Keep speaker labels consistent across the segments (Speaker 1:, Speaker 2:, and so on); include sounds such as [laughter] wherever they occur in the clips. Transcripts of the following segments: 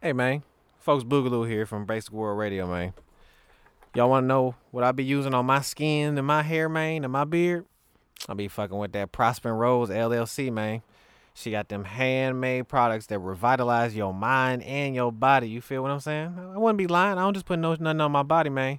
Speaker 1: Hey man, folks Boogaloo here from Basic World Radio, man. Y'all wanna know what I be using on my skin and my hair, man, and my beard? I be fucking with that Prosper and Rose LLC, man. She got them handmade products that revitalize your mind and your body. You feel what I'm saying? I wouldn't be lying. I don't just put no nothing on my body, man.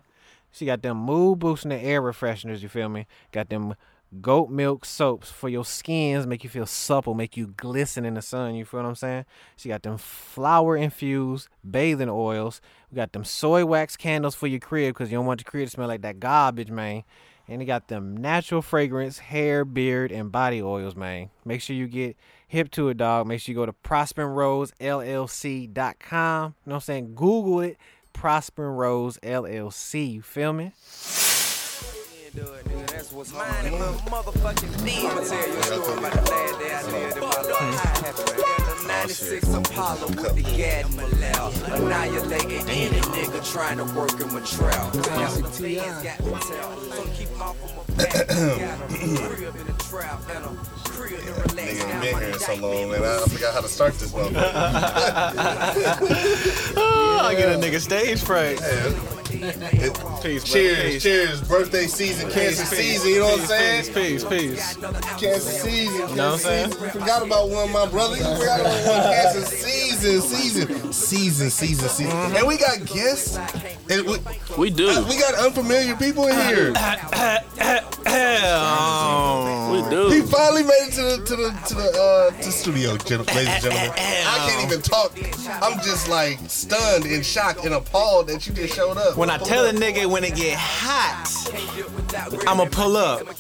Speaker 1: She got them mood boosting and air refresheners, you feel me? Got them goat milk soaps for your skins, make you feel supple, make you glisten in the sun, you feel what I'm saying? She got them flower infused bathing oils. We got them soy wax candles for your crib because you don't want your crib to smell like that garbage, man. And they got them natural fragrance, hair, beard, and body oils, man. Make sure you get hip to it, dog. Make sure you go to prosperandrosellc.com. You know what I'm saying? Google it. Prosper and Rose LLC. You feel me?
Speaker 2: Mind of a motherfucking beat. I'ma tell you a story about the last day I lived in my
Speaker 3: Hmm. Oh,
Speaker 2: life. A 96 Apollo with the gas allowed. Annihilating any nigga trying to work in my trowel. Now the fans got to tell. So keep off of
Speaker 3: [coughs]
Speaker 2: my back. Got a crib in a trap and a crib in relax.
Speaker 3: Nigga
Speaker 2: Now
Speaker 3: been
Speaker 2: my
Speaker 3: here so
Speaker 2: dyke
Speaker 3: long,
Speaker 2: man
Speaker 3: man. I forgot how to start this motherfucker.
Speaker 4: Oh, I get a nigga stage fright. Peace,
Speaker 3: [laughs] Cheers, cheers, birthday season, cancer season, you know what I'm saying?
Speaker 4: Peace, peace.
Speaker 3: Cancer season, you
Speaker 4: know what I'm
Speaker 3: You forgot about one, my brother. You forgot about one cancer season, season, season, season, season. And we got guests. And we, uh,
Speaker 5: We do.
Speaker 3: we got unfamiliar people in here.
Speaker 5: We
Speaker 3: He
Speaker 5: do.
Speaker 3: finally made it to the to the to the uh, to the studio, gen- ladies and gentlemen. I can't even talk. I'm just like stunned and shocked and appalled that you just showed up.
Speaker 4: When I tell a nigga when it get hot, I'ma pull up. [laughs] and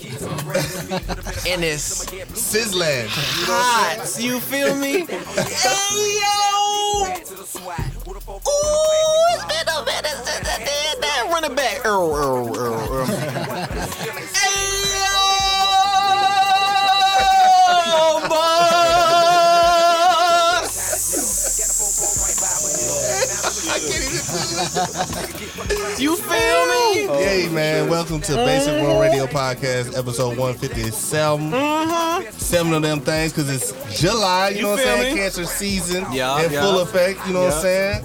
Speaker 4: it's
Speaker 3: Sizzland.
Speaker 4: hot. You feel me? hey, yo! Ooh, it's been a minute since I did that. Run it back. Earl, Earl, Earl, Earl. Ayo, boss. You feel me?
Speaker 3: Hey man, welcome to Basic World Radio Podcast, episode 157. Seven of them things, cause it's July, you, know what I'm
Speaker 4: Mm-hmm. feel
Speaker 3: saying?
Speaker 4: me?
Speaker 3: Cancer season
Speaker 4: Yeah,
Speaker 3: in
Speaker 4: yeah.
Speaker 3: full effect, you know what I'm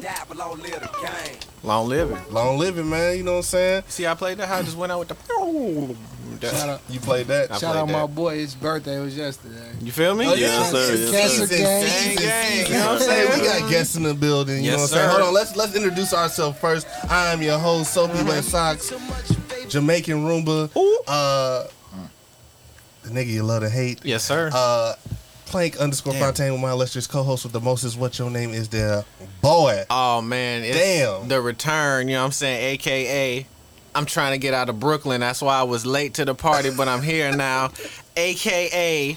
Speaker 3: saying? [laughs]
Speaker 4: Long living.
Speaker 3: Long living, man, you know what I'm saying?
Speaker 4: See, I played that. I just went out with the.
Speaker 6: Shout out,
Speaker 3: You played that.
Speaker 6: shout out my boy. His birthday was yesterday.
Speaker 4: You feel me?
Speaker 5: Yes, sir. Yes, sir.
Speaker 6: Cancer gang.
Speaker 3: season,
Speaker 4: Gang, gang,
Speaker 3: season.
Speaker 4: you know what I'm
Speaker 3: Hey,
Speaker 4: saying?
Speaker 3: we got guests in the building. You
Speaker 4: Yes,
Speaker 3: know what I'm saying?
Speaker 4: sir. Mm-hmm.
Speaker 3: Hold on, let's let's introduce ourselves first. I am your host, Soapy Wet Socks, Jamaican Roomba.
Speaker 4: Ooh.
Speaker 3: Uh, the nigga you love to hate.
Speaker 4: Yes, sir.
Speaker 3: Uh, Plank underscore Fontaine with my illustrious co-host with the most is what your name is there, boy.
Speaker 4: Oh man, it's
Speaker 3: Damn.
Speaker 4: the return, you know what I'm saying? AKA I'm trying to get out of Brooklyn. That's why I was late to the party, but I'm here
Speaker 3: [laughs]
Speaker 4: now. AKA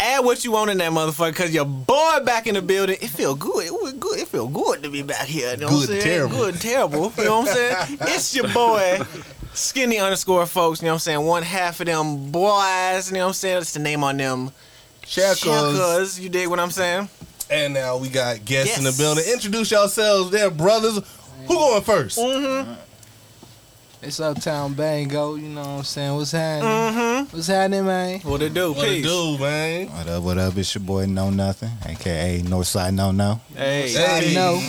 Speaker 4: Add what you want in that motherfucker, cause your boy back in the building. It feel good. It was good. It feel good to be back here. You know what I'm
Speaker 3: Good,
Speaker 4: saying?
Speaker 3: terrible.
Speaker 4: Good, terrible. You know what
Speaker 3: [laughs]
Speaker 4: I'm saying? It's your boy, skinny underscore folks. You know what I'm saying? One half of them boys. You know what I'm saying? That's the name on them.
Speaker 3: Checkers.
Speaker 4: Checkers. You dig what I'm saying?
Speaker 3: And now we got guests in the
Speaker 4: Yes.
Speaker 3: building. Introduce yourselves, there, brothers. Who going first?
Speaker 6: It's Uptown Bango. You know what I'm saying? What's happening?
Speaker 4: Mm-hmm.
Speaker 6: What's happening, man?
Speaker 4: What it do?
Speaker 3: What it
Speaker 4: Peace.
Speaker 3: do, man?
Speaker 7: What up, what up? It's your boy No Nothing, aka Northside No No.
Speaker 4: Hey.
Speaker 6: I know.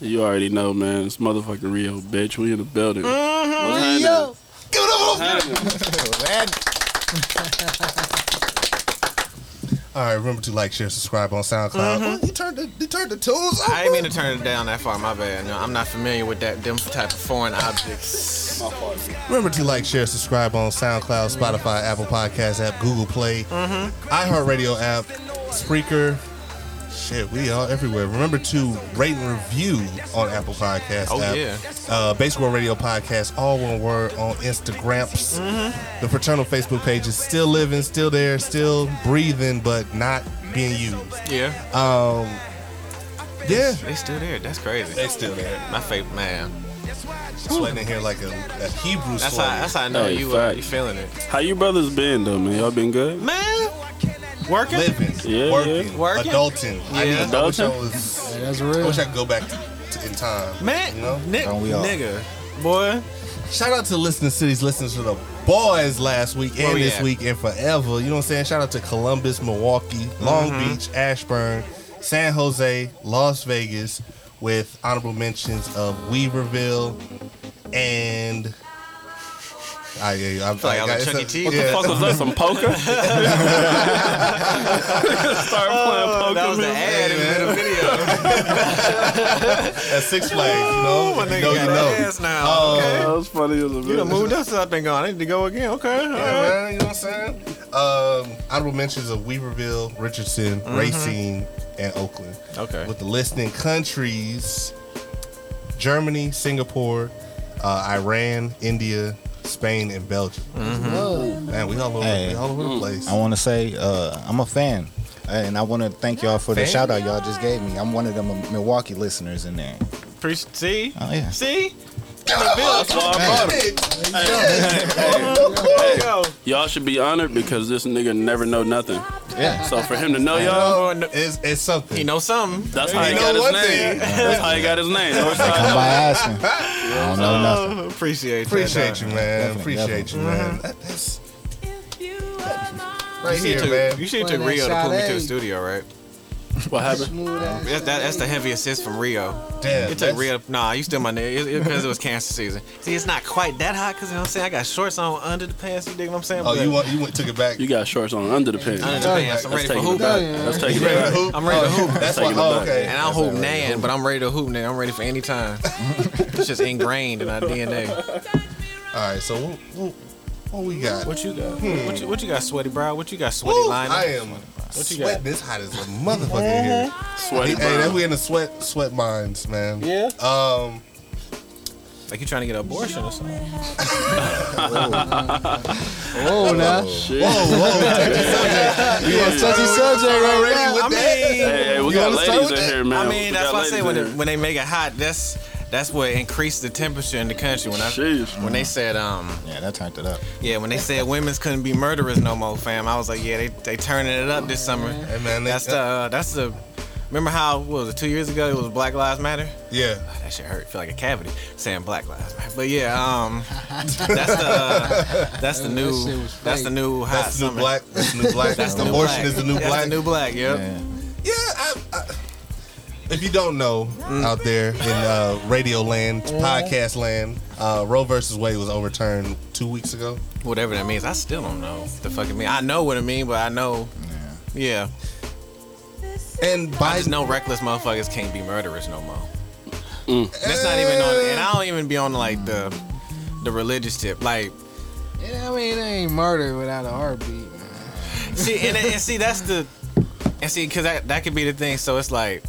Speaker 5: You already know, man. It's motherfucking Rio, bitch. We in the building. What's
Speaker 6: Yo,
Speaker 3: Give it up.
Speaker 5: happening?
Speaker 3: [laughs] All right, remember to like, share, subscribe on SoundCloud. Oh, you turned the you turned the tunes off.
Speaker 4: Mm-hmm. I didn't mean to turn it down that far. My bad. No, I'm not familiar with that them type of foreign objects.
Speaker 3: Remember to like, share, subscribe on SoundCloud, Spotify, Apple Podcast app, Google Play,
Speaker 4: Mm-hmm.
Speaker 3: iHeartRadio app, Spreaker. Shit, we are everywhere. Remember to rate and review on Apple Podcast
Speaker 4: Oh,
Speaker 3: app.
Speaker 4: yeah.
Speaker 3: Uh, Basic World Radio Podcast, all one word on Instagram.
Speaker 4: Mm-hmm.
Speaker 3: The fraternal Facebook page is still living, still there, still breathing, but not being used.
Speaker 4: Yeah,
Speaker 3: Um, yeah.
Speaker 4: they still there. That's crazy.
Speaker 3: They still there.
Speaker 4: My favorite man.
Speaker 3: sweating in here like a, a Hebrew
Speaker 4: That's how.
Speaker 3: sweater.
Speaker 4: That's how I know
Speaker 5: Hey,
Speaker 4: you uh,
Speaker 5: facts.
Speaker 4: you feeling it,
Speaker 5: How you brothers been though, man? Y'all been good?
Speaker 4: man. Working.
Speaker 3: Living,
Speaker 5: Yeah,
Speaker 3: working,
Speaker 5: yeah.
Speaker 4: Working.
Speaker 3: adulting. I, need, I wish I
Speaker 5: Adulting.
Speaker 3: was.
Speaker 6: that's
Speaker 3: I
Speaker 6: real.
Speaker 3: wish I could go back to, to- in time.
Speaker 4: Man,
Speaker 3: you know.
Speaker 4: Nick,
Speaker 7: Don't we all?
Speaker 4: nigga, boy.
Speaker 3: Shout out to listening cities, listening to the boys last week
Speaker 4: Where
Speaker 3: and
Speaker 4: we
Speaker 3: this
Speaker 4: at?
Speaker 3: week and forever. You know what I'm saying? Shout out to Columbus, Milwaukee, Long Beach, Ashburn, San Jose, Las Vegas, with honorable mentions of Weaverville and. I, I, I, I,
Speaker 8: like I'm at
Speaker 3: it's
Speaker 8: Chuck E.
Speaker 3: a-
Speaker 8: Cheese.
Speaker 5: What the fuck was that? Some poker? Start
Speaker 4: Oh,
Speaker 5: playing poker.
Speaker 8: That was the
Speaker 5: music.
Speaker 8: ad in
Speaker 3: man.
Speaker 8: the video.
Speaker 3: at Six Flags, you know?
Speaker 4: Oh, my nigga
Speaker 3: you know,
Speaker 4: got
Speaker 3: you know.
Speaker 4: ass now.
Speaker 3: Uh,
Speaker 5: That was funny as a
Speaker 4: You
Speaker 5: bitch.
Speaker 4: done moved us up and gone. I need to go again. Okay. all
Speaker 3: Yeah,
Speaker 4: right.
Speaker 3: man, you know what I'm saying? Um, honorable mentions of Weaverville, Richardson, Racine, and Oakland.
Speaker 4: Okay.
Speaker 3: With the listing countries, Germany, Singapore, uh, Iran, India, Spain, and Belgium. Man, we all over, we
Speaker 7: Hey.
Speaker 3: all over the place.
Speaker 7: I want to say uh, I'm a fan, and I want to thank y'all for the
Speaker 3: Fan?
Speaker 7: shout out y'all just gave me. I'm one of them Milwaukee listeners in there.
Speaker 4: Pre- see,
Speaker 3: Uh,
Speaker 7: Oh
Speaker 3: [laughs]
Speaker 7: yeah.
Speaker 4: see.
Speaker 3: Oh,
Speaker 5: That's why I brought it.
Speaker 4: There you go.
Speaker 5: Y'all should be honored because this nigga never know nothing.
Speaker 7: Yeah.
Speaker 5: So for him to know y'all,
Speaker 4: Oh, no.
Speaker 3: It's, it's something.
Speaker 4: He knows something.
Speaker 5: that's how he
Speaker 3: know
Speaker 5: got his
Speaker 3: one
Speaker 5: name.
Speaker 3: thing.
Speaker 5: That's how he got his name.
Speaker 7: They
Speaker 5: Northside
Speaker 7: come by
Speaker 5: Help.
Speaker 7: asking. I don't know nothing.
Speaker 4: Oh,
Speaker 3: [laughs]
Speaker 4: appreciate
Speaker 3: Appreciate you, man.
Speaker 7: Definitely,
Speaker 3: Appreciate
Speaker 7: definitely.
Speaker 3: you, man. That- that's right
Speaker 4: You
Speaker 3: here,
Speaker 4: should
Speaker 3: man.
Speaker 4: took, you should
Speaker 6: Play
Speaker 4: took
Speaker 6: that
Speaker 4: Rio to
Speaker 6: shot
Speaker 4: put me to the
Speaker 6: eight.
Speaker 4: studio, right?
Speaker 5: What happened?
Speaker 6: Smooth ass.
Speaker 4: That, that, that's the heavy assist from Rio.
Speaker 3: Damn,
Speaker 4: It took
Speaker 3: that's-
Speaker 4: Rio. Nah, you still my nigga because it, was cancer season. See, it's not quite that hot because you know what I'm saying. I got shorts on under the pants. You dig what I'm saying?
Speaker 3: Oh,
Speaker 4: But
Speaker 3: you want you went took it back.
Speaker 5: You got shorts on under the pants.
Speaker 4: under the pants. I'm
Speaker 5: Let's
Speaker 4: ready for
Speaker 5: take it
Speaker 4: hoop,
Speaker 5: back.
Speaker 6: Yeah.
Speaker 5: Let's take
Speaker 3: You
Speaker 5: it
Speaker 3: ready to
Speaker 5: back.
Speaker 3: hoop?
Speaker 4: I'm ready to
Speaker 3: Oh,
Speaker 4: hoop.
Speaker 3: That's why.
Speaker 5: Taking it
Speaker 3: Oh,
Speaker 5: back.
Speaker 3: okay.
Speaker 4: and I don't hoop nan, but I'm ready to hoop now. I'm ready for
Speaker 3: [laughs]
Speaker 4: any time. it's just ingrained in our DNA.
Speaker 3: All right, so what, what, what we got?
Speaker 4: What you got? What, you, what you got, sweaty brow? What you got, sweaty
Speaker 3: Woo,
Speaker 4: liner?
Speaker 3: I am
Speaker 4: you
Speaker 3: sweating
Speaker 4: got?
Speaker 3: this hot as a motherfucker in here.
Speaker 5: Sweaty
Speaker 3: Hey, that
Speaker 5: brown.
Speaker 3: we in the sweat sweat mines, man.
Speaker 4: Yeah.
Speaker 3: Um,
Speaker 4: Like you trying to get an abortion or something?
Speaker 6: Oh, now.
Speaker 5: Shit.
Speaker 6: You on touchy subject right now.
Speaker 3: already with that.
Speaker 5: Hey, hey, we
Speaker 3: You
Speaker 5: got
Speaker 3: wanna start
Speaker 5: ladies
Speaker 3: with
Speaker 5: in
Speaker 3: that?
Speaker 5: here, man.
Speaker 4: I mean,
Speaker 5: We
Speaker 4: that's
Speaker 5: got
Speaker 4: why I say
Speaker 5: ladies
Speaker 4: when
Speaker 5: in
Speaker 4: it,
Speaker 5: here.
Speaker 4: when they make it hot, that's that's what increased the temperature in the country. When I
Speaker 5: Sheesh.
Speaker 4: when they said um
Speaker 7: Yeah, that turned it up.
Speaker 4: yeah when they said women's couldn't be murderers no more, fam. I was like yeah they they turning it up this summer.
Speaker 3: Hey, man, they-
Speaker 4: That's the uh, that's the remember how what was it two years ago it was Black Lives Matter. Oh,
Speaker 3: yeah.
Speaker 4: That shit hurt. Feel like a cavity saying Black Lives Matter. But yeah, um, that's the uh, that's the
Speaker 6: That shit
Speaker 4: new
Speaker 6: was
Speaker 4: that's the
Speaker 6: fake.
Speaker 4: new hot
Speaker 3: That's the new
Speaker 4: summer.
Speaker 3: black. That's
Speaker 4: [laughs]
Speaker 3: the new black.
Speaker 4: That's the new
Speaker 3: Abortion
Speaker 4: black.
Speaker 3: is the new
Speaker 4: That's
Speaker 3: black.
Speaker 4: the new black. Yep.
Speaker 7: Yeah.
Speaker 3: yeah. I, I, if you don't know,
Speaker 4: Mm.
Speaker 3: out there in uh, radio land, podcast land, uh, Roe versus Wade was overturned two weeks ago.
Speaker 4: Whatever that means. I still don't know what the fuck it mean. I know what it mean, but I know. Yeah.
Speaker 3: And
Speaker 4: I
Speaker 3: Biden,
Speaker 4: just know reckless motherfuckers can't be murderers no more. That's not even on, and I don't even be on like the
Speaker 3: Mm.
Speaker 4: the religious tip. Like,
Speaker 6: Yeah, I mean, it ain't murder without a heartbeat, man.
Speaker 4: see, and, and see, that's the, and see, cause that that could be the thing. So it's like,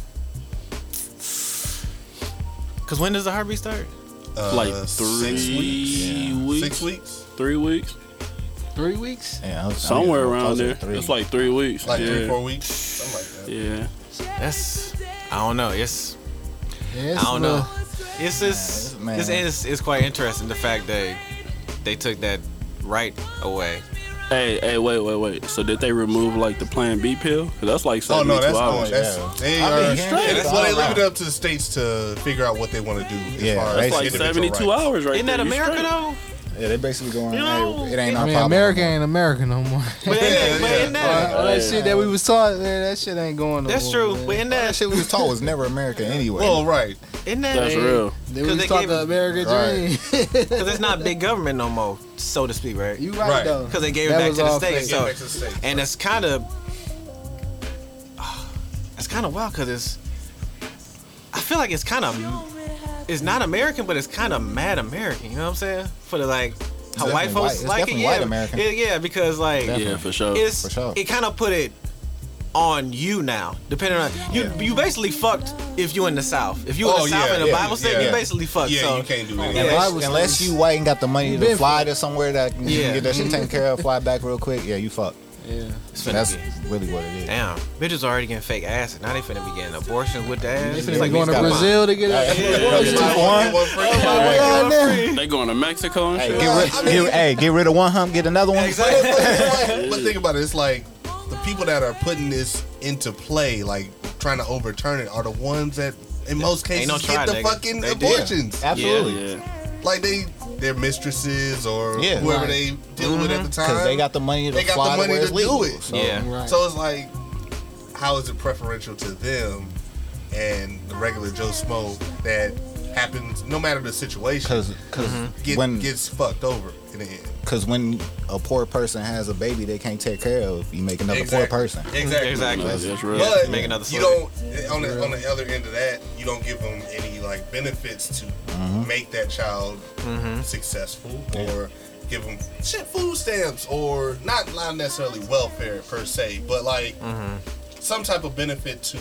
Speaker 4: cause when does the heartbeat start?
Speaker 3: uh,
Speaker 5: like
Speaker 3: six
Speaker 5: three
Speaker 3: weeks,
Speaker 5: weeks,
Speaker 3: six weeks,
Speaker 5: three weeks,
Speaker 6: Three weeks?
Speaker 7: Yeah, I was- I
Speaker 5: somewhere
Speaker 7: was
Speaker 5: around
Speaker 7: close to
Speaker 5: there.
Speaker 7: three.
Speaker 5: It's like three weeks.
Speaker 3: like
Speaker 5: yeah.
Speaker 3: three, four weeks, something like that.
Speaker 5: Yeah.
Speaker 4: That's I don't know. It's
Speaker 6: Yeah, it's
Speaker 4: I don't
Speaker 6: a little-
Speaker 4: know. It's just
Speaker 7: Man.
Speaker 4: it's, it's it's quite interesting the fact that they took that right away.
Speaker 5: Hey, hey, wait, wait, wait. So did they remove like the Plan B pill? 'Cause that's like
Speaker 3: Oh
Speaker 5: seventy two
Speaker 3: no, that's
Speaker 5: hours.
Speaker 3: on. That's
Speaker 7: yeah.
Speaker 3: they
Speaker 7: I
Speaker 3: are.
Speaker 7: mean,
Speaker 3: yeah,
Speaker 7: straight.
Speaker 3: that's why they
Speaker 7: All
Speaker 3: leave
Speaker 7: around.
Speaker 3: it up to the states to figure out what they want to do. As
Speaker 7: Yeah,
Speaker 3: far as
Speaker 7: that's
Speaker 5: Like
Speaker 7: Individual
Speaker 5: seventy two
Speaker 3: rights.
Speaker 5: hours, right?
Speaker 4: Isn't that
Speaker 5: there. You
Speaker 4: America
Speaker 5: straight.
Speaker 4: though?
Speaker 7: Yeah, they basically going.
Speaker 4: You know,
Speaker 7: hey, it ain't
Speaker 6: I
Speaker 7: our
Speaker 6: mean,
Speaker 7: problem.
Speaker 6: America
Speaker 7: no more."
Speaker 6: ain't America no more.
Speaker 4: But isn't that, but
Speaker 3: Yeah,
Speaker 4: isn't
Speaker 3: yeah.
Speaker 4: that,
Speaker 6: All that shit that we was taught, man, that shit ain't going. No
Speaker 4: that's
Speaker 6: more,
Speaker 4: true.
Speaker 6: Man.
Speaker 4: But isn't
Speaker 7: That
Speaker 4: that
Speaker 7: shit we was taught was never America anyway.
Speaker 3: Well, right.
Speaker 4: isn't that
Speaker 5: That's
Speaker 6: Then
Speaker 5: real.
Speaker 4: 'Cause
Speaker 6: we
Speaker 4: they
Speaker 6: was taught
Speaker 4: gave-
Speaker 6: the American
Speaker 7: Right.
Speaker 6: dream.
Speaker 4: Because it's not big government no more, so to speak, right?
Speaker 6: you right,
Speaker 3: Right.
Speaker 6: though.
Speaker 4: Because they gave it
Speaker 6: That
Speaker 4: back to
Speaker 6: was
Speaker 4: the
Speaker 6: all
Speaker 4: states. So,
Speaker 6: fake.
Speaker 3: Gave it back to the states,
Speaker 4: and it's kind of, [sighs] it's kind of wild because it's, I feel like it's kind of, it's not American, but it's kind of mad American. You know what I'm saying? For the like, how white
Speaker 7: definitely
Speaker 4: folks
Speaker 7: white- it's
Speaker 4: like it,
Speaker 7: definitely
Speaker 4: yeah,
Speaker 7: white American.
Speaker 4: yeah, yeah, because like,
Speaker 5: Yeah, for sure.
Speaker 4: it's
Speaker 7: For sure.
Speaker 4: it kind of put it on you now. Depending on you, you basically fucked if you in the South. If you in
Speaker 3: Oh,
Speaker 4: the South
Speaker 3: yeah,
Speaker 4: and the
Speaker 3: yeah,
Speaker 4: Bible state,
Speaker 3: yeah.
Speaker 4: you basically fucked.
Speaker 3: Yeah,
Speaker 4: uh, so
Speaker 3: you can't do anything.
Speaker 4: Yeah.
Speaker 7: Unless, unless you white and got the money
Speaker 6: been
Speaker 7: to fly to somewhere that you
Speaker 4: Yeah.
Speaker 7: can get that shit taken care of, fly back real quick. Yeah, you fuck.
Speaker 6: Yeah.
Speaker 4: It's finna
Speaker 7: That's
Speaker 4: be-
Speaker 7: really what it is.
Speaker 4: Damn, bitches already getting fake ass, and now they finna be getting abortions with the ass. It's
Speaker 6: They
Speaker 4: like
Speaker 6: going
Speaker 4: these
Speaker 6: to
Speaker 4: guys-
Speaker 6: Brazil to get it.
Speaker 7: Yeah, you too foreign?
Speaker 3: One free-
Speaker 6: God damn.
Speaker 5: They going to Mexico and
Speaker 7: Hey,
Speaker 5: shit.
Speaker 7: get rid, get, hey, get rid of one hump, get another one.
Speaker 4: Exactly.
Speaker 3: but, but- but think about it. It's like the people that are putting this into play, like trying to overturn it, are the ones that, in most cases,
Speaker 4: no try,
Speaker 3: get the
Speaker 4: nigga.
Speaker 3: fucking
Speaker 4: They do.
Speaker 3: abortions.
Speaker 5: Yeah,
Speaker 7: Absolutely.
Speaker 5: yeah.
Speaker 3: Like they, their mistresses or
Speaker 7: Yeah.
Speaker 3: whoever
Speaker 6: Right.
Speaker 3: they dealing with at the time.
Speaker 7: Because they got the money to
Speaker 3: They got the
Speaker 7: fly
Speaker 3: money
Speaker 7: to where
Speaker 3: to [laughs]
Speaker 7: it's
Speaker 3: do
Speaker 7: legal.
Speaker 3: it.
Speaker 7: So,
Speaker 4: Yeah.
Speaker 6: Right.
Speaker 3: So it's like how is it preferential to them and the regular Joe Smo that happens no matter the situation
Speaker 7: Cause, because
Speaker 5: Mm-hmm.
Speaker 3: get,
Speaker 7: when,
Speaker 3: gets fucked over in the end.
Speaker 7: cause when a poor person has a baby, they can't take care of. You make another poor person.
Speaker 3: Exactly.
Speaker 9: Exactly.
Speaker 5: That's, that's real.
Speaker 3: But
Speaker 9: Make another
Speaker 3: you don't eh, on the, on the other end of that, you don't give them any like benefits to make that child successful or give them shit food stamps or not not necessarily welfare per se, but like some type of benefit to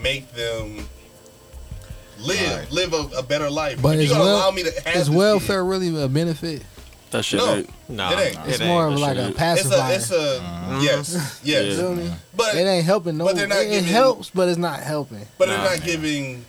Speaker 3: make them live
Speaker 7: Right.
Speaker 3: live a, a better life.
Speaker 6: But
Speaker 3: if
Speaker 6: is,
Speaker 3: you're gonna
Speaker 6: wel-
Speaker 3: allow me to have
Speaker 6: is
Speaker 3: this
Speaker 6: welfare really a benefit?
Speaker 5: That shit
Speaker 3: No.
Speaker 5: ain't.
Speaker 4: No,
Speaker 3: It ain't.
Speaker 6: It's
Speaker 4: ain't.
Speaker 6: more of
Speaker 5: that
Speaker 6: like
Speaker 5: shit
Speaker 6: a
Speaker 5: ain't.
Speaker 3: It's a
Speaker 6: pacifier.
Speaker 3: it's a yes yes,
Speaker 5: Yeah.
Speaker 6: Feel me?
Speaker 3: but
Speaker 6: It ain't helping no
Speaker 3: but they're not
Speaker 6: It, it
Speaker 3: giving-
Speaker 6: helps, but it's not helping.
Speaker 3: But they're not giving.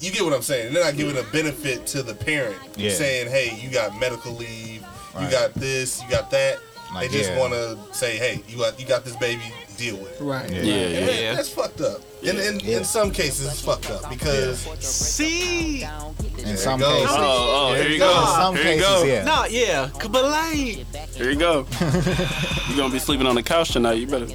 Speaker 3: You get what I'm saying. They're not giving a benefit to the parent.
Speaker 7: Yeah.
Speaker 3: Saying, hey, you got medical leave. You
Speaker 7: Right.
Speaker 3: got this. You got that.
Speaker 7: Like,
Speaker 3: they just
Speaker 7: yeah.
Speaker 3: want to say, hey, you got you got this baby. Deal with. it.
Speaker 6: Right.
Speaker 5: Yeah, yeah.
Speaker 3: And
Speaker 4: Yeah.
Speaker 3: That's fucked up. In, in,
Speaker 7: Yeah.
Speaker 3: in some cases, it's fucked up because
Speaker 4: See,
Speaker 7: In some
Speaker 3: goes.
Speaker 7: cases,
Speaker 5: Oh, oh, here you
Speaker 7: in
Speaker 5: go.
Speaker 7: some
Speaker 5: Here you
Speaker 7: cases,
Speaker 5: go.
Speaker 7: yeah.
Speaker 4: no, yeah, c- but like,
Speaker 5: Here you go. you gonna be sleeping on the couch tonight. You better.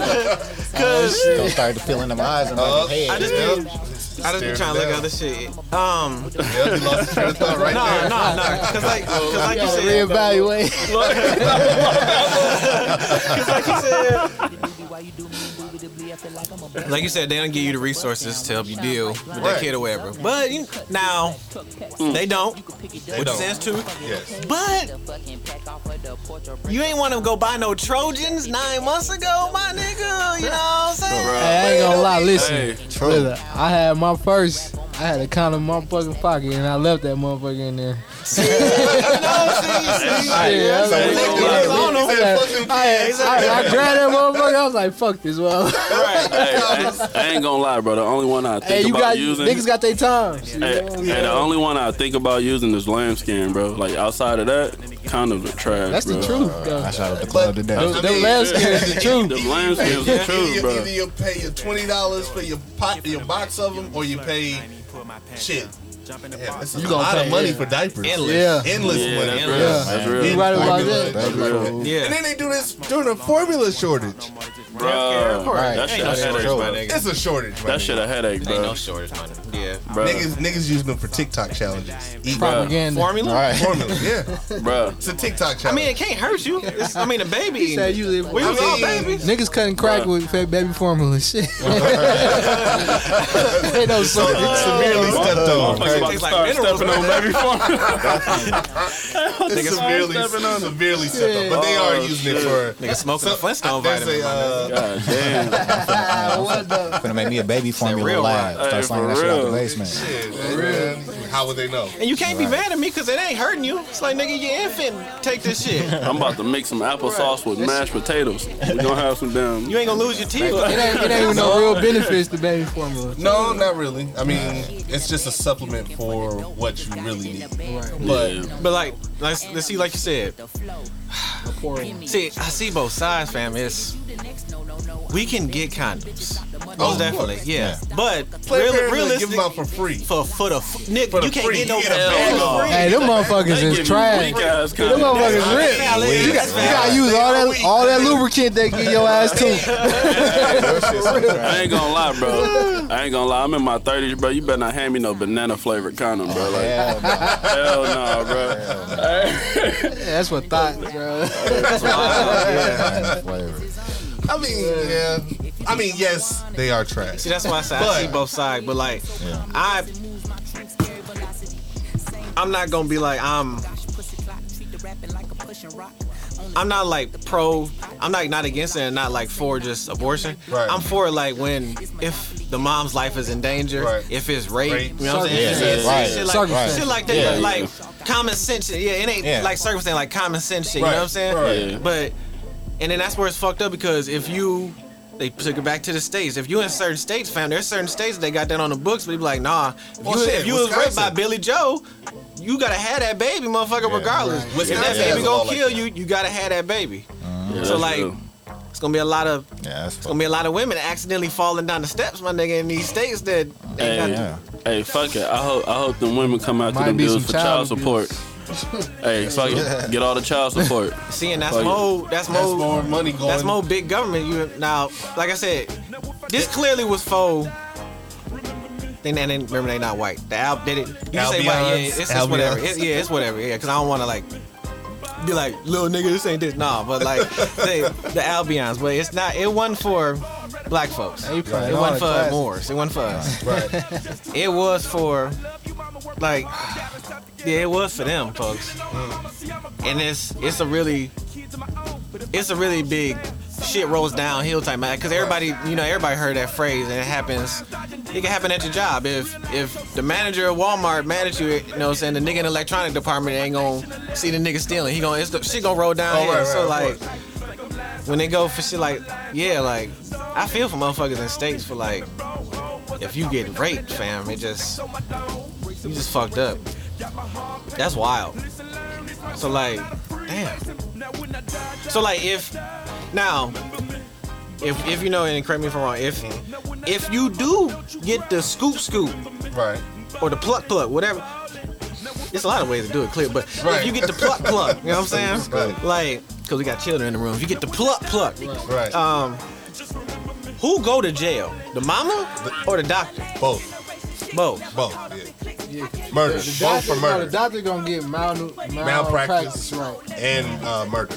Speaker 4: cause
Speaker 7: Don't start to feel into my eyes and
Speaker 3: Uh,
Speaker 7: my head.
Speaker 4: I just
Speaker 3: Yeah.
Speaker 4: be, I just be
Speaker 3: Staring
Speaker 4: trying to look
Speaker 3: down.
Speaker 4: at other shit. Um,
Speaker 3: Yeah, you lost your train of thought right
Speaker 4: [laughs] no,
Speaker 3: there.
Speaker 4: no, no, cause like, cause like you said,
Speaker 3: [laughs]
Speaker 6: Reevaluate.
Speaker 4: like you said, like you said, they don't give you the resources to help you deal with that
Speaker 3: Right.
Speaker 4: kid or whatever. But you, now
Speaker 6: Mm.
Speaker 4: they don't, which
Speaker 3: don't.
Speaker 4: is true.
Speaker 3: Yes.
Speaker 4: But you ain't want to go buy no Trojans nine months ago, my nigga. You know what I'm saying?
Speaker 6: I ain't gonna lie. Listen,
Speaker 5: Hey,
Speaker 6: listen, I had my first. I had a condom in my fucking pocket and I left that motherfucker in there.
Speaker 3: [laughs]
Speaker 6: Yeah, I was
Speaker 3: So
Speaker 6: like,
Speaker 3: we
Speaker 6: fuck
Speaker 3: looked at
Speaker 6: this.
Speaker 3: it,
Speaker 4: on
Speaker 3: we
Speaker 4: him.
Speaker 3: said, fuck them
Speaker 6: I, had-
Speaker 3: kids.
Speaker 6: I, I grabbed that motherfucker. I was like, "Fuck this, well."
Speaker 5: hey, I, I ain't gonna lie, bro. The only one I think
Speaker 6: [laughs] hey, you
Speaker 5: about
Speaker 6: got
Speaker 5: using.
Speaker 6: niggas got their time.
Speaker 5: Hey, hey, the only one I think about using is lambskin, bro. Like outside of that, condoms are trash.
Speaker 6: That's
Speaker 5: bro.
Speaker 6: the truth, though.
Speaker 7: I shot up the club today.
Speaker 6: The lambskin is the truth.
Speaker 5: The
Speaker 3: [laughs]
Speaker 5: lambskin is the
Speaker 3: Either,
Speaker 5: truth,
Speaker 3: you-
Speaker 5: bro.
Speaker 3: either you pay your twenty dollars for your pot, your box of them, or you pay shit. Yeah, that's a
Speaker 6: You gonna
Speaker 3: lot of
Speaker 6: pay-
Speaker 3: money for diapers.
Speaker 4: Endless.
Speaker 6: Yeah,
Speaker 3: endless
Speaker 5: Yeah,
Speaker 3: money.
Speaker 5: that's real.
Speaker 6: Yeah.
Speaker 5: That's
Speaker 6: you
Speaker 5: real.
Speaker 6: right about
Speaker 3: Formula.
Speaker 6: that.
Speaker 7: That's real.
Speaker 3: And
Speaker 4: Yeah.
Speaker 3: then they do this during a formula shortage.
Speaker 5: Bro,
Speaker 7: Right.
Speaker 5: that shit a
Speaker 7: That's
Speaker 5: headache,
Speaker 7: true.
Speaker 5: my nigga.
Speaker 3: It's a shortage. my
Speaker 5: That shit
Speaker 3: nigga.
Speaker 5: a headache,
Speaker 4: Ain't
Speaker 5: bro.
Speaker 4: no shortage, money. Yeah.
Speaker 5: Bro,
Speaker 3: Niggas, niggas using them for TikTok challenges. Eat
Speaker 6: Propaganda.
Speaker 4: Formula.
Speaker 7: Right.
Speaker 3: formula. Yeah,
Speaker 5: bro.
Speaker 3: it's a TikTok challenge.
Speaker 4: I mean, it can't hurt you. It's, I mean, a baby.
Speaker 6: He said
Speaker 4: eating it.
Speaker 6: you live.
Speaker 4: We was all
Speaker 3: I mean-
Speaker 4: babies.
Speaker 6: Niggas cutting crack with fake baby formula [laughs] shit. they don't
Speaker 3: It's [laughs] severely stepped
Speaker 6: Uh,
Speaker 3: on.
Speaker 4: Tastes
Speaker 5: Motherfuckers about to
Speaker 4: like
Speaker 5: start
Speaker 4: minerals,
Speaker 5: stepping on baby formula.
Speaker 4: [laughs]
Speaker 3: It's severely, severely stepped on. But they are using it for.
Speaker 4: Nigga smoking a Flintstone
Speaker 3: There's
Speaker 4: vitamin.
Speaker 3: a uh,
Speaker 5: God damn.
Speaker 7: Gonna make me a baby formula
Speaker 4: real,
Speaker 7: live.
Speaker 5: right? Hey, for
Speaker 7: Start slinging that shit out the
Speaker 5: real.
Speaker 7: basement.
Speaker 3: shit, man. How would they know?
Speaker 4: and you can't be mad at me because it ain't hurting you. It's like, nigga, your infant take this
Speaker 3: [laughs]
Speaker 4: shit.
Speaker 5: I'm about to make some applesauce with mashed potatoes. We're gonna have some damn.
Speaker 4: You ain't gonna lose your teeth. It
Speaker 6: It ain't even no real benefits to baby formula.
Speaker 3: No, not really. I mean, it's just a supplement for what you really need. But
Speaker 4: ain't- [laughs] But like, let's, let's see, like you said. See, I see both sides, fam. It's we can get condoms, most
Speaker 3: Oh, of
Speaker 4: definitely,
Speaker 3: course.
Speaker 4: yeah. But
Speaker 3: play
Speaker 4: real,
Speaker 3: Parenthood, give
Speaker 4: realistic,
Speaker 3: them out for free.
Speaker 4: for a foot of f- Nick,
Speaker 3: For the
Speaker 4: you can't
Speaker 3: free.
Speaker 4: get no
Speaker 3: You get a bag of
Speaker 4: bag.
Speaker 3: free.
Speaker 6: Hey, them motherfuckers
Speaker 5: They give
Speaker 6: is
Speaker 5: you
Speaker 6: trash.
Speaker 5: weak ass
Speaker 6: Them
Speaker 5: condoms.
Speaker 6: motherfuckers rich.
Speaker 4: Valid.
Speaker 6: You, got,
Speaker 4: It's
Speaker 6: you gotta use all that all that lubricant they give your ass [laughs] to.
Speaker 5: I ain't gonna lie, bro.
Speaker 7: [laughs]
Speaker 5: I ain't gonna lie. I'm in my 30s, bro. You better not hand me no banana flavored condom, bro. Like,
Speaker 7: Hell no.
Speaker 5: hell nah, bro.
Speaker 6: Yeah, that's what thought, bro.
Speaker 7: Yeah, whatever.
Speaker 3: I mean, yeah. I mean, yes, they are trash.
Speaker 4: See, that's why I say I
Speaker 3: But-
Speaker 4: see both sides. But like,
Speaker 7: Yeah.
Speaker 4: I, I'm not gonna be like I'm. I'm not like pro. I'm like not against it and not like for just abortion.
Speaker 3: Right.
Speaker 4: I'm for like when if the mom's life is in danger,
Speaker 3: Right.
Speaker 4: if it's rape,
Speaker 3: Rape.
Speaker 4: you know what I'm
Speaker 7: Yeah,
Speaker 4: saying?
Speaker 7: yeah,
Speaker 4: shit,
Speaker 7: right.
Speaker 4: shit, like,
Speaker 6: Circumstance.
Speaker 4: shit like that,
Speaker 5: Yeah,
Speaker 4: but,
Speaker 5: yeah.
Speaker 4: like common sense. Shit. Yeah, it ain't
Speaker 7: Yeah.
Speaker 4: like circumstance, like common sense shit. You
Speaker 3: Right,
Speaker 4: know what I'm saying?
Speaker 3: right.
Speaker 5: Yeah.
Speaker 4: But and then that's where it's fucked up because if you they took it back to the states. If you in certain states, fam, there's certain states they got that on the books. But you be like, nah. If
Speaker 3: Well,
Speaker 4: you,
Speaker 3: shit,
Speaker 4: if you was raped
Speaker 3: Wisconsin.
Speaker 4: by Billy Joe, you gotta have that baby, motherfucker, regardless.
Speaker 3: right.
Speaker 4: If that
Speaker 3: Wisconsin has
Speaker 4: baby
Speaker 3: a
Speaker 4: gonna
Speaker 3: law like
Speaker 4: kill
Speaker 3: that.
Speaker 4: you, you gotta have that baby.
Speaker 5: Yeah, that's
Speaker 4: So, like,
Speaker 5: real.
Speaker 4: It's gonna be a lot of it's
Speaker 7: Yeah, that's
Speaker 4: gonna be a lot of women accidentally falling down the steps, my nigga, in these states that.
Speaker 5: Hey,
Speaker 7: yeah.
Speaker 5: hey, fuck it. I hope I hope them women come out to
Speaker 6: Might
Speaker 5: them
Speaker 6: be some
Speaker 5: dudes for child
Speaker 6: child
Speaker 5: support.
Speaker 6: abuse.
Speaker 5: Hey,
Speaker 6: [laughs]
Speaker 5: fuck it. Get all the child support.
Speaker 4: Seeing that's
Speaker 5: Oh, yeah.
Speaker 4: more that's
Speaker 3: That's
Speaker 4: more
Speaker 3: more money going.
Speaker 4: That's more big government. You now, like I said, this clearly was for. Then and then remember they not white. The Al did it. You can say white, yeah,
Speaker 3: Albions,
Speaker 4: it's, it's
Speaker 3: Albions.
Speaker 4: whatever. It- yeah, it's whatever. Yeah, because I don't want to like be like little nigga, this ain't this. Nah, but like the, the Albions, but it's not. It wasn't for black folks.
Speaker 6: Hey, you playing
Speaker 4: It
Speaker 6: all
Speaker 4: wasn't
Speaker 6: the
Speaker 4: for
Speaker 6: classes.
Speaker 4: Moors. It wasn't for us.
Speaker 3: Right.
Speaker 4: It was for like yeah, it was for them folks. Mm. And it's it's a really it's a really big shit rolls downhill type matter because everybody you know everybody heard that phrase and it happens it can happen at your job if if the manager at walmart mad at you you know what I'm saying the nigga in the electronic department ain't gonna see the nigga stealing he gonna it's the, shit gonna roll downhill
Speaker 3: Oh, right, right,
Speaker 4: so
Speaker 3: of
Speaker 4: like when they go for shit like yeah like i feel for motherfuckers in states for like if you get raped fam it just you just fucked up that's wild so like damn so like if now if if you know and correct me if i'm wrong if if you do get the scoop scoop
Speaker 3: Right.
Speaker 4: or the pluck pluck, whatever. There's a lot of ways to do it, clear, but
Speaker 3: Right.
Speaker 4: if you get the pluck pluck, you know what I'm
Speaker 3: [laughs]
Speaker 4: saying?
Speaker 3: Right.
Speaker 4: Like, because we got children in the room. If you get the pluck pluck,
Speaker 3: Right.
Speaker 4: um, who go to jail? The mama or the doctor?
Speaker 3: both.
Speaker 4: Both.
Speaker 3: Both. Yeah. Murder.
Speaker 6: The
Speaker 3: both
Speaker 6: doctor,
Speaker 3: for
Speaker 6: no, the
Speaker 3: murder
Speaker 6: doctor gonna get mal- malpractice
Speaker 3: Malpractice.
Speaker 6: right.
Speaker 3: and uh, murder.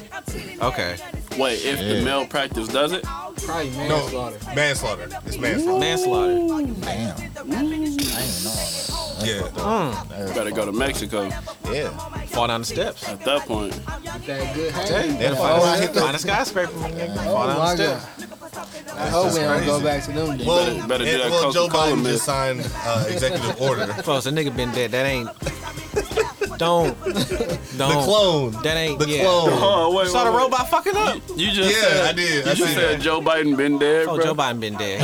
Speaker 4: Okay.
Speaker 5: Wait, if the malpractice does it,
Speaker 6: Probably
Speaker 3: No,
Speaker 6: manslaughter.
Speaker 3: manslaughter. It's manslaughter.
Speaker 4: Manslaughter.
Speaker 7: Damn. I ain't know
Speaker 3: Yeah.
Speaker 5: you better go to Mexico.
Speaker 7: all that. Yeah.
Speaker 4: Fall down the steps.
Speaker 5: At that point,
Speaker 6: Get that good
Speaker 4: Dang,
Speaker 6: hand.
Speaker 4: that fall down Oh, hit the- find a skyscraper. nigga, Fall
Speaker 6: Oh
Speaker 4: down the
Speaker 6: my
Speaker 4: steps.
Speaker 6: god. I hope we don't go back to them days.
Speaker 3: Well,
Speaker 5: Better- better do
Speaker 3: and-
Speaker 5: that
Speaker 3: well Joe
Speaker 5: Coca-Cola
Speaker 3: Biden
Speaker 5: myth.
Speaker 3: just signed uh, executive order.
Speaker 4: Close. A nigga been dead. That ain't. Don't.
Speaker 3: The
Speaker 4: Don't.
Speaker 3: clone.
Speaker 4: That ain't-
Speaker 3: the
Speaker 4: yeah.
Speaker 3: clone.
Speaker 5: oh wait,
Speaker 4: Saw the
Speaker 5: wait, wait.
Speaker 4: robot fucking up.
Speaker 5: You just
Speaker 3: Yeah,
Speaker 5: said
Speaker 3: I did.
Speaker 5: You
Speaker 3: I
Speaker 5: just
Speaker 3: seen
Speaker 5: said
Speaker 3: that.
Speaker 5: Joe Biden been dead,
Speaker 4: Oh,
Speaker 5: bro.
Speaker 4: Joe Biden been dead.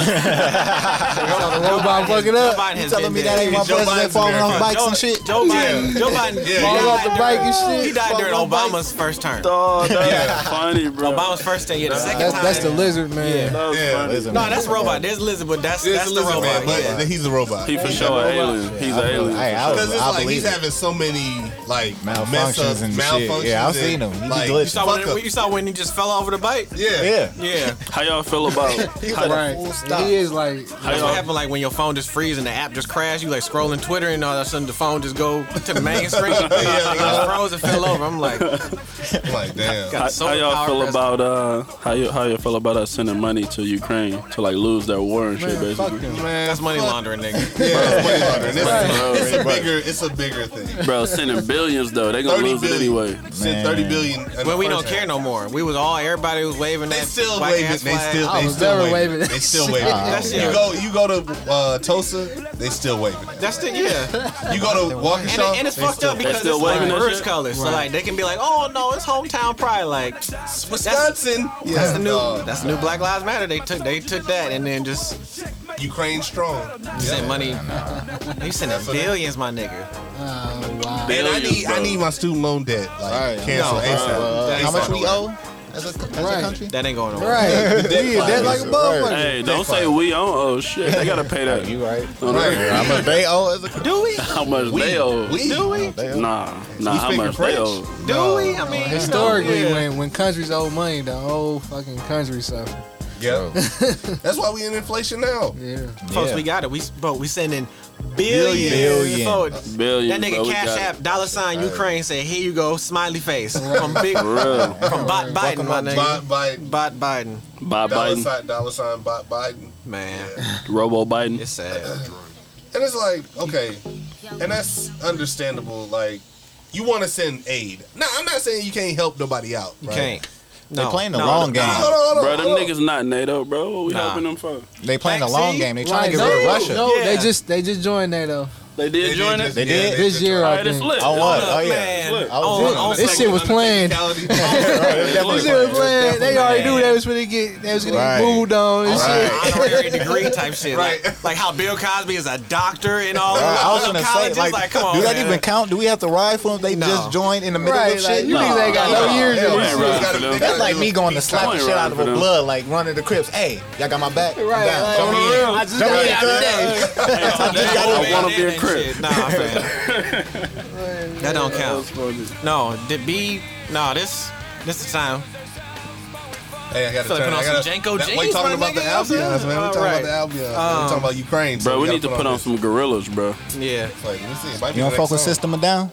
Speaker 6: Joe Biden fucking
Speaker 4: Joe
Speaker 6: up.
Speaker 4: Biden
Speaker 7: You
Speaker 4: has
Speaker 7: telling
Speaker 4: been
Speaker 7: me
Speaker 4: dead.
Speaker 7: that ain't my
Speaker 3: Joe
Speaker 7: president
Speaker 3: Biden's
Speaker 7: falling off
Speaker 3: American.
Speaker 7: bikes and shit?
Speaker 4: Joe Biden. Joe Biden.
Speaker 3: Yeah,
Speaker 4: he
Speaker 3: yeah.
Speaker 6: Fall off the
Speaker 4: died
Speaker 6: bike and
Speaker 4: during-
Speaker 6: shit.
Speaker 4: He died
Speaker 6: Fall
Speaker 4: during
Speaker 6: off bikes.
Speaker 4: Obama's first term.
Speaker 5: Oh, that's funny, bro.
Speaker 4: Obama's first term. Yeah, the second
Speaker 6: That's,
Speaker 4: time.
Speaker 6: that's the lizard man.
Speaker 5: That was
Speaker 3: Yeah,
Speaker 5: funny.
Speaker 7: Listen,
Speaker 4: No,
Speaker 7: man.
Speaker 4: that's robot. There's Elizabeth. That's
Speaker 3: It's
Speaker 4: that's the
Speaker 3: Elizabeth,
Speaker 4: robot.
Speaker 3: but
Speaker 4: yeah.
Speaker 3: he's a robot.
Speaker 5: He for sure an alien. He's an alien.
Speaker 7: Hey, I
Speaker 3: Because
Speaker 7: was,
Speaker 3: it's
Speaker 7: I
Speaker 3: like he's
Speaker 7: believe it.
Speaker 3: having so many like
Speaker 7: Malfunctions
Speaker 3: mess ups,
Speaker 7: and shit.
Speaker 3: malfunctions.
Speaker 7: Yeah, I've
Speaker 3: and,
Speaker 7: seen him. He be
Speaker 3: Like,
Speaker 7: glitching.
Speaker 3: you
Speaker 4: You saw, when
Speaker 3: fuck up.
Speaker 4: you saw when he just fell over the bike.
Speaker 3: yeah,
Speaker 7: Yeah.
Speaker 4: Yeah,
Speaker 5: How y'all feel
Speaker 3: [laughs]
Speaker 5: about? how,
Speaker 7: Full
Speaker 6: Right.
Speaker 7: stop.
Speaker 6: He is like
Speaker 5: how
Speaker 4: that's what
Speaker 5: y'all,
Speaker 4: happened. Like when your phone just freezes and the app just crashes. You like scrolling Twitter and all of a sudden the phone just go to the main
Speaker 5: [laughs]
Speaker 4: screen. yeah, just froze and fell over. I'm like,
Speaker 3: I'm
Speaker 7: [laughs]
Speaker 3: like damn.
Speaker 5: how, how
Speaker 4: solar
Speaker 5: y'all
Speaker 4: power
Speaker 5: feel
Speaker 4: press-
Speaker 5: about uh how you how you feel about us sending money to Ukraine to like lose their war and shit
Speaker 6: man, fuck
Speaker 5: basically?
Speaker 6: them.
Speaker 3: Man,
Speaker 4: that's money laundering,
Speaker 3: Yeah,
Speaker 4: nigga.
Speaker 5: [laughs]
Speaker 3: it's way harder. And
Speaker 5: Right.
Speaker 3: It's, it's a
Speaker 5: Right.
Speaker 3: bigger, it's a bigger thing.
Speaker 5: Bro, sending billions though, they gonna
Speaker 3: 30
Speaker 5: lose it
Speaker 3: billion.
Speaker 5: anyway.
Speaker 3: Send thirty billion. in the
Speaker 4: When we
Speaker 3: first
Speaker 4: don't care
Speaker 3: half.
Speaker 4: no more. We was all everybody was waving
Speaker 3: They
Speaker 4: that.
Speaker 3: still
Speaker 4: white
Speaker 3: waving.
Speaker 4: ass
Speaker 3: They
Speaker 4: flag.
Speaker 3: still.
Speaker 6: I
Speaker 3: They
Speaker 6: was
Speaker 3: still
Speaker 6: never
Speaker 3: waving.
Speaker 6: waving
Speaker 3: They
Speaker 6: that
Speaker 3: still
Speaker 6: shit.
Speaker 3: waving.
Speaker 4: That's
Speaker 3: You
Speaker 4: it.
Speaker 3: go. You go to uh, Tulsa. They still waving. it.
Speaker 4: That's the yeah.
Speaker 3: [laughs] You go to
Speaker 4: And, it,
Speaker 3: Waukesha.
Speaker 4: and it's
Speaker 3: they
Speaker 4: fucked
Speaker 3: still
Speaker 4: up because
Speaker 5: still
Speaker 4: it's like
Speaker 5: waving that
Speaker 4: reverse
Speaker 5: shit?
Speaker 4: colors. So like they can be like, oh no, it's hometown pride. Like that's,
Speaker 3: Wisconsin. Yeah,
Speaker 4: that's the new
Speaker 3: dog.
Speaker 4: that's the new Black Lives Matter. They took they took that and then just
Speaker 3: Ukraine strong.
Speaker 4: sent money. You sending
Speaker 3: what they-
Speaker 4: billions, my nigga.
Speaker 6: Oh,
Speaker 3: Man,
Speaker 6: wow.
Speaker 3: I
Speaker 5: Billions,
Speaker 3: need I
Speaker 5: bro.
Speaker 3: need my student loan debt like
Speaker 7: Right.
Speaker 3: canceled
Speaker 7: No,
Speaker 3: ASAP.
Speaker 7: Uh, how
Speaker 3: ASAP.
Speaker 7: much we owe as a, as a
Speaker 6: Right.
Speaker 7: country?
Speaker 4: That ain't going on.
Speaker 6: Right. He is
Speaker 3: Right.
Speaker 6: dead like a
Speaker 3: Right.
Speaker 6: motherfucker.
Speaker 5: Hey, don't say we own. Oh shit, they gotta
Speaker 3: [laughs]
Speaker 5: pay that.
Speaker 7: You
Speaker 5: [laughs]
Speaker 7: right?
Speaker 3: Right.
Speaker 7: How much they owe as a country?
Speaker 4: Do we?
Speaker 5: How much they owe?
Speaker 3: We,
Speaker 4: Do we?
Speaker 7: They owe.
Speaker 5: Nah, nah.
Speaker 3: You
Speaker 5: How
Speaker 3: speaking
Speaker 5: much
Speaker 3: French?
Speaker 5: they owe?
Speaker 4: Do we? I mean,
Speaker 6: Historically,
Speaker 4: yeah.
Speaker 6: when, when countries owe money, the whole fucking country suffers.
Speaker 3: Yeah. [laughs] That's why we in inflation now.
Speaker 6: Yeah.
Speaker 4: folks,
Speaker 7: Yeah.
Speaker 4: we got it. We bro, we sending billions.
Speaker 7: Billions.
Speaker 4: forward. That
Speaker 5: Billions. bro,
Speaker 4: nigga
Speaker 5: we
Speaker 4: Cash
Speaker 5: got
Speaker 4: App
Speaker 5: it.
Speaker 4: dollar sign Ukraine said, here you go, smiley
Speaker 7: [laughs]
Speaker 4: face from big
Speaker 5: For
Speaker 3: [laughs]
Speaker 5: real.
Speaker 4: from Bot Biden, my
Speaker 3: Bot
Speaker 4: nigga.
Speaker 3: Biden.
Speaker 4: Bot Biden,
Speaker 5: Bob
Speaker 3: Dollar
Speaker 5: Biden,
Speaker 3: sign, dollar sign, bot Biden.
Speaker 4: man,
Speaker 5: Robo Biden.
Speaker 4: it's sad.
Speaker 3: And it's like, okay, and that's understandable. Like, you want to send aid. No, I'm not saying you can't help nobody out.
Speaker 4: You
Speaker 3: right?
Speaker 4: can't. No,
Speaker 7: They playing the
Speaker 4: no,
Speaker 7: long
Speaker 4: no,
Speaker 7: game.
Speaker 3: Hold on, hold on,
Speaker 5: Bro, them
Speaker 3: hold on.
Speaker 5: niggas not NATO, bro. What we
Speaker 4: Nah.
Speaker 5: helping them for?
Speaker 7: They playing the long
Speaker 4: See?
Speaker 7: game. They trying to get
Speaker 6: Right,
Speaker 7: rid of
Speaker 6: no,
Speaker 7: Russia.
Speaker 6: No,
Speaker 4: Yeah.
Speaker 6: they just they just joined NATO
Speaker 5: They did join
Speaker 3: just-
Speaker 5: it.
Speaker 7: They
Speaker 3: yeah,
Speaker 7: did?
Speaker 6: this
Speaker 3: just
Speaker 6: year.
Speaker 3: joined
Speaker 5: All
Speaker 6: I
Speaker 5: right, it's
Speaker 6: think.
Speaker 5: lit.
Speaker 7: I was.
Speaker 4: up,
Speaker 7: Oh yeah.
Speaker 4: man.
Speaker 7: I
Speaker 4: Oh,
Speaker 7: was. in on
Speaker 4: oh,
Speaker 7: it.
Speaker 6: This shit was planned.
Speaker 3: it.
Speaker 4: [laughs]
Speaker 6: This
Speaker 7: [laughs]
Speaker 6: shit was planned. They already knew they was gonna get they was gonna
Speaker 7: Right.
Speaker 6: get moved on and shit.
Speaker 4: honorary degree type shit.
Speaker 3: Right.
Speaker 4: Like, like how Bill Cosby is a doctor and all
Speaker 7: All right,
Speaker 4: that.
Speaker 7: I was gonna say,
Speaker 4: colleges.
Speaker 7: like,
Speaker 4: come on,
Speaker 7: do that
Speaker 4: man.
Speaker 7: even count? Do we have to ride for them? They
Speaker 4: No.
Speaker 7: just joined in the middle
Speaker 6: Right,
Speaker 7: of
Speaker 6: like
Speaker 7: shit.
Speaker 6: you
Speaker 5: Nah.
Speaker 6: niggas ain't got no
Speaker 5: Nah.
Speaker 6: years
Speaker 5: Hell
Speaker 6: in
Speaker 5: yeah,
Speaker 6: this
Speaker 5: right.
Speaker 6: shit.
Speaker 7: That's like me going to slap the
Speaker 5: Point
Speaker 7: shit out of
Speaker 5: riding for
Speaker 7: a
Speaker 5: them.
Speaker 7: blood, like running the crips. Hey, y'all got my back.
Speaker 6: Right,
Speaker 7: Down.
Speaker 6: like,
Speaker 7: Come
Speaker 6: on the
Speaker 7: here.
Speaker 6: real. I just got
Speaker 7: Come
Speaker 6: out
Speaker 7: here,
Speaker 6: today.
Speaker 5: I want to be a crib.
Speaker 4: Shit, nah, fam. that don't count.
Speaker 5: That
Speaker 4: No, the B. Nah, this. This the time.
Speaker 3: Hey, I got to turn.
Speaker 4: Feel like
Speaker 3: I
Speaker 4: putting on
Speaker 3: got
Speaker 4: some Janko
Speaker 3: We
Speaker 4: jeans,
Speaker 3: talking
Speaker 4: my
Speaker 3: about the
Speaker 4: nigga, that's it.
Speaker 3: Albions, man. We
Speaker 4: All
Speaker 3: talking about
Speaker 4: right.
Speaker 3: the Albions. We talking about Ukraine. so
Speaker 5: Bro, we
Speaker 3: gotta
Speaker 5: need to put on
Speaker 3: this.
Speaker 5: some gorillas, bro.
Speaker 4: Yeah.
Speaker 3: Like, let me see. It might be
Speaker 7: You don't
Speaker 3: the
Speaker 7: fuck with
Speaker 3: next song.
Speaker 7: System of Down?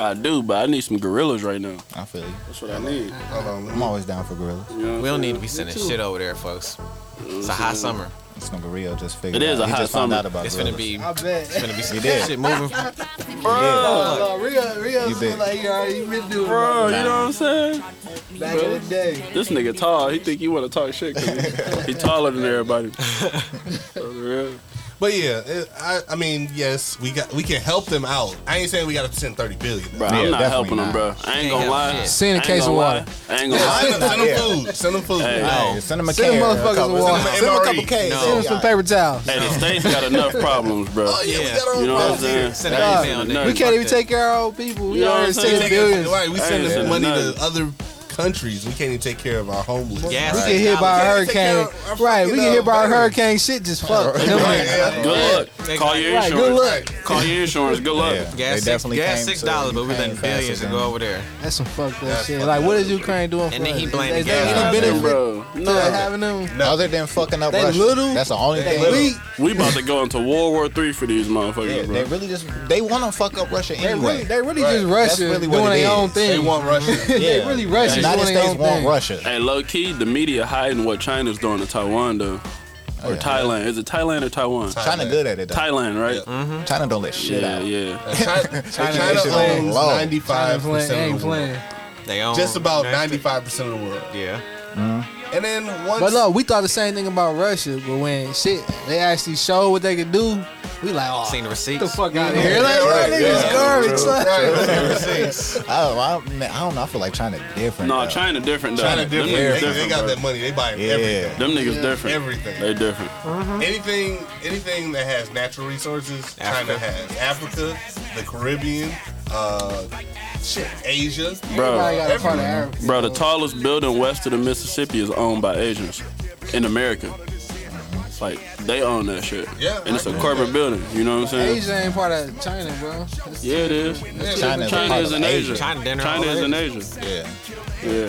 Speaker 5: I do, but I need some gorillas right now.
Speaker 7: I feel you.
Speaker 5: That's what I need.
Speaker 3: Hold on, let
Speaker 7: I'm
Speaker 3: me-
Speaker 7: always down for Gorilla.
Speaker 5: You know
Speaker 4: We
Speaker 5: what I'm
Speaker 4: don't need
Speaker 5: saying?
Speaker 4: to be sending shit over there, folks. It's a
Speaker 7: Mm-hmm.
Speaker 4: hot summer.
Speaker 7: This nigga Rio just figured
Speaker 5: It is
Speaker 7: out.
Speaker 5: a
Speaker 7: he
Speaker 5: hot
Speaker 7: just found
Speaker 5: summer.
Speaker 7: out about
Speaker 4: It's
Speaker 7: Gorilla.
Speaker 4: gonna be.
Speaker 6: I bet.
Speaker 4: Gonna be some
Speaker 7: did.
Speaker 4: shit moving.
Speaker 6: Oh, no, Rio, Rio's
Speaker 7: big.
Speaker 6: like he already been doing
Speaker 5: Bro, you know what I'm saying?
Speaker 6: it back in the day.
Speaker 5: This nigga tall. He think he want to talk shit. 'cause he- he taller than everybody. For real.
Speaker 3: But yeah, it, I, I mean, yes, we got we can help them out. I ain't saying we got to send thirty billion.
Speaker 5: Bro,
Speaker 7: Yeah,
Speaker 5: I'm not
Speaker 7: definitely
Speaker 5: helping
Speaker 7: not.
Speaker 5: him, bro. I ain't
Speaker 4: Can't
Speaker 5: gonna
Speaker 4: help
Speaker 5: lie.
Speaker 4: shit.
Speaker 6: Send a
Speaker 5: I ain't
Speaker 6: case of
Speaker 5: gonna lie.
Speaker 6: water.
Speaker 5: I ain't gonna lie.
Speaker 3: Send them, send them
Speaker 7: Yeah.
Speaker 3: food. Send them food.
Speaker 5: Hey.
Speaker 7: Hey, send him
Speaker 6: Send
Speaker 7: a
Speaker 6: them
Speaker 7: carrier, a
Speaker 6: motherfuckers
Speaker 7: couple-
Speaker 6: a wallet.
Speaker 7: Send him a
Speaker 3: MRE.
Speaker 7: couple K's.
Speaker 4: No.
Speaker 7: Send him
Speaker 6: Some paper towels.
Speaker 5: Hey, the state's got enough problems, bro.
Speaker 3: Oh, yeah,
Speaker 4: Yeah.
Speaker 3: our
Speaker 5: You know what I'm
Speaker 3: problems
Speaker 5: saying?
Speaker 3: here.
Speaker 4: Send
Speaker 5: That
Speaker 4: an
Speaker 5: shit
Speaker 4: email,
Speaker 5: a
Speaker 4: nigga.
Speaker 5: nut.
Speaker 6: We can't even
Speaker 4: that.
Speaker 6: take care of our own people. We
Speaker 5: You know what
Speaker 6: already
Speaker 5: I'm saying?
Speaker 6: sending
Speaker 5: Take
Speaker 6: billions.
Speaker 3: Right, we
Speaker 5: Hey,
Speaker 3: sending
Speaker 5: send
Speaker 3: money
Speaker 5: them
Speaker 3: to other countries. We can't even take care of our homeless.
Speaker 4: Gas
Speaker 6: We
Speaker 4: is
Speaker 6: get hit by a
Speaker 3: Yeah, take care
Speaker 6: hurricane.
Speaker 3: of our
Speaker 6: Right, we
Speaker 3: fucking,
Speaker 6: get
Speaker 3: uh,
Speaker 6: hit by a
Speaker 3: batteries.
Speaker 6: hurricane. Shit just fucked.
Speaker 3: Right, yeah.
Speaker 5: Good luck.
Speaker 4: They
Speaker 5: Call
Speaker 4: got-
Speaker 5: your
Speaker 6: Right, good
Speaker 5: insurance.
Speaker 6: luck.
Speaker 5: Call your insurance. Good
Speaker 7: Yeah.
Speaker 5: luck.
Speaker 4: Gas
Speaker 7: They
Speaker 4: six,
Speaker 7: definitely
Speaker 4: gas
Speaker 7: came
Speaker 4: six
Speaker 7: to
Speaker 4: dollars, but we letting
Speaker 7: Ukraine faster
Speaker 4: billions to
Speaker 7: than-
Speaker 4: go over there.
Speaker 6: [laughs] That's some fucked up
Speaker 3: That's
Speaker 6: shit.
Speaker 3: fucked
Speaker 6: Like, what
Speaker 3: up.
Speaker 6: is Ukraine doing for
Speaker 4: And then he
Speaker 6: us?
Speaker 4: blamed
Speaker 6: Is
Speaker 4: the gas
Speaker 6: there any
Speaker 4: company.
Speaker 5: Nothing,
Speaker 6: benefit
Speaker 5: bro.
Speaker 6: to
Speaker 5: No.
Speaker 6: having them?
Speaker 7: Other than fucking up
Speaker 6: They
Speaker 7: Russia.
Speaker 6: little.
Speaker 7: That's the only
Speaker 6: They
Speaker 7: thing.
Speaker 6: weak.
Speaker 5: We about to go into World War Three for these
Speaker 7: Yeah,
Speaker 5: motherfuckers,
Speaker 7: they
Speaker 5: bro.
Speaker 7: really just they want to fuck up Russia
Speaker 6: They really,
Speaker 7: anyway.
Speaker 6: they really
Speaker 3: Right.
Speaker 6: just Russia
Speaker 7: really what
Speaker 6: doing
Speaker 7: it
Speaker 6: their
Speaker 7: is.
Speaker 6: own thing.
Speaker 3: They want Russia.
Speaker 6: they
Speaker 7: Yeah.
Speaker 6: really
Speaker 7: the
Speaker 6: Russia
Speaker 7: United
Speaker 6: doing their
Speaker 7: States
Speaker 6: own
Speaker 7: want
Speaker 6: thing.
Speaker 7: Russia.
Speaker 5: Hey, low key, the media hiding what China's doing to Taiwan, though.
Speaker 3: Oh,
Speaker 5: Or Thailand. Is it Thailand or Taiwan?
Speaker 7: China good at it though.
Speaker 5: Thailand, right?
Speaker 3: Mm-hmm.
Speaker 7: China don't let shit
Speaker 5: Yeah,
Speaker 7: out.
Speaker 5: yeah.
Speaker 3: China, China
Speaker 7: shit on
Speaker 3: owns
Speaker 7: low.
Speaker 3: ninety
Speaker 6: China
Speaker 3: five
Speaker 6: playing,
Speaker 3: percent
Speaker 6: ain't
Speaker 3: of the world.
Speaker 6: playing.
Speaker 4: They own
Speaker 3: Just about ninety five percent of the world.
Speaker 4: Yeah.
Speaker 3: And then once,
Speaker 6: But look, we thought the same thing about Russia, but when shit, they actually showed what they could do, we like, oh,
Speaker 4: Seen the
Speaker 6: get the
Speaker 4: receipts.
Speaker 6: fuck out of here. Like,
Speaker 3: Yeah, right,
Speaker 6: that nigga's
Speaker 3: yeah.
Speaker 6: garbage. son.
Speaker 7: Oh, I, don't- man, I don't know. I feel like China different.
Speaker 5: No,
Speaker 7: though.
Speaker 5: China different, though.
Speaker 3: China
Speaker 5: Them
Speaker 3: different.
Speaker 5: niggas
Speaker 3: They, they got
Speaker 5: bro.
Speaker 3: that money. They buying
Speaker 7: Yeah.
Speaker 3: everything.
Speaker 5: Them niggas different.
Speaker 3: Everything.
Speaker 5: They different.
Speaker 3: Anything, anything that has natural resources, China
Speaker 4: Africa.
Speaker 3: has. Africa, the Caribbean, uh, shit, Asia.
Speaker 6: Everybody
Speaker 5: Bro,
Speaker 6: got a part of Africa.
Speaker 5: bro, the tallest building west of the Mississippi is owned by Asians in America. Like, they own that shit.
Speaker 3: Yeah,
Speaker 5: And it's
Speaker 3: I
Speaker 5: a
Speaker 3: know
Speaker 5: corporate building. You know what I'm saying?
Speaker 6: Asia ain't part of China, bro. That's-
Speaker 5: Yeah, it is.
Speaker 7: China,
Speaker 5: China is in Asia.
Speaker 4: China dinner
Speaker 5: China
Speaker 4: all
Speaker 5: is in
Speaker 4: over.
Speaker 5: Asia.
Speaker 7: Yeah,
Speaker 5: Yeah.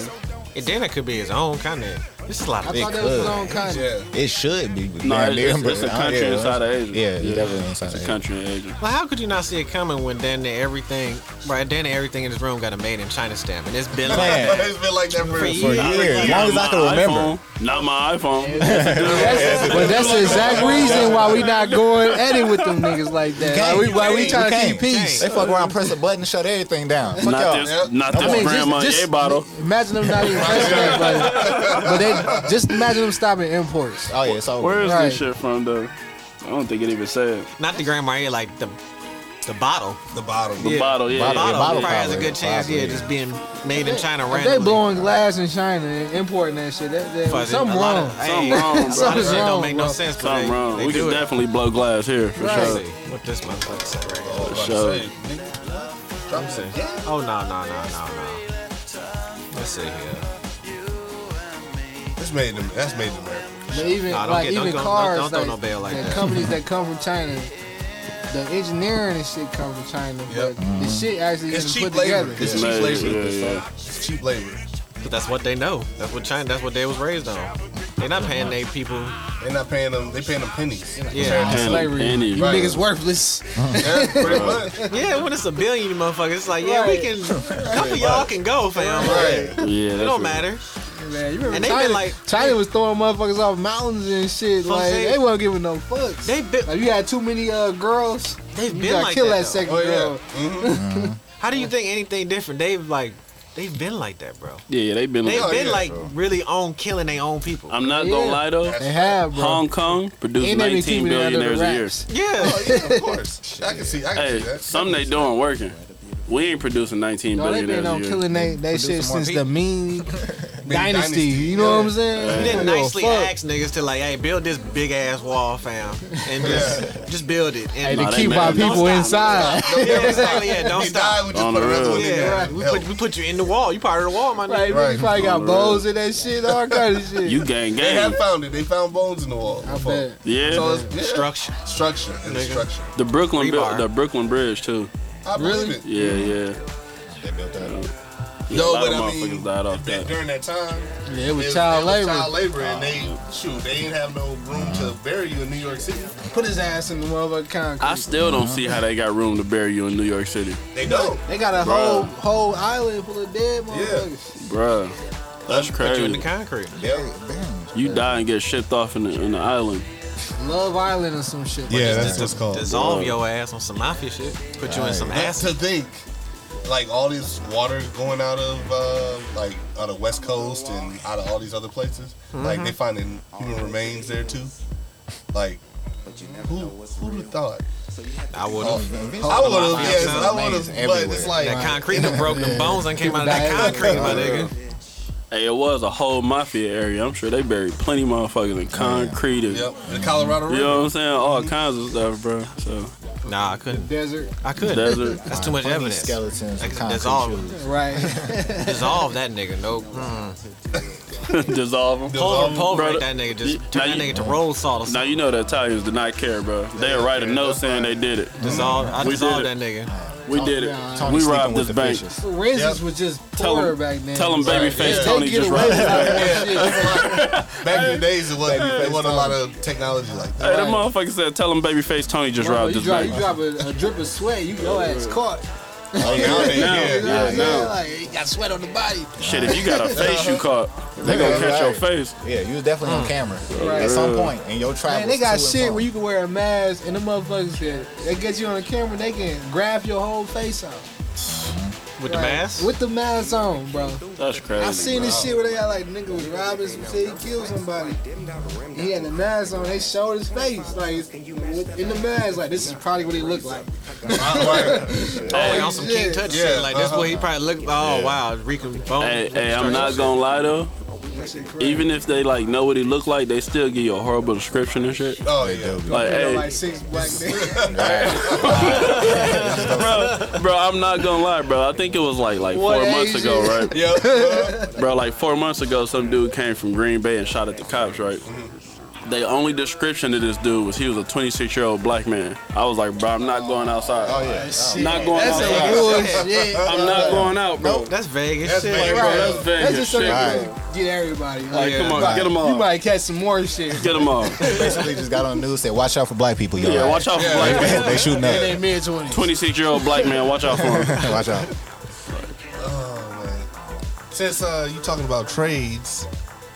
Speaker 4: And then it could be his own continent. This is a lot
Speaker 6: I
Speaker 4: of.
Speaker 6: thought
Speaker 7: They
Speaker 6: that was his
Speaker 7: could.
Speaker 6: own country.
Speaker 3: Yeah.
Speaker 7: it should be.
Speaker 5: No,
Speaker 7: damn
Speaker 5: it's,
Speaker 7: near,
Speaker 5: it's,
Speaker 7: but
Speaker 5: it's a
Speaker 7: I don't-
Speaker 5: country
Speaker 7: yeah,
Speaker 5: inside of Asia.
Speaker 7: Yeah, it's definitely inside
Speaker 5: It's
Speaker 7: of
Speaker 5: a
Speaker 7: Asia.
Speaker 5: country in Asia.
Speaker 4: Well, how could you not see it coming when then near everything, right? Then everything in this room got a made in China stamp, and it's been like
Speaker 7: Man.
Speaker 3: But [laughs] it's been like that for,
Speaker 4: For
Speaker 7: For
Speaker 4: years.
Speaker 5: Not-
Speaker 7: years, as
Speaker 5: not
Speaker 7: long as I
Speaker 5: my
Speaker 7: can remember.
Speaker 5: iPhone. Not my iPhone.
Speaker 6: But that's
Speaker 4: [laughs]
Speaker 6: the exact reason why we not going at it with them niggas like that. Why we, why we trying to keep peace?
Speaker 7: They fuck around, press a button, and shut everything down. Fuck
Speaker 5: not
Speaker 7: y'all.
Speaker 5: this, not this
Speaker 6: I mean, just-
Speaker 5: grandma
Speaker 6: just-
Speaker 5: A bottle.
Speaker 6: Imagine them not even pressing
Speaker 4: [laughs]
Speaker 6: that button. But they just imagine them stopping imports.
Speaker 7: Oh yeah, it's over.
Speaker 5: Where is
Speaker 6: Right.
Speaker 5: this shit from, though? I don't think it even said.
Speaker 4: not the grandma, yeah, like the the bottle.
Speaker 3: the bottom.
Speaker 5: The bottle, yeah.
Speaker 4: The bottle,
Speaker 7: Bottle, yeah, bottle
Speaker 4: probably has a
Speaker 7: probably,
Speaker 4: good chance, yeah,
Speaker 7: probably.
Speaker 4: just being made in China
Speaker 6: If they
Speaker 4: randomly.
Speaker 6: blowing glass in China and importing that shit, that, that,
Speaker 4: Fucking
Speaker 6: something
Speaker 4: a lot
Speaker 6: wrong.
Speaker 4: of-
Speaker 5: Something
Speaker 4: hey, a lot
Speaker 5: wrong,
Speaker 4: of
Speaker 5: bro.
Speaker 4: shit
Speaker 6: Something
Speaker 4: don't make no
Speaker 6: wrong.
Speaker 4: sense. but
Speaker 5: Something
Speaker 4: they-
Speaker 5: wrong.
Speaker 4: they
Speaker 5: we
Speaker 4: do
Speaker 5: can
Speaker 4: it.
Speaker 5: definitely blow glass here for
Speaker 6: Right.
Speaker 5: sure.
Speaker 4: Let's see what this motherfucker said right here.
Speaker 3: About to
Speaker 5: Sure.
Speaker 3: say, Drop some gas.
Speaker 4: Oh no no no no no. Let's see here.
Speaker 3: That's made in, that's made in America.
Speaker 6: But even
Speaker 4: Nah, don't
Speaker 6: like
Speaker 4: get- don't
Speaker 6: even
Speaker 4: go- don't-
Speaker 6: cars,
Speaker 4: don't throw
Speaker 6: like,
Speaker 4: no bail like
Speaker 6: the
Speaker 4: that.
Speaker 6: companies that come from China, the engineering and shit come from China.
Speaker 3: Yep.
Speaker 6: But the shit actually
Speaker 3: It's
Speaker 6: is
Speaker 3: cheap
Speaker 6: put
Speaker 3: labor.
Speaker 6: together.
Speaker 3: It's
Speaker 5: Yeah,
Speaker 3: cheap
Speaker 5: yeah,
Speaker 3: labor.
Speaker 5: yeah, yeah.
Speaker 3: It's cheap labor.
Speaker 4: But that's what they know. That's what China. That's what they was raised on. They're not paying their people.
Speaker 3: They're not paying them. They paying them pennies.
Speaker 4: Yeah,
Speaker 5: Penny,
Speaker 6: Slavery.
Speaker 5: penny.
Speaker 6: You
Speaker 3: Right.
Speaker 6: niggas worthingless.
Speaker 3: Yeah, pretty much.
Speaker 4: yeah. When it's a billion, you motherfuckers, it's like yeah, we can. A couple y'all can go, fam. Like,
Speaker 3: Right.
Speaker 5: Yeah,
Speaker 4: It don't matter.
Speaker 6: Man, you remember
Speaker 4: And they been
Speaker 6: China,
Speaker 4: like-
Speaker 6: China was throwing motherfuckers off mountains and shit.
Speaker 4: Fuck
Speaker 6: Like
Speaker 4: they-
Speaker 6: they weren't giving no fucks.
Speaker 4: They've been.
Speaker 6: like you had too many uh, girls.
Speaker 4: They've
Speaker 6: You
Speaker 4: been
Speaker 6: gotta
Speaker 4: like
Speaker 6: kill
Speaker 4: that.
Speaker 6: that,
Speaker 4: though.
Speaker 6: second
Speaker 3: Oh
Speaker 6: girl.
Speaker 3: yeah. Mhm.
Speaker 4: How do you think anything different? They've like. They've been like that, bro.
Speaker 5: Yeah, they've been.
Speaker 4: They've
Speaker 5: Like,
Speaker 4: been
Speaker 3: yeah,
Speaker 4: like really on killing their own people.
Speaker 5: I'm not
Speaker 6: Yeah.
Speaker 5: gonna lie though.
Speaker 6: They have, bro.
Speaker 5: Hong Kong produced
Speaker 6: and they been
Speaker 5: 19
Speaker 6: keeping it under the
Speaker 5: billionaires a year.
Speaker 6: wraps.
Speaker 4: yeah.
Speaker 3: Oh, yeah, of
Speaker 5: [laughs]
Speaker 3: course. I can see. I can
Speaker 5: Hey,
Speaker 3: see that.
Speaker 5: some they doing working. We ain't producing 19
Speaker 6: No, they been
Speaker 5: billionaires
Speaker 6: on
Speaker 5: a year.
Speaker 6: killing they, they shit
Speaker 4: more
Speaker 6: since
Speaker 4: people.
Speaker 6: the mean
Speaker 3: Big
Speaker 6: dynasty. You know what I'm saying?
Speaker 4: You didn't
Speaker 6: Well,
Speaker 4: nicely
Speaker 6: fuck.
Speaker 4: ask niggas to like, hey, build this big ass wall, fam, and just just build it.
Speaker 6: Hey,
Speaker 4: And
Speaker 5: Nah,
Speaker 6: to
Speaker 5: they
Speaker 6: keep
Speaker 5: mad.
Speaker 6: our
Speaker 5: Don't
Speaker 6: people inside.
Speaker 4: yeah, exactly, yeah, don't
Speaker 3: He
Speaker 4: stop.
Speaker 3: died, we just
Speaker 5: On
Speaker 3: put
Speaker 5: the
Speaker 3: another one in
Speaker 4: Yeah,
Speaker 3: there.
Speaker 4: we
Speaker 3: Hell,
Speaker 4: put we put you in the wall. You part of the wall, my nigga.
Speaker 6: Right,
Speaker 3: Right.
Speaker 6: we probably got
Speaker 5: On the
Speaker 6: bones in that shit, all kind of shit.
Speaker 5: You gang
Speaker 3: They
Speaker 5: gang.
Speaker 3: have found it. They found bones in the wall.
Speaker 6: I bet.
Speaker 3: So
Speaker 5: Yeah,
Speaker 3: it's yeah.
Speaker 4: Structure.
Speaker 3: structure, and
Speaker 4: Nigga.
Speaker 3: structure.
Speaker 5: the Brooklyn,
Speaker 4: Rebar.
Speaker 5: bu- the Brooklyn Bridge too.
Speaker 3: I believe it.
Speaker 5: Yeah, yeah.
Speaker 7: They built that up.
Speaker 5: yeah
Speaker 3: No,
Speaker 5: a lot
Speaker 3: but
Speaker 5: of
Speaker 3: I
Speaker 5: motherfuckers
Speaker 3: mean,
Speaker 5: died
Speaker 3: that
Speaker 5: off that.
Speaker 3: during that time,
Speaker 6: Yeah, it
Speaker 3: it
Speaker 6: was
Speaker 3: was-
Speaker 6: child
Speaker 3: it was
Speaker 6: labor.
Speaker 3: child labor, and
Speaker 7: Oh.
Speaker 3: they shoot. They didn't have no room to bury you in New York City.
Speaker 6: Put his ass in the motherfucking concrete.
Speaker 5: I still don't see how they got room to bury you in New York City,
Speaker 3: They don't.
Speaker 6: they got a
Speaker 5: Bruh.
Speaker 6: whole whole island full of dead motherfuckers.
Speaker 5: bruh. That's
Speaker 4: Put you in the
Speaker 5: crazy.
Speaker 4: concrete.
Speaker 3: Yeah,
Speaker 7: Damn.
Speaker 5: You die and get shipped off in the, in the island.
Speaker 6: Love Island or some shit.
Speaker 3: yeah,
Speaker 4: Just
Speaker 3: that's what's called.
Speaker 4: Dissolve your ass on some mafia shit. Put you in some
Speaker 3: That's to
Speaker 4: acid.
Speaker 3: think, like all this water going out of uh, like out of West Coast and out of all these other places, like they finding human remains there too. Like, who who would have thought?
Speaker 4: I would've.
Speaker 5: Oh,
Speaker 3: I would have.
Speaker 4: my
Speaker 3: Yes,
Speaker 4: God.
Speaker 3: I would have. But it's
Speaker 7: Everywhere.
Speaker 3: like
Speaker 4: That concrete that broke the bones and came out of that
Speaker 6: People die
Speaker 4: concrete, my
Speaker 6: everywhere.
Speaker 4: nigga.
Speaker 5: Hey, it was a whole mafia area. I'm sure they buried plenty of motherfuckers in concrete. And,
Speaker 3: Oh, Yep, the Colorado
Speaker 5: You
Speaker 3: River.
Speaker 5: know what I'm saying? All kinds of stuff, bro.
Speaker 3: [laughs]
Speaker 5: So
Speaker 4: Nah, I couldn't.
Speaker 6: Desert.
Speaker 4: I couldn't.
Speaker 5: desert. [laughs]
Speaker 4: That's too much
Speaker 7: Plenty
Speaker 4: evidence.
Speaker 7: Skeletons.
Speaker 4: Like,
Speaker 7: and
Speaker 4: that's
Speaker 7: concrete
Speaker 4: all.
Speaker 7: shoes.
Speaker 3: [laughs]
Speaker 6: Right.
Speaker 4: Dissolve that nigga. Nope.
Speaker 5: dissolve them.
Speaker 4: Pulver, pulverate
Speaker 5: Brother,
Speaker 4: that nigga.
Speaker 5: you-
Speaker 4: Just turn
Speaker 5: now
Speaker 4: that
Speaker 5: you-
Speaker 4: nigga to roll salt or
Speaker 5: Now
Speaker 4: something.
Speaker 5: you know the Italians did not care, bro. They would write a note saying they did it.
Speaker 4: Dissolve. I
Speaker 5: We did
Speaker 4: dissolved that
Speaker 5: it.
Speaker 4: nigga.
Speaker 5: We did it.
Speaker 6: Tony
Speaker 7: Tony
Speaker 5: We
Speaker 7: sleeping
Speaker 5: robbed
Speaker 7: with
Speaker 5: this
Speaker 7: the
Speaker 5: bank.
Speaker 7: fishes.
Speaker 6: Forensics
Speaker 3: Yep.
Speaker 6: was just
Speaker 5: Tell
Speaker 6: poor
Speaker 5: him-
Speaker 6: back then.
Speaker 5: Tell them
Speaker 3: Right,
Speaker 5: babyface
Speaker 3: yeah.
Speaker 5: Tony
Speaker 6: Take it
Speaker 5: just
Speaker 6: away.
Speaker 5: robbed. Hey, [laughs]
Speaker 3: Back in the days, it wasn't, it wasn't a lot of technology like that.
Speaker 5: that motherfucker said, "Tell them babyface Tony just
Speaker 6: Bro,
Speaker 5: robbed
Speaker 6: you,
Speaker 5: this
Speaker 6: drop, you
Speaker 5: bank."
Speaker 6: drop a, a drip of sweat, you your ass caught.
Speaker 3: Oh, nowadays, [laughs]
Speaker 5: Now,
Speaker 3: yeah.
Speaker 5: yeah,
Speaker 6: Yeah,
Speaker 5: now.
Speaker 6: like you got sweat on the body.
Speaker 5: Shit, if you got a face you caught, they gonna
Speaker 7: Yeah,
Speaker 5: catch your
Speaker 7: right.
Speaker 5: face.
Speaker 7: Yeah, you was definitely
Speaker 5: Mm.
Speaker 7: on camera
Speaker 6: Right.
Speaker 7: at some point in your travels.
Speaker 6: Man, they got
Speaker 7: to and
Speaker 6: shit
Speaker 7: from.
Speaker 6: where you can wear a mask and the motherfuckers that they get you on camera, they can grab your whole face off.
Speaker 4: With the
Speaker 6: Like,
Speaker 4: mask?
Speaker 6: With the mask on, bro.
Speaker 5: That's crazy.
Speaker 6: I seen
Speaker 5: bro.
Speaker 6: this shit where they got like nigga was robbing some shit, he killed somebody. He had the mask on, they showed his face. Like it's- in the mask, like this is probably what he looked like.
Speaker 4: Oh, like on some King
Speaker 6: Yeah.
Speaker 4: Tut
Speaker 3: Yeah,
Speaker 4: shit. Like, that's what he probably looked. Oh, wow. Reeking bone.
Speaker 5: Hey, hey, I'm not gonna lie though. Even if they like know what he look like, they still give you a horrible description and shit.
Speaker 3: Oh, yeah.
Speaker 5: Like,
Speaker 6: You know,
Speaker 5: hey, Oh,
Speaker 6: like six
Speaker 5: [laughs]
Speaker 6: black niggas. [laughs]
Speaker 5: bro, bro, I'm not gonna lie, bro. I think it was like like
Speaker 6: What
Speaker 5: four months
Speaker 6: Asian?
Speaker 5: ago, right? [laughs]
Speaker 3: Yep.
Speaker 5: Bro, like four months ago, some dude came from Green Bay and shot at the cops, right? The only description of this dude was he was a 26 year old black man. I was like, bro, I'm not going outside.
Speaker 7: Oh yeah. Oh,
Speaker 5: I'm not going
Speaker 6: That's a
Speaker 5: outside.
Speaker 6: uh, bullshit.
Speaker 5: [laughs] I'm not going out, bro.
Speaker 4: That's vague as shit.
Speaker 3: vague.
Speaker 5: Like, bro, that's
Speaker 6: Right.
Speaker 5: Vegas
Speaker 6: That's just so
Speaker 5: shit.
Speaker 6: they
Speaker 5: bro.
Speaker 6: can get everybody.
Speaker 5: Like, uh,
Speaker 6: yeah.
Speaker 5: come on,
Speaker 7: Right.
Speaker 5: get them
Speaker 6: You
Speaker 5: off.
Speaker 6: might catch some more shit.
Speaker 5: Get
Speaker 6: [laughs]
Speaker 5: them off.
Speaker 7: Basically, just got on the news said, "Watch out for black people, y'all."
Speaker 5: Yeah, watch out for black man.
Speaker 7: they
Speaker 5: [laughs]
Speaker 7: shooting
Speaker 6: In
Speaker 7: up.
Speaker 6: their mid twenties.
Speaker 5: 26 year old black man, watch out for him.
Speaker 7: watch out.
Speaker 3: Since uh, you talking about trades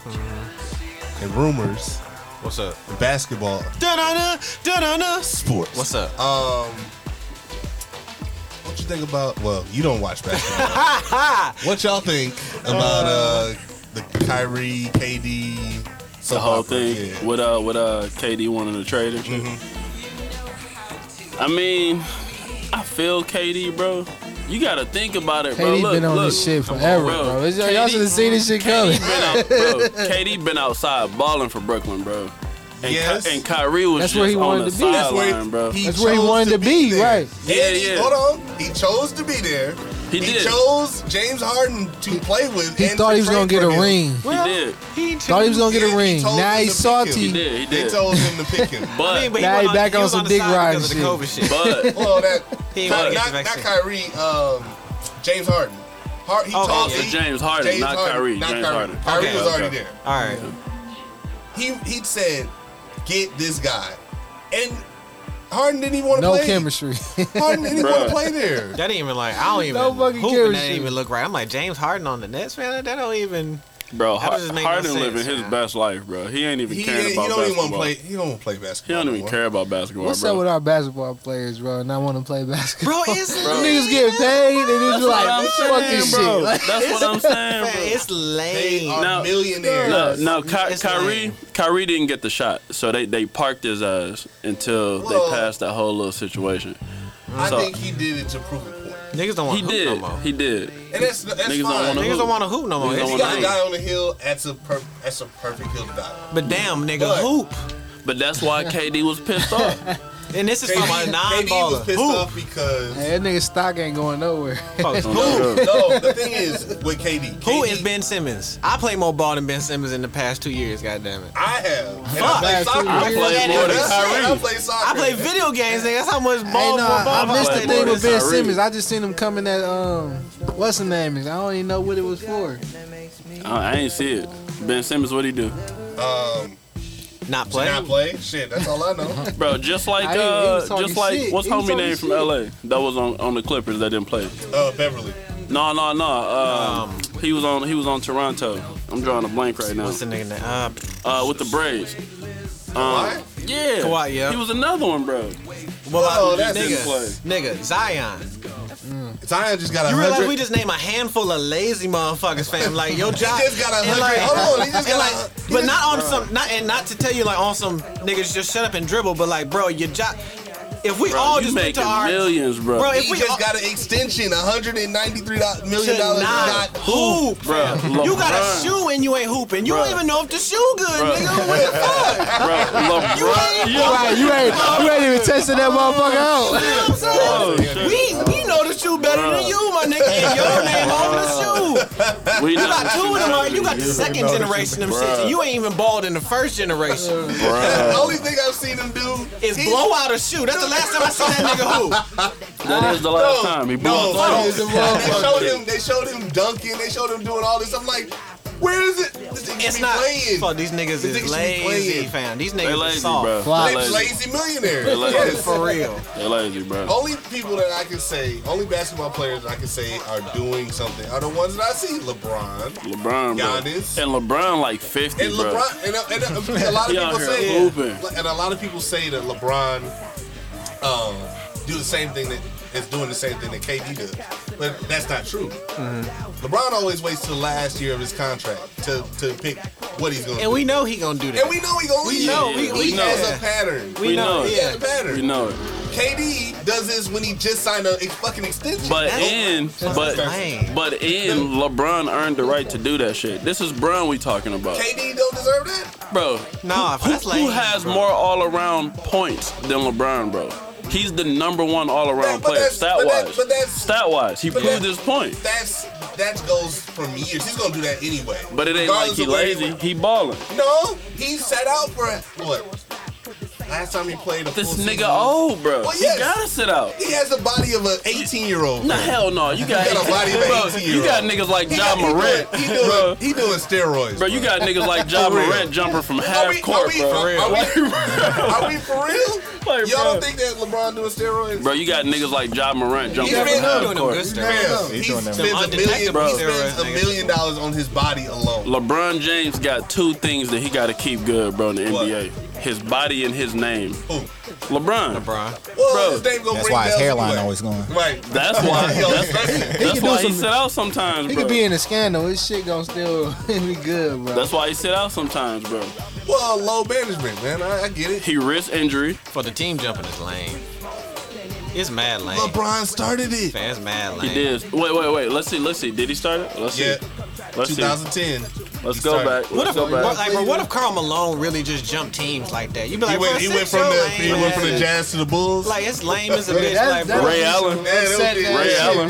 Speaker 5: Mm-hmm.
Speaker 3: and rumors
Speaker 4: What's up?
Speaker 3: and basketball
Speaker 4: Da-da-da, da-da-da.
Speaker 3: sports,
Speaker 4: What's up?
Speaker 3: Um, what you think about? Well, you don't watch basketball.
Speaker 5: [laughs]
Speaker 3: what y'all think about uh, the Kyrie, KD,
Speaker 5: The whole thing
Speaker 3: Yeah.
Speaker 5: with uh with uh KD wanting to trade and shit.
Speaker 3: Mm-hmm.
Speaker 5: I mean, I feel KD, bro. You gotta think about it, bro.
Speaker 6: KD
Speaker 5: look,
Speaker 6: been on
Speaker 5: look.
Speaker 6: this shit forever,
Speaker 5: bro.
Speaker 6: bro. It's- y'all
Speaker 5: KD
Speaker 6: should have seen this shit coming.
Speaker 5: Been
Speaker 6: [laughs]
Speaker 5: out, bro. KD been outside balling for Brooklyn, bro. And,
Speaker 3: Yes.
Speaker 5: Ky- and Kyrie was
Speaker 6: That's
Speaker 5: just
Speaker 6: where he
Speaker 5: on
Speaker 6: wanted
Speaker 5: the
Speaker 6: to be. That's
Speaker 3: where
Speaker 5: sideline, bro.
Speaker 6: That's where he
Speaker 3: chose
Speaker 6: wanted to be,
Speaker 3: there.
Speaker 6: right.
Speaker 5: Yeah,
Speaker 3: he-
Speaker 5: yeah.
Speaker 3: Hold on. He chose to be there.
Speaker 5: He did.
Speaker 3: chose James Harden to play with.
Speaker 6: He
Speaker 3: and
Speaker 6: thought
Speaker 3: to
Speaker 6: he was gonna
Speaker 3: trade
Speaker 6: get a
Speaker 3: for him.
Speaker 6: ring.
Speaker 5: He did.
Speaker 6: Thought he was gonna get
Speaker 3: Yeah,
Speaker 6: a ring.
Speaker 3: told
Speaker 6: Now
Speaker 3: him
Speaker 6: he's
Speaker 3: to pick
Speaker 6: salty.
Speaker 3: him.
Speaker 5: He did, he
Speaker 3: They
Speaker 5: did.
Speaker 3: told him to pick
Speaker 5: [laughs]
Speaker 3: him.
Speaker 5: But
Speaker 4: I mean, but
Speaker 6: Now
Speaker 4: went
Speaker 6: he back on
Speaker 4: was
Speaker 6: some
Speaker 4: the
Speaker 6: dick
Speaker 4: side
Speaker 6: riding
Speaker 4: because of
Speaker 6: shit.
Speaker 4: the COVID shit.
Speaker 5: but
Speaker 3: well, [laughs] that
Speaker 4: He ain't
Speaker 3: not,
Speaker 4: wanna get
Speaker 3: not,
Speaker 4: the
Speaker 3: not
Speaker 4: vaccine.
Speaker 3: Kyrie, um, James Harden. Har- he
Speaker 4: Okay,
Speaker 3: told
Speaker 4: yeah.
Speaker 3: he-
Speaker 5: James Harden, not Kyrie,
Speaker 3: Not
Speaker 5: James
Speaker 3: Kyrie.
Speaker 5: Harden.
Speaker 3: Kyrie
Speaker 4: Okay,
Speaker 3: was already
Speaker 5: okay.
Speaker 3: there.
Speaker 4: All right.
Speaker 3: He he said, "Get this guy," and Harden didn't even want to
Speaker 6: No
Speaker 3: play.
Speaker 6: chemistry. [laughs]
Speaker 3: Harden didn't even want
Speaker 5: Bruh.
Speaker 3: to play there.
Speaker 4: That didn't even like I don't even
Speaker 6: No fucking
Speaker 4: hoop
Speaker 6: gives
Speaker 4: and that
Speaker 6: shit.
Speaker 4: didn't even look right. I'm like James Harden on the Nets, man. That don't even
Speaker 5: bro,
Speaker 4: That doesn't make
Speaker 5: Harden
Speaker 4: no sense,
Speaker 5: living his
Speaker 4: man.
Speaker 5: best life, bro. He ain't even
Speaker 3: He, he
Speaker 5: caring
Speaker 3: don't even
Speaker 5: about
Speaker 3: want to
Speaker 5: basketball.
Speaker 3: play. He don't want to play
Speaker 5: He
Speaker 3: basketball.
Speaker 5: don't even care about basketball,
Speaker 6: What's
Speaker 5: bro.
Speaker 6: up with our basketball players, bro? Not want to play
Speaker 4: [laughs]
Speaker 6: basketball.
Speaker 4: Bro, it's
Speaker 6: [laughs] Them
Speaker 4: lame.
Speaker 6: niggas get paid and it's
Speaker 5: That's what
Speaker 6: like
Speaker 5: I'm
Speaker 6: fuck
Speaker 5: saying,
Speaker 6: this
Speaker 5: bro.
Speaker 6: shit. Like,
Speaker 5: That's what I'm saying,
Speaker 4: Man,
Speaker 5: bro.
Speaker 4: it's
Speaker 3: They
Speaker 4: lame.
Speaker 3: are
Speaker 5: No.
Speaker 3: millionaires.
Speaker 5: No, no, Ky-
Speaker 4: It's
Speaker 5: Kyrie,
Speaker 4: lame.
Speaker 5: Kyrie didn't get the shot, so they, they parked his ass until
Speaker 3: Well-
Speaker 5: they passed that whole little situation.
Speaker 3: I
Speaker 5: So-
Speaker 3: think he did it to prove a point.
Speaker 4: Niggas don't want
Speaker 5: He
Speaker 4: to hoop no
Speaker 5: did.
Speaker 4: more.
Speaker 5: He did.
Speaker 3: And that's, that's
Speaker 5: Niggas don't
Speaker 3: fine.
Speaker 5: wanna
Speaker 3: Niggas
Speaker 4: Niggas don't want to hoop no more.
Speaker 5: Niggas don't
Speaker 3: You
Speaker 5: wanna
Speaker 3: gotta
Speaker 5: hoop.
Speaker 3: die on the hill. That's a per- that's a perfect hill to die. on.
Speaker 4: But damn, nigga,
Speaker 3: But-
Speaker 4: hoop.
Speaker 5: But that's why KD was pissed off.
Speaker 4: And this is from a
Speaker 3: KD
Speaker 4: nine
Speaker 3: was
Speaker 4: baller.
Speaker 3: pissed
Speaker 4: Hoop.
Speaker 3: off because
Speaker 6: Hey, that nigga stock ain't going nowhere.
Speaker 4: Folks,
Speaker 5: No,
Speaker 4: hoop.
Speaker 5: no.
Speaker 3: no. The thing is with KD,
Speaker 4: Who
Speaker 3: KD
Speaker 4: is Ben Simmons? I play more ball than Ben Simmons in the past two years. God damn it.
Speaker 3: I have. And
Speaker 4: Fuck.
Speaker 3: I play soccer.
Speaker 6: I
Speaker 5: play more than
Speaker 3: That's it. I
Speaker 5: Kyrie.
Speaker 3: play soccer.
Speaker 4: I play video games, nigga. That's how much ball.
Speaker 6: Hey, no,
Speaker 4: ball,
Speaker 6: I,
Speaker 4: ball
Speaker 6: I missed
Speaker 4: play.
Speaker 6: the
Speaker 5: Boy,
Speaker 6: thing
Speaker 5: this
Speaker 6: with Ben
Speaker 5: Kyrie.
Speaker 6: Simmons. I just seen him coming at um, what's the name? is? I don't even know what it was [laughs] for.
Speaker 5: I, I ain't see it. Ben Simmons, what he do,
Speaker 3: Um,
Speaker 4: Not play.
Speaker 3: did I play? Shit, that's all I know.
Speaker 4: [laughs]
Speaker 5: bro? Just like
Speaker 6: I ain't- he
Speaker 5: uh,
Speaker 6: was talking
Speaker 5: just like
Speaker 6: shit.
Speaker 5: what's
Speaker 6: He was
Speaker 5: homie
Speaker 6: talking
Speaker 5: name from
Speaker 6: shit.
Speaker 5: LA that was on on the Clippers that didn't play.
Speaker 3: Uh, Beverly.
Speaker 5: No, no, no. Um, he was on he was on Toronto. I'm drawing a blank right now.
Speaker 4: What's the nigga name? Uh,
Speaker 5: Uh, with the Braids. Um,
Speaker 3: Why?
Speaker 5: Yeah.
Speaker 4: Kawhi, yeah.
Speaker 5: He was another one, bro.
Speaker 4: well, I-
Speaker 3: Oh, that's
Speaker 5: his play.
Speaker 4: nigga, nigga, Zion.
Speaker 3: Zion just got a
Speaker 4: You realize
Speaker 3: hundred.
Speaker 4: we just name a handful of lazy motherfuckers, fam.
Speaker 3: [laughs]
Speaker 4: Like your job.
Speaker 3: just got a
Speaker 4: and
Speaker 3: hundred-
Speaker 4: Like,
Speaker 3: hold on, he just
Speaker 4: and
Speaker 3: got a-
Speaker 4: like-
Speaker 3: he
Speaker 4: But
Speaker 3: just-
Speaker 4: not on some, not and not to tell you like on some niggas just shut up and dribble. But like, bro, your job. If we
Speaker 5: Bro,
Speaker 4: all
Speaker 5: you
Speaker 4: Oh, just went
Speaker 5: making
Speaker 4: to our
Speaker 5: millions, bro.
Speaker 4: Bro,
Speaker 5: Bro,
Speaker 4: if
Speaker 3: He
Speaker 4: we all-
Speaker 3: just got an extension, 193 million
Speaker 4: to
Speaker 3: dollars.
Speaker 4: not
Speaker 3: Not
Speaker 4: hoop. You got a
Speaker 5: LeBron.
Speaker 4: shoe and you ain't hooping. You don't
Speaker 5: Bruh.
Speaker 4: even know if the shoe good,
Speaker 5: Bruh.
Speaker 4: nigga. What the fuck?
Speaker 5: [laughs] Bro, LeBron.
Speaker 4: You
Speaker 5: Yeah.
Speaker 6: Right, you ain't you ain't even testing that motherfucker out.
Speaker 4: You know what I'm saying?
Speaker 5: Oh, shit.
Speaker 4: We, we know the shoe better than
Speaker 5: Bruh.
Speaker 4: you, my nigga. And
Speaker 5: [laughs]
Speaker 4: your name on the shoe.
Speaker 5: We
Speaker 4: You got two of them. already. You got the second
Speaker 3: know the
Speaker 4: generation of them
Speaker 5: shoe.
Speaker 4: shits, and
Speaker 5: Bruh.
Speaker 4: you ain't even balled in the first generation.
Speaker 3: the
Speaker 5: Bruh.
Speaker 3: [laughs] only thing I've seen him do
Speaker 4: It's blow out a shoe. That's the last time I seen
Speaker 3: [laughs]
Speaker 4: that nigga hoop.
Speaker 5: That is the last time. He blew
Speaker 3: No,
Speaker 5: up.
Speaker 3: no.
Speaker 6: It's a motherfucker.
Speaker 3: they showed him. They showed him dunking. They showed him doing all this. I'm like, where is it? This nigga
Speaker 4: It's
Speaker 3: be
Speaker 4: not.
Speaker 3: playing.
Speaker 4: Fuck, these niggas
Speaker 3: These niggas
Speaker 4: is
Speaker 3: be
Speaker 4: lazy,
Speaker 3: playing.
Speaker 4: fam. These
Speaker 5: They
Speaker 4: niggas is
Speaker 5: lazy,
Speaker 4: soft.
Speaker 5: bro.
Speaker 3: They
Speaker 5: They lazy.
Speaker 3: lazy millionaires.
Speaker 5: They lazy.
Speaker 3: Yes.
Speaker 4: For real.
Speaker 5: They lazy,
Speaker 4: Oh,
Speaker 5: bro.
Speaker 3: Only people that I can say, only basketball players I can say are doing something are the ones that I see. LeBron.
Speaker 5: LeBron, bro.
Speaker 3: Giannis.
Speaker 5: And LeBron like 50,
Speaker 3: And
Speaker 5: bro.
Speaker 3: LeBron, and, a- and a- a lot of
Speaker 5: He out
Speaker 3: people
Speaker 5: here
Speaker 3: say,
Speaker 5: hooping.
Speaker 3: and a lot of people say that LeBron um, do the same thing that is doing the same thing that KD does, but that's not true. LeBron always waits till last year of his contract to to pick what he's going to
Speaker 4: And
Speaker 3: do,
Speaker 4: we know he gonna do that.
Speaker 3: and we know he going to leave.
Speaker 4: know,
Speaker 5: we-
Speaker 3: he
Speaker 5: we
Speaker 3: has
Speaker 4: know.
Speaker 3: a pattern.
Speaker 4: We
Speaker 5: We
Speaker 4: know.
Speaker 5: know it.
Speaker 3: he has a
Speaker 4: Yeah.
Speaker 3: pattern.
Speaker 5: We know it.
Speaker 3: KD does this when he just signed a ex- fucking extension.
Speaker 5: But
Speaker 4: That's-
Speaker 5: in
Speaker 4: that's
Speaker 5: but
Speaker 4: lame.
Speaker 5: but in LeBron earned the right to do that shit. This is Bron we talking about.
Speaker 3: KD don't deserve that.
Speaker 5: Bro,
Speaker 4: Nah,
Speaker 5: who,
Speaker 4: that's
Speaker 5: who
Speaker 4: lame,
Speaker 5: has
Speaker 4: bro.
Speaker 5: more all around points than LeBron, bro? He's the number one all around
Speaker 3: But- but
Speaker 5: player,
Speaker 3: that's-
Speaker 5: stat
Speaker 3: but that-
Speaker 5: wise.
Speaker 3: but that's-
Speaker 5: Stat wise, he
Speaker 3: but
Speaker 5: proved
Speaker 3: that-
Speaker 5: his point.
Speaker 3: That's that goes from years. He's going to do that anyway.
Speaker 5: But it ain't like
Speaker 3: Regardless
Speaker 5: he
Speaker 3: of where
Speaker 5: lazy. He balling.
Speaker 3: No, he set out for what? Last time he played a
Speaker 5: This
Speaker 3: full
Speaker 5: nigga
Speaker 3: season.
Speaker 5: old, bro.
Speaker 3: Well,
Speaker 5: He
Speaker 3: yes.
Speaker 5: gotta sit out.
Speaker 3: He has the body of an 18 year old.
Speaker 5: No hell no. You got,
Speaker 3: You got a body of an
Speaker 5: [laughs] bro,
Speaker 3: 18
Speaker 5: You got
Speaker 3: year
Speaker 5: niggas like
Speaker 3: He,
Speaker 5: John
Speaker 3: he
Speaker 5: Morant,
Speaker 3: doing, he,
Speaker 5: bro.
Speaker 3: doing, he doing steroids.
Speaker 5: Bro, you got
Speaker 3: [laughs]
Speaker 5: niggas like John
Speaker 3: For real.
Speaker 5: Morant jumping from
Speaker 3: Are
Speaker 5: half
Speaker 3: we, are,
Speaker 5: court,
Speaker 3: we,
Speaker 5: bro. [laughs]
Speaker 3: are, we, are we for real?
Speaker 5: Like,
Speaker 3: Y'all
Speaker 5: bro.
Speaker 3: don't think that LeBron doing steroids?
Speaker 5: Bro, you got niggas like John Morant jumping
Speaker 3: He's
Speaker 5: from
Speaker 3: been
Speaker 5: half
Speaker 4: doing them
Speaker 5: court.
Speaker 4: good stuff.
Speaker 3: Fam,
Speaker 7: He's
Speaker 3: he
Speaker 7: doing them.
Speaker 3: spends a million,
Speaker 4: Undetectable
Speaker 3: he spends a
Speaker 4: steroids, nigga.
Speaker 3: million dollars on his body alone.
Speaker 5: LeBron James got two things that he got to keep good, bro, in the
Speaker 3: What?
Speaker 5: NBA: his body and his name.
Speaker 3: Who?
Speaker 5: LeBron.
Speaker 4: Bruh.
Speaker 3: Well,
Speaker 5: Bro,
Speaker 3: his name gonna
Speaker 7: That's
Speaker 3: ring
Speaker 7: why his
Speaker 3: bells
Speaker 7: hairline
Speaker 3: anyway.
Speaker 7: always going.
Speaker 3: Right.
Speaker 6: [laughs]
Speaker 3: [laughs]
Speaker 5: That's why.
Speaker 3: Yo,
Speaker 5: That's,
Speaker 3: listen,
Speaker 5: that's
Speaker 6: could
Speaker 5: why
Speaker 6: do
Speaker 5: he
Speaker 6: some-
Speaker 5: sit out sometimes,
Speaker 6: He
Speaker 5: bro.
Speaker 6: could be in a scandal. His shit gonna still [laughs] be good, bro.
Speaker 5: that's why he sit out sometimes, bro.
Speaker 3: well, uh, low management, man. I, I get
Speaker 7: [laughs]
Speaker 3: it.
Speaker 5: He risked injury.
Speaker 4: For the team jumping is lame. It's mad lame.
Speaker 3: LeBron started it.
Speaker 4: Fam, it's mad lame.
Speaker 5: He did. Wait, wait, wait. Let's see. Let's see. Did he start it? Let's
Speaker 3: Yeah,
Speaker 5: see. Let's see.
Speaker 3: 2010.
Speaker 5: Let's
Speaker 3: he
Speaker 5: go
Speaker 3: started.
Speaker 5: back.
Speaker 4: What
Speaker 5: Let's
Speaker 4: if,
Speaker 5: go back.
Speaker 4: like, bro, what if Carl Malone really just jumped teams like that? You'd be like,
Speaker 3: He went,
Speaker 4: bro,
Speaker 3: he
Speaker 4: sit
Speaker 3: went from
Speaker 4: your
Speaker 3: the
Speaker 4: lame
Speaker 3: he went from the
Speaker 4: ass.
Speaker 3: Jazz to the Bulls.
Speaker 4: Like it's
Speaker 3: [laughs]
Speaker 4: lame as a
Speaker 6: Yeah,
Speaker 4: bitch.
Speaker 6: that-
Speaker 4: like,
Speaker 6: that
Speaker 4: bro,
Speaker 6: would
Speaker 5: Ray
Speaker 6: be some
Speaker 5: Allen.
Speaker 3: Yeah, that
Speaker 6: upset
Speaker 3: would be-
Speaker 6: ass
Speaker 5: Ray
Speaker 6: shit,
Speaker 5: Allen.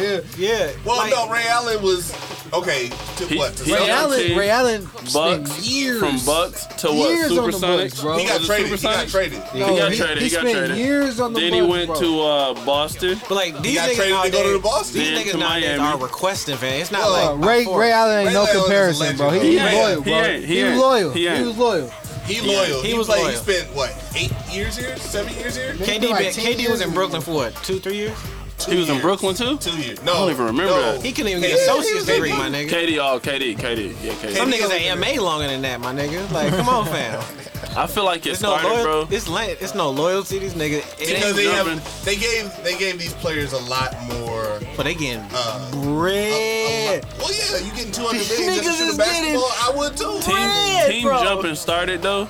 Speaker 6: yeah.
Speaker 4: yeah.
Speaker 3: well,
Speaker 4: like,
Speaker 3: no, Ray Allen was okay. To
Speaker 5: He-
Speaker 3: what? To
Speaker 5: he-
Speaker 6: Ray
Speaker 3: Celtics?
Speaker 6: Allen, Ray Allen spent
Speaker 5: Bucks
Speaker 6: years
Speaker 5: from Bucks to what?
Speaker 6: Years on the
Speaker 5: Supersonics.
Speaker 6: Bucks, bro.
Speaker 3: he got
Speaker 5: Was it
Speaker 3: traded. He got
Speaker 5: Supersonics?
Speaker 3: traded.
Speaker 5: He got
Speaker 6: he-
Speaker 5: traded.
Speaker 6: he
Speaker 5: He got
Speaker 6: spent
Speaker 5: traded.
Speaker 6: years on the
Speaker 5: Then he
Speaker 6: Bucks,
Speaker 5: went
Speaker 6: bro.
Speaker 5: to uh, Boston.
Speaker 4: But like
Speaker 3: He
Speaker 4: these
Speaker 3: got
Speaker 4: niggas
Speaker 3: traded to go to the
Speaker 4: nowadays-
Speaker 3: Boston.
Speaker 4: These
Speaker 5: Then
Speaker 4: niggas
Speaker 5: to
Speaker 4: nowadays
Speaker 5: Miami.
Speaker 4: are requesting fans. It's not
Speaker 3: Well,
Speaker 4: like
Speaker 6: Uh, Ray
Speaker 4: before.
Speaker 6: Ray Allen ain't
Speaker 3: Ray
Speaker 6: no
Speaker 3: Allen is a
Speaker 6: comparison,
Speaker 3: legend,
Speaker 6: bro. He,
Speaker 3: bro.
Speaker 5: He
Speaker 6: was
Speaker 5: ain't.
Speaker 6: loyal,
Speaker 5: He
Speaker 6: bro.
Speaker 5: ain't. He
Speaker 6: was
Speaker 5: ain't.
Speaker 6: loyal.
Speaker 5: He ain't.
Speaker 6: was loyal.
Speaker 3: He loyal.
Speaker 4: he
Speaker 3: He,
Speaker 4: was
Speaker 3: played,
Speaker 4: loyal.
Speaker 3: He spent what eight years here? Seven years here?
Speaker 4: KD,
Speaker 6: like
Speaker 4: been-
Speaker 6: 10
Speaker 4: KD was
Speaker 6: years
Speaker 4: in Brooklyn for what two, three years?
Speaker 5: He was in
Speaker 3: years.
Speaker 5: Brooklyn too.
Speaker 3: Two years. No,
Speaker 5: don't even remember
Speaker 3: no.
Speaker 5: that.
Speaker 4: He couldn't even get
Speaker 3: Yeah, he
Speaker 4: associate's
Speaker 3: was
Speaker 4: degree,
Speaker 3: KD.
Speaker 4: my nigga.
Speaker 5: KD, oh KD, KD, yeah KD.
Speaker 4: Some
Speaker 3: KD
Speaker 4: niggas
Speaker 3: over
Speaker 4: ain't MA longer than that, my nigga. Like, come on, fam.
Speaker 5: I feel like it
Speaker 4: It's no
Speaker 5: started, bro.
Speaker 4: loyalty. It's lame. It's no loyalty. These niggas. It
Speaker 3: Because
Speaker 4: ain't,
Speaker 3: they
Speaker 5: jumping.
Speaker 3: have, they gave they gave these players a lot more.
Speaker 4: but they getting
Speaker 3: Uh,
Speaker 4: bread.
Speaker 3: Well, yeah, you getting two hundred million just
Speaker 4: Niggas
Speaker 3: to shoot
Speaker 4: is
Speaker 3: a basketball? I would too.
Speaker 5: Team,
Speaker 4: bread,
Speaker 5: team
Speaker 4: bro.
Speaker 5: jumping started though.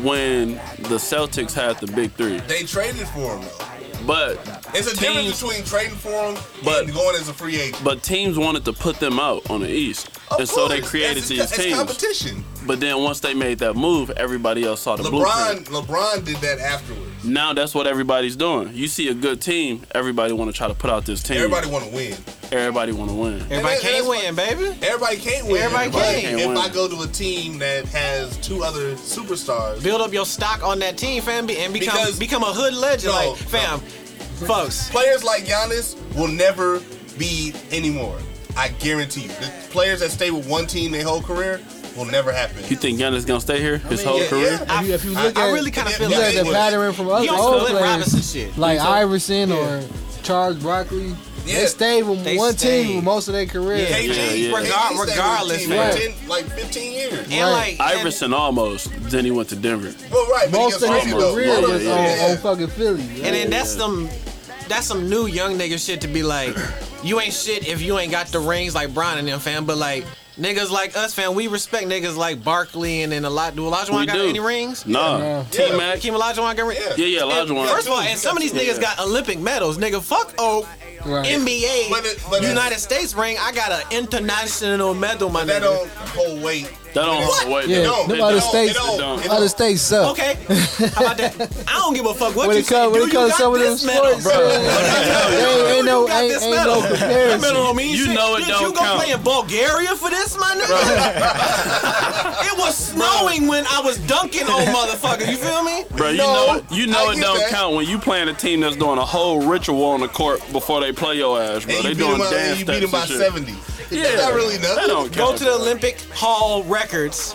Speaker 5: when the Celtics had the big three.
Speaker 3: They traded for him though.
Speaker 5: But
Speaker 3: It's a difference
Speaker 5: teams,
Speaker 3: between trading for him
Speaker 5: But-
Speaker 3: and going as a free agent.
Speaker 5: but teams wanted to put them out on the East.
Speaker 3: Of
Speaker 5: and so they
Speaker 3: course,
Speaker 5: created
Speaker 3: it's,
Speaker 5: these
Speaker 3: it's
Speaker 5: teams.
Speaker 3: competition.
Speaker 5: But then once they made that move, everybody else saw the
Speaker 3: LeBron,
Speaker 5: blueprint.
Speaker 3: LeBron did that afterwards.
Speaker 5: Now that's what everybody's doing. You see a good team, everybody want to try to put out this team.
Speaker 3: Everybody want to win.
Speaker 5: everybody want to win.
Speaker 4: Everybody
Speaker 3: that-
Speaker 4: can't
Speaker 3: that's what-
Speaker 4: win, baby.
Speaker 3: Everybody can't win.
Speaker 4: Everybody
Speaker 3: but
Speaker 4: can't.
Speaker 3: If
Speaker 5: Can't
Speaker 3: I
Speaker 5: win.
Speaker 3: go to a team that has two other superstars,
Speaker 4: Build up your stock on that team, fam, be- and become
Speaker 3: Because-
Speaker 4: become a hood legend,
Speaker 3: No,
Speaker 4: like fam, folks.
Speaker 3: players like Giannis will never be anymore. I guarantee you. The players that stay with one team their whole career will never happen.
Speaker 5: You think Giannis gonna stay here his whole
Speaker 3: yeah,
Speaker 5: career?
Speaker 3: yeah.
Speaker 6: If you, if you
Speaker 3: I-
Speaker 6: look
Speaker 4: I
Speaker 6: at
Speaker 4: really kind of
Speaker 3: yeah,
Speaker 4: feel
Speaker 3: yeah,
Speaker 4: like
Speaker 6: you
Speaker 4: that
Speaker 6: look
Speaker 3: they
Speaker 6: at the
Speaker 4: was-
Speaker 6: battering from other
Speaker 4: You don't
Speaker 6: old
Speaker 4: feel
Speaker 6: players,
Speaker 4: Lynn Robinson shit.
Speaker 6: like
Speaker 3: Yeah.
Speaker 6: Iverson or Charles Barkley.
Speaker 3: Yeah.
Speaker 6: They stayed with
Speaker 4: They
Speaker 6: one
Speaker 4: stayed.
Speaker 6: team most of their career.
Speaker 5: Yeah.
Speaker 3: KG,
Speaker 5: yeah.
Speaker 3: KG
Speaker 4: Regar-
Speaker 3: stayed with the
Speaker 4: regardless,
Speaker 3: team
Speaker 6: man.
Speaker 3: for 10, like 15 years.
Speaker 4: And like
Speaker 6: Right.
Speaker 4: and-
Speaker 5: Iverson almost. Then he went to Denver.
Speaker 3: Well, right. but he
Speaker 6: Most
Speaker 3: gets
Speaker 6: of their
Speaker 3: older, though.
Speaker 6: career
Speaker 3: Older,
Speaker 6: was
Speaker 3: yeah.
Speaker 6: on,
Speaker 3: Yeah.
Speaker 6: on fucking Philly.
Speaker 4: And then that's some that's some new young nigga shit to be like, [clears throat] you ain't shit if you ain't got the rings like Bron and them fam, but like niggas like us fam, we respect niggas like Barkley and then a lot do Olajuwon
Speaker 5: We
Speaker 4: got
Speaker 5: do.
Speaker 4: any rings?
Speaker 5: Nah.
Speaker 6: Yeah.
Speaker 5: T
Speaker 3: Yeah.
Speaker 5: Mac.
Speaker 4: Hakeem Olajuwon got rings.
Speaker 3: Yeah.
Speaker 5: Yeah, yeah, Olajuwon.
Speaker 4: First of all, and some of these niggas got Olympic medals, nigga. Fuck oh
Speaker 6: Right.
Speaker 4: NBA
Speaker 3: But it- but it-
Speaker 4: United States ring. I got an international medal, my
Speaker 3: That
Speaker 4: nigga.
Speaker 3: don't hold weight.
Speaker 5: That don't hold weight.
Speaker 6: Yeah,
Speaker 5: They
Speaker 3: don't.
Speaker 5: don't.
Speaker 6: them
Speaker 5: They
Speaker 6: other
Speaker 5: don't.
Speaker 6: states-
Speaker 5: They don't.
Speaker 3: it
Speaker 6: Other states suck.
Speaker 4: Okay, how about that? I don't give a fuck what
Speaker 6: When
Speaker 4: you
Speaker 6: it comes
Speaker 4: say.
Speaker 6: when
Speaker 4: Do you
Speaker 6: it comes
Speaker 4: got
Speaker 6: to some of them
Speaker 4: this medal?
Speaker 6: sports,
Speaker 4: [laughs]
Speaker 6: yeah, ain't, ain't no
Speaker 4: You got
Speaker 6: ain't,
Speaker 4: this
Speaker 6: ain't
Speaker 4: medal.
Speaker 6: no
Speaker 4: That medal
Speaker 6: comparison.
Speaker 4: don't mean
Speaker 5: You
Speaker 4: shit.
Speaker 5: know it
Speaker 4: Did you
Speaker 5: don't
Speaker 4: go
Speaker 5: count.
Speaker 4: play in Bulgaria for this, my nigga? [laughs] it was snowing when I was dunking on motherfuckers. You feel me?
Speaker 5: Bro, you
Speaker 3: No,
Speaker 5: know it, you know
Speaker 3: I
Speaker 5: it
Speaker 3: get
Speaker 5: don't
Speaker 3: that.
Speaker 5: count when you playing a team that's doing a whole ritual on the court before they play your ass, bro.
Speaker 3: And
Speaker 5: they
Speaker 3: you beat
Speaker 5: doing
Speaker 3: him by, and
Speaker 5: dance
Speaker 3: you
Speaker 5: steps
Speaker 3: beat him by
Speaker 5: and shit.
Speaker 3: 70.
Speaker 5: Yeah,
Speaker 3: That's not really
Speaker 5: that
Speaker 3: nothing.
Speaker 5: don't
Speaker 4: Go
Speaker 5: count.
Speaker 4: to the Olympic Hall records.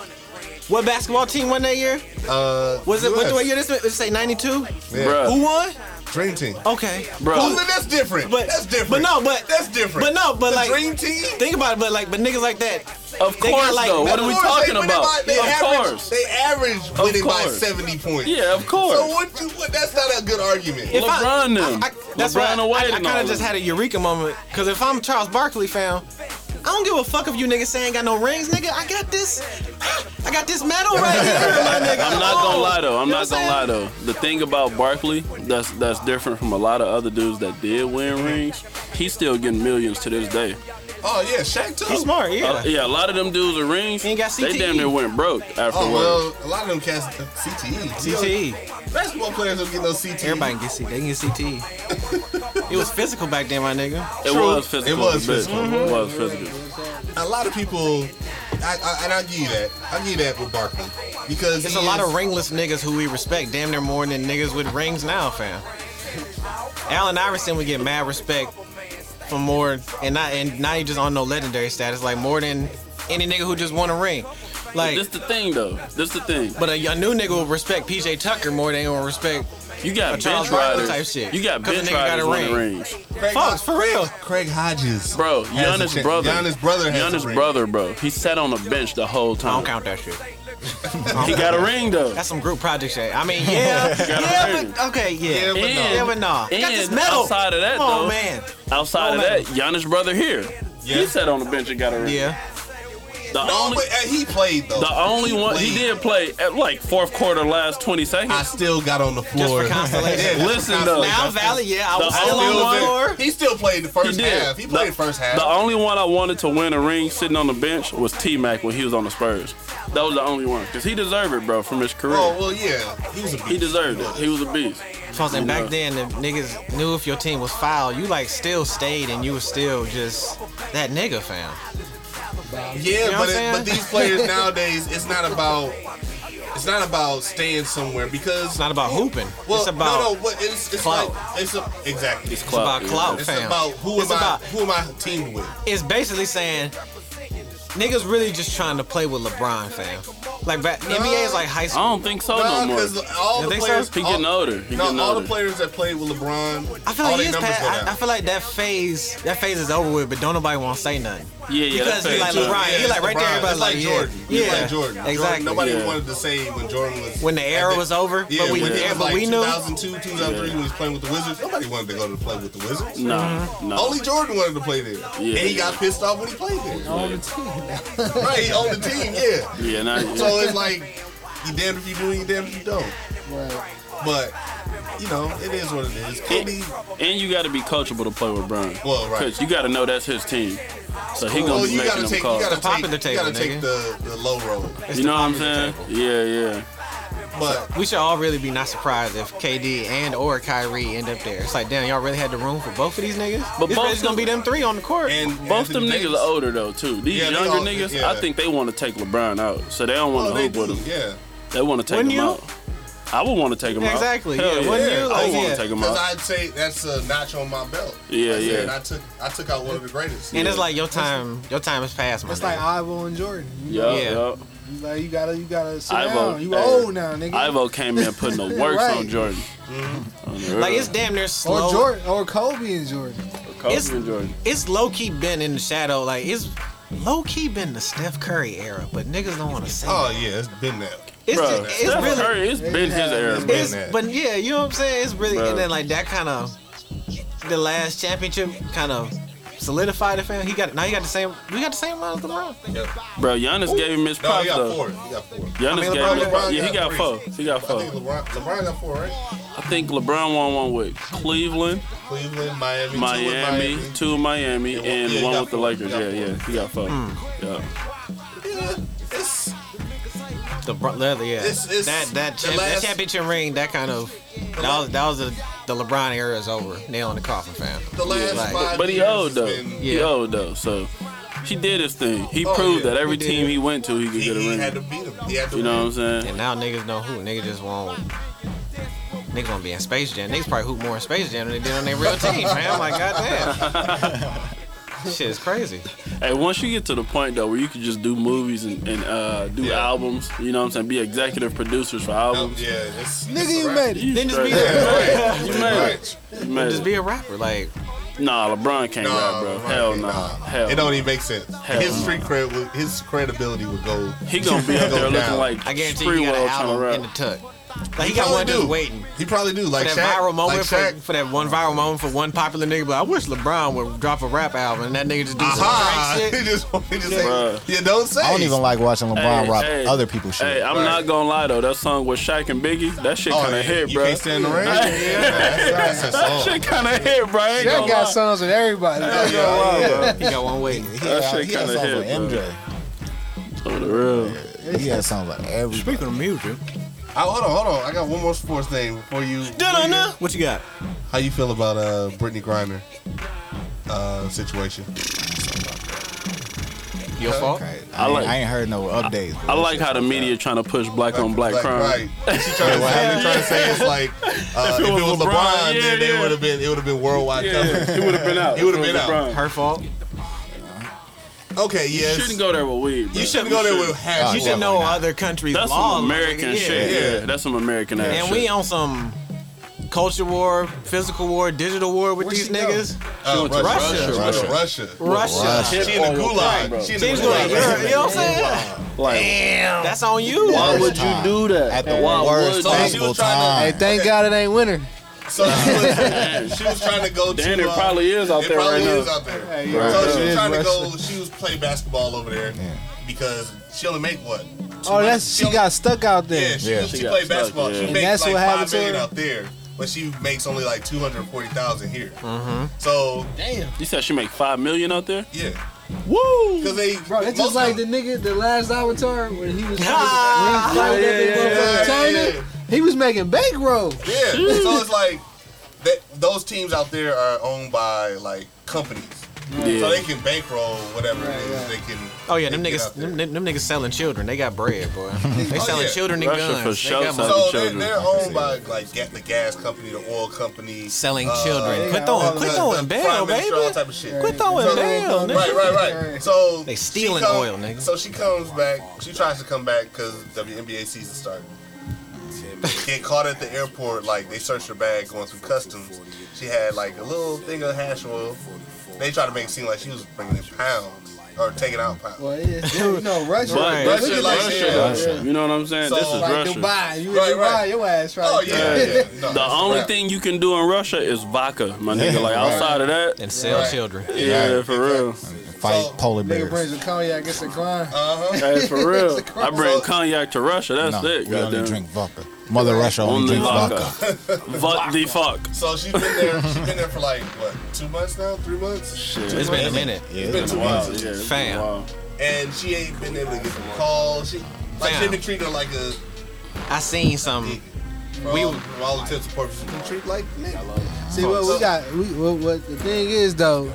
Speaker 4: What basketball team won that year?
Speaker 3: Uh,
Speaker 4: Was it what,
Speaker 3: US.
Speaker 4: what year this? Was it say '92?
Speaker 3: Yeah.
Speaker 5: Bruh.
Speaker 4: Who won?
Speaker 3: Dream team.
Speaker 4: Okay.
Speaker 3: Oh,
Speaker 5: Bro,
Speaker 3: then that's different.
Speaker 4: But-
Speaker 3: that's different.
Speaker 4: but no, but-
Speaker 3: that's different.
Speaker 4: but no, but
Speaker 3: the
Speaker 4: like-
Speaker 3: dream team.
Speaker 4: Think about it, but like, but niggas like that.
Speaker 5: of
Speaker 4: they got,
Speaker 5: course
Speaker 4: like,
Speaker 5: though. What
Speaker 4: of
Speaker 5: are we
Speaker 3: course,
Speaker 5: talking
Speaker 3: they Win
Speaker 5: about?
Speaker 3: it by, they
Speaker 5: Of
Speaker 3: average,
Speaker 5: course.
Speaker 3: they average winning by
Speaker 5: course.
Speaker 3: 70 points.
Speaker 5: Yeah, of course.
Speaker 3: So what? You, what that's not a good argument.
Speaker 4: If I-
Speaker 5: LeBron
Speaker 4: I-
Speaker 5: them.
Speaker 4: I- That's
Speaker 5: LeBron
Speaker 4: right.
Speaker 5: away
Speaker 4: I, I
Speaker 5: and
Speaker 4: kind
Speaker 5: all
Speaker 4: of just
Speaker 5: them.
Speaker 4: had a eureka moment. Cause if I'm Charles Barkley fan, I don't give a fuck if you niggas say ain't got no rings, nigga. I got this. I got this medal right here,
Speaker 5: [laughs]
Speaker 4: my nigga.
Speaker 5: I'm not gonna
Speaker 4: Oh.
Speaker 5: lie though. I'm
Speaker 4: You know what
Speaker 5: not gonna lie
Speaker 4: I'm
Speaker 5: though. The thing about Barkley that's that's different from a lot of other dudes that did win rings. He's still getting millions to this day.
Speaker 3: oh yeah, Shaq too.
Speaker 4: He's smart, yeah.
Speaker 5: Uh, yeah, a lot of them dudes with rings.
Speaker 4: He ain't got E.
Speaker 5: They
Speaker 4: CTE.
Speaker 5: damn near went broke
Speaker 3: Oh
Speaker 5: afterwards.
Speaker 3: well, a lot of them cats E. CTE.
Speaker 4: CTE.
Speaker 3: Basketball players don't get no CTE.
Speaker 4: Everybody can get CTE. They can get CTE. it was physical back then, my nigga.
Speaker 5: it was physical.
Speaker 3: It was
Speaker 5: as a bitch.
Speaker 3: physical.
Speaker 5: It was physical.
Speaker 3: A lot of people. I, I, and I give you that. I give you that with Barkley because
Speaker 4: There's
Speaker 3: he
Speaker 4: a lot
Speaker 3: is-
Speaker 4: of ringless niggas who we respect damn near more than niggas with rings now, fam. Allen Iverson would get mad respect from more, and not and now you just on no legendary status, like more than any nigga who just won a ring. Like,
Speaker 5: This the thing though. This the thing.
Speaker 4: but a, a new nigga will respect PJ Tucker more than they will respect.
Speaker 5: You
Speaker 4: A
Speaker 5: got
Speaker 4: Charles
Speaker 5: bench
Speaker 4: Barkley
Speaker 5: riders.
Speaker 4: type shit.
Speaker 5: You got
Speaker 4: 'Cause the
Speaker 5: bench
Speaker 4: nigga got
Speaker 5: riders
Speaker 4: a
Speaker 5: winning
Speaker 4: ring.
Speaker 5: rings.
Speaker 3: Craig
Speaker 4: Folks, for real.
Speaker 3: Craig Hodges,
Speaker 5: Bro,
Speaker 3: has a
Speaker 5: Giannis'
Speaker 3: chance.
Speaker 5: brother.
Speaker 3: Giannis' brother has a
Speaker 5: Giannis'
Speaker 3: ring.
Speaker 5: brother, bro. He sat on the bench the whole
Speaker 4: I don't
Speaker 5: time.
Speaker 4: count that shit.
Speaker 5: [laughs] He got a ring though.
Speaker 4: That's some group project shit. I mean,
Speaker 5: [laughs]
Speaker 4: yeah, yeah,
Speaker 5: ring.
Speaker 4: but okay,
Speaker 3: Yeah,
Speaker 4: yeah,
Speaker 3: but no.
Speaker 5: And-
Speaker 4: yeah, but nah. Got this
Speaker 5: and
Speaker 4: medal.
Speaker 5: Outside of that,
Speaker 4: Come on,
Speaker 5: though,
Speaker 4: man.
Speaker 5: Outside
Speaker 4: Come on,
Speaker 5: of that, Giannis' brother here. He sat on the bench and got a ring.
Speaker 4: Yeah,
Speaker 5: The
Speaker 3: No,
Speaker 5: only,
Speaker 3: but uh, he played though.
Speaker 5: the only one he
Speaker 3: played.
Speaker 5: did play at like fourth quarter, last twenty
Speaker 3: I
Speaker 5: seconds.
Speaker 3: still got on the floor.
Speaker 4: consolation.
Speaker 3: [laughs] Yeah, just for
Speaker 5: [laughs] Listen, though.
Speaker 4: now
Speaker 3: consolation.
Speaker 4: Valley, yeah, I
Speaker 5: The
Speaker 4: was still
Speaker 5: only
Speaker 4: on
Speaker 5: one-
Speaker 4: the floor.
Speaker 3: He still played the first
Speaker 5: he did.
Speaker 3: half. He played
Speaker 5: the,
Speaker 3: first half.
Speaker 5: The only one I wanted to win a ring sitting on the bench was T Mac when he was on the Spurs. That was the only one because he deserved it, bro, from his career.
Speaker 3: oh well, yeah, he was a beast.
Speaker 5: he deserved it. He was a beast.
Speaker 4: So I'm saying back then, if niggas knew if your team was foul, you like still stayed and you was still just that nigga fam.
Speaker 3: Yeah,
Speaker 4: know what
Speaker 3: but
Speaker 4: I'm
Speaker 3: it,
Speaker 4: saying?
Speaker 3: but these
Speaker 4: [laughs]
Speaker 3: players nowadays, it's not about it's not about staying somewhere because
Speaker 4: It's not about hooping.
Speaker 3: well,
Speaker 4: it's about
Speaker 3: no, no, what it's, it's
Speaker 4: clout.
Speaker 3: like it's a, exactly. It's,
Speaker 4: it's about
Speaker 5: yeah.
Speaker 4: clout fam.
Speaker 3: about who
Speaker 4: it's
Speaker 3: am
Speaker 4: about-
Speaker 3: I who am I teamed with?
Speaker 4: It's basically saying niggas really just trying to play with LeBron fam. Like back, NBA is like high
Speaker 5: I
Speaker 4: school.
Speaker 5: don't think so Oh, no more.
Speaker 3: because all
Speaker 4: You
Speaker 3: the
Speaker 4: think so?
Speaker 3: players
Speaker 5: He
Speaker 3: all-
Speaker 5: getting older. He
Speaker 3: no,
Speaker 5: getting
Speaker 3: all
Speaker 5: older.
Speaker 3: the players that played with LeBron,
Speaker 4: I feel
Speaker 3: all
Speaker 4: like
Speaker 3: their
Speaker 4: years
Speaker 3: numbers
Speaker 4: past,
Speaker 3: go down.
Speaker 4: I, I feel like that phase that phase is over with, but don't nobody want to say nothing.
Speaker 5: Yeah, yeah.
Speaker 4: Because
Speaker 5: that's
Speaker 4: he
Speaker 5: fair,
Speaker 4: like
Speaker 5: too.
Speaker 4: LeBron. he
Speaker 3: it's
Speaker 4: like right there,
Speaker 3: LeBron.
Speaker 4: everybody
Speaker 3: It's
Speaker 4: like, yeah,
Speaker 3: Jordan. It's
Speaker 4: yeah,
Speaker 3: like Jordan. Jordan.
Speaker 4: exactly.
Speaker 3: Nobody
Speaker 5: Yeah.
Speaker 3: wanted to say when Jordan was
Speaker 4: When the era
Speaker 3: at
Speaker 4: was over,
Speaker 3: Yeah,
Speaker 4: but we,
Speaker 3: when it
Speaker 4: yeah,
Speaker 3: was
Speaker 4: but
Speaker 3: like
Speaker 4: we knew.
Speaker 3: 2002, 2003 when he was playing with the Wizards. Nobody wanted to go to play with the Wizards.
Speaker 5: Nah, nah.
Speaker 3: Mm-hmm. Only Jordan wanted to play there,
Speaker 5: Yeah.
Speaker 3: and he got pissed off when he played there.
Speaker 6: On the team.
Speaker 3: right, on the team, yeah.
Speaker 5: yeah, nah.
Speaker 3: So it's like You damned if you do, you damned if you don't.
Speaker 6: Right.
Speaker 3: But you know, it is what it is. Kobe,
Speaker 5: And, and you got to be coachable to play with Brian.
Speaker 3: Well, right.
Speaker 5: you got to know that's his team. So he gonna
Speaker 3: well,
Speaker 5: be
Speaker 3: you
Speaker 5: making
Speaker 3: gotta
Speaker 5: them
Speaker 3: take, you
Speaker 5: calls.
Speaker 3: gotta
Speaker 5: You,
Speaker 4: The popular
Speaker 3: take, you gotta
Speaker 4: table,
Speaker 3: take
Speaker 4: nigga.
Speaker 3: the, the low road.
Speaker 5: know what I'm saying? Yeah, yeah.
Speaker 3: But
Speaker 4: We should all really be not surprised if KD and or Kyrie end up there. It's like, damn, y'all really had the room for both of these niggas.
Speaker 5: But
Speaker 4: But
Speaker 5: both
Speaker 4: both gonna
Speaker 5: them-
Speaker 4: be them three on the court.
Speaker 3: and
Speaker 5: Both
Speaker 3: Anthony
Speaker 5: them
Speaker 3: Davis-
Speaker 5: niggas are older though too. These
Speaker 3: Yeah, they
Speaker 5: younger
Speaker 3: all-
Speaker 5: niggas,
Speaker 3: yeah.
Speaker 5: I think they want to take LeBron out, so they don't want
Speaker 3: Oh,
Speaker 5: to
Speaker 3: they
Speaker 5: hoop with
Speaker 3: do,
Speaker 5: him.
Speaker 3: yeah.
Speaker 5: They want to take
Speaker 4: Wouldn't
Speaker 5: him
Speaker 4: you?
Speaker 5: out. I would want to take him out.
Speaker 4: Exactly,
Speaker 5: Hell
Speaker 4: yeah, wouldn't you?
Speaker 5: I
Speaker 4: Like,
Speaker 5: would want
Speaker 4: yeah.
Speaker 5: to take him
Speaker 3: Because
Speaker 5: out.
Speaker 3: I'd say that's a notch on my belt.
Speaker 5: Yeah,
Speaker 3: Like I said,
Speaker 5: yeah.
Speaker 3: I took I took out one of the greatest.
Speaker 4: And it's like your time, your time is past, my
Speaker 6: That's
Speaker 4: nigga.
Speaker 6: like Ivo and Jordan. You
Speaker 5: Yeah,
Speaker 4: Yeah.
Speaker 5: yeah.
Speaker 6: know, it's like you gotta, you gotta sit
Speaker 5: Ivo,
Speaker 6: down. You
Speaker 5: hey,
Speaker 6: old now, nigga.
Speaker 5: Ivo came in putting the works
Speaker 6: Right.
Speaker 5: on Jordan. On the
Speaker 4: Mm-hmm. Like,
Speaker 5: real.
Speaker 4: it's damn near
Speaker 6: or
Speaker 4: slow.
Speaker 6: Jordan, or Kobe and Jordan.
Speaker 5: Kobe
Speaker 4: it's-
Speaker 5: and Jordan.
Speaker 4: It's low key been in the shadow. Like it's low key been the Steph Curry era, but niggas don't want to say.
Speaker 3: oh
Speaker 4: it.
Speaker 3: yeah, it's been that.
Speaker 4: It's
Speaker 5: Bro,
Speaker 4: just, it's
Speaker 5: Steph
Speaker 4: really,
Speaker 5: Curry, it's been his
Speaker 6: Yeah,
Speaker 5: era.
Speaker 6: man.
Speaker 5: bro.
Speaker 4: it's,
Speaker 3: that.
Speaker 4: but yeah, you know what I'm saying. It's really
Speaker 5: Bro.
Speaker 4: and then like that kind of the last championship kind of solidified the fan. He got now he got the same. We got the same run as LeBron.
Speaker 5: Bro, Giannis gave him his
Speaker 3: No,
Speaker 5: props
Speaker 3: he got
Speaker 5: though.
Speaker 3: four. He got four.
Speaker 5: Giannis
Speaker 4: I mean,
Speaker 5: gave
Speaker 4: LeBron
Speaker 5: him his
Speaker 4: got-
Speaker 5: props. Yeah, he
Speaker 3: got
Speaker 5: got four.
Speaker 3: three.
Speaker 5: He got
Speaker 3: I think
Speaker 5: four.
Speaker 3: LeBron, LeBron got four, right?
Speaker 5: I think LeBron won one with Cleveland,
Speaker 3: Cleveland, Miami, two in
Speaker 5: Miami,
Speaker 3: Miami.
Speaker 5: two in Miami,
Speaker 3: Yeah,
Speaker 5: and
Speaker 3: yeah, he
Speaker 5: one
Speaker 3: got
Speaker 5: with the
Speaker 3: four.
Speaker 5: Lakers.
Speaker 3: He got
Speaker 5: Yeah,
Speaker 3: four.
Speaker 5: yeah, he got four.
Speaker 4: Hmm.
Speaker 5: Yeah.
Speaker 3: Yeah, it's
Speaker 4: The br- leather, yeah.
Speaker 3: It's- it's
Speaker 4: that that,
Speaker 3: the
Speaker 4: champ-
Speaker 3: last-
Speaker 4: that championship ring, that kind of that was that was the the LeBron era is over. Nail in the coffin, fam.
Speaker 3: the last
Speaker 4: like-
Speaker 3: five.
Speaker 5: But he
Speaker 3: years
Speaker 5: old
Speaker 3: has
Speaker 5: though.
Speaker 3: been-
Speaker 5: He
Speaker 4: Yeah.
Speaker 5: old though. So he did his thing. He
Speaker 3: Oh,
Speaker 5: proved
Speaker 3: yeah,
Speaker 5: that every
Speaker 4: he did.
Speaker 5: team he went to, he could
Speaker 3: He,
Speaker 5: get a
Speaker 3: he had
Speaker 5: ring.
Speaker 3: to beat him. He had to
Speaker 5: You know what I'm
Speaker 3: win.
Speaker 5: saying?
Speaker 4: And now niggas know who. Niggas just won't. Niggas gonna be in Space Jam. Niggas probably hoop more in Space Jam than they did on their real team, man. I'm like, goddamn. Shit is crazy.
Speaker 5: Hey, once you get to the point though where you can just do movies and, and uh, do
Speaker 3: Yeah.
Speaker 5: albums, you know what I'm saying? Be executive producers for
Speaker 3: Um,
Speaker 5: albums.
Speaker 3: yeah, it's, it's
Speaker 6: Nigga, you
Speaker 3: right.
Speaker 6: made it.
Speaker 4: Then just be,
Speaker 5: Yeah, [laughs] You made
Speaker 3: Right.
Speaker 5: it. You made
Speaker 4: just
Speaker 5: it.
Speaker 4: be a rapper. Like,
Speaker 5: Nah, LeBron can't rap, bro.
Speaker 3: LeBron
Speaker 5: Hell
Speaker 3: can't-
Speaker 5: nah. Hell.
Speaker 3: It don't even make sense.
Speaker 5: Hell
Speaker 3: his
Speaker 5: no.
Speaker 3: street cred, would- his credibility would go.
Speaker 5: he gonna be
Speaker 3: [laughs]
Speaker 5: up
Speaker 3: go
Speaker 5: there looking
Speaker 3: down.
Speaker 5: like
Speaker 4: I guarantee you got
Speaker 5: Spreewell
Speaker 4: an
Speaker 5: trying to
Speaker 4: album in the
Speaker 5: rap.
Speaker 4: tuck. Like, he,
Speaker 3: He
Speaker 4: got
Speaker 3: probably
Speaker 4: one just
Speaker 3: do.
Speaker 4: waiting.
Speaker 3: He probably do like
Speaker 4: For that
Speaker 3: Shaq,
Speaker 4: viral moment
Speaker 3: like
Speaker 4: for,
Speaker 3: Shaq.
Speaker 4: for that one viral moment for one popular nigga, but I wish LeBron would drop a rap album and that nigga just do
Speaker 3: Aha!
Speaker 4: some
Speaker 3: [laughs] He
Speaker 4: Drake shit.
Speaker 3: just, he just say,
Speaker 5: Bruh.
Speaker 3: you don't say.
Speaker 7: I don't even like watching LeBron
Speaker 5: Hey,
Speaker 7: rock
Speaker 5: hey,
Speaker 7: other people's shit.
Speaker 5: Hey, I'm
Speaker 3: Right.
Speaker 5: not gonna lie though, that song with Shaq and Biggie, that shit
Speaker 3: Oh,
Speaker 5: kind of
Speaker 3: yeah,
Speaker 5: hit,
Speaker 3: you
Speaker 5: bro.
Speaker 3: can't stand the
Speaker 5: [laughs]
Speaker 3: rain. Yeah, that's, that's a
Speaker 5: That
Speaker 3: song.
Speaker 5: shit kind of hit, bro. I ain't
Speaker 6: That
Speaker 5: gonna
Speaker 6: got
Speaker 5: lie.
Speaker 6: songs with everybody.
Speaker 5: I ain't gonna lie, bro.
Speaker 4: He got one waiting.
Speaker 7: he
Speaker 5: that
Speaker 7: had-
Speaker 5: shit
Speaker 7: he had
Speaker 5: kinda
Speaker 7: songs with
Speaker 5: hit, bro.
Speaker 7: MJ.
Speaker 5: On the real.
Speaker 7: He had songs like every.
Speaker 4: Speaking of music,
Speaker 3: I, hold on, hold on. I got one more sports thing before you. before you-
Speaker 4: what you got?
Speaker 3: How you feel about uh Brittany Griner uh, situation?
Speaker 4: Your fault?
Speaker 7: Okay,
Speaker 5: I
Speaker 7: I, ain't-
Speaker 5: like-
Speaker 7: I ain't heard no updates.
Speaker 5: I like how the media trying to push black on black
Speaker 3: Like,
Speaker 5: crime.
Speaker 3: Right. [laughs] She trying to, say, trying to say it's like
Speaker 5: [laughs]
Speaker 3: uh, if it was LeBron,
Speaker 5: yeah,
Speaker 3: then they
Speaker 5: yeah.
Speaker 3: would have been it would have been worldwide coverage.
Speaker 5: Yeah, he would have been out.
Speaker 3: He would've been out.
Speaker 5: LeBron.
Speaker 4: Her fault?
Speaker 3: Okay, yes.
Speaker 5: Shouldn't go there with weed. Bro.
Speaker 3: You shouldn't go there with hash.
Speaker 4: You should know other countries'
Speaker 5: That's
Speaker 4: law.
Speaker 5: some
Speaker 4: like,
Speaker 5: American
Speaker 4: yeah.
Speaker 5: shit. Yeah.
Speaker 3: Yeah.
Speaker 5: that's some American ass
Speaker 4: And
Speaker 5: shit.
Speaker 4: we on some culture war, physical war, digital war with these niggas.
Speaker 3: Uh, Russia.
Speaker 4: Russia.
Speaker 3: Russia. Russia.
Speaker 4: Russia.
Speaker 3: She in the gulag. She in the
Speaker 4: Teams going to Europe.
Speaker 3: gulag.
Speaker 4: You know what I'm saying? That's on you.
Speaker 7: Why would you
Speaker 5: do
Speaker 7: At
Speaker 5: that?
Speaker 7: the
Speaker 5: Why
Speaker 7: worst
Speaker 5: would you?
Speaker 3: So she
Speaker 7: possible
Speaker 3: was trying
Speaker 6: Hey,
Speaker 7: time.
Speaker 6: thank God it ain't winter.
Speaker 3: [laughs] So she
Speaker 5: [laughs]
Speaker 3: was, she was trying to go to.
Speaker 5: Damn, it
Speaker 3: uh,
Speaker 5: probably is out
Speaker 3: it
Speaker 5: there
Speaker 3: probably
Speaker 5: right
Speaker 3: is
Speaker 5: now.
Speaker 3: out there.
Speaker 6: Hey,
Speaker 3: So
Speaker 6: right.
Speaker 3: she
Speaker 6: It
Speaker 3: was
Speaker 6: is
Speaker 3: trying to go.
Speaker 6: Russia.
Speaker 3: She was playing basketball over there
Speaker 7: Yeah.
Speaker 3: because she only make what?
Speaker 6: Oh, that's she got stuck out
Speaker 3: Yeah,
Speaker 6: there.
Speaker 3: she,
Speaker 7: Yeah.
Speaker 3: she,
Speaker 5: She got
Speaker 3: played
Speaker 5: stuck,
Speaker 3: basketball.
Speaker 5: yeah.
Speaker 3: She
Speaker 5: And
Speaker 3: makes
Speaker 6: that's
Speaker 3: like
Speaker 6: what happened
Speaker 3: five
Speaker 6: to
Speaker 3: million
Speaker 6: her?
Speaker 3: out there, but she makes only like two hundred forty thousand here.
Speaker 6: Mm-hmm.
Speaker 3: So
Speaker 5: You said she make five million out there?
Speaker 3: yeah,
Speaker 5: Woo!
Speaker 3: because they
Speaker 6: Bro, it's
Speaker 3: most
Speaker 6: just like the
Speaker 3: of-
Speaker 6: nigga, the last Avatar, when
Speaker 3: [laughs]
Speaker 6: he was when he
Speaker 4: Ah!
Speaker 6: fighting
Speaker 5: Yeah, yeah,
Speaker 6: that big motherfucker
Speaker 3: yeah,
Speaker 6: China, he was making bankroll.
Speaker 3: yeah. So it's like that. Those teams out there are owned by like companies, so they
Speaker 5: Yeah.
Speaker 3: can bankroll whatever
Speaker 6: Right,
Speaker 3: it is
Speaker 6: right.
Speaker 3: they can.
Speaker 4: Oh yeah, them
Speaker 3: they get
Speaker 4: niggas,
Speaker 3: out there.
Speaker 4: them, them niggas selling children. They got bread,
Speaker 3: [laughs]
Speaker 4: boy. They
Speaker 3: Oh,
Speaker 4: selling
Speaker 3: yeah.
Speaker 4: children and
Speaker 5: Russia
Speaker 4: guns.
Speaker 5: for
Speaker 4: They
Speaker 5: sure
Speaker 4: got
Speaker 5: selling
Speaker 4: money.
Speaker 3: so they,
Speaker 5: children.
Speaker 3: they're owned by like ga- the gas company, the oil company,
Speaker 4: selling
Speaker 3: uh,
Speaker 4: children.
Speaker 6: they
Speaker 4: Quit
Speaker 6: got
Speaker 4: throwing,
Speaker 6: all
Speaker 4: quit
Speaker 3: the- the
Speaker 4: throwing
Speaker 3: prime
Speaker 4: bail,
Speaker 3: minister, all type
Speaker 4: baby.
Speaker 3: of shit.
Speaker 4: Quit throwing
Speaker 3: So-
Speaker 4: bail, nigga.
Speaker 3: Right, right, right. So
Speaker 4: They
Speaker 3: she
Speaker 4: stealing oil, nigga.
Speaker 3: So she comes back. She tries to come back because WNBA season started. Get caught at the airport. Like they searched her bag going through customs. She had like a little thing of hash oil. They tried to make it seem like she was bringing in pounds or taking out pounds.
Speaker 5: Oh,
Speaker 6: Well, yeah, you [laughs] know, Russia,
Speaker 5: But
Speaker 4: Right.
Speaker 6: Look
Speaker 5: Russia,
Speaker 6: at that
Speaker 5: Russia,
Speaker 6: shit.
Speaker 5: Russia.
Speaker 6: Yeah.
Speaker 5: You know what I'm saying?
Speaker 3: So,
Speaker 5: this is
Speaker 3: like,
Speaker 5: Russia.
Speaker 6: Dubai, you
Speaker 3: Right,
Speaker 6: in Dubai,
Speaker 3: right.
Speaker 6: your ass right
Speaker 3: Oh
Speaker 6: there.
Speaker 3: yeah, yeah. No,
Speaker 5: The
Speaker 3: that's
Speaker 5: only
Speaker 3: crap.
Speaker 5: thing you can do in Russia is vodka, my nigga. Like outside of that,
Speaker 4: And sell
Speaker 3: Right.
Speaker 4: children.
Speaker 5: yeah, for real.
Speaker 7: fight
Speaker 3: So,
Speaker 6: [laughs]
Speaker 7: polar
Speaker 6: Nigga brings
Speaker 7: bears.
Speaker 6: a cognac, gets a grind.
Speaker 3: Uh-huh.
Speaker 5: Hey, for real. I bring cognac to Russia. That's
Speaker 7: No,
Speaker 5: it.
Speaker 7: we only
Speaker 5: Goddamn.
Speaker 7: drink vodka. Mother Russia only,
Speaker 5: Only
Speaker 7: drinks
Speaker 5: vodka.
Speaker 7: vodka.
Speaker 5: Fuck the fuck.
Speaker 3: So she's been there. She's been there for like what, two months now, three months.
Speaker 5: Shit.
Speaker 4: It's been a minute.
Speaker 7: Yeah,
Speaker 3: It's been
Speaker 7: it's
Speaker 3: two
Speaker 7: wild.
Speaker 3: months.
Speaker 5: Yeah, it's been
Speaker 4: Fam.
Speaker 5: a while.
Speaker 3: and she ain't been able to get some calls. She like she
Speaker 4: Fam.
Speaker 3: been treating her like a
Speaker 4: I seen some.
Speaker 3: for all, for all intents and purposes. She been treated like a nigga.
Speaker 6: See what
Speaker 3: So-
Speaker 6: we got. We what, what the thing is though,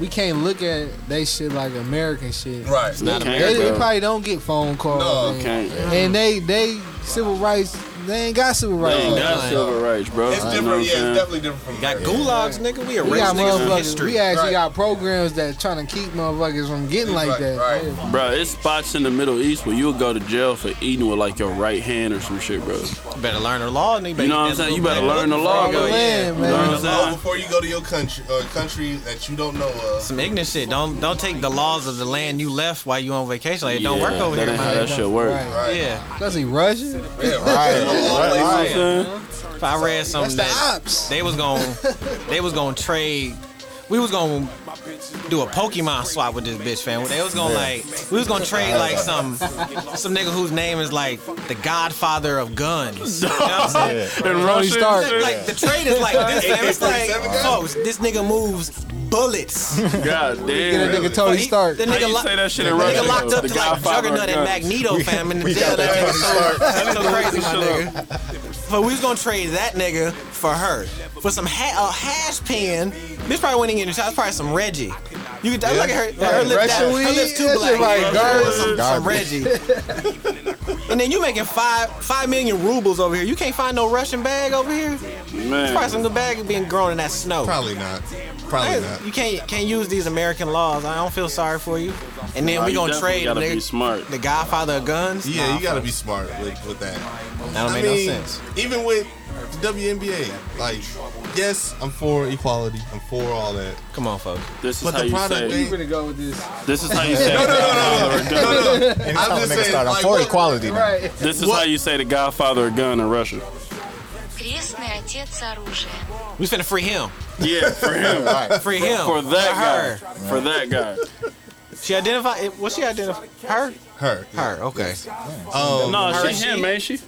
Speaker 6: we can't look at they shit like American shit.
Speaker 3: Right.
Speaker 5: Not
Speaker 6: They, they
Speaker 5: America.
Speaker 6: probably don't get phone calls.
Speaker 3: No,
Speaker 6: man.
Speaker 5: Can't.
Speaker 6: And they they civil rights. They ain't got civil
Speaker 5: They
Speaker 6: rights.
Speaker 5: ain't got
Speaker 4: Right.
Speaker 5: civil rights, bro.
Speaker 3: It's
Speaker 5: You know what I'm
Speaker 3: different. Yeah,
Speaker 5: saying?
Speaker 3: it's definitely different from
Speaker 4: Got
Speaker 3: America.
Speaker 4: gulags, nigga. We
Speaker 6: we
Speaker 4: erased
Speaker 6: got
Speaker 4: niggas from
Speaker 6: motherfuckers.
Speaker 4: history.
Speaker 6: We actually
Speaker 3: Right.
Speaker 6: got programs that trying to keep motherfuckers from getting like
Speaker 3: Right,
Speaker 6: that.
Speaker 3: right.
Speaker 6: Yeah.
Speaker 5: Bro, it's spots in the Middle East where you'll go to jail for eating with like your right hand or some shit, bro.
Speaker 4: better learn the law. Nigga.
Speaker 5: You know what I'm saying? You better learn the law,
Speaker 6: Go
Speaker 5: bro.
Speaker 6: in,
Speaker 5: You know what
Speaker 6: man.
Speaker 5: I'm
Speaker 3: Oh,
Speaker 5: saying?
Speaker 3: before you go to your country, uh, country that you don't know of.
Speaker 4: Some ignorant shit. Don't don't take the laws of the land you left while you on vacation. Like, it don't work
Speaker 5: Yeah,
Speaker 4: over
Speaker 5: that
Speaker 4: here,
Speaker 5: ain't how
Speaker 4: man.
Speaker 5: that shit work.
Speaker 6: Right.
Speaker 3: Right.
Speaker 4: Yeah.
Speaker 6: Does he Russian?
Speaker 3: Yeah, right.
Speaker 5: Right, you know what I'm
Speaker 3: Always-
Speaker 5: saying?
Speaker 4: If I read
Speaker 6: That's
Speaker 4: something
Speaker 6: the
Speaker 4: that
Speaker 6: ops.
Speaker 4: they was
Speaker 6: [laughs]
Speaker 4: gonna they was gonna trade, we was gonna do a Pokemon swap with this bitch, fam. They was gonna like we was gonna trade like some some nigga whose name is like the Godfather of guns. You know
Speaker 5: [laughs]
Speaker 4: what I'm saying?
Speaker 5: In
Speaker 6: Tony
Speaker 5: Russia,
Speaker 6: Stark.
Speaker 5: and
Speaker 4: Like [laughs] the trade is like this, fam. It's like, folks, this nigga moves
Speaker 6: [laughs]
Speaker 4: bullets.
Speaker 5: shit? God
Speaker 6: Get a
Speaker 5: damn.
Speaker 6: nigga Tony
Speaker 4: He-
Speaker 6: Stark.
Speaker 4: The
Speaker 5: How
Speaker 4: nigga
Speaker 5: you
Speaker 4: lo-
Speaker 5: say that shit
Speaker 4: the
Speaker 5: in
Speaker 4: nigga
Speaker 5: Russian?
Speaker 4: locked up
Speaker 5: The
Speaker 4: to like
Speaker 5: Godfather
Speaker 4: Juggernaut
Speaker 5: of
Speaker 4: and
Speaker 5: guns.
Speaker 4: Magneto, fam, in the jail. That nigga so, that's
Speaker 5: [laughs]
Speaker 4: so crazy, my nigga. But we was gonna trade that nigga for her for some ha- a hash pen. This probably wasn't even. That's probably some Reggie. You could I look at her. her,
Speaker 6: Like
Speaker 4: lip, that,
Speaker 6: Russian
Speaker 4: her
Speaker 6: weed?
Speaker 4: lips too
Speaker 6: That
Speaker 4: black.
Speaker 6: shit like garbage.
Speaker 4: some, some Reggie. and then you making five five million rubles over here. You can't find no Russian bag over here. There's probably
Speaker 5: Man.
Speaker 4: some good bag being grown in that snow.
Speaker 3: Probably not. Probably not.
Speaker 4: You can't can't use these American laws. I don't feel sorry for you. And then
Speaker 5: Nah,
Speaker 4: we
Speaker 5: you
Speaker 4: gonna
Speaker 5: definitely
Speaker 4: trade
Speaker 5: gotta
Speaker 4: nigga-
Speaker 5: be smart.
Speaker 4: the Godfather of guns.
Speaker 3: Yeah,
Speaker 4: Nah,
Speaker 3: you gotta be smart with, with that.
Speaker 4: that don't
Speaker 3: I
Speaker 4: make
Speaker 3: mean,
Speaker 4: no sense.
Speaker 3: even with WNBA, like, yes, I'm for equality. I'm for all that.
Speaker 4: Come on, folks.
Speaker 5: This is
Speaker 3: But
Speaker 5: how
Speaker 3: the
Speaker 5: you
Speaker 3: product
Speaker 5: say.
Speaker 3: ain't-
Speaker 6: We're gonna go with this.
Speaker 5: This is how you say.
Speaker 3: No, no, no.
Speaker 7: And
Speaker 3: I'm
Speaker 7: I'm
Speaker 3: just
Speaker 7: nigga
Speaker 3: saying,
Speaker 7: start on
Speaker 3: like,
Speaker 7: for
Speaker 3: what-
Speaker 7: equality. now.
Speaker 6: Right. [laughs]
Speaker 5: This is how you say the Godfather of gun in Russia.
Speaker 10: Крестный отец оружия.
Speaker 4: We finna free him.
Speaker 3: [laughs]
Speaker 5: Yeah, for him.
Speaker 4: Free him.
Speaker 5: For that
Speaker 4: For her.
Speaker 5: guy. For that guy.
Speaker 4: She identify. Was she identify? Her.
Speaker 3: Her. Um,
Speaker 4: Her. Okay.
Speaker 5: No,
Speaker 4: Her.
Speaker 5: she him, ain't she?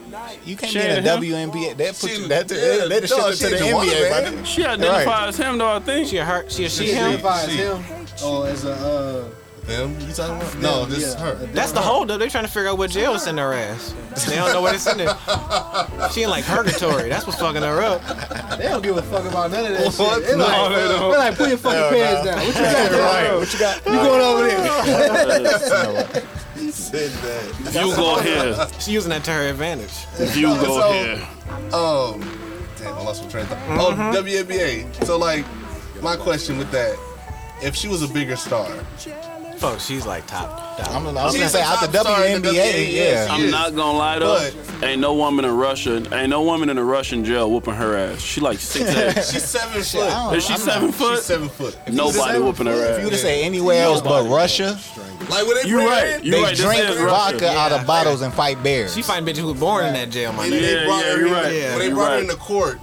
Speaker 7: You can't
Speaker 5: She
Speaker 7: be in
Speaker 5: ain't
Speaker 7: the
Speaker 5: him.
Speaker 7: WNBA. That put
Speaker 3: She-
Speaker 7: you, that,
Speaker 3: yeah,
Speaker 7: that, that
Speaker 3: no,
Speaker 7: shit
Speaker 3: she
Speaker 7: to the
Speaker 3: ain't the one,
Speaker 7: NBA,
Speaker 3: man.
Speaker 7: man.
Speaker 5: She identifies as him, though, I think.
Speaker 4: She a her. She a she.
Speaker 6: She
Speaker 4: Him.
Speaker 6: identifies
Speaker 3: she-
Speaker 6: him or as a uh,
Speaker 3: Them? You talking about? No, this is
Speaker 6: yeah,
Speaker 3: her.
Speaker 4: That's the holdup. They trying to figure out what jail to send her ass. They don't know where to send her.
Speaker 3: [laughs]
Speaker 4: She in like purgatory. That's what's fucking her up.
Speaker 6: They don't give a fuck about none of that shit. They
Speaker 3: No,
Speaker 6: like,
Speaker 3: they don't.
Speaker 6: they like, put your fucking pants down. What you got, bro? What you got? You going over there?
Speaker 3: Said that.
Speaker 5: [laughs] You go here.
Speaker 4: She using that to her advantage.
Speaker 5: You go
Speaker 3: So-
Speaker 5: here.
Speaker 3: Um, damn, I lost my train of thought.
Speaker 5: Mm-hmm.
Speaker 3: Oh, WNBA. So, like, my question with that, if she was a bigger star,
Speaker 4: Fuck. She's like top. dog.
Speaker 7: I'm, I'm gonna
Speaker 3: She's
Speaker 7: say
Speaker 3: the
Speaker 7: out the
Speaker 3: top star in the
Speaker 7: WNBA,
Speaker 3: WNBA, yes,
Speaker 7: yeah.
Speaker 3: she
Speaker 5: I'm
Speaker 3: is.
Speaker 5: not gonna lie though. Ain't no woman in Russia, ain't no woman in a Russian jail whooping her ass. She like six eight.
Speaker 3: she's seven
Speaker 7: I
Speaker 3: foot.
Speaker 7: don't-
Speaker 5: Is she
Speaker 7: I'm not-
Speaker 5: seven foot?
Speaker 3: She's seven foot.
Speaker 5: Nobody whooping her
Speaker 7: If you
Speaker 5: ass.
Speaker 7: would have said anywhere else but Russia,
Speaker 3: Like, when they
Speaker 5: You
Speaker 3: bring her
Speaker 5: right.
Speaker 3: in,
Speaker 5: You
Speaker 7: they
Speaker 5: right.
Speaker 7: drink
Speaker 5: this is Russia.
Speaker 7: vodka out of bottles and fight bears.
Speaker 4: She find bitches who was born in that jail, my
Speaker 3: And
Speaker 4: nigga.
Speaker 5: Yeah,
Speaker 3: they brought
Speaker 5: yeah,
Speaker 3: her
Speaker 5: you're
Speaker 3: in,
Speaker 5: right.
Speaker 3: When they
Speaker 5: Yeah,
Speaker 3: brought
Speaker 5: you're
Speaker 3: her in the court,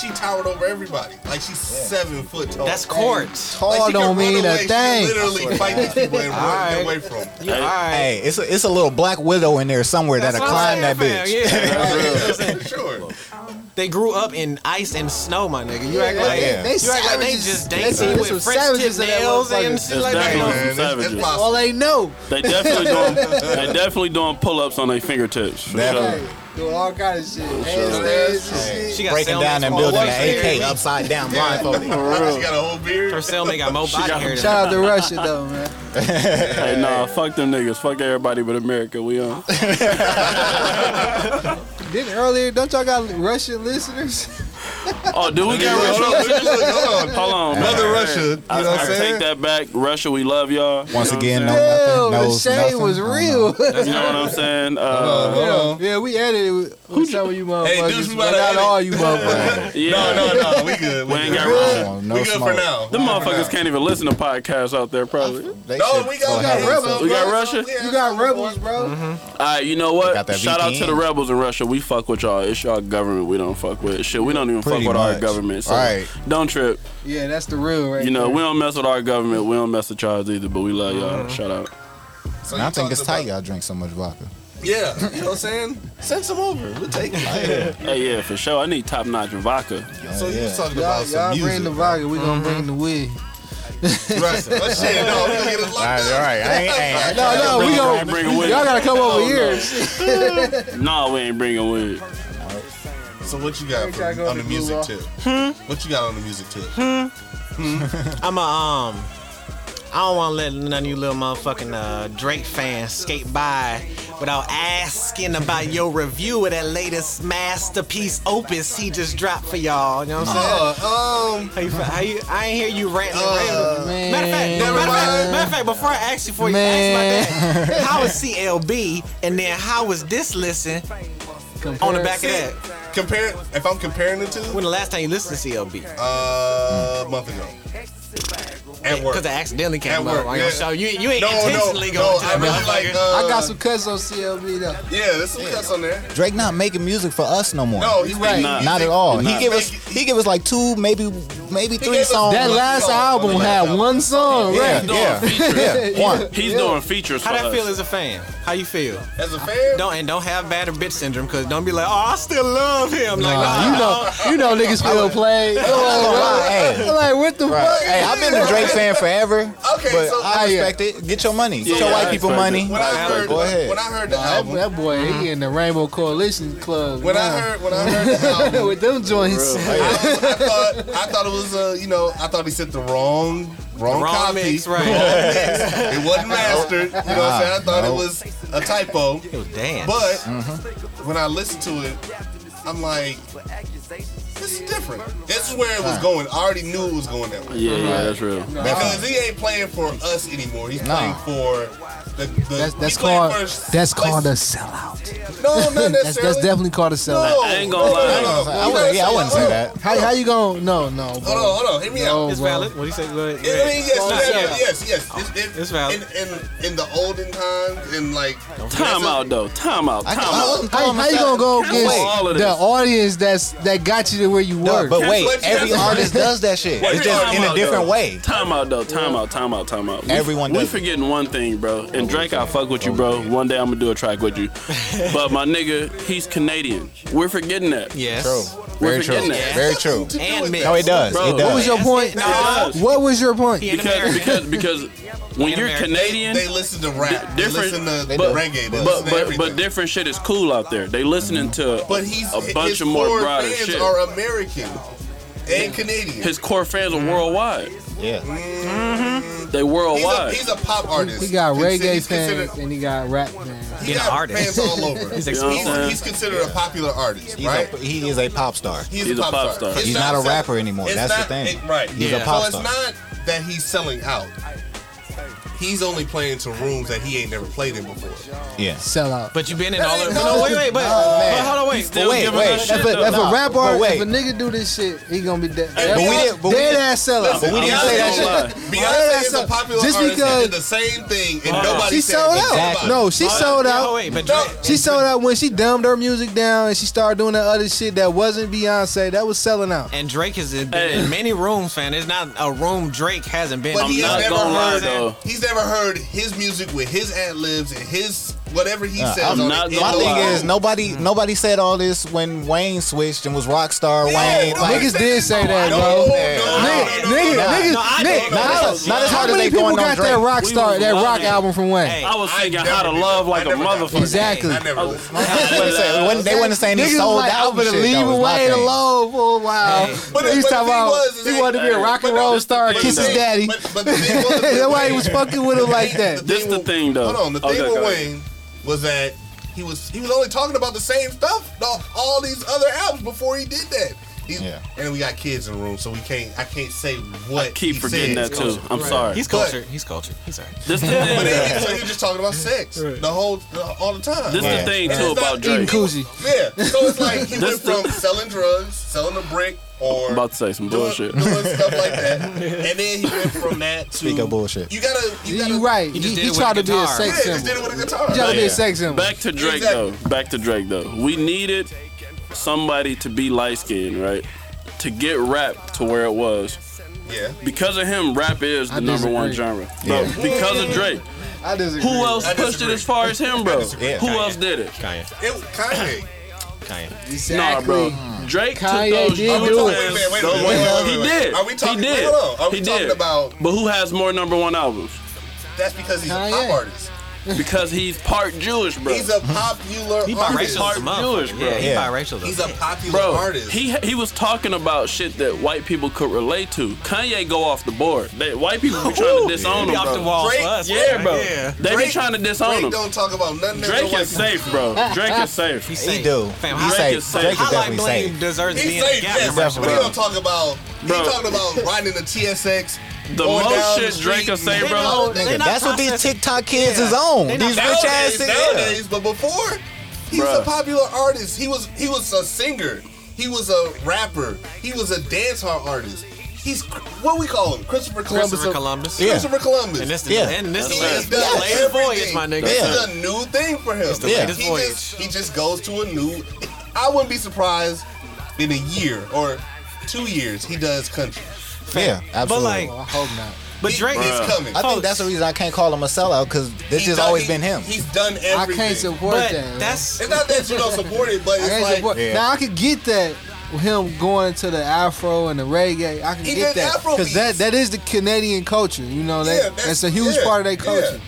Speaker 3: she towered over everybody. Like she's seven foot tall.
Speaker 4: That's court.
Speaker 3: Like,
Speaker 6: Tall
Speaker 3: she can run
Speaker 6: don't mean
Speaker 3: away.
Speaker 6: a
Speaker 3: She
Speaker 6: thing.
Speaker 3: Literally fight these people and run
Speaker 4: Alright.
Speaker 3: away from. them.
Speaker 4: You all right?
Speaker 7: Hey, it's a, it's a little black widow in there somewhere that'll climb that bitch. [laughs]
Speaker 3: For [laughs] sure.
Speaker 4: They grew up in ice and snow, my nigga. You act like
Speaker 7: yeah.
Speaker 4: you act like they
Speaker 6: savages.
Speaker 4: just
Speaker 6: They-
Speaker 4: dancing
Speaker 6: they some
Speaker 4: with French tip
Speaker 6: savages in that
Speaker 4: nails and
Speaker 6: motherfucker.
Speaker 4: shit like
Speaker 5: That's
Speaker 4: that.
Speaker 5: definitely-
Speaker 4: No.
Speaker 3: Man, that's- that's
Speaker 5: savages.
Speaker 3: possible.
Speaker 6: All they know.
Speaker 5: They definitely doing they definitely doing pull ups on their fingertips. For
Speaker 7: Definitely.
Speaker 5: sure.
Speaker 6: Hey, do all kind of shit. Handstands and shit.
Speaker 4: She got
Speaker 7: Breaking
Speaker 4: cellmates
Speaker 7: down and
Speaker 4: from
Speaker 7: building
Speaker 4: all over
Speaker 7: an AK
Speaker 4: here.
Speaker 7: upside down blindfolded.
Speaker 3: She got a whole beard.
Speaker 4: Her cellmate got more body
Speaker 5: got-
Speaker 4: hair than
Speaker 6: Shout out to Russia though, man.
Speaker 5: Hey nah, fuck them niggas. Fuck everybody but America. We uh, on.
Speaker 6: Didn't earlier? Don't y'all got Russian listeners?
Speaker 5: Oh, do we got
Speaker 3: [laughs] Hold on,
Speaker 5: Russia? [laughs]
Speaker 3: hold on.
Speaker 5: Hold on.
Speaker 3: Mother
Speaker 5: man.
Speaker 3: Russia. You know
Speaker 5: I,
Speaker 3: what I'm
Speaker 5: I
Speaker 3: saying?
Speaker 5: take that back. Russia, we love y'all. You
Speaker 7: Once
Speaker 5: know what
Speaker 7: again,
Speaker 5: I'm
Speaker 7: no
Speaker 5: saying?
Speaker 6: Hell, the
Speaker 7: knows
Speaker 6: shade
Speaker 7: nothing.
Speaker 6: was
Speaker 7: I don't
Speaker 6: real.
Speaker 5: you know what I'm saying? Uh,
Speaker 6: yeah, [laughs] yeah, we edited. Who some of you
Speaker 3: Hey,
Speaker 6: motherfuckers?
Speaker 3: dudes, we about
Speaker 6: but
Speaker 3: to
Speaker 6: not
Speaker 3: edit.
Speaker 6: all you motherfuckers.
Speaker 5: yeah.
Speaker 3: No, no, no. We good.
Speaker 5: We ain't
Speaker 3: good.
Speaker 5: got
Speaker 7: I
Speaker 5: Russia.
Speaker 7: don't know,
Speaker 3: We
Speaker 7: no
Speaker 3: good
Speaker 7: smoke.
Speaker 3: for now.
Speaker 5: Them motherfuckers can't even listen to podcasts out there, probably.
Speaker 7: They
Speaker 3: No,
Speaker 7: should
Speaker 3: we
Speaker 7: still
Speaker 3: got, we
Speaker 7: have
Speaker 3: got
Speaker 7: it.
Speaker 3: rebels.
Speaker 5: We got
Speaker 3: bro.
Speaker 5: Russia?
Speaker 3: [laughs] Yeah.
Speaker 6: You got rebels, bro.
Speaker 5: All right, you know
Speaker 7: got
Speaker 5: what?
Speaker 7: that
Speaker 5: Shout out to
Speaker 7: VPN.
Speaker 5: the rebels in Russia. We fuck with y'all. It's y'all government we don't fuck with. Shit, we don't even
Speaker 7: Pretty
Speaker 5: fuck with our
Speaker 7: much.
Speaker 5: government. So
Speaker 7: Right.
Speaker 5: don't trip.
Speaker 6: Yeah, that's the real right
Speaker 5: You know,
Speaker 6: there.
Speaker 5: we don't mess with our government. We don't mess with y'all either, but we love y'all. Shout out.
Speaker 3: So
Speaker 7: And
Speaker 3: you
Speaker 7: I think it's
Speaker 3: talked
Speaker 7: tight
Speaker 3: about-
Speaker 7: y'all drink so much vodka.
Speaker 3: Yeah, you know what I'm saying? Send some over. We'll take it.
Speaker 5: Hey, yeah, for sure. I need top notch vodka.
Speaker 3: So you was
Speaker 7: Yeah.
Speaker 3: talking
Speaker 6: Y'all,
Speaker 3: about some
Speaker 6: y'all bring the
Speaker 3: music.
Speaker 6: vodka, we gonna bring the weed.
Speaker 3: Right. But shit, no, we gonna get it locked
Speaker 7: All
Speaker 3: up.
Speaker 7: right, I ain't, I ain't-
Speaker 6: No, no,
Speaker 5: Bring
Speaker 6: we
Speaker 5: it,
Speaker 6: gonna.
Speaker 5: bring it with
Speaker 6: Y'all
Speaker 5: you.
Speaker 6: gotta come over here.
Speaker 5: [laughs] Nah, we ain't bringing weed.
Speaker 3: So what you got
Speaker 6: Y'all
Speaker 3: for,
Speaker 6: go
Speaker 3: on the
Speaker 6: to
Speaker 3: music
Speaker 6: Google.
Speaker 3: tip? What you got on the music tip? All
Speaker 1: I'm a um. I don't want to let none of you little motherfucking uh, Drake fans skate by without asking about your review of that latest masterpiece opus he just dropped for y'all. You know what I'm saying?
Speaker 3: Uh,
Speaker 6: Oh, um,
Speaker 1: How you, fe- how you, I ain't hear you ranting. and raving.
Speaker 6: Uh, man.
Speaker 1: matter, of fact, matter, of fact, matter of fact, before I ask you for you ask about that, how was CLB and then how was this listen on the back of that?
Speaker 3: Compare if I'm comparing the two,
Speaker 1: When the last time you listened to CLB?
Speaker 3: uh, a month ago. At work.
Speaker 1: Because I accidentally
Speaker 3: At
Speaker 1: came
Speaker 3: work,
Speaker 1: up on your
Speaker 3: yeah.
Speaker 1: show. You, you ain't
Speaker 3: No, no,
Speaker 1: intentionally
Speaker 3: no.
Speaker 1: going to
Speaker 3: I
Speaker 1: that
Speaker 3: really like.
Speaker 1: motherfucker.
Speaker 3: Uh,
Speaker 6: I got some cuts on CLB though.
Speaker 3: Yeah, there's some cuts on there.
Speaker 7: Drake not making music for us no more.
Speaker 3: No, he's
Speaker 6: right.
Speaker 3: Nah.
Speaker 7: not at all.
Speaker 5: He's
Speaker 7: He
Speaker 5: not.
Speaker 7: give us he give us like two, maybe maybe
Speaker 3: gave
Speaker 7: three
Speaker 3: us
Speaker 7: songs.
Speaker 6: That
Speaker 3: One
Speaker 6: last
Speaker 3: song,
Speaker 6: album
Speaker 3: one
Speaker 6: had
Speaker 3: song.
Speaker 6: one song,
Speaker 7: yeah,
Speaker 6: right?
Speaker 5: doing
Speaker 6: [laughs]
Speaker 7: yeah, yeah, one.
Speaker 5: He's doing features
Speaker 1: How
Speaker 5: for
Speaker 1: that
Speaker 5: us.
Speaker 1: feel as a fan? How you feel?
Speaker 3: As a fan,
Speaker 1: Don't and don't have bad or bitch syndrome because don't be like, oh, I still love him. Like, nah,
Speaker 6: You know, you know, niggas feel played. Come on, bro.
Speaker 7: Hey.
Speaker 6: I'm like, what the fuck?
Speaker 7: Hey, I've been a Drake fan forever.
Speaker 3: Okay,
Speaker 7: but
Speaker 3: so-
Speaker 7: I
Speaker 6: Oh, yeah.
Speaker 7: respect it. Get your money. Get
Speaker 5: Yeah,
Speaker 7: your
Speaker 5: I
Speaker 7: white people
Speaker 5: respect
Speaker 7: money.
Speaker 5: it.
Speaker 3: when I
Speaker 7: Go
Speaker 3: heard
Speaker 7: ahead.
Speaker 3: when I heard the
Speaker 6: That,
Speaker 3: album,
Speaker 6: that boy, he in the Rainbow Coalition Club.
Speaker 3: when I
Speaker 6: now.
Speaker 3: heard when I heard the album,
Speaker 6: [laughs] with them joints,
Speaker 3: I thought I thought it was uh, you know I thought he sent the wrong wrong,
Speaker 1: wrong
Speaker 3: copy.
Speaker 1: mix,
Speaker 3: Wrong
Speaker 1: right?
Speaker 3: mix. It wasn't mastered. You know what I'm saying? I thought it
Speaker 7: Nope.
Speaker 3: was a typo.
Speaker 1: Yo, damn.
Speaker 3: But when I listened to it, I'm like, this is different. This is where it was going. I already knew it was going that way.
Speaker 5: Yeah, yeah, that's real.
Speaker 3: Because he ain't playing for us anymore. He's
Speaker 7: No.
Speaker 3: playing for the, the
Speaker 6: that's, that's
Speaker 3: he playing
Speaker 6: called
Speaker 3: for-
Speaker 6: that's
Speaker 3: like-
Speaker 6: called a sellout.
Speaker 3: No, not necessarily.
Speaker 6: [laughs] That's that's definitely called a sellout.
Speaker 3: No,
Speaker 5: I ain't gonna
Speaker 3: no,
Speaker 5: lie.
Speaker 3: no,
Speaker 5: I
Speaker 3: no.
Speaker 5: ain't
Speaker 7: Oh, I wouldn't, yeah, I wouldn't say that.
Speaker 6: How, how you going? No, no,
Speaker 3: Hold
Speaker 6: bro.
Speaker 3: on, hold on. Hear me out.
Speaker 6: No,
Speaker 1: it's
Speaker 6: bro.
Speaker 1: valid. What do you say? Go ahead.
Speaker 3: I mean, yes,
Speaker 1: Nah,
Speaker 3: yes,
Speaker 1: yeah.
Speaker 3: yes, yes. It- it-
Speaker 1: It's valid.
Speaker 3: In, in, in the olden times, in like
Speaker 5: Time out, though. Time out.
Speaker 7: I
Speaker 5: Time
Speaker 7: can't- I
Speaker 5: out.
Speaker 7: wouldn't call
Speaker 6: How,
Speaker 7: him
Speaker 6: how
Speaker 7: a
Speaker 6: you
Speaker 7: sellout.
Speaker 6: gonna go
Speaker 5: Cancel all of
Speaker 6: against the
Speaker 5: this.
Speaker 6: audience that's that got you to where you
Speaker 7: No,
Speaker 6: work?
Speaker 7: but wait,
Speaker 3: Cancel it,
Speaker 7: every
Speaker 3: cancel it.
Speaker 7: artist does that shit.
Speaker 5: Wait,
Speaker 7: It's just
Speaker 5: time
Speaker 7: in a
Speaker 5: out,
Speaker 7: different
Speaker 5: though.
Speaker 7: way.
Speaker 5: Time out though. Time out. Time out. Time out. We-
Speaker 7: Everyone
Speaker 5: We,
Speaker 7: does it. Oh,
Speaker 5: forgetting one thing, bro. And Drake, I fuck with you, bro. One day I'm gonna do a track
Speaker 7: [laughs]
Speaker 5: with you. But my nigga, he's Canadian. We're forgetting that.
Speaker 1: Yes.
Speaker 7: True.
Speaker 5: We're
Speaker 7: Very true.
Speaker 5: forgetting that.
Speaker 7: Very true.
Speaker 1: And mixed.
Speaker 7: No, it does.
Speaker 5: Bro,
Speaker 7: It
Speaker 5: what
Speaker 7: does.
Speaker 6: what was your point?
Speaker 5: No.
Speaker 6: What was your point?
Speaker 1: He in
Speaker 5: Because
Speaker 1: America.
Speaker 5: because because when
Speaker 1: In
Speaker 5: you're
Speaker 1: America.
Speaker 5: Canadian,
Speaker 3: they listen to rap, they
Speaker 5: different,
Speaker 3: listen to
Speaker 5: but,
Speaker 3: reggae, they
Speaker 5: but
Speaker 3: listen to
Speaker 5: but,
Speaker 3: everything.
Speaker 5: but different shit is cool out there. They listening to
Speaker 3: But he's
Speaker 5: a bunch
Speaker 3: his
Speaker 5: of more
Speaker 3: core
Speaker 5: broader
Speaker 3: fans
Speaker 5: shit.
Speaker 3: are American and Canadian.
Speaker 5: His core fans are worldwide.
Speaker 7: Yeah.
Speaker 5: They
Speaker 3: he's, a,
Speaker 5: worldwide.
Speaker 3: he's a pop artist.
Speaker 6: He got
Speaker 3: He's-
Speaker 6: reggae
Speaker 3: he's considered-
Speaker 6: fans and he got rap fans.
Speaker 3: He
Speaker 1: He's an
Speaker 3: got
Speaker 1: artist.
Speaker 3: fans all
Speaker 7: [laughs]
Speaker 3: over. he's,
Speaker 1: He's
Speaker 5: You know what I'm saying?
Speaker 3: he's considered a popular artist,
Speaker 7: He's
Speaker 3: right?
Speaker 7: a, he is a pop star.
Speaker 5: he's a pop star.
Speaker 3: It's
Speaker 7: He's not a
Speaker 3: sell-
Speaker 7: rapper anymore.
Speaker 3: it's
Speaker 7: That's the
Speaker 3: not-
Speaker 7: thing.
Speaker 3: it- right.
Speaker 7: He's
Speaker 1: a
Speaker 7: pop
Speaker 3: so
Speaker 7: star.
Speaker 3: it's not that he's selling out. He's only playing to rooms that he ain't never played in before.
Speaker 7: Yeah.
Speaker 6: Sellout.
Speaker 1: But you've been in all
Speaker 3: ain't
Speaker 1: of.
Speaker 3: no-
Speaker 1: No, wait, wait, but,
Speaker 3: Oh,
Speaker 7: man.
Speaker 1: but hold on, wait.
Speaker 5: Still
Speaker 7: wait,
Speaker 5: giving
Speaker 7: wait.
Speaker 5: us
Speaker 7: If
Speaker 5: shit,
Speaker 7: it-
Speaker 5: though.
Speaker 6: If
Speaker 7: Nah,
Speaker 6: a rap
Speaker 7: but
Speaker 6: artist, if
Speaker 7: wait.
Speaker 6: a nigga do this shit, he gonna be dead.
Speaker 3: But we
Speaker 7: didn't- but we
Speaker 6: dead
Speaker 7: didn't-
Speaker 6: ass sellout.
Speaker 7: But we didn't
Speaker 3: Beyonce
Speaker 7: say that shit.
Speaker 3: don't lie. Beyonce is a
Speaker 6: Just
Speaker 3: popular artist that
Speaker 6: because-
Speaker 3: did the same thing and nobody
Speaker 6: She
Speaker 3: said
Speaker 6: sold
Speaker 3: anything
Speaker 6: out.
Speaker 3: about it.
Speaker 6: No, she sold
Speaker 1: Oh,
Speaker 6: out.
Speaker 1: wait, but
Speaker 3: No.
Speaker 1: Drake.
Speaker 6: She sold out when she dumbed her music down and she started doing that other shit that wasn't Beyonce. That was selling out.
Speaker 1: And Drake has been
Speaker 5: Hey.
Speaker 1: in many rooms, fan. There's not a room Drake hasn't been.
Speaker 3: But
Speaker 1: in.
Speaker 3: he has
Speaker 5: not
Speaker 3: never
Speaker 5: gonna lie,
Speaker 3: heard.
Speaker 5: though.
Speaker 3: He's never heard his music with his ad libs and his whatever he
Speaker 6: Uh,
Speaker 7: Nah,
Speaker 3: says.
Speaker 7: I'm
Speaker 3: on
Speaker 5: not
Speaker 3: it, in
Speaker 5: gonna
Speaker 7: My
Speaker 3: those
Speaker 7: thing
Speaker 5: lie.
Speaker 3: rooms.
Speaker 7: is nobody nobody said all this when Wayne switched and was rock star Wayne.
Speaker 3: no,
Speaker 7: Like,
Speaker 6: Niggas did say that,
Speaker 3: no,
Speaker 6: bro.
Speaker 3: no,
Speaker 6: Nigga,
Speaker 3: no, no,
Speaker 6: nigga,
Speaker 3: no, no.
Speaker 6: nigga,
Speaker 1: No, I
Speaker 6: nigga.
Speaker 1: don't know.
Speaker 7: not, as, not as
Speaker 6: How
Speaker 7: hard as
Speaker 6: many
Speaker 7: they
Speaker 6: people
Speaker 7: going
Speaker 6: got
Speaker 7: on
Speaker 6: that
Speaker 7: Drake.
Speaker 6: rock star,
Speaker 5: was
Speaker 6: that rock
Speaker 5: loving it.
Speaker 6: album from Wayne?
Speaker 1: Hey,
Speaker 5: I was
Speaker 3: I
Speaker 5: thinking
Speaker 3: never
Speaker 5: how to
Speaker 3: did
Speaker 5: love
Speaker 3: that.
Speaker 5: like
Speaker 3: I
Speaker 5: a
Speaker 3: never did that.
Speaker 5: motherfucker. Oh.
Speaker 6: Exactly.
Speaker 3: I never. did.
Speaker 6: [laughs]
Speaker 7: They [laughs] wasn't saying- they wasn't- They weren't saying he
Speaker 6: Niggas
Speaker 7: sold
Speaker 6: like,
Speaker 7: out.
Speaker 6: I'm gonna
Speaker 7: and shit. That
Speaker 6: leave
Speaker 7: was my
Speaker 6: Wayne
Speaker 7: thing.
Speaker 6: alone for a while.
Speaker 3: But
Speaker 6: He's
Speaker 3: but the
Speaker 6: talking
Speaker 3: thing
Speaker 6: about
Speaker 3: was, is
Speaker 6: he
Speaker 3: that-
Speaker 6: wanted to be a rock and
Speaker 3: but
Speaker 6: roll
Speaker 3: that's the
Speaker 6: star, and
Speaker 3: thing,
Speaker 6: kiss his
Speaker 3: though.
Speaker 6: daddy.
Speaker 3: But, but the thing
Speaker 6: [laughs]
Speaker 3: was,
Speaker 6: That's why he
Speaker 3: Wayne-
Speaker 6: was fucking with him like that.
Speaker 5: This the
Speaker 3: with-
Speaker 5: thing, though.
Speaker 3: Hold on. The
Speaker 5: Okay,
Speaker 3: thing
Speaker 5: go
Speaker 3: with
Speaker 5: ahead.
Speaker 3: Wayne was that he was he was only talking about the same stuff all, all these other albums before he did that. He,
Speaker 7: Yeah.
Speaker 3: And we got kids in the room, so we can't. I can't say what.
Speaker 5: I keep
Speaker 3: he
Speaker 5: forgetting
Speaker 3: said.
Speaker 5: that too. I'm sorry.
Speaker 1: he's
Speaker 3: but-
Speaker 1: cultured. He's cultured. He's alright.
Speaker 5: This the
Speaker 3: But
Speaker 5: thing.
Speaker 3: then, so you're just talking about sex the whole the, all the time.
Speaker 5: This
Speaker 7: Yeah.
Speaker 5: the thing
Speaker 3: And
Speaker 5: too
Speaker 3: it's not
Speaker 5: about
Speaker 6: Eating
Speaker 5: Drake.
Speaker 6: koozie.
Speaker 3: Yeah. So it's like he went
Speaker 5: This the-
Speaker 3: from selling drugs, selling a brick, or
Speaker 5: I'm [laughs] about to say some
Speaker 3: doing,
Speaker 5: bullshit.
Speaker 3: doing stuff like that, and then he went from that to
Speaker 7: Speak of bullshit.
Speaker 3: You gotta, you gotta,
Speaker 6: You right. He,
Speaker 1: He just did
Speaker 6: he
Speaker 1: it with
Speaker 6: tried to
Speaker 1: a
Speaker 6: be a
Speaker 1: guitar.
Speaker 3: Yeah, just
Speaker 6: sex symbol.
Speaker 3: did it with a guitar.
Speaker 6: He tried to be
Speaker 5: Yeah.
Speaker 6: a sex symbol.
Speaker 5: Back to Drake
Speaker 3: Exactly.
Speaker 5: though. Back to Drake though. We needed somebody to be light skinned, right? to get rap to where it was.
Speaker 3: Yeah.
Speaker 5: Because of him, rap is the
Speaker 6: I
Speaker 5: number one
Speaker 6: disagree.
Speaker 5: genre. But
Speaker 7: Yeah.
Speaker 5: because of Drake,
Speaker 6: I disagree.
Speaker 5: who else
Speaker 3: I
Speaker 5: pushed it
Speaker 3: disagree.
Speaker 5: as far as him, bro?
Speaker 3: disagree.
Speaker 5: Who else did it?
Speaker 4: Kanye,
Speaker 3: It was Kanye.
Speaker 4: Kanye.
Speaker 5: Nah,
Speaker 6: Exactly.
Speaker 5: bro. Drake
Speaker 6: Kanye
Speaker 5: took those
Speaker 6: did
Speaker 5: Utah
Speaker 6: do it.
Speaker 3: Wait a
Speaker 5: fans-
Speaker 3: minute, wait a
Speaker 5: those-
Speaker 3: minute, wait a minute,
Speaker 5: He
Speaker 3: wait a minute.
Speaker 5: did.
Speaker 3: Are we talking-
Speaker 5: He did.
Speaker 3: hold on, are we
Speaker 5: he
Speaker 3: talking
Speaker 5: did.
Speaker 3: about-
Speaker 5: But who has more number one albums?
Speaker 3: That's because he's a pop
Speaker 6: Kanye.
Speaker 3: artist.
Speaker 5: Because he's part Jewish, bro.
Speaker 3: He's a popular
Speaker 4: He
Speaker 3: artist.
Speaker 4: biracial,
Speaker 5: Part
Speaker 4: as a motherfucker.
Speaker 5: Jewish, bro.
Speaker 4: Yeah, he
Speaker 7: Yeah.
Speaker 4: biracial. though.
Speaker 3: He's a popular
Speaker 5: bro.
Speaker 3: artist.
Speaker 5: He he was talking about shit that white people could relate to. Kanye go off the board. They, white people be trying to disown
Speaker 4: He
Speaker 5: him,
Speaker 4: off
Speaker 5: bro.
Speaker 4: the wall
Speaker 3: Drake-
Speaker 4: for us.
Speaker 5: Yeah, bro.
Speaker 4: Yeah.
Speaker 5: They be trying to disown
Speaker 3: Drake
Speaker 5: him.
Speaker 3: don't talk about nothing. that
Speaker 5: Drake
Speaker 3: no
Speaker 5: is
Speaker 3: white
Speaker 5: safe, bro. Drake is safe.
Speaker 4: He's
Speaker 7: He
Speaker 4: safe.
Speaker 7: do.
Speaker 4: Fam,
Speaker 7: he
Speaker 4: Drake
Speaker 7: say
Speaker 5: is safe.
Speaker 7: Drake is
Speaker 5: Highlight
Speaker 7: definitely
Speaker 4: Highlight Bling
Speaker 7: safe.
Speaker 4: deserves to
Speaker 3: people.
Speaker 4: be
Speaker 3: He's
Speaker 4: in the
Speaker 3: safe,
Speaker 4: gap.
Speaker 3: yes,
Speaker 4: commercial,
Speaker 3: but he
Speaker 4: bro.
Speaker 3: don't talk about.
Speaker 5: Bro.
Speaker 3: He talking about riding the TSX.
Speaker 5: The
Speaker 3: going
Speaker 5: most
Speaker 3: down
Speaker 5: shit
Speaker 3: the
Speaker 5: Drake
Speaker 3: street
Speaker 5: is safe,
Speaker 3: and-
Speaker 5: bro.
Speaker 3: No,
Speaker 4: They
Speaker 3: nigga,
Speaker 4: not
Speaker 7: That's what these
Speaker 4: processing-
Speaker 7: TikTok kids
Speaker 4: Yeah.
Speaker 7: is on.
Speaker 4: They not
Speaker 7: These rich
Speaker 3: nowadays,
Speaker 7: ass yeah.
Speaker 3: nowadays, but before he was
Speaker 5: Bruh.
Speaker 3: a popular artist. He was he was a singer. He was a rapper. He was a dancehall artist. He's cr- what we call him, Christopher Columbus.
Speaker 4: Christopher
Speaker 3: of-
Speaker 4: Columbus.
Speaker 7: Yeah.
Speaker 3: Christopher Columbus.
Speaker 4: And this the
Speaker 7: Yeah.
Speaker 4: and this
Speaker 3: He
Speaker 4: is
Speaker 3: has
Speaker 4: the
Speaker 3: done
Speaker 4: latest voyage,
Speaker 3: everything.
Speaker 4: my nigga.
Speaker 3: This
Speaker 7: Yeah.
Speaker 3: is a new thing for him.
Speaker 4: the
Speaker 7: Yeah.
Speaker 4: latest
Speaker 3: He
Speaker 4: voyage.
Speaker 3: just, he just goes to a new. I wouldn't be surprised in a year or two years he does country.
Speaker 7: Yeah, absolutely.
Speaker 4: like-
Speaker 6: Oh, I hope not.
Speaker 4: But
Speaker 3: He-
Speaker 4: Drake
Speaker 3: he's
Speaker 4: is
Speaker 3: coming.
Speaker 7: I
Speaker 4: Folks.
Speaker 7: think that's the reason I can't call him a sellout because this
Speaker 3: He
Speaker 7: has
Speaker 3: done-
Speaker 7: always
Speaker 3: he-
Speaker 7: been him.
Speaker 3: He's done everything.
Speaker 6: I can't support
Speaker 4: but
Speaker 6: that.
Speaker 4: that's
Speaker 3: It's not that you don't support it, but
Speaker 6: I can't
Speaker 3: it's like
Speaker 6: support.
Speaker 7: Yeah.
Speaker 6: Now I could get that with him going to the Afro and the reggae. I can
Speaker 3: He did
Speaker 6: get that
Speaker 3: Afro
Speaker 6: because that
Speaker 3: beats.
Speaker 6: that is the Canadian culture. You know that
Speaker 3: Yeah, that's-
Speaker 6: that's, a huge
Speaker 3: yeah,
Speaker 6: part of their
Speaker 3: yeah.
Speaker 6: culture.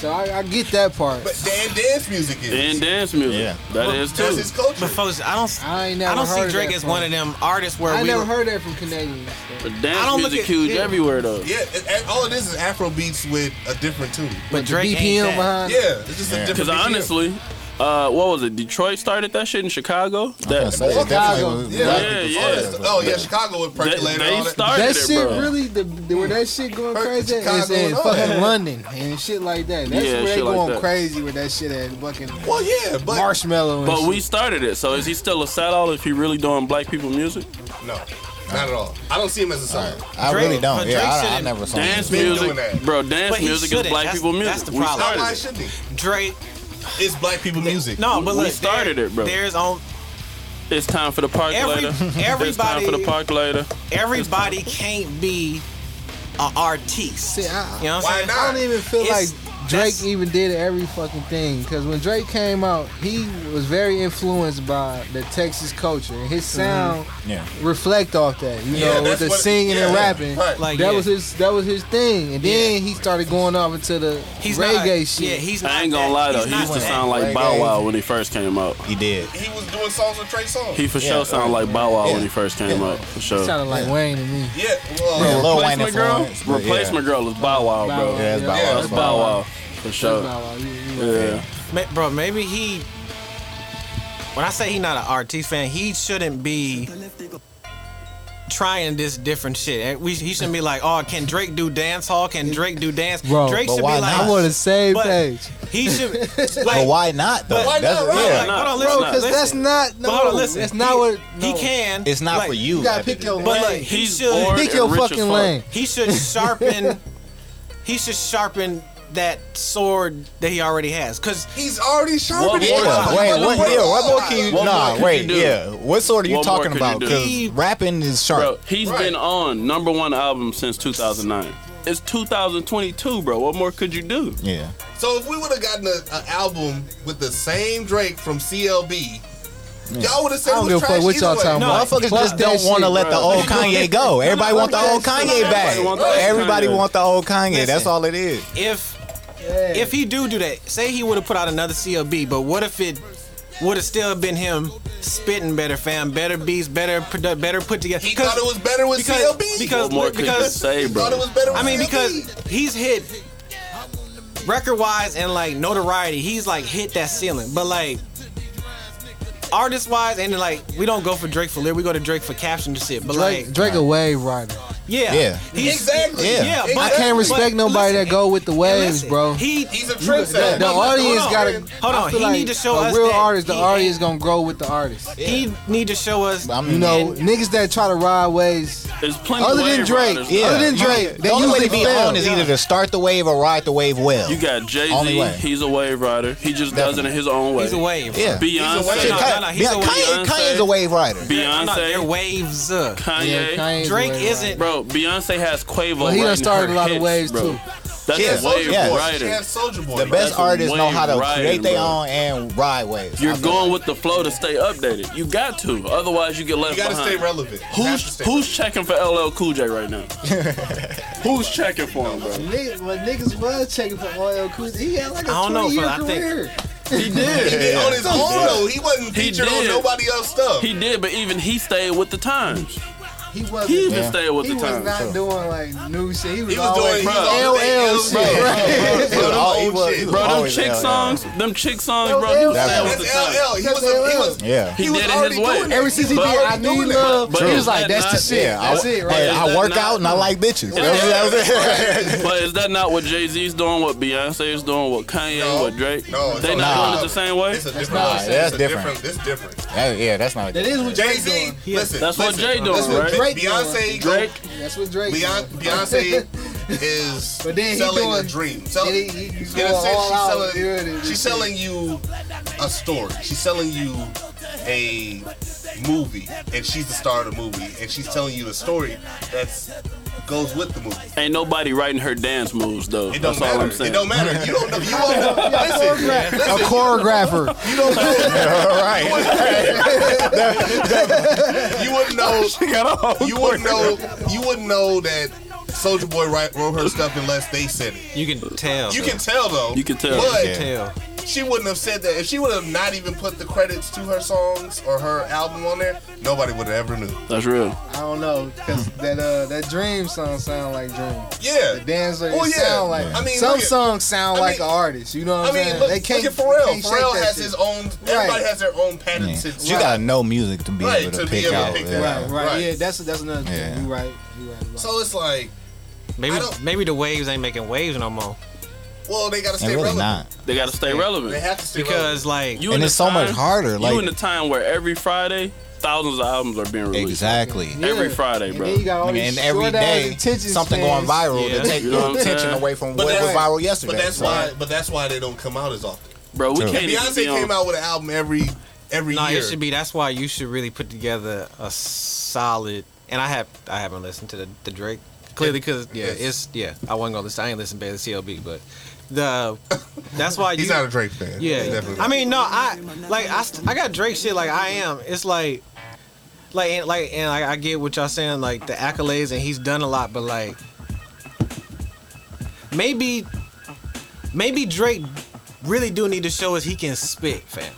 Speaker 6: So I, I get that part.
Speaker 3: but damn dance music is.
Speaker 5: And dance music.
Speaker 7: Yeah.
Speaker 5: That is
Speaker 3: That's his
Speaker 5: too.
Speaker 3: culture.
Speaker 4: but folks, I don't
Speaker 6: I
Speaker 4: I,
Speaker 6: ain't never
Speaker 4: don't see
Speaker 6: heard of
Speaker 4: Drake
Speaker 6: that
Speaker 4: as
Speaker 6: from
Speaker 4: one of them artists where
Speaker 6: I
Speaker 4: we
Speaker 6: never
Speaker 4: were-
Speaker 6: heard that from Canadians.
Speaker 5: But
Speaker 4: I
Speaker 5: dance
Speaker 4: don't look
Speaker 5: music
Speaker 4: at-
Speaker 5: huge
Speaker 4: yeah.
Speaker 5: everywhere though.
Speaker 3: Yeah, it, and all it is is Afro beats with a different tune.
Speaker 4: but
Speaker 6: The
Speaker 4: Drake ain't
Speaker 6: BPM
Speaker 4: that.
Speaker 6: behind.
Speaker 3: Yeah, it's just
Speaker 7: Yeah.
Speaker 3: a
Speaker 5: Because
Speaker 3: different.
Speaker 5: honestly, uh, what was it? Detroit started that shit in Chicago.
Speaker 7: Yeah,
Speaker 5: That
Speaker 7: so it definitely was-
Speaker 3: Yeah,
Speaker 7: black
Speaker 5: yeah,
Speaker 7: people
Speaker 5: yeah.
Speaker 7: started it.
Speaker 3: Oh yeah, Chicago with
Speaker 5: they,
Speaker 3: percolator.
Speaker 5: they
Speaker 3: all that.
Speaker 5: started
Speaker 6: That
Speaker 5: it,
Speaker 6: shit
Speaker 5: bro.
Speaker 6: really the, the where that shit going
Speaker 3: Hurt
Speaker 6: crazy at is
Speaker 3: Chicago
Speaker 6: in
Speaker 3: and all
Speaker 6: fucking
Speaker 3: that.
Speaker 6: London and shit like that. That's
Speaker 5: Yeah,
Speaker 6: where they
Speaker 5: shit like
Speaker 6: going
Speaker 5: that.
Speaker 6: crazy with that shit at fucking
Speaker 3: Well, yeah, but
Speaker 6: marshmallow and
Speaker 5: But
Speaker 6: shit.
Speaker 5: we started it. So is he still a sellout if he really doing black people music?
Speaker 7: Oh.
Speaker 3: no, not at all. I don't see him as a sign.
Speaker 7: I
Speaker 4: Drake-
Speaker 7: really
Speaker 4: but
Speaker 7: don't. Yeah,
Speaker 4: Drake
Speaker 7: I, I
Speaker 4: shouldn't
Speaker 7: never saw
Speaker 5: Dance
Speaker 7: him.
Speaker 3: been
Speaker 5: music,
Speaker 3: doing that.
Speaker 5: bro. Dance
Speaker 4: But he
Speaker 5: music is
Speaker 4: shouldn't.
Speaker 5: black
Speaker 4: That's-
Speaker 5: people music.
Speaker 4: that's the
Speaker 5: We
Speaker 4: problem.
Speaker 3: Not
Speaker 5: started
Speaker 3: why
Speaker 5: it.
Speaker 3: should he?
Speaker 4: Drake
Speaker 3: It's black people music.
Speaker 4: No, but
Speaker 5: We
Speaker 4: look,
Speaker 5: started
Speaker 4: there-
Speaker 5: it, bro.
Speaker 4: There's on
Speaker 5: It's time for the park
Speaker 4: Every-
Speaker 5: later. It's time
Speaker 4: everybody-
Speaker 5: for the park later.
Speaker 4: everybody can't be a artiste.
Speaker 6: See, I-
Speaker 4: you know what
Speaker 3: why
Speaker 4: I'm saying?
Speaker 3: not?
Speaker 6: I don't even feel
Speaker 4: It's-
Speaker 6: like
Speaker 4: that's-
Speaker 6: Drake even did every fucking thing. Because when Drake came out, he was very influenced by the Texas culture. And his
Speaker 4: Mm-hmm.
Speaker 6: sound
Speaker 7: Yeah.
Speaker 6: reflect off that. You know, with
Speaker 3: that's
Speaker 6: the
Speaker 3: what-
Speaker 6: singing and
Speaker 3: yeah,
Speaker 6: rapping.
Speaker 3: Right.
Speaker 4: Like
Speaker 6: that
Speaker 4: yeah,
Speaker 6: was his that was his thing. And then
Speaker 4: Yeah.
Speaker 6: he started going off into the
Speaker 4: he's
Speaker 6: reggae
Speaker 4: not,
Speaker 6: shit.
Speaker 4: Yeah, he's not
Speaker 5: I ain't gonna
Speaker 4: that-
Speaker 5: lie though.
Speaker 4: he's
Speaker 5: He
Speaker 4: not
Speaker 5: used to
Speaker 4: that.
Speaker 5: sound like
Speaker 7: Reggae.
Speaker 5: Bow Wow when he first came out.
Speaker 7: He did.
Speaker 3: He was doing songs with Trey Songz.
Speaker 5: He for sure
Speaker 7: Yeah,
Speaker 5: sounded
Speaker 7: right.
Speaker 5: like Bow Wow when
Speaker 7: Yeah.
Speaker 5: he first came out. For sure.
Speaker 6: He sounded like Wayne to me.
Speaker 3: yeah, well,
Speaker 7: Yeah, Lil
Speaker 5: Replace
Speaker 7: Wayne
Speaker 5: my girl.
Speaker 7: influence, but
Speaker 5: Replace
Speaker 7: yeah.
Speaker 5: my girl is Bow Wow,
Speaker 6: Bow
Speaker 5: bro.
Speaker 6: Wow.
Speaker 7: Yeah, it's Bow
Speaker 3: Yeah,
Speaker 7: Wow.
Speaker 3: it's
Speaker 7: It's
Speaker 5: Bow Wow for sure.
Speaker 6: Bow Wow, you- you-
Speaker 5: Yeah.
Speaker 4: Ma- bro, maybe he. When I say he not an artiste fan, he shouldn't be trying this different shit. And We, he shouldn't be like, oh, can Drake do dance hall? Can Drake do dance?
Speaker 6: Bro,
Speaker 4: Drake
Speaker 7: but
Speaker 4: should be
Speaker 7: why
Speaker 4: like,
Speaker 7: not?
Speaker 6: I want the same
Speaker 4: But-
Speaker 6: page.
Speaker 4: he should.
Speaker 7: But
Speaker 4: Like,
Speaker 7: why not though?
Speaker 4: But why
Speaker 7: That's-
Speaker 3: not, right?
Speaker 7: yeah.
Speaker 4: Like, hold on,
Speaker 5: Bro,
Speaker 4: listen,
Speaker 6: Because
Speaker 4: listen.
Speaker 6: that's not no.
Speaker 4: But hold on, listen.
Speaker 6: That's not
Speaker 4: he,
Speaker 6: what
Speaker 4: He
Speaker 6: no.
Speaker 4: can.
Speaker 7: It's not
Speaker 4: like,
Speaker 7: for you.
Speaker 6: You gotta
Speaker 7: at the
Speaker 6: pick
Speaker 7: end
Speaker 6: your
Speaker 7: of
Speaker 4: But
Speaker 6: lane.
Speaker 4: like, he
Speaker 5: He's
Speaker 4: should.
Speaker 5: bored
Speaker 6: Pick
Speaker 5: and
Speaker 6: your
Speaker 5: rich as
Speaker 6: fucking
Speaker 5: fuck.
Speaker 6: lane.
Speaker 4: He should sharpen. he should sharpen that sword that he already has. Cause
Speaker 3: he's already
Speaker 5: What
Speaker 3: sharpened.
Speaker 7: the day.
Speaker 5: more
Speaker 7: Yeah,
Speaker 5: What-
Speaker 7: wait, what, yeah, what more can you?
Speaker 5: What
Speaker 7: nah,
Speaker 5: more can
Speaker 7: wait,
Speaker 5: you do?
Speaker 7: yeah. What sort are you
Speaker 5: What more
Speaker 7: talking
Speaker 5: can you
Speaker 7: about?
Speaker 5: do?
Speaker 4: He-
Speaker 7: Because rapping is
Speaker 5: Bro,
Speaker 7: sharp.
Speaker 5: he's
Speaker 3: Right.
Speaker 5: been on number one album since 2009. It's 2022, bro. What more could you do?
Speaker 7: Yeah,
Speaker 3: So if we would have gotten an album with the same Drake from CLB, y'all would have said
Speaker 6: I
Speaker 3: it
Speaker 6: don't give a
Speaker 3: was
Speaker 6: fuck
Speaker 3: trash
Speaker 6: what y'all
Speaker 3: either way.
Speaker 6: talking about.
Speaker 7: motherfuckers
Speaker 6: Fuck
Speaker 7: just
Speaker 6: that
Speaker 7: don't want to
Speaker 6: shit,
Speaker 7: let the
Speaker 5: bro.
Speaker 7: old Kanye go. Everybody want the old
Speaker 6: Fuck that
Speaker 7: Kanye
Speaker 5: shit.
Speaker 7: back.
Speaker 5: Everybody want the old
Speaker 7: Everybody
Speaker 5: Kanye.
Speaker 7: want the old Kanye. That's
Speaker 4: Listen.
Speaker 7: all it is.
Speaker 4: if
Speaker 6: Yeah.
Speaker 4: if he do do that, say he would have put out another CLB, but what if it would have still been him spitting better, fam, better beats, better produ- better put together?
Speaker 3: He thought it was better with
Speaker 4: because-
Speaker 3: CLB.
Speaker 4: because-
Speaker 5: What more could you
Speaker 4: because-
Speaker 5: say,
Speaker 3: he thought it
Speaker 5: bro?
Speaker 3: was better. With
Speaker 4: I mean,
Speaker 3: CLB.
Speaker 4: because he's hit record wise and like notoriety, he's like hit that ceiling. But like artist wise, and like we don't go for Drake for lyric, we go to Drake for caption and shit. But
Speaker 6: Drake,
Speaker 4: like,
Speaker 6: Drake a wave rider.
Speaker 4: yeah,
Speaker 7: Yeah.
Speaker 4: he's-
Speaker 3: Exactly.
Speaker 7: Yeah.
Speaker 4: Yeah,
Speaker 3: Exactly.
Speaker 4: but-
Speaker 6: I can't respect
Speaker 4: but
Speaker 6: nobody
Speaker 4: listen,
Speaker 6: that go with the
Speaker 4: and
Speaker 6: waves,
Speaker 4: listen,
Speaker 6: bro.
Speaker 4: He
Speaker 3: He's a
Speaker 6: the,
Speaker 3: trendsetter.
Speaker 6: the
Speaker 3: Hold on.
Speaker 6: audience got to
Speaker 4: Hold on, he need to show
Speaker 6: a
Speaker 4: us
Speaker 6: real
Speaker 4: that
Speaker 6: artist. The
Speaker 4: he
Speaker 6: audience
Speaker 4: ain't-
Speaker 6: gonna grow with the artist.
Speaker 4: he need to show us.
Speaker 7: I mean,
Speaker 6: You know,
Speaker 4: And-
Speaker 6: niggas that try to ride waves
Speaker 5: There's plenty
Speaker 11: Other
Speaker 5: of
Speaker 11: than
Speaker 5: wave
Speaker 11: Drake,
Speaker 5: riders.
Speaker 11: other than Drake, they
Speaker 7: the only way
Speaker 11: usually
Speaker 7: to be
Speaker 11: fail.
Speaker 7: on is either to start the wave or ride the wave well.
Speaker 5: You got Jay
Speaker 7: Only
Speaker 5: Z.
Speaker 7: way.
Speaker 5: He's a wave rider. He just does it in his own way.
Speaker 4: He's a wave.
Speaker 7: yeah.
Speaker 5: Beyonce.
Speaker 4: He's a wave.
Speaker 5: Nah,
Speaker 4: no, no, he's
Speaker 7: yeah,
Speaker 4: a wave-
Speaker 7: Kanye, Kanye's a wave rider.
Speaker 4: No, no, they're
Speaker 5: Beyonce.
Speaker 4: waves. uh.
Speaker 5: Kanye.
Speaker 6: Kanye's
Speaker 4: Drake
Speaker 6: a wave
Speaker 4: isn't.
Speaker 5: Bro, Beyonce has Quavo.
Speaker 6: But he done
Speaker 5: writing
Speaker 6: started
Speaker 5: her
Speaker 6: a lot of
Speaker 5: hits,
Speaker 6: waves,
Speaker 5: bro.
Speaker 6: too.
Speaker 5: That's
Speaker 7: Yeah,
Speaker 5: a wave
Speaker 7: yeah.
Speaker 5: rider.
Speaker 3: Soldier Boy.
Speaker 7: The best
Speaker 5: That's a
Speaker 7: artists know
Speaker 5: wave
Speaker 7: how to
Speaker 5: riding,
Speaker 7: create their
Speaker 5: bro.
Speaker 7: own and ride waves. I
Speaker 5: You're
Speaker 7: feel
Speaker 5: going
Speaker 7: like.
Speaker 5: with the flow to stay updated. You got to, otherwise you get left
Speaker 3: You gotta
Speaker 5: behind.
Speaker 3: stay relevant. Have to
Speaker 5: Who's
Speaker 3: stay
Speaker 5: who's checking for LL Cool J right
Speaker 3: [laughs]
Speaker 5: now? who's checking for him, bro?
Speaker 6: Niggas, but niggas was checking for oil. Cool. He had like a
Speaker 4: I don't know,
Speaker 6: 20 year
Speaker 4: but I think-
Speaker 6: career.
Speaker 5: He
Speaker 7: [laughs]
Speaker 5: did.
Speaker 3: relevant. on his own though. He wasn't
Speaker 5: He
Speaker 3: featured on
Speaker 5: did.
Speaker 3: nobody else's stuff.
Speaker 5: He did, but even he stayed with the times.
Speaker 6: He wasn't.
Speaker 5: He even
Speaker 6: he
Speaker 5: stayed with the
Speaker 6: was
Speaker 5: times.
Speaker 6: not doing like new shit. He was,
Speaker 3: He was doing
Speaker 6: always
Speaker 3: he was on
Speaker 6: LL
Speaker 3: the LL,
Speaker 6: shit.
Speaker 3: bro.
Speaker 7: Oh, he
Speaker 3: Bro,
Speaker 7: was-
Speaker 3: bro,
Speaker 7: he
Speaker 3: them
Speaker 7: was
Speaker 3: old shit.
Speaker 5: Bro, them
Speaker 7: Always
Speaker 5: chick
Speaker 7: LL.
Speaker 5: songs, them chick songs, bro. He was
Speaker 6: That
Speaker 5: staying
Speaker 6: was-
Speaker 5: with
Speaker 3: That's
Speaker 5: the times.
Speaker 3: LL. He was a, he was
Speaker 7: Yeah.
Speaker 5: He,
Speaker 3: He was
Speaker 5: did it his
Speaker 3: already
Speaker 5: way.
Speaker 3: doing
Speaker 6: Ever since he did I
Speaker 3: already
Speaker 6: Need
Speaker 3: doing it.
Speaker 6: Love,
Speaker 5: But
Speaker 6: he
Speaker 5: is
Speaker 6: was like,
Speaker 5: that
Speaker 6: that's the
Speaker 5: not-
Speaker 6: shit.
Speaker 7: Yeah, I,
Speaker 6: That's
Speaker 7: wo-
Speaker 6: it, right?
Speaker 7: hey,
Speaker 6: there.
Speaker 5: Is
Speaker 7: I
Speaker 5: that
Speaker 7: work
Speaker 5: not-
Speaker 7: out and I like bitches. That was, that was it.
Speaker 5: But is that not what Jay Z's doing? What Beyonce is doing? What Kanye?
Speaker 3: No.
Speaker 5: What Drake?
Speaker 3: No, it's
Speaker 5: they
Speaker 3: all-
Speaker 5: not
Speaker 7: Nah.
Speaker 5: doing it the same way.
Speaker 3: It's a different.
Speaker 7: Nah,
Speaker 3: it's
Speaker 7: that's
Speaker 3: a
Speaker 7: different.
Speaker 3: It's different.
Speaker 7: [laughs] That- yeah, that's not.
Speaker 6: That is what
Speaker 3: Jay
Speaker 6: Drake's
Speaker 3: Z.
Speaker 6: doing.
Speaker 3: Listen,
Speaker 5: That's what
Speaker 3: listen,
Speaker 5: Jay doing,
Speaker 3: listen,
Speaker 5: right?
Speaker 6: Drake doing.
Speaker 3: Beyonce.
Speaker 5: Drake.
Speaker 6: That's what Drake.
Speaker 3: Beyonce,
Speaker 6: doing. [laughs]
Speaker 3: Beyonce is
Speaker 6: But then he
Speaker 3: selling
Speaker 6: doing-
Speaker 3: a dream. Sell,
Speaker 6: then he- he-
Speaker 3: in a sense,
Speaker 6: he's
Speaker 3: she's
Speaker 6: going all out
Speaker 3: selling,
Speaker 6: here and this
Speaker 3: she's
Speaker 6: shit.
Speaker 3: selling you a story. She's selling you a movie, and she's the star of the movie, and she's telling you the story that's goes with the movie.
Speaker 5: Ain't nobody writing her dance moves though.
Speaker 3: It don't
Speaker 5: That's
Speaker 3: matter.
Speaker 5: all I'm saying.
Speaker 3: It don't matter. You don't know. You
Speaker 6: [laughs]
Speaker 3: don't listen.
Speaker 6: A
Speaker 3: listen.
Speaker 6: choreographer.
Speaker 3: You don't know.
Speaker 7: All right.
Speaker 3: You wouldn't
Speaker 5: [laughs]
Speaker 3: know. You wouldn't know. You wouldn't know that Soldier Boy write, wrote her stuff unless they said it.
Speaker 4: You can tell.
Speaker 3: You
Speaker 4: though.
Speaker 3: can tell though.
Speaker 5: You can tell.
Speaker 3: But
Speaker 4: You can tell.
Speaker 3: she wouldn't have said that if she would have not even put the credits to her songs or her album on there. Nobody would have ever knew.
Speaker 5: That's real.
Speaker 6: I don't know, cause that uh that dream song sound like dream.
Speaker 3: Yeah.
Speaker 6: The dance like
Speaker 3: Oh, yeah.
Speaker 6: sound like.
Speaker 3: I mean,
Speaker 6: some
Speaker 3: look at-
Speaker 6: songs sound
Speaker 3: I
Speaker 6: like
Speaker 3: mean-
Speaker 6: an artist. You know what
Speaker 3: I
Speaker 6: I'm
Speaker 3: mean,
Speaker 6: saying?
Speaker 3: look,
Speaker 6: they can't.
Speaker 3: look at Pharrell.
Speaker 6: can't shake
Speaker 3: Pharrell
Speaker 6: that
Speaker 3: has
Speaker 6: shit.
Speaker 3: his own. Everybody
Speaker 6: Right.
Speaker 3: has their own patented.
Speaker 7: You gotta know music to be
Speaker 3: Right,
Speaker 7: able to,
Speaker 3: to be
Speaker 7: pick
Speaker 3: able to
Speaker 7: out.
Speaker 3: pick
Speaker 7: yeah.
Speaker 3: that
Speaker 6: Right,
Speaker 3: out.
Speaker 6: right,
Speaker 3: Right.
Speaker 6: yeah. That's that's another thing.
Speaker 7: Yeah.
Speaker 6: You right, you right. You right.
Speaker 3: So it's like,
Speaker 4: Maybe
Speaker 3: I don't-
Speaker 4: maybe the waves ain't making waves no more
Speaker 3: well, they gotta stay
Speaker 7: And really
Speaker 3: relevant.
Speaker 7: not.
Speaker 5: They gotta stay relevant.
Speaker 3: They have to stay relevant.
Speaker 4: because like
Speaker 5: You
Speaker 7: And
Speaker 5: in
Speaker 7: it's
Speaker 5: the
Speaker 7: so much
Speaker 5: time-
Speaker 7: harder, like-
Speaker 5: you in the time where every Friday thousands of albums are being released.
Speaker 7: Exactly.
Speaker 6: Yeah.
Speaker 5: Every Friday,
Speaker 6: and
Speaker 5: bro.
Speaker 6: Then you got all
Speaker 7: I mean,
Speaker 6: these
Speaker 7: and every
Speaker 6: short ass
Speaker 7: day
Speaker 6: attention
Speaker 7: something going
Speaker 6: spans.
Speaker 7: viral
Speaker 4: Yeah.
Speaker 7: to take
Speaker 5: You know
Speaker 7: your
Speaker 5: what I'm
Speaker 7: attention
Speaker 5: saying?
Speaker 7: away from
Speaker 3: But
Speaker 7: what was
Speaker 3: that's-
Speaker 7: viral yesterday.
Speaker 3: But that's
Speaker 7: So,
Speaker 3: why. But that's why they don't come out as often.
Speaker 5: Bro, we
Speaker 7: True.
Speaker 5: can't even
Speaker 3: Beyonce
Speaker 5: be on-
Speaker 3: came out with an album every every
Speaker 4: No,
Speaker 3: year.
Speaker 4: it should be. That's why you should really put together a solid. And I have I haven't listened to the, the Drake clearly because yeah,
Speaker 3: Yes.
Speaker 4: it's yeah. I wasn't gonna listen. I ain't listen to CLB, but the that's why
Speaker 3: [laughs] He's
Speaker 4: you.
Speaker 3: not a Drake fan. He's
Speaker 4: yeah,
Speaker 3: definitely
Speaker 4: I
Speaker 3: not.
Speaker 4: mean no, I like I, st- I got Drake shit like I am. It's like like and like and like, I get what y'all saying like the accolades and he's done a lot, but like maybe maybe Drake really do need to show us he can spit, fam.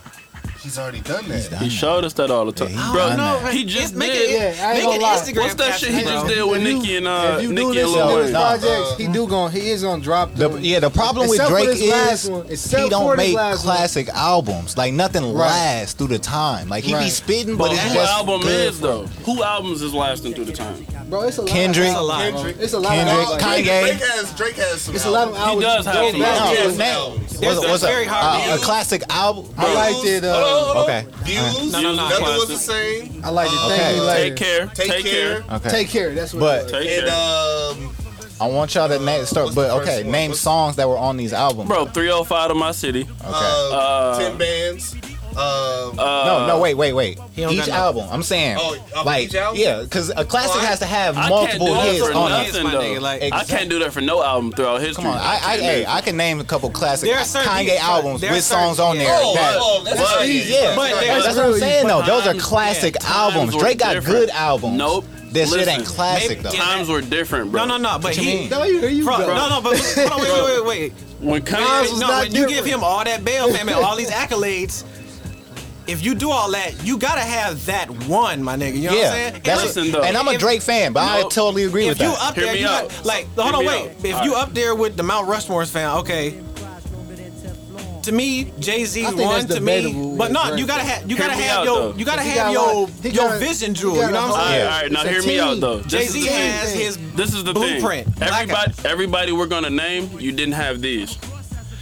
Speaker 3: he's already done that.
Speaker 5: He showed us that all the time,
Speaker 7: Yeah, he
Speaker 5: bro.
Speaker 7: done
Speaker 5: No,
Speaker 7: that.
Speaker 5: he just
Speaker 4: Make it-
Speaker 5: did.
Speaker 6: Yeah, I ain't
Speaker 4: Make
Speaker 6: gonna
Speaker 4: an
Speaker 6: lie.
Speaker 4: Instagram
Speaker 5: What's that
Speaker 4: caption,
Speaker 5: shit he
Speaker 4: bro?
Speaker 5: just did with
Speaker 6: If you-
Speaker 5: Nicki and uh,
Speaker 6: if you do
Speaker 5: Nicki and
Speaker 6: this
Speaker 5: Lil
Speaker 7: no,
Speaker 6: on
Speaker 7: it's
Speaker 6: his
Speaker 5: Wayne?
Speaker 7: not.
Speaker 6: projects, he do gon' he is gonna drop.
Speaker 7: The,
Speaker 6: though.
Speaker 7: yeah, the problem with
Speaker 6: Except for
Speaker 7: Drake
Speaker 6: this last
Speaker 7: is
Speaker 6: one. Except
Speaker 7: he
Speaker 6: for
Speaker 7: don't
Speaker 6: this
Speaker 7: make
Speaker 6: last one.
Speaker 7: classic albums. Like nothing lasts through the time. Like he be
Speaker 6: Right.
Speaker 7: spitting,
Speaker 5: But
Speaker 7: but
Speaker 5: who
Speaker 7: it's just
Speaker 5: album
Speaker 7: good.
Speaker 5: is though? Who albums is lasting through the time?
Speaker 6: Bro, it's a lot.
Speaker 7: Kendrick.
Speaker 6: It's a lot.
Speaker 3: Kendrick.
Speaker 6: It's a lot. of
Speaker 7: Kendrick,
Speaker 6: like-
Speaker 7: Kanye.
Speaker 3: Drake has Drake has some.
Speaker 6: It's a lot of
Speaker 3: albums.
Speaker 6: hours.
Speaker 5: does have
Speaker 6: Go
Speaker 5: some
Speaker 6: back
Speaker 5: albums.
Speaker 6: to-
Speaker 7: No,
Speaker 3: Yes,
Speaker 7: man.
Speaker 3: albums.
Speaker 7: What's,
Speaker 4: That's
Speaker 7: what's
Speaker 4: very
Speaker 7: a,
Speaker 4: hard.
Speaker 7: uh, a classic album?
Speaker 6: I liked it. Uh,
Speaker 7: Okay.
Speaker 3: Views.
Speaker 4: No, no, no,
Speaker 3: Nothing
Speaker 5: classic.
Speaker 3: was the same.
Speaker 6: I liked it.
Speaker 7: Okay.
Speaker 6: Thank you later.
Speaker 5: Take care.
Speaker 3: Take, care.
Speaker 7: Okay.
Speaker 6: Take care. That's what.
Speaker 7: But-
Speaker 6: it was.
Speaker 5: Take
Speaker 3: And
Speaker 5: care.
Speaker 3: um,
Speaker 7: I want y'all to na- start,
Speaker 3: what's the
Speaker 7: but
Speaker 3: first
Speaker 7: okay,
Speaker 3: one?
Speaker 7: name
Speaker 3: What's-
Speaker 7: songs that were on these albums.
Speaker 5: Bro, 305 to my city.
Speaker 7: Okay.
Speaker 3: uh,
Speaker 5: Uh,
Speaker 3: ten bands. Um,
Speaker 5: Uh,
Speaker 7: no, no, wait, wait, wait.
Speaker 4: He don't
Speaker 7: Each
Speaker 4: got no-
Speaker 7: album, I'm saying,
Speaker 3: Oh, off
Speaker 7: like,
Speaker 3: each album?
Speaker 7: yeah, because a classic
Speaker 3: I-
Speaker 7: has to have
Speaker 5: I
Speaker 7: multiple
Speaker 5: can't do
Speaker 7: hits
Speaker 5: that for
Speaker 7: on it.
Speaker 5: nothing
Speaker 4: My
Speaker 5: though.
Speaker 4: nigga, like-
Speaker 5: I can't do that for no album throughout history.
Speaker 7: Come on, I, I, hey, I can name a couple classic
Speaker 4: There are certain
Speaker 7: Kanye
Speaker 4: beats, right?
Speaker 7: albums
Speaker 4: There are
Speaker 7: with
Speaker 4: certain-
Speaker 7: songs on
Speaker 4: yeah.
Speaker 7: there.
Speaker 4: Oh,
Speaker 7: that,
Speaker 3: oh, that's
Speaker 5: But-
Speaker 3: easy.
Speaker 7: yeah,
Speaker 4: But
Speaker 3: Right.
Speaker 4: there's-
Speaker 7: that's what I'm saying though. Those are
Speaker 5: Times-
Speaker 7: classic
Speaker 5: yeah,
Speaker 7: albums.
Speaker 5: times were
Speaker 7: Drake got
Speaker 5: different.
Speaker 7: good albums.
Speaker 5: Nope.
Speaker 7: This shit
Speaker 5: Listen,
Speaker 7: ain't classic
Speaker 4: maybe-
Speaker 7: though.
Speaker 5: Times were different, bro.
Speaker 4: No, no, no. But
Speaker 7: you
Speaker 4: he,
Speaker 7: mean?
Speaker 6: No, you, you
Speaker 4: Bro,
Speaker 6: go.
Speaker 4: no, no, but hold on, wait, wait, wait, wait.
Speaker 5: When
Speaker 4: Nas
Speaker 5: Kanye,
Speaker 4: was
Speaker 6: was
Speaker 4: no,
Speaker 6: not
Speaker 4: when you give
Speaker 6: different.
Speaker 4: him all that bail, fam, and
Speaker 5: [laughs]
Speaker 4: all these accolades, if you do all that, you gotta have that one, my nigga. You know what I'm
Speaker 7: Yeah,
Speaker 4: saying?
Speaker 7: that's
Speaker 5: listen,
Speaker 7: it.
Speaker 5: though.
Speaker 7: and I'm a
Speaker 4: If-
Speaker 7: Drake fan, but I
Speaker 5: Nope.
Speaker 7: totally agree with
Speaker 4: if you
Speaker 7: that.
Speaker 4: up
Speaker 5: Hear
Speaker 4: there,
Speaker 5: me
Speaker 4: you
Speaker 5: out.
Speaker 4: got, like,
Speaker 5: Hear
Speaker 4: hold on,
Speaker 5: me
Speaker 4: wait.
Speaker 5: out.
Speaker 4: If
Speaker 5: All
Speaker 4: you
Speaker 5: right.
Speaker 4: up there with the Mount Rushmore's fan, okay. To me, Jay Z
Speaker 6: I think
Speaker 4: one.
Speaker 6: that's
Speaker 4: To me,
Speaker 6: debatable
Speaker 4: but
Speaker 6: with
Speaker 4: no,
Speaker 6: Drake.
Speaker 4: you gotta have, you
Speaker 5: Hear
Speaker 4: gotta
Speaker 5: me
Speaker 4: have
Speaker 5: out,
Speaker 4: your,
Speaker 5: though.
Speaker 4: you gotta
Speaker 6: He
Speaker 4: have
Speaker 6: got
Speaker 4: your,
Speaker 6: like- he
Speaker 4: your
Speaker 6: got-
Speaker 4: vision,
Speaker 6: he
Speaker 4: Drew.
Speaker 6: got
Speaker 4: You know
Speaker 6: a
Speaker 4: what I'm
Speaker 5: All right,
Speaker 4: saying?
Speaker 7: Yeah.
Speaker 5: all right, now
Speaker 6: It's a
Speaker 5: hear me out
Speaker 6: team.
Speaker 5: though.
Speaker 4: Jay
Speaker 5: This is
Speaker 4: Z
Speaker 5: the thing.
Speaker 4: has his
Speaker 5: This is the
Speaker 4: blueprint.
Speaker 5: thing.
Speaker 4: Black
Speaker 5: Everybody, everybody we're gonna name, you didn't have these.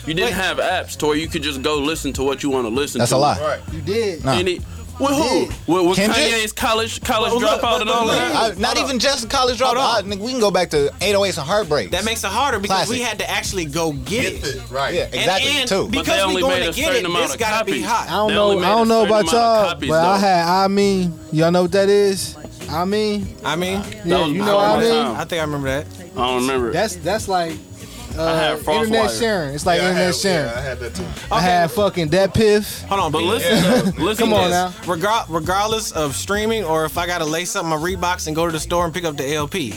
Speaker 5: You didn't
Speaker 4: Wait.
Speaker 5: have apps to where you could just go listen to what you want to listen
Speaker 7: That's
Speaker 5: to.
Speaker 7: a lie.
Speaker 3: Right.
Speaker 6: You did.
Speaker 7: Nah.
Speaker 5: Any, With who?
Speaker 7: Yeah.
Speaker 5: With, with
Speaker 7: Kendrick?
Speaker 5: Kanye's college college
Speaker 4: Well, look,
Speaker 5: dropout and all of
Speaker 4: look,
Speaker 5: that?
Speaker 7: I- not even just college dropout. I- nigga, we can go back to 808s and heartbreak.
Speaker 4: That makes it harder because we
Speaker 7: Classic.
Speaker 4: had to actually go get it.
Speaker 3: Get the- right.
Speaker 7: yeah, exactly
Speaker 4: and,
Speaker 7: too.
Speaker 4: and
Speaker 5: But they
Speaker 4: Because we
Speaker 5: only
Speaker 4: going
Speaker 5: made
Speaker 4: to
Speaker 5: a
Speaker 4: get
Speaker 5: certain
Speaker 4: it,
Speaker 5: amount
Speaker 4: this
Speaker 5: of
Speaker 4: gotta be
Speaker 5: copies.
Speaker 4: hot.
Speaker 6: I don't
Speaker 5: They only
Speaker 6: know.
Speaker 5: made
Speaker 6: I
Speaker 5: a
Speaker 6: don't know
Speaker 5: certain
Speaker 6: about
Speaker 5: amount of
Speaker 6: y'all,
Speaker 5: copies,
Speaker 6: but I
Speaker 5: though.
Speaker 6: had I mean, y'all know what that is. I mean,
Speaker 4: I mean,
Speaker 6: yeah,
Speaker 5: was
Speaker 6: you know what
Speaker 5: before my
Speaker 6: I mean.
Speaker 5: time.
Speaker 4: I think I remember that.
Speaker 5: I don't remember.
Speaker 6: That's that's like
Speaker 5: I
Speaker 6: uh,
Speaker 5: had Frostwire.
Speaker 6: internet sharing. It's like
Speaker 3: Yeah, I
Speaker 6: internet
Speaker 3: had,
Speaker 6: sharing.
Speaker 3: yeah, I had that too.
Speaker 6: I had fucking that piff.
Speaker 4: Hold on,
Speaker 5: But
Speaker 4: Pete.
Speaker 5: listen, though, listen
Speaker 6: Come
Speaker 5: to
Speaker 6: on
Speaker 5: this.
Speaker 6: now.
Speaker 4: Regar- regardless of streaming or if I gotta lace up my Reeboks and go to the store and pick up the LP,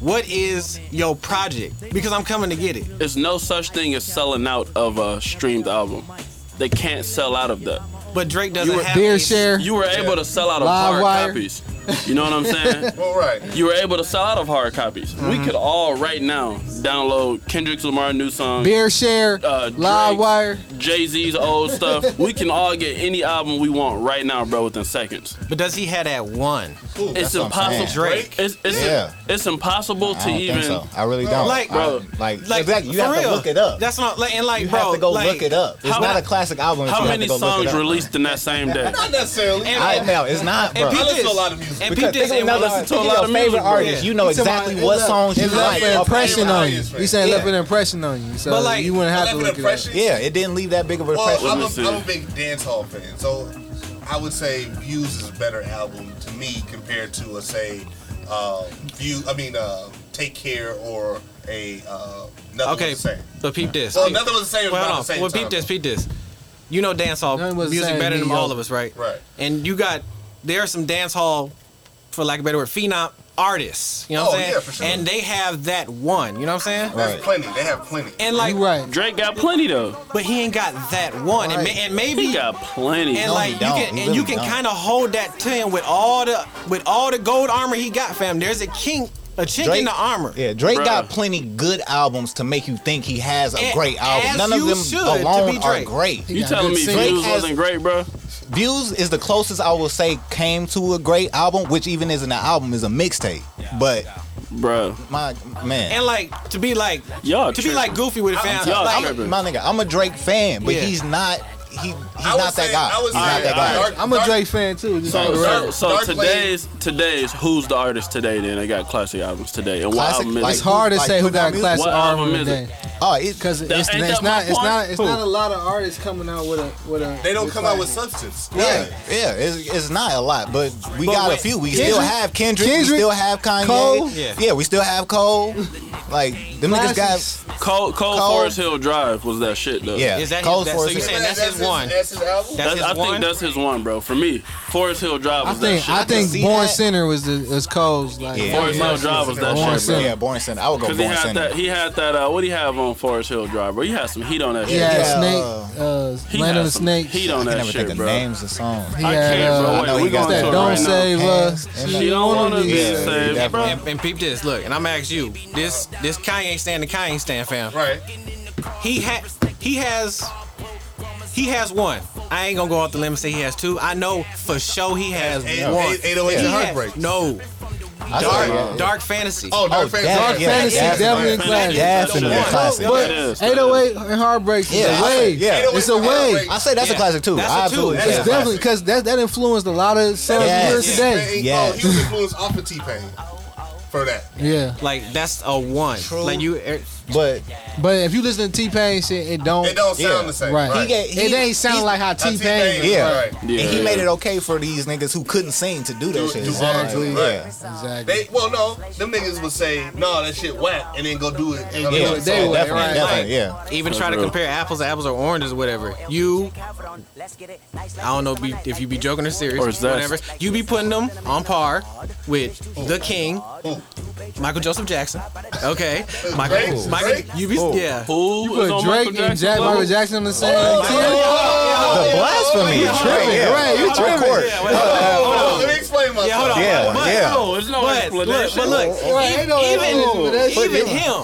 Speaker 4: what is your project? Because I'm coming to get it.
Speaker 5: There's no such thing as selling out of a streamed album. They can't sell out of that.
Speaker 4: But Drake doesn't have
Speaker 6: Beer
Speaker 4: a-
Speaker 6: share.
Speaker 5: You were able to sell out of
Speaker 6: Live
Speaker 5: hard
Speaker 6: wire.
Speaker 5: copies. You know what I'm saying?
Speaker 3: All right.
Speaker 5: You were able to sell out of hard copies. We could all right now download Kendrick Lamar new song,
Speaker 6: Beer share,
Speaker 5: Uh,
Speaker 6: live
Speaker 5: Drake's-
Speaker 6: wire.
Speaker 5: Jay Z's old stuff. We can all get any album we want right now, bro, within seconds.
Speaker 4: But does he have that one?
Speaker 5: It's
Speaker 7: what I'm saying.
Speaker 5: impossible.
Speaker 4: Drake.
Speaker 5: It's it's,
Speaker 7: Yeah.
Speaker 5: it's impossible
Speaker 7: I
Speaker 5: to
Speaker 7: don't
Speaker 5: even.
Speaker 7: think so. I really don't.
Speaker 4: Like-
Speaker 7: I-
Speaker 5: Bro.
Speaker 7: like,
Speaker 4: Like
Speaker 7: exactly. You
Speaker 4: for
Speaker 7: have
Speaker 4: real.
Speaker 7: to look it up.
Speaker 4: That's not like and like
Speaker 7: you
Speaker 4: bro.
Speaker 7: have to go
Speaker 4: like,
Speaker 7: look it up. It's
Speaker 5: how-
Speaker 7: not a classic album. if
Speaker 5: How
Speaker 7: you
Speaker 5: many
Speaker 7: have to go look it
Speaker 5: songs
Speaker 7: up.
Speaker 5: released in that same day?
Speaker 3: Not necessarily.
Speaker 4: And-
Speaker 7: I know it's not, bro.
Speaker 4: And Pete
Speaker 3: listen
Speaker 4: this.
Speaker 3: to a lot of music.
Speaker 4: And Pete
Speaker 7: Because
Speaker 4: this.
Speaker 7: think
Speaker 4: And
Speaker 7: of another,
Speaker 4: when I-
Speaker 5: listen to a
Speaker 7: think of
Speaker 5: lot
Speaker 7: your
Speaker 5: of
Speaker 7: favorite
Speaker 5: music, bro.
Speaker 7: artist. You know
Speaker 6: He talking
Speaker 7: exactly
Speaker 6: about-
Speaker 7: what
Speaker 6: it left-
Speaker 7: songs you
Speaker 6: it left
Speaker 7: like.
Speaker 6: an
Speaker 7: up
Speaker 6: impression
Speaker 7: until-
Speaker 6: on
Speaker 3: everybody's
Speaker 6: you.
Speaker 3: friend.
Speaker 6: He said it left
Speaker 7: Yeah.
Speaker 6: an impression on you, so
Speaker 4: But, like,
Speaker 6: you wouldn't have
Speaker 3: I
Speaker 6: to
Speaker 3: left with
Speaker 6: look it up.
Speaker 3: impression.
Speaker 7: Yeah, it didn't leave that big of an
Speaker 3: Well,
Speaker 7: impression.
Speaker 3: I'm
Speaker 5: me
Speaker 3: a,
Speaker 5: see.
Speaker 3: I'm a big dancehall fan, so I would say Views is a better album to me compared to a say uh, View. I mean, uh, Take Care or a uh, Nothing okay.
Speaker 4: Okay,
Speaker 3: Was the Same.
Speaker 4: but peep this.
Speaker 3: Well, Nothing Was the Same. is
Speaker 4: Well,
Speaker 3: about
Speaker 4: hold
Speaker 3: the
Speaker 4: on.
Speaker 3: same
Speaker 4: Well,
Speaker 3: time.
Speaker 4: peep this, peep this. You know dance hall
Speaker 6: Nothing was the
Speaker 4: music
Speaker 6: same
Speaker 4: better
Speaker 6: in
Speaker 4: than
Speaker 6: New
Speaker 4: all
Speaker 6: York.
Speaker 4: of us, right?
Speaker 3: Right.
Speaker 4: And you got there are some dance hall, for lack of a better word, phenom artists. You know what
Speaker 3: Oh,
Speaker 4: I'm saying?
Speaker 3: yeah, for sure.
Speaker 4: And they have that one. You know what I'm saying?
Speaker 3: There's
Speaker 7: Right.
Speaker 3: plenty. They have plenty.
Speaker 4: And like,
Speaker 6: You right.
Speaker 5: Drake got plenty though.
Speaker 4: but he ain't got that one. And,
Speaker 6: Right.
Speaker 4: ma- and maybe
Speaker 5: He got plenty.
Speaker 4: and
Speaker 7: No,
Speaker 4: like
Speaker 7: he
Speaker 4: you
Speaker 7: don't.
Speaker 4: can
Speaker 7: He
Speaker 4: and you
Speaker 7: really
Speaker 4: can
Speaker 7: don't.
Speaker 4: kind of hold that to him with all the with all the gold armor he got, fam. There's a kink, a chink in the armor.
Speaker 7: Yeah, Drake
Speaker 5: Bruh.
Speaker 7: got plenty good albums to make you think he has a
Speaker 4: A-
Speaker 7: great
Speaker 4: as
Speaker 7: album. None of
Speaker 4: you
Speaker 7: them
Speaker 4: should, to be
Speaker 7: alone are
Speaker 4: Drake.
Speaker 7: great.
Speaker 5: you
Speaker 6: got
Speaker 5: telling
Speaker 6: good
Speaker 5: me
Speaker 6: singles.
Speaker 5: Views
Speaker 7: Drake has-
Speaker 5: wasn't great, bro?
Speaker 7: Views is the closest I will say came to a great album, which even isn't an album, is a mixtape. But
Speaker 5: Bro,
Speaker 7: my man,
Speaker 4: And like to be like
Speaker 5: Y'all
Speaker 4: to be
Speaker 5: tripping.
Speaker 4: like goofy with it, fam.
Speaker 5: I'm- y'all
Speaker 4: Like,
Speaker 7: I'm a,
Speaker 5: tripping.
Speaker 7: my nigga, I'm a Drake fan, but
Speaker 4: Yeah.
Speaker 7: he's not. He he's
Speaker 3: I would
Speaker 7: not that
Speaker 3: say-
Speaker 7: guy.
Speaker 3: I would
Speaker 7: He's
Speaker 3: say-
Speaker 7: not that guy.
Speaker 3: Alright,
Speaker 6: I'm a
Speaker 3: Dark-
Speaker 6: Drake fan too. Just like
Speaker 5: So, so,
Speaker 3: Dark-
Speaker 5: so
Speaker 3: Dark
Speaker 5: today's today's who's the artist today? Then they got classic albums today, and what
Speaker 7: Classic,
Speaker 5: album is
Speaker 7: like,
Speaker 5: it?
Speaker 6: it's hard to
Speaker 7: like,
Speaker 6: say who
Speaker 7: who got
Speaker 6: got
Speaker 7: music?
Speaker 6: classic
Speaker 5: What
Speaker 6: album
Speaker 5: album is
Speaker 6: today
Speaker 7: Oh, it,
Speaker 6: because it's,
Speaker 5: That-
Speaker 6: it's,
Speaker 5: ain't that my
Speaker 6: not it's
Speaker 5: point?
Speaker 6: not it's
Speaker 5: Who?
Speaker 6: not a lot of artists coming out with a with a.
Speaker 3: They don't
Speaker 6: with
Speaker 3: come out
Speaker 6: like-
Speaker 3: with substance.
Speaker 7: yeah, yeah, it's, it's not a lot, but we
Speaker 4: But
Speaker 7: got
Speaker 4: when-
Speaker 7: a few. We still
Speaker 6: Kendrick-
Speaker 7: have Kendrick,
Speaker 6: Kendrick,
Speaker 7: we still have Kanye.
Speaker 6: Cole.
Speaker 4: Yeah.
Speaker 7: yeah. we still have Cole. Like them niggas
Speaker 6: Classics.
Speaker 7: got
Speaker 5: Cole, Cole,
Speaker 7: Cole-
Speaker 5: Forest Hill Drive was that shit though.
Speaker 7: yeah.
Speaker 4: Is that his-
Speaker 7: Cole's
Speaker 4: that-
Speaker 7: for
Speaker 4: so you
Speaker 7: sale.
Speaker 4: saying that's his one?
Speaker 3: That's his album.
Speaker 4: That's
Speaker 5: That's,
Speaker 4: his
Speaker 5: I
Speaker 4: one?
Speaker 5: think that's his one, bro. For me, Forest Hill Drive
Speaker 6: I
Speaker 5: was that
Speaker 6: think
Speaker 5: shit.
Speaker 6: I think
Speaker 7: see
Speaker 6: Born
Speaker 7: that.
Speaker 6: Center was the was Cole's like.
Speaker 7: Yeah.
Speaker 5: Forest Hill Drive was that
Speaker 6: Born
Speaker 5: shit, bro.
Speaker 6: Center.
Speaker 7: Yeah, Born Center. I would go
Speaker 5: Cause he
Speaker 7: Born
Speaker 5: had
Speaker 7: Center.
Speaker 5: that, he had that. Uh, what do you have on Forest Hill Drive, bro? You had some heat on that
Speaker 6: He
Speaker 5: shit.
Speaker 6: had
Speaker 7: Yeah,
Speaker 6: Snake,
Speaker 7: uh,
Speaker 6: uh,
Speaker 5: He
Speaker 6: Land of
Speaker 5: had
Speaker 6: the
Speaker 5: some
Speaker 6: Snakes.
Speaker 5: Heat
Speaker 7: I
Speaker 5: on
Speaker 7: can
Speaker 5: that
Speaker 7: never
Speaker 5: shit,
Speaker 7: think of
Speaker 5: bro.
Speaker 7: names of songs.
Speaker 6: He
Speaker 5: I
Speaker 6: had,
Speaker 5: can't, bro.
Speaker 6: uh,
Speaker 5: Wait,
Speaker 7: know
Speaker 5: we
Speaker 7: he got
Speaker 5: going
Speaker 6: that
Speaker 5: to it
Speaker 7: that
Speaker 6: Don't
Speaker 5: right now.
Speaker 6: Save Us.
Speaker 7: Hands and
Speaker 5: She don't want to be
Speaker 7: Yeah,
Speaker 5: saved,
Speaker 7: definitely.
Speaker 5: bro.
Speaker 4: And, and peep this, look, and I'm ask you, this this Kanye stand the Kanye stand, fam.
Speaker 3: Right.
Speaker 4: He ha- he has he has one. I ain't gonna go off the limb and say he has two. I know for sure he has
Speaker 3: Eight-
Speaker 4: one.
Speaker 3: eight- 808s
Speaker 4: He
Speaker 3: and
Speaker 4: has-
Speaker 3: Heartbreak.
Speaker 4: no
Speaker 7: I
Speaker 4: dark
Speaker 7: saw that.
Speaker 4: dark fantasy.
Speaker 3: Oh, Dark
Speaker 7: Oh,
Speaker 3: Fantasy.
Speaker 7: Dark
Speaker 3: Dark
Speaker 7: Yeah,
Speaker 6: Fantasy
Speaker 7: yeah,
Speaker 6: definitely
Speaker 7: yeah.
Speaker 6: in classic.
Speaker 7: Definitely
Speaker 5: Yeah.
Speaker 7: classic.
Speaker 5: But-
Speaker 6: But
Speaker 5: It is.
Speaker 6: 808 and Heartbreaks is
Speaker 7: Yeah,
Speaker 6: a
Speaker 7: I say-
Speaker 6: wave.
Speaker 7: yeah.
Speaker 6: It's a wave.
Speaker 7: I say that's
Speaker 4: Yeah.
Speaker 7: a classic too.
Speaker 4: That's a
Speaker 7: I
Speaker 4: two.
Speaker 7: absolutely
Speaker 4: That's
Speaker 7: say
Speaker 6: It's
Speaker 7: that's a
Speaker 6: definitely because that that influenced a lot of sales yes.
Speaker 7: Yes. Yeah.
Speaker 6: today.
Speaker 3: Yeah.
Speaker 7: Yeah.
Speaker 3: Oh, he was influenced off of T Pain for that.
Speaker 6: Yeah,
Speaker 4: Like that's a one.
Speaker 7: True.
Speaker 4: Like you, er,
Speaker 7: But
Speaker 6: but if you listen to T Pain shit, it don't.
Speaker 3: It don't sound
Speaker 7: Yeah.
Speaker 3: the same.
Speaker 6: right.
Speaker 7: He get-
Speaker 6: it
Speaker 7: he-
Speaker 6: ain't sound
Speaker 7: he-
Speaker 6: like how
Speaker 3: How
Speaker 6: T Pain.
Speaker 7: Yeah.
Speaker 3: Right.
Speaker 5: Yeah.
Speaker 7: and he made it okay for these niggas who couldn't sing to do that
Speaker 3: Do-
Speaker 7: shit.
Speaker 3: do
Speaker 7: It's
Speaker 3: all
Speaker 7: like,
Speaker 3: of it, right.
Speaker 7: yeah.
Speaker 6: Exactly.
Speaker 3: They well no, them niggas would say no that shit whack and then go do it. And
Speaker 7: Yeah,
Speaker 3: do
Speaker 6: They
Speaker 3: it.
Speaker 6: would, they
Speaker 7: definitely,
Speaker 6: would, right.
Speaker 7: definitely, yeah.
Speaker 4: even try to
Speaker 5: real.
Speaker 4: compare apples to apples or oranges, or whatever. You, I don't know be, if you be joking or serious,
Speaker 5: Or
Speaker 4: or
Speaker 5: is that-
Speaker 4: whatever. You be putting them on par with the king, Michael Joseph Jackson. Okay, Michael,
Speaker 3: Drake?
Speaker 4: Michael,
Speaker 3: Drake?
Speaker 4: you be yeah.
Speaker 5: Who
Speaker 6: You
Speaker 5: was
Speaker 6: put
Speaker 5: on
Speaker 6: Drake
Speaker 5: Michael
Speaker 6: and
Speaker 5: Jackson?
Speaker 6: Jack
Speaker 5: level?
Speaker 6: Michael Jackson
Speaker 7: Oh,
Speaker 6: on the same tier.
Speaker 7: The blasphemy.
Speaker 4: yeah, hold on,
Speaker 7: Right,
Speaker 6: yeah, right, you
Speaker 7: Full
Speaker 6: tripping.
Speaker 7: court.
Speaker 4: Yeah, wait, hold on, hold on.
Speaker 3: Oh, let me explain myself.
Speaker 4: Yeah, hold on.
Speaker 7: Yeah,
Speaker 4: but,
Speaker 7: yeah.
Speaker 4: No,
Speaker 5: There's no
Speaker 4: but, look,
Speaker 5: explanation.
Speaker 4: but look,
Speaker 6: Right, ain't no explanation for that
Speaker 4: e-
Speaker 6: shit.
Speaker 4: even, even him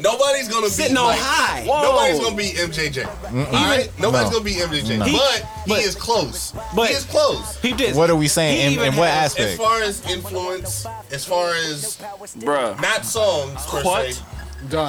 Speaker 3: Nobody's gonna
Speaker 4: sitting
Speaker 3: be
Speaker 4: on
Speaker 3: like-
Speaker 4: high.
Speaker 3: Nobody's gonna be MJJ. All right? Nobody's
Speaker 7: No.
Speaker 3: gonna be MJJ.
Speaker 7: No.
Speaker 3: But
Speaker 4: But-
Speaker 3: he is close.
Speaker 4: but-
Speaker 3: he is close.
Speaker 4: Peep this.
Speaker 7: What are we saying?
Speaker 4: He
Speaker 7: In,
Speaker 4: even
Speaker 7: in what
Speaker 4: has-
Speaker 3: As
Speaker 7: aspect?
Speaker 3: far as influence, as far as
Speaker 5: Bruh.
Speaker 3: not songs per
Speaker 5: What?
Speaker 3: se,
Speaker 6: Dog.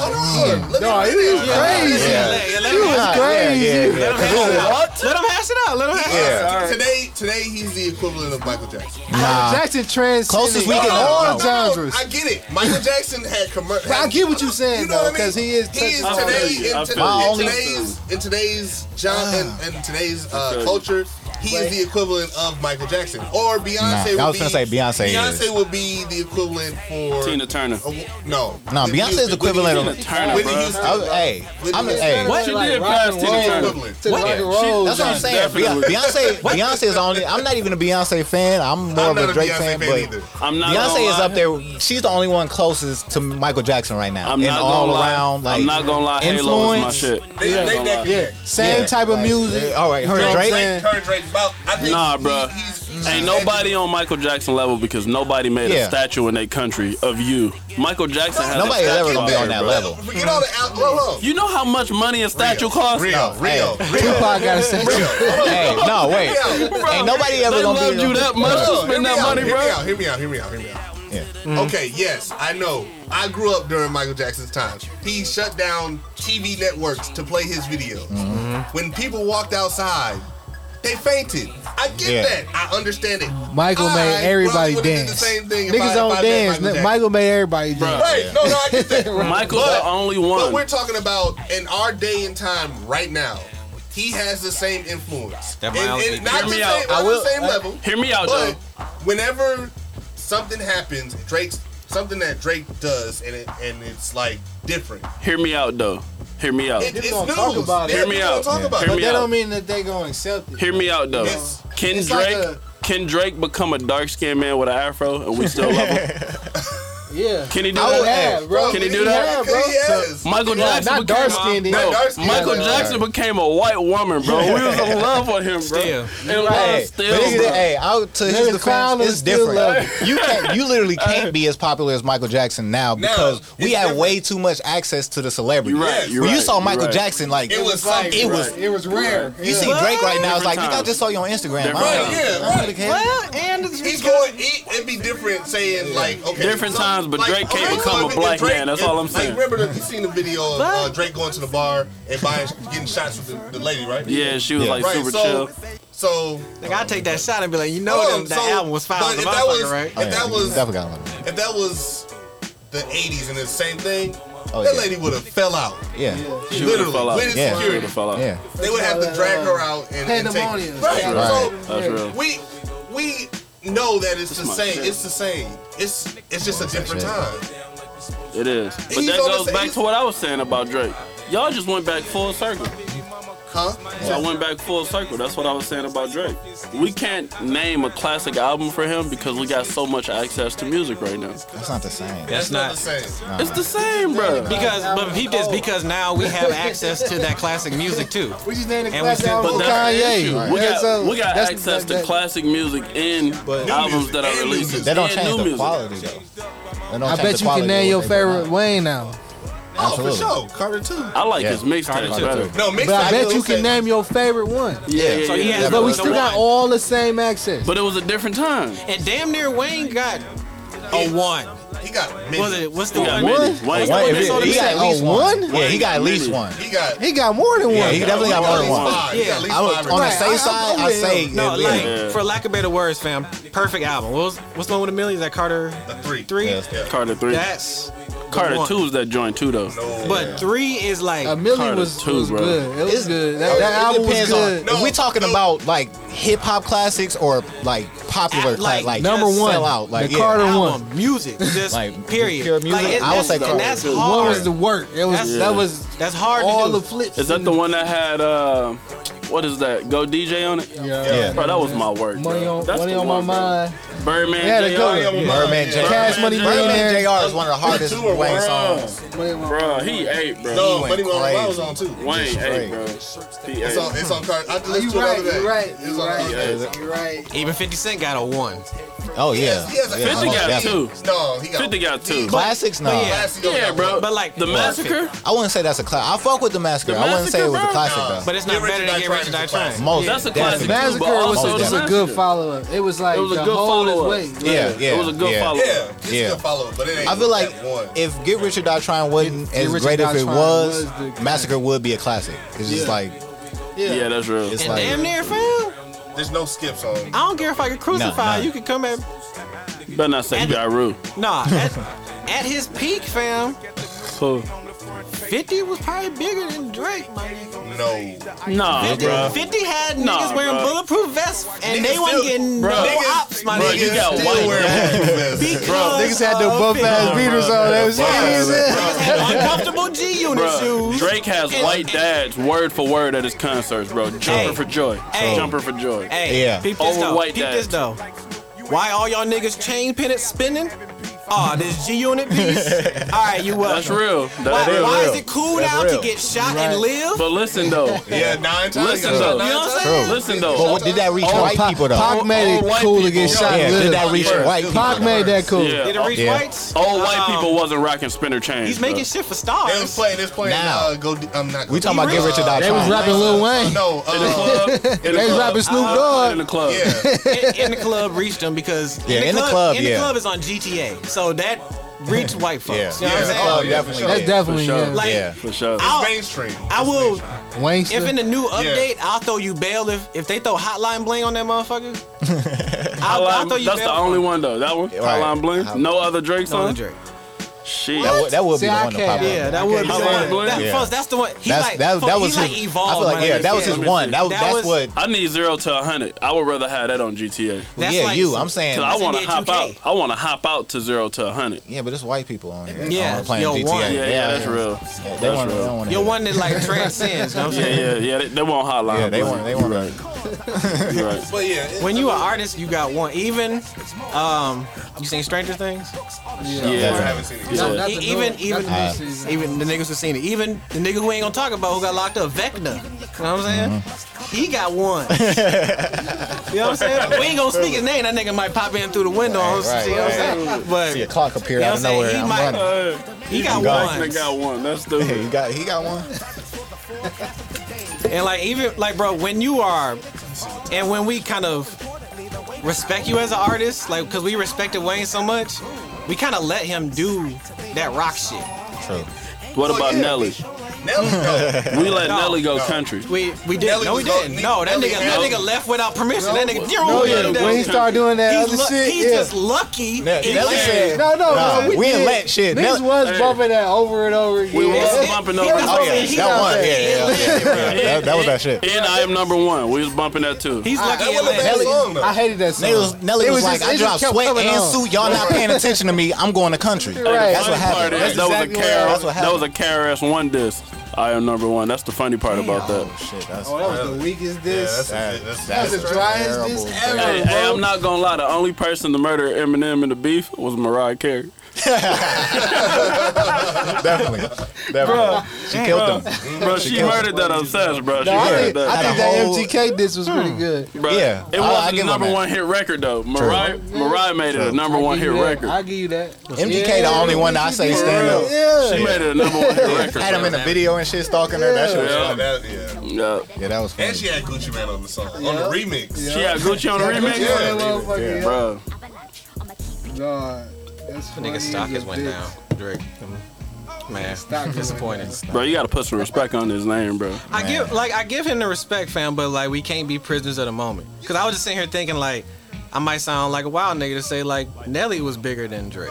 Speaker 3: Look
Speaker 6: Dog, it is crazy.
Speaker 4: Let, let, him hash,
Speaker 7: crazy.
Speaker 4: let him hash it out. Let him hash it out. Let him hash it out.
Speaker 3: at- Today, today he's the equivalent of Michael Jackson.
Speaker 7: Nah.
Speaker 6: Jackson transcended
Speaker 7: Closest we can-
Speaker 6: all
Speaker 7: no,
Speaker 6: genres.
Speaker 3: I get it. Michael Jackson had commercial.
Speaker 6: I get what you're saying,
Speaker 3: You know what
Speaker 6: though,
Speaker 3: I mean?
Speaker 6: 'cause he is
Speaker 3: He is
Speaker 6: touching-
Speaker 3: today
Speaker 5: I
Speaker 3: in, to-
Speaker 5: feel you.
Speaker 3: in
Speaker 5: I feel you.
Speaker 3: today's in today's job
Speaker 6: Ah.
Speaker 3: and, and today's
Speaker 5: I feel
Speaker 3: uh,
Speaker 5: you.
Speaker 3: culture. He is the equivalent of Michael Jackson or Beyonce.
Speaker 7: Nah, I
Speaker 3: would
Speaker 7: was
Speaker 3: be-
Speaker 7: gonna say Beyonce
Speaker 3: Beyonce
Speaker 7: is.
Speaker 3: would be the equivalent for
Speaker 5: Tina Turner.
Speaker 3: Uh, no,
Speaker 7: Nah,
Speaker 3: The
Speaker 7: Beyonce is
Speaker 3: music.
Speaker 7: equivalent
Speaker 5: Tina
Speaker 7: of.
Speaker 5: Turner,
Speaker 3: Whitney
Speaker 5: bro.
Speaker 3: Houston.
Speaker 7: I was- Hey, I'm
Speaker 3: Whitney
Speaker 7: hey.
Speaker 5: What? She did pass Tina Turner.
Speaker 3: Equivalent.
Speaker 6: To rock and roll.
Speaker 7: That's what I'm
Speaker 6: genre.
Speaker 7: saying. Beyonce,
Speaker 5: Definitely.
Speaker 7: Beyonce, Beyonce is only. I'm not even a Beyonce fan. I'm more
Speaker 3: I'm
Speaker 7: of
Speaker 3: not
Speaker 7: a Drake
Speaker 3: Beyonce
Speaker 7: fan,
Speaker 3: fan
Speaker 7: but
Speaker 3: either.
Speaker 5: I'm not gonna
Speaker 7: Beyonce is
Speaker 5: lie.
Speaker 7: up there. She's the only one closest to Michael Jackson right now.
Speaker 5: I'm
Speaker 7: and
Speaker 5: not
Speaker 7: all
Speaker 5: gonna lie.
Speaker 7: around, like
Speaker 5: I'm not gonna lie. Halo is my
Speaker 7: influence.
Speaker 5: shit.
Speaker 3: They,
Speaker 5: I'm not
Speaker 3: they,
Speaker 5: gonna lie.
Speaker 3: that-
Speaker 6: Yeah. Same
Speaker 7: Yeah,
Speaker 6: type of
Speaker 7: like,
Speaker 6: music.
Speaker 7: All right, her
Speaker 3: Her
Speaker 7: and
Speaker 3: Drake,
Speaker 7: Drake.
Speaker 3: her and Drake, about- I think
Speaker 5: Nah,
Speaker 3: he-
Speaker 5: bruh.
Speaker 3: he's-
Speaker 5: Ain't nobody on Michael Jackson level because nobody made
Speaker 7: Yeah.
Speaker 5: a statue in their country of you. Michael Jackson has
Speaker 7: Nobody
Speaker 5: a
Speaker 7: ever
Speaker 5: statue
Speaker 7: gonna be
Speaker 5: of
Speaker 7: on
Speaker 5: you,
Speaker 7: that
Speaker 5: bro.
Speaker 7: level.
Speaker 3: Forget all the out. Hold on.
Speaker 5: You know how much money a statue costs?
Speaker 3: Rio, Rio,
Speaker 7: Hey.
Speaker 3: Rio.
Speaker 6: Tupac got a sense.
Speaker 7: Hey, no wait.
Speaker 3: Bro,
Speaker 7: Ain't nobody ever
Speaker 5: They
Speaker 7: gonna
Speaker 5: loved
Speaker 7: be.
Speaker 5: you that much to
Speaker 3: Hold on, Oh,
Speaker 5: spend
Speaker 3: hear
Speaker 5: that
Speaker 3: me out,
Speaker 5: money,
Speaker 3: hear
Speaker 5: bro.
Speaker 3: Me out, hear me out. Hear me out. Hear me out.
Speaker 7: Yeah.
Speaker 6: Mm-hmm.
Speaker 3: Okay. Yes, I know. I grew up during Michael Jackson's time. He shut down TV networks to play his videos.
Speaker 6: Mm-hmm.
Speaker 3: When people walked outside, they fainted. I get
Speaker 7: Yeah.
Speaker 3: that. I understand it.
Speaker 6: Michael
Speaker 3: I
Speaker 6: made everybody
Speaker 3: probably would've did
Speaker 6: dance.
Speaker 3: The same thing if I-
Speaker 6: Niggas
Speaker 3: if I
Speaker 6: don't
Speaker 3: met
Speaker 6: dance.
Speaker 3: Michael
Speaker 6: Michael,
Speaker 3: Jackson.
Speaker 6: made everybody dance.
Speaker 3: Right. No, no, I get that.
Speaker 5: [laughs] Michael's
Speaker 3: But-
Speaker 5: the only
Speaker 3: But we're
Speaker 5: one.
Speaker 3: talking about in our day and time right now. He has the same influence.
Speaker 4: That
Speaker 3: And-
Speaker 4: Miles
Speaker 3: and
Speaker 4: did.
Speaker 3: not
Speaker 5: Hear
Speaker 3: the
Speaker 5: me
Speaker 3: same,
Speaker 5: out. uh,
Speaker 3: not
Speaker 7: I
Speaker 3: the
Speaker 7: will-
Speaker 3: same
Speaker 7: I-
Speaker 3: level.
Speaker 5: Hear me out,
Speaker 3: But
Speaker 5: though.
Speaker 3: whenever something happens, Drake's something that Drake does, and it and it's like different.
Speaker 5: Hear me out, though. Hear me out.
Speaker 3: It, it's
Speaker 6: don't
Speaker 3: news.
Speaker 6: talk about it.
Speaker 3: Yeah,
Speaker 5: Hear me
Speaker 3: people don't
Speaker 5: out.
Speaker 3: Talk
Speaker 5: Yeah.
Speaker 3: about
Speaker 5: Hear
Speaker 3: it.
Speaker 6: But
Speaker 5: me
Speaker 6: that
Speaker 5: out.
Speaker 6: don't mean that they gonna accept it.
Speaker 5: Hear me out though.
Speaker 3: It's-
Speaker 5: Can
Speaker 6: it's like
Speaker 5: Drake
Speaker 6: a-
Speaker 5: can Drake become a dark skinned man with an afro and we still love him?
Speaker 6: Yeah.
Speaker 5: Can he do
Speaker 7: I would
Speaker 5: that?
Speaker 6: Yeah, bro.
Speaker 5: Can he do that?
Speaker 6: Yeah, bro.
Speaker 3: Yes.
Speaker 5: Michael
Speaker 6: Yeah,
Speaker 5: Jackson
Speaker 6: not
Speaker 5: became
Speaker 6: dark-skinned,
Speaker 5: a,
Speaker 6: yeah.
Speaker 5: bro,
Speaker 6: Not
Speaker 3: dark-skinned,
Speaker 5: Michael
Speaker 3: yeah.
Speaker 5: Jackson became a white woman, bro. We was in love with him, bro.
Speaker 4: Still.
Speaker 5: In love
Speaker 7: Hey, but
Speaker 5: still,
Speaker 7: it's-
Speaker 5: bro.
Speaker 7: hey, I, to his
Speaker 6: Larry
Speaker 7: defense,
Speaker 6: Fowler
Speaker 7: it's
Speaker 6: still love
Speaker 7: different. You can't, you literally can't be as popular as Michael Jackson now because we
Speaker 3: it's
Speaker 7: have
Speaker 3: different.
Speaker 7: way too much access to the celebrities.
Speaker 5: You're right, you're
Speaker 7: when you
Speaker 5: right,
Speaker 7: saw
Speaker 5: you're
Speaker 7: Michael
Speaker 5: right.
Speaker 7: Jackson, like
Speaker 3: It was like
Speaker 7: it was.
Speaker 6: It was rare.
Speaker 7: You see Drake right now, it's like,
Speaker 5: Different
Speaker 7: nigga, I just saw you on Instagram.
Speaker 5: Different
Speaker 7: I
Speaker 3: Right.
Speaker 7: don't-
Speaker 3: Yeah.
Speaker 7: I don't
Speaker 3: Right.
Speaker 7: really care.
Speaker 4: Well, and it's
Speaker 3: He's going. It, it'd be different saying like okay.
Speaker 5: Different times, but Drake can't
Speaker 3: okay,
Speaker 5: become a
Speaker 3: if
Speaker 5: black man, that's
Speaker 3: if-
Speaker 5: all I'm
Speaker 3: like,
Speaker 5: saying.
Speaker 3: remember that you seen the video of uh, Drake going to the bar and buying, getting shots with the, the lady, right?
Speaker 5: Yeah, she was
Speaker 7: Yeah.
Speaker 5: like
Speaker 3: Right.
Speaker 5: super
Speaker 3: so,
Speaker 5: chill.
Speaker 3: so
Speaker 4: Like, I take that shot and be like, you know,
Speaker 3: Hold
Speaker 4: them
Speaker 3: on,
Speaker 4: that
Speaker 3: so-
Speaker 4: album was
Speaker 3: but
Speaker 4: filed as a
Speaker 3: if that was-
Speaker 4: motherfucker, right?
Speaker 7: Oh,
Speaker 3: If that was-
Speaker 7: definitely got one.
Speaker 3: if that was the '80s and the same thing,
Speaker 7: Oh,
Speaker 3: that
Speaker 7: yeah.
Speaker 3: lady would have fell out.
Speaker 7: Yeah,
Speaker 5: She would
Speaker 3: Literally,
Speaker 5: have fell out.
Speaker 3: with
Speaker 7: Yeah.
Speaker 5: She would
Speaker 3: security.
Speaker 5: have fell out.
Speaker 7: yeah.
Speaker 3: They would have to drag her out and, and take
Speaker 6: Pandemonium.
Speaker 3: Right.
Speaker 7: Right.
Speaker 3: So
Speaker 5: That's real.
Speaker 3: we we know that it's the
Speaker 5: my
Speaker 3: same.
Speaker 5: shit.
Speaker 3: It's the same. It's it's just a different
Speaker 7: shit.
Speaker 3: time.
Speaker 5: It is. But
Speaker 3: He's
Speaker 5: that
Speaker 3: on the
Speaker 5: goes
Speaker 3: same-
Speaker 5: back to what I was saying about Drake. Y'all just went back full circle.
Speaker 3: Huh?
Speaker 5: So I went back full circle. That's what I was saying about Drake. We can't name a classic album for him because we got so much access to music right now.
Speaker 7: That's not the same.
Speaker 4: That's
Speaker 3: Not the
Speaker 4: not.
Speaker 3: same.
Speaker 5: It's the same, bro.
Speaker 4: Because, but peep this, because now we have access to that classic music too.
Speaker 6: We just named the
Speaker 4: And we
Speaker 6: class
Speaker 4: said-
Speaker 6: album
Speaker 5: But
Speaker 6: for
Speaker 5: that's the issue.
Speaker 6: Kanye.
Speaker 5: We
Speaker 6: Yeah,
Speaker 5: got,
Speaker 6: so
Speaker 5: we got
Speaker 6: that's-
Speaker 5: access to
Speaker 6: that-
Speaker 5: classic music and
Speaker 7: But-
Speaker 5: albums
Speaker 3: music,
Speaker 5: that are
Speaker 3: and new
Speaker 5: released.
Speaker 3: music.
Speaker 7: That don't
Speaker 5: and
Speaker 7: change
Speaker 5: new
Speaker 7: the
Speaker 5: music.
Speaker 7: quality though. That don't
Speaker 6: I
Speaker 7: change the
Speaker 6: bet you
Speaker 7: quality
Speaker 6: can
Speaker 7: of
Speaker 6: name
Speaker 7: what
Speaker 6: your
Speaker 7: they
Speaker 6: favorite
Speaker 7: put
Speaker 6: Wayne now.
Speaker 3: Oh, for
Speaker 7: Absolutely.
Speaker 3: sure. Carter too.
Speaker 5: I like
Speaker 7: Yeah.
Speaker 5: his
Speaker 4: Carter
Speaker 5: mixtape better.
Speaker 3: No, mix
Speaker 6: But I bet you can name your favorite one.
Speaker 5: Yeah, yeah,
Speaker 4: So
Speaker 5: yeah,
Speaker 4: he
Speaker 5: yeah.
Speaker 4: has-
Speaker 6: But we
Speaker 5: The
Speaker 6: still got
Speaker 5: one.
Speaker 6: all the same access.
Speaker 5: But it was a different time.
Speaker 4: And damn near Wayne got a one.
Speaker 3: He got
Speaker 4: Was
Speaker 3: many.
Speaker 4: it? What's the
Speaker 5: We
Speaker 4: one?
Speaker 5: got many.
Speaker 7: out.
Speaker 5: Wayne
Speaker 7: One-
Speaker 5: got
Speaker 7: if
Speaker 5: many.
Speaker 7: it- He got at
Speaker 6: Oh,
Speaker 7: least
Speaker 6: one?
Speaker 7: one. Yeah, he got at least one.
Speaker 3: He got.
Speaker 6: He got more than one.
Speaker 7: Yeah, he definitely got more than one.
Speaker 3: Five. He got at least
Speaker 7: I
Speaker 3: five
Speaker 7: would,
Speaker 3: or
Speaker 7: on the
Speaker 3: six.
Speaker 6: I-
Speaker 7: safe
Speaker 6: I'm
Speaker 7: side,
Speaker 6: with
Speaker 7: I
Speaker 6: him.
Speaker 7: say
Speaker 4: No,
Speaker 7: yeah.
Speaker 4: like
Speaker 5: Yeah.
Speaker 4: for lack of better words, fam, perfect album. What was what's the one with a million? Is that Carter
Speaker 3: The three.
Speaker 4: three?
Speaker 7: Yeah.
Speaker 5: Carter three.
Speaker 4: That's
Speaker 5: Carter
Speaker 4: one.
Speaker 5: two is that joint too though.
Speaker 4: but three is like
Speaker 6: A million
Speaker 5: Carter
Speaker 6: was,
Speaker 5: too,
Speaker 6: was
Speaker 5: bro.
Speaker 6: good. It was
Speaker 7: It's-
Speaker 6: good. That, that
Speaker 7: it
Speaker 6: album was
Speaker 7: depends on-
Speaker 6: good.
Speaker 7: if we talking about like hip hop classics or like popular
Speaker 4: At, like,
Speaker 7: cla- like
Speaker 6: Number
Speaker 7: just
Speaker 6: one,
Speaker 7: sell out, like
Speaker 6: the
Speaker 7: yeah.
Speaker 6: Carter
Speaker 4: album,
Speaker 6: one.
Speaker 7: [laughs]
Speaker 4: music, just
Speaker 7: Like,
Speaker 4: period.
Speaker 7: pure music,
Speaker 4: Like, it-
Speaker 7: I would say
Speaker 4: that's-
Speaker 7: Carter
Speaker 4: and that's
Speaker 7: two.
Speaker 4: hard.
Speaker 6: What was the work? It was
Speaker 4: That's-
Speaker 6: that was
Speaker 4: that's hard to
Speaker 6: all
Speaker 4: do.
Speaker 6: the flips.
Speaker 5: Is that
Speaker 6: and-
Speaker 5: the one that had uh, what is that? Go DJ on it.
Speaker 6: Yeah.
Speaker 5: Bro, that was my work.
Speaker 6: Money
Speaker 5: bro.
Speaker 6: on,
Speaker 5: That's
Speaker 6: money
Speaker 5: the
Speaker 6: on my
Speaker 5: one, bro.
Speaker 6: mind.
Speaker 5: Birdman.
Speaker 6: Yeah, the
Speaker 5: JR,
Speaker 6: go.
Speaker 3: Yeah.
Speaker 7: Birdman
Speaker 3: Yeah.
Speaker 7: J.
Speaker 6: Cash Money
Speaker 7: Birdman
Speaker 6: Millionaire.
Speaker 7: Jr. is one of the hardest
Speaker 3: Two or
Speaker 7: Wayne
Speaker 3: one.
Speaker 7: songs.
Speaker 6: Money on my
Speaker 5: Bro, he ate, bro.
Speaker 3: No,
Speaker 7: went
Speaker 3: Money Won
Speaker 7: crazy.
Speaker 3: I was on too.
Speaker 5: Wayne ate,
Speaker 7: just straight.
Speaker 5: bro. He
Speaker 3: It's
Speaker 5: ate.
Speaker 3: on. It's on Carter. I just
Speaker 6: you
Speaker 3: listened to it the
Speaker 6: right,
Speaker 3: other day.
Speaker 6: you right,
Speaker 3: It's
Speaker 6: you
Speaker 3: on
Speaker 6: right. You're right.
Speaker 4: Even 50 Cent got a one.
Speaker 7: Oh yeah.
Speaker 3: He has a
Speaker 7: yeah,
Speaker 5: 50
Speaker 7: most
Speaker 5: got
Speaker 7: definitely.
Speaker 5: two.
Speaker 3: No, he got
Speaker 5: 50 got two.
Speaker 7: Classics? No.
Speaker 4: yeah.
Speaker 3: Classic don't
Speaker 5: Yeah,
Speaker 3: got
Speaker 5: bro.
Speaker 3: one.
Speaker 4: But like
Speaker 5: the
Speaker 4: what,
Speaker 5: massacre.
Speaker 4: 50?
Speaker 7: I wouldn't say that's a classic. I fuck with the massacre. I wouldn't say it was a
Speaker 5: Massacre, bro?
Speaker 7: classic
Speaker 3: Nah.
Speaker 7: though.
Speaker 4: But it's
Speaker 3: Get
Speaker 4: not
Speaker 3: Rich
Speaker 4: better
Speaker 3: or
Speaker 4: than
Speaker 3: Die
Speaker 4: Get
Speaker 3: Trying
Speaker 4: Rich or
Speaker 3: is
Speaker 4: Die
Speaker 3: a classic.
Speaker 4: Trying.
Speaker 7: Most
Speaker 5: That's a
Speaker 7: definitely.
Speaker 5: classic.
Speaker 6: Massacre
Speaker 5: But
Speaker 6: was
Speaker 5: also
Speaker 6: a, was
Speaker 5: the
Speaker 6: a good
Speaker 5: massacre.
Speaker 6: follow up. It was like
Speaker 5: It was a
Speaker 6: the
Speaker 5: good
Speaker 6: whole his
Speaker 5: follow-up.
Speaker 6: way.
Speaker 7: Yeah,
Speaker 6: Like,
Speaker 7: yeah.
Speaker 5: It was a good
Speaker 7: yeah.
Speaker 5: follow
Speaker 3: Yeah,
Speaker 5: up.
Speaker 3: it's
Speaker 7: Yeah.
Speaker 3: a good follow up, but it ain't.
Speaker 7: I feel like
Speaker 3: that one.
Speaker 7: if Get Rich or Die Trying wasn't
Speaker 6: Get
Speaker 7: as
Speaker 6: Rich or
Speaker 7: great
Speaker 6: Die
Speaker 7: as it
Speaker 6: Trying
Speaker 7: was,
Speaker 6: was the-
Speaker 7: Massacre would be a classic. It's just
Speaker 6: Yeah.
Speaker 7: like
Speaker 5: Yeah. that's real.
Speaker 7: it's
Speaker 4: And
Speaker 7: like
Speaker 4: damn near, fam. I
Speaker 3: There's no skips on. it.
Speaker 4: don't care if I get crucified.
Speaker 7: nah.
Speaker 4: You can come at
Speaker 5: Better not say you got Rue.
Speaker 4: Nah,
Speaker 7: [laughs]
Speaker 4: at, at his peak, fam, 50 was probably bigger than Drake, my nigga.
Speaker 3: No.
Speaker 5: Nah,
Speaker 4: 50,
Speaker 5: bro.
Speaker 4: 50 had niggas
Speaker 5: Nah,
Speaker 4: wearing
Speaker 5: bruh.
Speaker 4: bulletproof vests and
Speaker 3: Niggas
Speaker 4: they wasn't
Speaker 3: still-
Speaker 4: getting
Speaker 5: bruh.
Speaker 4: no
Speaker 5: Niggas-
Speaker 4: ops, my
Speaker 5: bruh,
Speaker 4: nigga.
Speaker 5: you got
Speaker 3: Still
Speaker 5: white.
Speaker 3: wearing
Speaker 4: Because
Speaker 5: Niggas
Speaker 4: had the buff
Speaker 5: ass beaters on. That
Speaker 3: was
Speaker 4: uncomfortable G unit
Speaker 5: Bro,
Speaker 4: shoes.
Speaker 5: Drake has
Speaker 4: And-
Speaker 5: white dads word for word at his concerts, bro. Jumping
Speaker 4: Hey.
Speaker 5: for joy.
Speaker 4: Hey.
Speaker 5: Jumping for joy.
Speaker 4: Hey,
Speaker 7: Yeah.
Speaker 4: peep this
Speaker 5: Over
Speaker 4: though.
Speaker 5: white
Speaker 4: Peep
Speaker 5: dad.
Speaker 4: this though. Why all y'all niggas chain pennant spinning? Aw, this G unit
Speaker 7: [laughs]
Speaker 4: piece. All right, you welcome.
Speaker 5: That's real. That's
Speaker 4: Why,
Speaker 5: real.
Speaker 4: why
Speaker 7: real.
Speaker 4: is it cool
Speaker 7: That's
Speaker 4: now
Speaker 7: real.
Speaker 4: to get shot and live?
Speaker 5: But
Speaker 4: [laughs]
Speaker 5: listen though.
Speaker 3: Yeah, nine times.
Speaker 5: Listen
Speaker 3: Yeah.
Speaker 5: though.
Speaker 4: You know what I'm
Speaker 7: True.
Speaker 4: saying?
Speaker 5: Listen though.
Speaker 7: But what did that reach
Speaker 5: Oh,
Speaker 7: white people though?
Speaker 6: Pac made
Speaker 5: All
Speaker 6: it
Speaker 5: white
Speaker 6: cool to
Speaker 5: people.
Speaker 6: get shot.
Speaker 7: yeah,
Speaker 6: and
Speaker 7: did
Speaker 6: live.
Speaker 7: that reach
Speaker 5: Yeah.
Speaker 7: white people?
Speaker 6: Pac made that cool.
Speaker 5: Yeah.
Speaker 4: Did it reach
Speaker 7: Yeah.
Speaker 4: whites?
Speaker 5: All white
Speaker 4: Um,
Speaker 5: people wasn't rocking spinner chains.
Speaker 4: He's
Speaker 5: bro.
Speaker 4: making shit
Speaker 3: They
Speaker 4: for
Speaker 3: was
Speaker 4: stars.
Speaker 3: playing. They was playing.
Speaker 7: Now.
Speaker 3: uh, go. D- I'm not.
Speaker 7: We talking about Get Rich or Die
Speaker 6: They was
Speaker 7: Trying.
Speaker 6: rapping Lil Wayne.
Speaker 3: No.
Speaker 5: in the
Speaker 3: Uh,
Speaker 5: club. In the
Speaker 6: They was
Speaker 5: club.
Speaker 6: rapping Snoop Dogg.
Speaker 5: in the club.
Speaker 3: yeah.
Speaker 4: in, in the club reached them because
Speaker 7: Yeah, in the club,
Speaker 4: in
Speaker 7: yeah.
Speaker 4: the club is on GTA, so that reached white folks.
Speaker 7: Yeah.
Speaker 4: You know what I'm
Speaker 3: Yeah.
Speaker 4: saying?
Speaker 7: Oh,
Speaker 3: Yeah, for
Speaker 7: definitely.
Speaker 3: sure.
Speaker 6: That's
Speaker 7: yeah.
Speaker 6: definitely
Speaker 5: sure.
Speaker 6: him.
Speaker 4: Like,
Speaker 7: Yeah.
Speaker 5: For sure.
Speaker 4: I'll-
Speaker 3: Mainstream.
Speaker 4: I will. If in
Speaker 6: Wayne
Speaker 4: the new update, I'll throw you bail if, if they throw Hotline Bling on that
Speaker 7: [laughs]
Speaker 4: motherfucker. I'll, I'll
Speaker 5: Hotline-
Speaker 4: throw you
Speaker 5: that's
Speaker 4: bail.
Speaker 5: the only one though. That one.
Speaker 7: Right.
Speaker 5: Hotline Bling. No other Drake
Speaker 4: No,
Speaker 5: song.
Speaker 4: the Drake.
Speaker 5: Shit.
Speaker 7: That would, that would be
Speaker 6: See,
Speaker 7: the
Speaker 6: I
Speaker 7: one to
Speaker 6: can't-
Speaker 7: pop up.
Speaker 4: Yeah, that would be the
Speaker 5: Hotline
Speaker 4: one.
Speaker 5: Bling?
Speaker 4: That,
Speaker 7: Yeah.
Speaker 4: first, that's the one. He
Speaker 7: That's
Speaker 4: like,
Speaker 7: that, that
Speaker 4: fuck,
Speaker 7: was
Speaker 4: he
Speaker 7: his.
Speaker 4: like
Speaker 7: I feel
Speaker 4: evolved.
Speaker 7: like
Speaker 4: my
Speaker 7: yeah,
Speaker 4: nigga.
Speaker 7: that was
Speaker 5: Yeah.
Speaker 7: his one. That, was
Speaker 4: That
Speaker 7: that's
Speaker 4: was-
Speaker 7: what.
Speaker 5: I need zero to a hundred. I would rather have that on GTA.
Speaker 4: That's
Speaker 7: yeah,
Speaker 4: like-
Speaker 7: you. I'm saying.
Speaker 5: Cause I want to
Speaker 4: NBA
Speaker 5: hop
Speaker 4: 2K.
Speaker 5: out. I want to hop out to zero to a hundred.
Speaker 7: Yeah, but it's white people on here.
Speaker 4: Yeah,
Speaker 7: on playing
Speaker 4: yo,
Speaker 7: GTA.
Speaker 4: one.
Speaker 5: Yeah, yeah, that's real.
Speaker 7: Yeah,
Speaker 5: That's
Speaker 7: they want. They
Speaker 5: real.
Speaker 7: don't want.
Speaker 4: You're one that like transcends. You know what I'm
Speaker 5: Yeah,
Speaker 4: saying?
Speaker 5: yeah, yeah. They, they want hotline.
Speaker 7: Yeah, they
Speaker 5: Bling.
Speaker 7: want. They want.
Speaker 5: [laughs] You're
Speaker 7: [laughs]
Speaker 5: Right.
Speaker 3: But yeah. it-
Speaker 4: When you an artist, you got one. Even, um, you seen Stranger Things?
Speaker 3: I
Speaker 5: Yeah.
Speaker 3: haven't seen it.
Speaker 5: Yeah.
Speaker 3: yet.
Speaker 6: That's
Speaker 4: E-
Speaker 6: the new-
Speaker 4: even
Speaker 6: that's
Speaker 4: even
Speaker 6: the
Speaker 4: uh,
Speaker 6: new season.
Speaker 4: even the niggas who seen it. Even the nigga who ain't gonna talk about who got locked up, Vecna. You know what I'm saying?
Speaker 7: Mm-hmm.
Speaker 4: He got one.
Speaker 7: [laughs]
Speaker 4: you know what I'm saying? We ain't gonna speak his name. That nigga might pop in through the window.
Speaker 7: Right,
Speaker 4: or some
Speaker 7: right,
Speaker 4: shit, you know what I'm saying? But
Speaker 7: See a clock appear
Speaker 4: You know
Speaker 7: out
Speaker 4: what
Speaker 7: of
Speaker 4: I'm saying?
Speaker 7: nowhere.
Speaker 4: He
Speaker 7: I'm
Speaker 4: might-
Speaker 7: running.
Speaker 4: he got
Speaker 7: gone.
Speaker 5: They
Speaker 4: one.
Speaker 5: got one. That's
Speaker 7: Hey, he
Speaker 5: stupid.
Speaker 7: got. He got one.
Speaker 4: And like even like bro, when you are, and when we kind of respect you as an artist, like because we respected Wayne so much, we kind of let him do that rock shit.
Speaker 7: True.
Speaker 5: What about
Speaker 3: yeah.
Speaker 5: Nelly?
Speaker 3: Nelly,
Speaker 7: [laughs]
Speaker 3: no.
Speaker 5: We let Nelly go country.
Speaker 4: We we did
Speaker 3: Nelly
Speaker 4: no we
Speaker 3: was gone.
Speaker 4: didn't no that
Speaker 3: Nelly
Speaker 4: nigga that
Speaker 5: was-
Speaker 4: nigga left without permission that nigga
Speaker 6: Oh
Speaker 5: Nelly
Speaker 6: yeah,
Speaker 5: was
Speaker 6: when he
Speaker 5: gone.
Speaker 6: started doing that
Speaker 4: He's,
Speaker 6: other
Speaker 4: lu-
Speaker 6: shit,
Speaker 4: he's
Speaker 6: yeah.
Speaker 4: just lucky.
Speaker 7: Yeah,
Speaker 4: He
Speaker 7: that
Speaker 4: like-
Speaker 7: was it.
Speaker 6: no, no,
Speaker 7: Nah,
Speaker 6: no, we,
Speaker 7: we
Speaker 6: did.
Speaker 7: ain't let shit.
Speaker 6: Niggas
Speaker 7: Nelly-
Speaker 6: was
Speaker 5: Hey.
Speaker 6: bumping that over and over again.
Speaker 5: We were
Speaker 4: It's-
Speaker 5: was
Speaker 4: it-
Speaker 5: bumping
Speaker 4: he
Speaker 5: over.
Speaker 4: was
Speaker 5: Oh,
Speaker 4: bumping-
Speaker 7: yeah,
Speaker 4: he's
Speaker 7: that
Speaker 4: out
Speaker 7: one,
Speaker 4: there.
Speaker 7: yeah,
Speaker 4: He
Speaker 7: yeah,
Speaker 4: lucky.
Speaker 7: That, that was that shit.
Speaker 5: And I am number one. We was bumping that too.
Speaker 4: He's lucky.
Speaker 3: That
Speaker 4: in
Speaker 3: wasn't a
Speaker 4: Atlanta.
Speaker 3: bad song though.
Speaker 6: I hated that song.
Speaker 7: Nelly was, Nelly
Speaker 6: It
Speaker 7: was,
Speaker 6: was
Speaker 7: like,
Speaker 6: just-
Speaker 7: I
Speaker 6: it just
Speaker 7: dropped
Speaker 6: kept
Speaker 7: sweat
Speaker 6: coming
Speaker 7: and
Speaker 6: on.
Speaker 7: suit. Y'all not paying attention to me. I'm going to country.
Speaker 6: Right.
Speaker 7: That's what
Speaker 5: Funny part
Speaker 7: happened.
Speaker 5: is,
Speaker 7: That's
Speaker 5: that was a
Speaker 6: exactly what-
Speaker 5: KRS.
Speaker 7: that's what
Speaker 5: That was a
Speaker 7: happened.
Speaker 5: KRS One disc. I am number one. That's the funny part about that.
Speaker 7: Oh, shit. That's,
Speaker 6: Oh, that was the weakest
Speaker 3: Yeah,
Speaker 6: disc.
Speaker 3: that's,
Speaker 7: that-
Speaker 3: that's,
Speaker 7: that's
Speaker 6: the driest
Speaker 7: terrible
Speaker 6: disc
Speaker 7: thing.
Speaker 6: ever.
Speaker 5: Hey, hey, I'm not gonna lie. The only person to murder Eminem in the beef was Mariah Carey.
Speaker 7: Definitely. Definitely. She killed them.
Speaker 5: Bro, she murdered that obsessed, bro. She
Speaker 6: No, I
Speaker 5: murdered
Speaker 6: think, I
Speaker 5: that.
Speaker 6: think
Speaker 7: Had a
Speaker 6: that
Speaker 7: whole-
Speaker 6: MTK disc was pretty good.
Speaker 5: Bro,
Speaker 7: Yeah,
Speaker 5: it
Speaker 7: I- I
Speaker 5: wasn't
Speaker 7: give
Speaker 5: a
Speaker 7: him
Speaker 5: number
Speaker 7: that.
Speaker 5: one hit record though. Mariah, Mariah made it a number
Speaker 6: I'll
Speaker 5: one
Speaker 6: give
Speaker 5: hit
Speaker 6: you that.
Speaker 5: record.
Speaker 6: I'll give you that.
Speaker 7: MTK the only one I say
Speaker 6: Yeah,
Speaker 7: stand up.
Speaker 6: Yeah.
Speaker 5: She made it a number one hit record.
Speaker 7: Had him in a video and shit stalking her. That shit was
Speaker 5: Yeah.
Speaker 7: funny.
Speaker 3: That, yeah.
Speaker 5: Yeah.
Speaker 7: Yeah, that was funny.
Speaker 3: And she had Gucci Man on the song on the
Speaker 6: Yeah.
Speaker 3: remix.
Speaker 5: She had Gucci on the remix.
Speaker 3: Yeah.
Speaker 6: motherfucker, yeah.
Speaker 5: Bro,
Speaker 6: God, that's funny
Speaker 4: Nigga
Speaker 6: as
Speaker 4: stock
Speaker 6: a
Speaker 4: just went
Speaker 6: bitch.
Speaker 4: down. Drake. Man, [laughs]
Speaker 6: Stock just went
Speaker 4: disappointed.
Speaker 5: bro, you gotta put some respect on his name, bro.
Speaker 4: I give like I give him the respect, fam, but like we can't be prisoners of the moment. Cause I was just sitting here thinking like I might sound like a wild nigga to say like Nelly was bigger than Drake.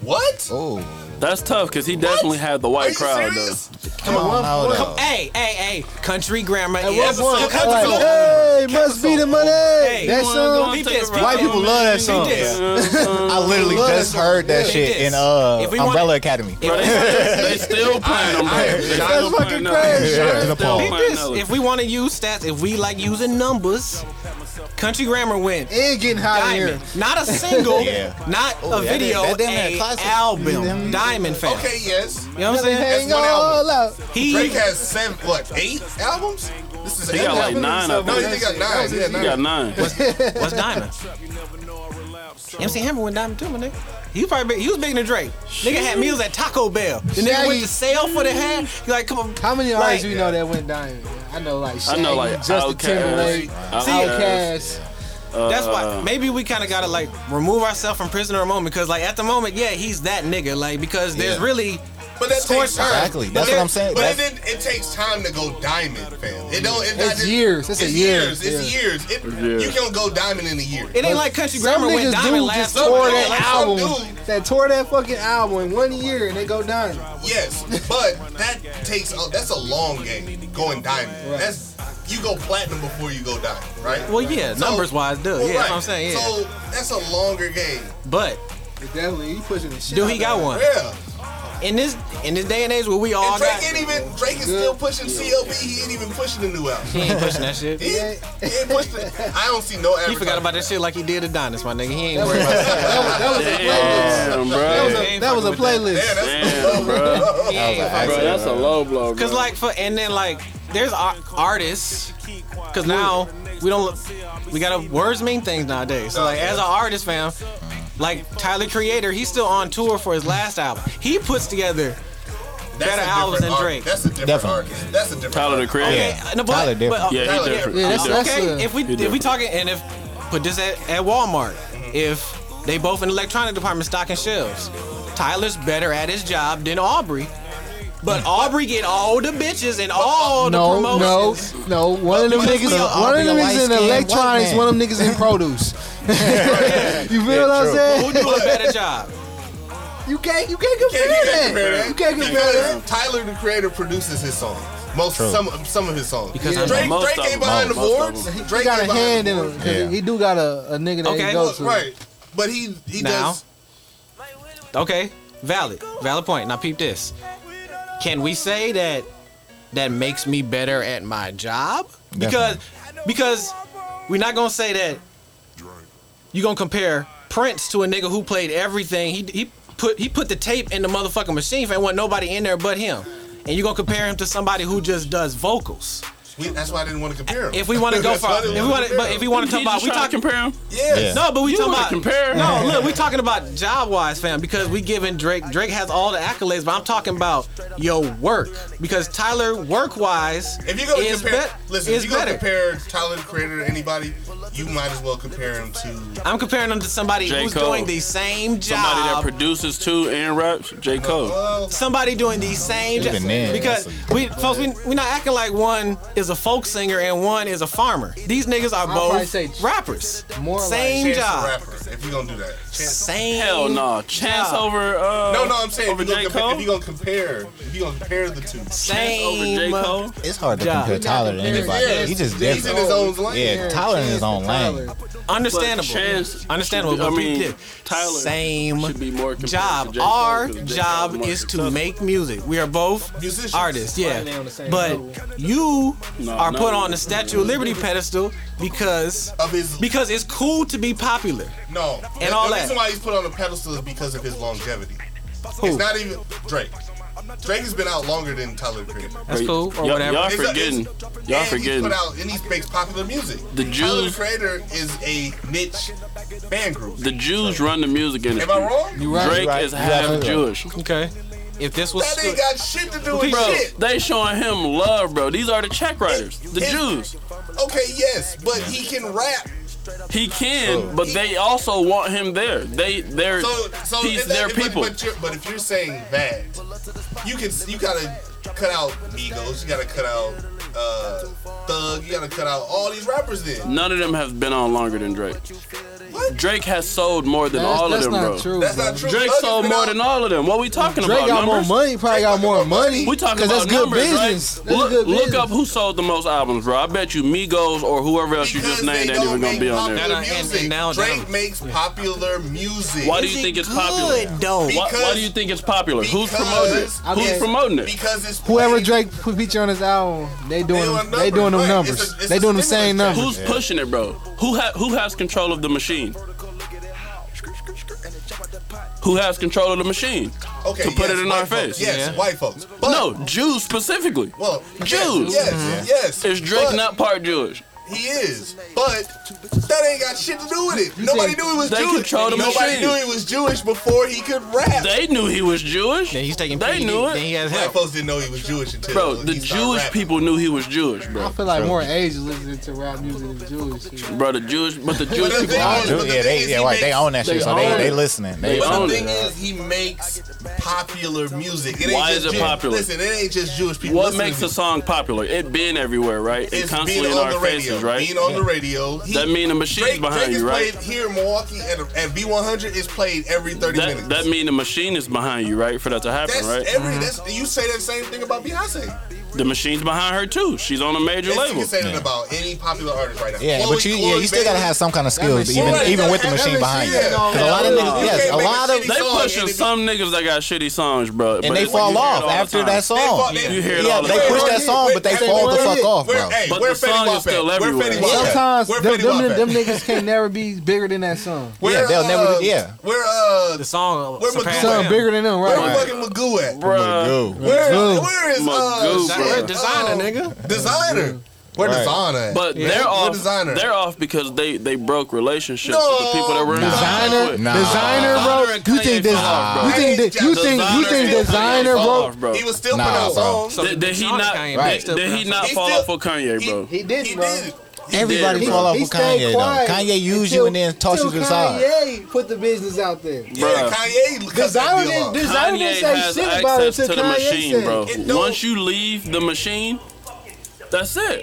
Speaker 3: What?
Speaker 7: Oh,
Speaker 5: That's tough because he definitely had the
Speaker 3: Are
Speaker 5: white
Speaker 3: you
Speaker 5: crowd
Speaker 3: serious?
Speaker 7: come on, though.
Speaker 4: Hey, hey, hey, country grammar
Speaker 6: At
Speaker 4: is
Speaker 6: one point,
Speaker 7: [laughs]
Speaker 4: country
Speaker 6: like, hey, must be the money.
Speaker 4: Hey,
Speaker 6: that
Speaker 5: Uh,
Speaker 4: you
Speaker 6: song.
Speaker 4: Peep this, peep
Speaker 7: White
Speaker 4: this.
Speaker 7: people love that
Speaker 4: Peep
Speaker 7: song.
Speaker 4: this.
Speaker 7: [laughs] I literally
Speaker 6: Love
Speaker 7: just
Speaker 6: that song.
Speaker 7: heard that
Speaker 4: Yeah,
Speaker 7: shit
Speaker 4: it is.
Speaker 7: in uh
Speaker 4: If we
Speaker 7: Umbrella
Speaker 4: wanna-
Speaker 7: Academy.
Speaker 5: Bro, they, [laughs] they still playing them.
Speaker 3: I- I-
Speaker 5: They
Speaker 3: that's
Speaker 5: still
Speaker 6: fucking
Speaker 5: playing them.
Speaker 6: crazy.
Speaker 7: Yeah, in the
Speaker 5: Still
Speaker 7: palm.
Speaker 4: Peep
Speaker 5: playing
Speaker 4: this.
Speaker 5: them.
Speaker 4: If we want to use stats, if we like using numbers, country grammar wins.
Speaker 6: And getting hot in here.
Speaker 4: Diamond, not a single,
Speaker 7: Yeah.
Speaker 4: not
Speaker 7: Ooh,
Speaker 4: a
Speaker 7: that is-
Speaker 4: video,
Speaker 7: that damn near
Speaker 4: a
Speaker 7: classic.
Speaker 4: album. Diamond fan.
Speaker 3: Okay, yes.
Speaker 4: You know what I'm saying?
Speaker 6: Hang
Speaker 3: one
Speaker 6: all out.
Speaker 4: He
Speaker 3: Drake has seven, what, eight albums? This is
Speaker 5: He got like
Speaker 3: Eminem.
Speaker 5: nine of
Speaker 3: No,
Speaker 5: them.
Speaker 3: he think got nine. He got
Speaker 5: He got
Speaker 3: nine.
Speaker 5: nine.
Speaker 4: What's
Speaker 6: [laughs]
Speaker 4: Diamond? MC Hammer went Diamond too, my nigga. He was probably big, he was bigger than Drake. Nigga had meals at Taco Bell. The nigga went
Speaker 6: Shaggy.
Speaker 4: to sale for the hat. He like, come on.
Speaker 6: How many
Speaker 4: like,
Speaker 6: artists we know that went diamond? man? I know like
Speaker 5: I
Speaker 6: Shaggy,
Speaker 5: know like
Speaker 6: Justin
Speaker 5: Outkast,
Speaker 6: Timberlake, Outkast.
Speaker 4: That's
Speaker 6: Uh.
Speaker 4: why maybe we kind of gotta like remove ourselves from prisoner of the moment because like at the moment, yeah, he's that nigga. Like because there's
Speaker 3: Yeah.
Speaker 4: really
Speaker 3: But that
Speaker 4: Score
Speaker 3: takes time.
Speaker 7: Exactly. That's
Speaker 4: there-
Speaker 7: what I'm saying.
Speaker 3: But it,
Speaker 7: That's-
Speaker 3: didn't- it takes time to go diamond, fam. It don't. It's, not
Speaker 6: It's
Speaker 3: just-
Speaker 6: years. It's a year.
Speaker 3: years. It's
Speaker 6: Yeah.
Speaker 3: years. It,
Speaker 5: Yeah.
Speaker 3: You can't go diamond in a year.
Speaker 4: it ain't like country grammar went
Speaker 6: niggas
Speaker 4: Diamond
Speaker 6: dude
Speaker 4: last
Speaker 6: just
Speaker 3: summer.
Speaker 6: tore
Speaker 3: Like,
Speaker 6: that
Speaker 3: some
Speaker 6: album,
Speaker 3: dude-
Speaker 6: that tore that fucking album in one year, and they go diamond.
Speaker 3: Yes, but that takes. A, that's a long game. Going diamond.
Speaker 6: Right.
Speaker 3: That's you go platinum before you go diamond, right?
Speaker 4: Well, yeah,
Speaker 3: So-
Speaker 4: numbers wise, dude.
Speaker 3: Well,
Speaker 4: yeah, that's
Speaker 3: right.
Speaker 4: what I'm saying. Yeah,
Speaker 3: So that's a longer game.
Speaker 4: but
Speaker 6: But Definitely, you pushing the shit.
Speaker 4: do he got
Speaker 6: out of
Speaker 4: one
Speaker 3: Yeah.
Speaker 4: in this in this day and age where we all
Speaker 3: and Drake
Speaker 4: got?
Speaker 3: ain't even. Drake is still pushing CLB. He ain't even pushing the new album.
Speaker 4: He ain't pushing that shit.
Speaker 6: [laughs]
Speaker 3: He, ain't- he ain't pushed it. I don't see no.
Speaker 4: He forgot
Speaker 3: [laughs]
Speaker 4: about that shit like he did Adonis, my nigga. He ain't worried about
Speaker 6: That was, that was a playlist.
Speaker 5: Damn,
Speaker 6: That
Speaker 3: Yeah, that's
Speaker 4: He ain't fucking with
Speaker 6: was a, that was a playlist.
Speaker 5: bro. Damn, bro.
Speaker 4: he ain't fucking-
Speaker 5: Bro, that's a low blow, bro.
Speaker 4: Cause like for and then like there's ar- artists. Cause now we don't we gotta words mean things nowadays. So like as an artist, fam, like Tyler Creator, he's still on tour for his last album. He puts together.
Speaker 3: That's
Speaker 4: Better
Speaker 3: a
Speaker 4: albums than
Speaker 3: different art.
Speaker 4: Drake.
Speaker 3: That's a different
Speaker 7: Definitely.
Speaker 3: artist. That's a different
Speaker 5: Tyler the
Speaker 3: artist.
Speaker 5: Creator.
Speaker 4: Okay, no, but,
Speaker 7: Tyler
Speaker 4: but,
Speaker 7: different.
Speaker 4: uh,
Speaker 5: Yeah,
Speaker 3: Tyler-
Speaker 5: he different.
Speaker 6: yeah,
Speaker 5: He
Speaker 6: that's-
Speaker 5: different.
Speaker 6: that's-
Speaker 4: okay,
Speaker 6: a-
Speaker 4: if we
Speaker 5: He
Speaker 4: if we
Speaker 5: different.
Speaker 4: talking and if put this at, at Walmart, if they both in the electronic department stocking shelves, Tyler's better at his job than Aubrey. But Aubrey get all the bitches and all the
Speaker 6: Mm. No, no,
Speaker 4: promotions.
Speaker 6: no. One of them
Speaker 7: But
Speaker 6: niggas,
Speaker 7: still,
Speaker 6: one of them
Speaker 7: Aubrey a
Speaker 6: niggas in
Speaker 7: light-skinned
Speaker 6: electronics,
Speaker 7: white
Speaker 6: one of them niggas in produce. [laughs] you feel what I'm
Speaker 7: true.
Speaker 4: Who
Speaker 6: saying?
Speaker 4: do a better job?
Speaker 6: You can't, you can't compare
Speaker 3: You can't compare
Speaker 6: that.
Speaker 3: that.
Speaker 6: You can't compare that.
Speaker 3: Tyler the Creator produces his songs. Most
Speaker 7: True.
Speaker 3: some some of his songs.
Speaker 4: Because
Speaker 6: Yeah.
Speaker 3: Drake,
Speaker 5: Most
Speaker 3: Drake
Speaker 5: of
Speaker 3: ain't
Speaker 5: them.
Speaker 3: behind the
Speaker 5: Most of
Speaker 3: boards.
Speaker 5: them.
Speaker 3: Drake
Speaker 6: He got a
Speaker 3: ain't behind
Speaker 6: hand
Speaker 3: the
Speaker 6: in him.
Speaker 3: boards.
Speaker 6: 'cause he-
Speaker 7: Yeah.
Speaker 6: He do got a, a nigga that
Speaker 4: Okay.
Speaker 6: he go to.
Speaker 3: Right, but he he
Speaker 4: Now.
Speaker 3: does.
Speaker 4: Okay, valid, valid point. Now peep this. Can we say that that makes me better at my job? Because because we're not gonna say that you gonna compare Prince to a nigga who played everything. He he put he put the tape in the motherfucking machine and wasn't nobody in there but him. And you gonna compare him to somebody who just does vocals.
Speaker 3: We, that's why I didn't want to compare him.
Speaker 4: If we wanna
Speaker 3: [laughs]
Speaker 4: go
Speaker 3: That's
Speaker 4: for
Speaker 3: why I didn't
Speaker 4: if we
Speaker 3: wanna
Speaker 4: wanna but if we wanna talk
Speaker 5: He
Speaker 4: about
Speaker 5: just
Speaker 4: we
Speaker 5: trying to
Speaker 4: talking
Speaker 5: compare him.
Speaker 3: compare him.
Speaker 7: Yeah.
Speaker 3: yes.
Speaker 4: No, but we
Speaker 5: You
Speaker 4: talking
Speaker 5: wanna
Speaker 4: about
Speaker 5: compare?
Speaker 4: No, look, we talking about job wise, fam, because we giving Drake. Drake has all the accolades, but I'm talking about your work because Tyler, work wise,
Speaker 3: If you're gonna
Speaker 4: is,
Speaker 3: compare,
Speaker 4: bet-
Speaker 3: listen,
Speaker 4: is
Speaker 3: if you're
Speaker 4: better.
Speaker 3: gonna compare Tyler the Creator to anybody, you might as well compare him to.
Speaker 4: I'm comparing him to somebody
Speaker 5: J.
Speaker 4: who's
Speaker 5: Cole.
Speaker 4: doing the same
Speaker 5: Somebody that
Speaker 4: job.
Speaker 5: produces too and raps, J. Cole.
Speaker 3: Well,
Speaker 4: somebody doing the same job.
Speaker 7: Even then,
Speaker 4: Because
Speaker 7: that's
Speaker 4: we, folks, we we not acting like one is a folk singer and one is a farmer. These niggas are
Speaker 6: probably
Speaker 4: both
Speaker 6: say
Speaker 4: rappers.
Speaker 6: more like
Speaker 4: same
Speaker 3: Chance the
Speaker 4: job.
Speaker 3: Rapper, if you're gonna do that. Chance.
Speaker 4: Same.
Speaker 5: Hell no. Chance
Speaker 4: job.
Speaker 5: over. Uh,
Speaker 3: No, no, I'm saying
Speaker 5: over
Speaker 3: if you're
Speaker 5: J.
Speaker 3: gonna compare,
Speaker 5: Cole.
Speaker 3: if you're gonna compare, if you're gonna compare the two.
Speaker 5: Chance over J.
Speaker 4: Same.
Speaker 5: Cole.
Speaker 7: It's hard to
Speaker 4: Job.
Speaker 7: compare Tyler to anybody.
Speaker 3: Yeah,
Speaker 7: He
Speaker 3: he's
Speaker 7: just
Speaker 3: in
Speaker 7: different.
Speaker 3: his own lane.
Speaker 7: Yeah, Tyler in his own lane.
Speaker 5: But
Speaker 4: Understandable.
Speaker 5: Chance,
Speaker 4: Understandable.
Speaker 5: I
Speaker 4: but
Speaker 5: mean,
Speaker 4: peep this.
Speaker 5: Tyler
Speaker 4: same
Speaker 5: should be more compared to
Speaker 4: job.
Speaker 5: J. Cole,
Speaker 4: Our
Speaker 5: 'cause J.
Speaker 4: job
Speaker 5: Cole
Speaker 4: is to
Speaker 5: marketed.
Speaker 4: make music. We are both
Speaker 3: Musicians.
Speaker 4: artists,
Speaker 6: Right, they
Speaker 4: yeah.
Speaker 6: on the same
Speaker 4: But
Speaker 6: level.
Speaker 4: you
Speaker 5: No,
Speaker 4: are
Speaker 5: no.
Speaker 4: put on the Statue of Liberty pedestal because
Speaker 3: Of his-
Speaker 4: because it's cool to be popular.
Speaker 3: No.
Speaker 4: And
Speaker 3: the,
Speaker 4: all
Speaker 3: the
Speaker 4: that.
Speaker 3: reason why he's put on a pedestal is because of his longevity.
Speaker 4: Who?
Speaker 3: It's not even Drake. Drake has been out longer than Tyler the Creator.
Speaker 4: That's
Speaker 5: Wait,
Speaker 4: cool or
Speaker 5: y'all-
Speaker 4: whatever.
Speaker 5: Y'all
Speaker 3: It's a-
Speaker 5: forgetting.
Speaker 3: it's-
Speaker 5: Y'all
Speaker 3: and He's
Speaker 5: forgetting.
Speaker 3: put out and he makes popular music.
Speaker 5: The
Speaker 3: Tyler the
Speaker 5: Jews-
Speaker 3: Creator is a niche fan group.
Speaker 5: The Jews run the music
Speaker 3: Am
Speaker 5: industry.
Speaker 3: I wrong?
Speaker 6: You right.
Speaker 5: Drake
Speaker 7: right.
Speaker 5: is
Speaker 7: You
Speaker 5: half
Speaker 7: absolutely right.
Speaker 5: Jewish.
Speaker 4: Okay. If this was
Speaker 3: That ain't got shit to do with
Speaker 5: Bro,
Speaker 3: shit.
Speaker 5: they showing him love, bro. These are the check writers, the
Speaker 3: It-
Speaker 5: Jews.
Speaker 3: Okay, yes, but he can rap.
Speaker 5: He can, but they also want him there. They, they're,
Speaker 3: So, so
Speaker 5: he's
Speaker 3: if that-
Speaker 5: their
Speaker 3: if-
Speaker 5: people.
Speaker 3: But, you're, but if you're saying that, you can you gotta cut out Migos. You gotta cut out uh, Thug. You gotta cut out all these rappers. Then
Speaker 5: None of them have been on longer than Drake.
Speaker 3: what?
Speaker 5: Drake has sold more than
Speaker 6: That's,
Speaker 5: all
Speaker 6: that's
Speaker 5: of them,
Speaker 6: not
Speaker 5: bro.
Speaker 6: true.
Speaker 3: That's
Speaker 6: bro.
Speaker 3: not true.
Speaker 5: Drake
Speaker 3: Thug has
Speaker 5: sold
Speaker 3: been
Speaker 5: more
Speaker 3: out-
Speaker 5: than all of them. What we talking
Speaker 6: Drake
Speaker 5: about?
Speaker 6: got
Speaker 5: numbers?
Speaker 6: more money. Probably got more money.
Speaker 5: We talking
Speaker 6: 'cause
Speaker 5: about
Speaker 6: that's good
Speaker 5: numbers,
Speaker 6: business.
Speaker 5: right?
Speaker 6: That's
Speaker 5: Look,
Speaker 6: good
Speaker 5: look
Speaker 6: business.
Speaker 5: up who sold the most albums, bro. I bet you Migos or whoever else you
Speaker 3: Because
Speaker 5: just named
Speaker 3: they
Speaker 5: ain't even
Speaker 3: don't
Speaker 5: gonna
Speaker 3: make
Speaker 5: be on there.
Speaker 4: Nah,
Speaker 3: popular
Speaker 4: nah, and- and
Speaker 3: music.
Speaker 4: now-
Speaker 3: Drake
Speaker 4: now-
Speaker 3: makes popular music.
Speaker 5: Why do
Speaker 4: Is
Speaker 5: you
Speaker 4: it
Speaker 5: think it's
Speaker 4: good,
Speaker 5: popular?
Speaker 4: though?
Speaker 5: Why, why
Speaker 3: Because-
Speaker 5: do you think it's popular? Who's
Speaker 3: Because-
Speaker 5: promoting it?
Speaker 3: I
Speaker 5: Who's
Speaker 6: mean-
Speaker 5: promoting it?
Speaker 3: Because it's
Speaker 6: Whoever
Speaker 3: played-
Speaker 6: Drake put feature on his album, they doing
Speaker 3: They
Speaker 6: them,
Speaker 3: want
Speaker 6: they doing them
Speaker 3: numbers,
Speaker 6: numbers.
Speaker 3: right. It's a- it's
Speaker 6: they
Speaker 3: a
Speaker 6: doing them same
Speaker 3: stimulus
Speaker 6: numbers.
Speaker 5: Who's pushing it, bro? Who ha- who has control of the machine? who has control of the machine
Speaker 3: Okay,
Speaker 5: to put
Speaker 3: yes,
Speaker 5: it in
Speaker 3: white
Speaker 5: our
Speaker 3: folks.
Speaker 5: face.
Speaker 3: Yes,
Speaker 4: Yeah.
Speaker 3: white folks. But,
Speaker 5: No, Jews specifically.
Speaker 3: well, yes,
Speaker 5: Jews.
Speaker 3: Yes, yes.
Speaker 5: Is Drake
Speaker 3: but
Speaker 5: not part Jewish?
Speaker 3: He is, but that ain't got shit to do with it. Nobody
Speaker 6: said
Speaker 3: knew he was
Speaker 5: they
Speaker 3: Jewish.
Speaker 5: control the
Speaker 3: Nobody
Speaker 5: machine.
Speaker 3: knew he was Jewish before he could rap.
Speaker 5: They knew he was Jewish.
Speaker 4: Then he's taking
Speaker 5: They
Speaker 4: PED,
Speaker 5: knew
Speaker 4: Then he
Speaker 5: it.
Speaker 4: has
Speaker 3: Black
Speaker 4: help.
Speaker 3: folks didn't know he was Jewish until
Speaker 5: Bro, the
Speaker 3: he started
Speaker 5: Jewish
Speaker 3: rapping.
Speaker 5: people knew he was Jewish,
Speaker 6: I
Speaker 5: bro.
Speaker 6: feel like more Asians listening to rap music than Jewish. Shit.
Speaker 5: Bro, the Jewish, but the
Speaker 3: But
Speaker 5: Jewish
Speaker 3: the
Speaker 5: people
Speaker 3: thing
Speaker 5: are
Speaker 3: is-
Speaker 7: Jew-
Speaker 3: but the
Speaker 7: yeah,
Speaker 3: thing is
Speaker 7: they,
Speaker 3: he
Speaker 7: yeah, right. They
Speaker 3: makes-
Speaker 7: own that shit,
Speaker 5: they
Speaker 7: so they
Speaker 5: own
Speaker 7: they
Speaker 5: it.
Speaker 7: listening. They,
Speaker 5: They
Speaker 3: But
Speaker 5: own
Speaker 3: the
Speaker 5: it.
Speaker 3: thing is, he makes popular music. It ain't
Speaker 5: Why
Speaker 3: just
Speaker 5: is it
Speaker 3: Jew-
Speaker 5: popular?
Speaker 3: Listen, it ain't just Jewish people.
Speaker 5: What
Speaker 3: listening
Speaker 5: makes
Speaker 3: to
Speaker 5: a
Speaker 3: it.
Speaker 5: song popular? It been everywhere, right? It's
Speaker 3: It's being
Speaker 5: constantly in
Speaker 3: on
Speaker 5: our
Speaker 3: the radio.
Speaker 5: faces, right?
Speaker 3: Being on the radio. He-
Speaker 5: That mean the machine's
Speaker 3: Drake,
Speaker 5: behind
Speaker 3: Drake is
Speaker 5: you, right?
Speaker 3: played here in Milwaukee, and, and B100 is played every 30 minutes.
Speaker 5: That, that mean the machine is behind you, right? For that to happen,
Speaker 3: that's
Speaker 5: right? Mm-hmm.
Speaker 3: every. That's, you say that same thing about Beyonce.
Speaker 5: the machine's behind her too. She's on a major
Speaker 3: Yes,
Speaker 5: label.
Speaker 3: You can say that about any popular artist right now.
Speaker 7: yeah,
Speaker 3: Chloe-
Speaker 7: but you yeah,
Speaker 3: Chloe
Speaker 7: you still gotta
Speaker 3: Bailey.
Speaker 7: have some kind of skills,
Speaker 6: machine-
Speaker 7: even
Speaker 3: Right,
Speaker 7: even
Speaker 3: that-
Speaker 7: with the
Speaker 3: that
Speaker 7: machine
Speaker 3: machine
Speaker 7: behind you.
Speaker 3: is on
Speaker 7: 'Cause a lot of
Speaker 3: that
Speaker 7: niggas,
Speaker 3: level. You
Speaker 7: yes, a
Speaker 3: can't
Speaker 7: lot
Speaker 3: make a
Speaker 7: of
Speaker 3: shitty
Speaker 5: They
Speaker 3: song
Speaker 5: pushing
Speaker 3: and it-
Speaker 5: some niggas that got shitty songs, bro.
Speaker 7: and they fall off after that song.
Speaker 3: They fuck- they-
Speaker 5: hear it
Speaker 7: Yeah,
Speaker 5: all the
Speaker 7: they
Speaker 5: time.
Speaker 7: push that song, but they
Speaker 3: Wait,
Speaker 7: fall the
Speaker 6: wait,
Speaker 7: fuck
Speaker 6: wait.
Speaker 7: off,
Speaker 3: Where,
Speaker 7: bro.
Speaker 3: hey,
Speaker 5: But
Speaker 3: where
Speaker 5: the
Speaker 3: Fetty
Speaker 5: song is
Speaker 3: Wap
Speaker 5: still
Speaker 3: at? Where
Speaker 5: everywhere.
Speaker 3: Fetty Wap at?
Speaker 6: Sometimes
Speaker 3: Where
Speaker 6: them,
Speaker 3: Fetty
Speaker 6: them,
Speaker 3: Wap at?
Speaker 6: them niggas can never be bigger than that song.
Speaker 3: Where,
Speaker 7: Yeah, they'll never
Speaker 3: uh,
Speaker 7: be- yeah.
Speaker 3: Where uh,
Speaker 1: The song uh,
Speaker 3: Where
Speaker 1: surpassed
Speaker 3: Madonna?
Speaker 6: Something
Speaker 1: him.
Speaker 6: bigger than them,
Speaker 3: where
Speaker 6: right?
Speaker 3: fucking Magoo at?
Speaker 5: Bruh.
Speaker 7: Dude.
Speaker 3: Where,
Speaker 6: Magoo.
Speaker 3: where is
Speaker 5: Magoo,
Speaker 3: uh,
Speaker 5: bro.
Speaker 1: Where
Speaker 3: shit,
Speaker 1: designer,
Speaker 3: um,
Speaker 1: nigga.
Speaker 3: Designer. Where
Speaker 7: Right.
Speaker 3: designer? At?
Speaker 5: But
Speaker 3: Where-
Speaker 5: they're
Speaker 3: where
Speaker 5: off.
Speaker 3: Designer.
Speaker 5: They're off because they they broke relationships with the people that were in
Speaker 7: Nah.
Speaker 5: contact
Speaker 6: Designer,
Speaker 5: with.
Speaker 7: Nah.
Speaker 6: designer,
Speaker 5: Designer and
Speaker 6: bro. You think
Speaker 5: Kanye
Speaker 6: this?
Speaker 5: fall off,
Speaker 6: You
Speaker 5: bro.
Speaker 6: think that? You think you think designer, bro?
Speaker 5: off, bro.
Speaker 3: He was still
Speaker 7: Nah,
Speaker 3: putting out
Speaker 7: bro.
Speaker 3: songs.
Speaker 1: So
Speaker 5: Did, did he
Speaker 1: Sean
Speaker 5: not?
Speaker 1: Kanye,
Speaker 5: did-
Speaker 1: right.
Speaker 5: Did, he
Speaker 1: He
Speaker 5: not
Speaker 3: still-
Speaker 5: fall off for Kanye, bro?
Speaker 6: He
Speaker 3: He
Speaker 6: did, bro.
Speaker 3: did.
Speaker 7: Everybody
Speaker 5: did,
Speaker 7: fall
Speaker 5: bro.
Speaker 7: off
Speaker 6: He
Speaker 7: with
Speaker 6: stayed
Speaker 7: Kanye
Speaker 6: quiet
Speaker 7: though. Kanye used you
Speaker 6: until-
Speaker 7: and then tossed you to the
Speaker 6: until
Speaker 7: side.
Speaker 6: Kanye put the business out there.
Speaker 3: Yeah,
Speaker 5: Bruh.
Speaker 3: Kanye. cut that
Speaker 6: Designer
Speaker 3: deal
Speaker 6: didn't,
Speaker 3: off.
Speaker 6: designer
Speaker 5: Kanye
Speaker 6: didn't
Speaker 5: has
Speaker 6: say shit about it
Speaker 5: access to
Speaker 6: until
Speaker 5: the
Speaker 6: Kanye
Speaker 5: machine,
Speaker 6: said.
Speaker 5: bro.
Speaker 3: It don't-
Speaker 5: Once you leave the machine, that's it.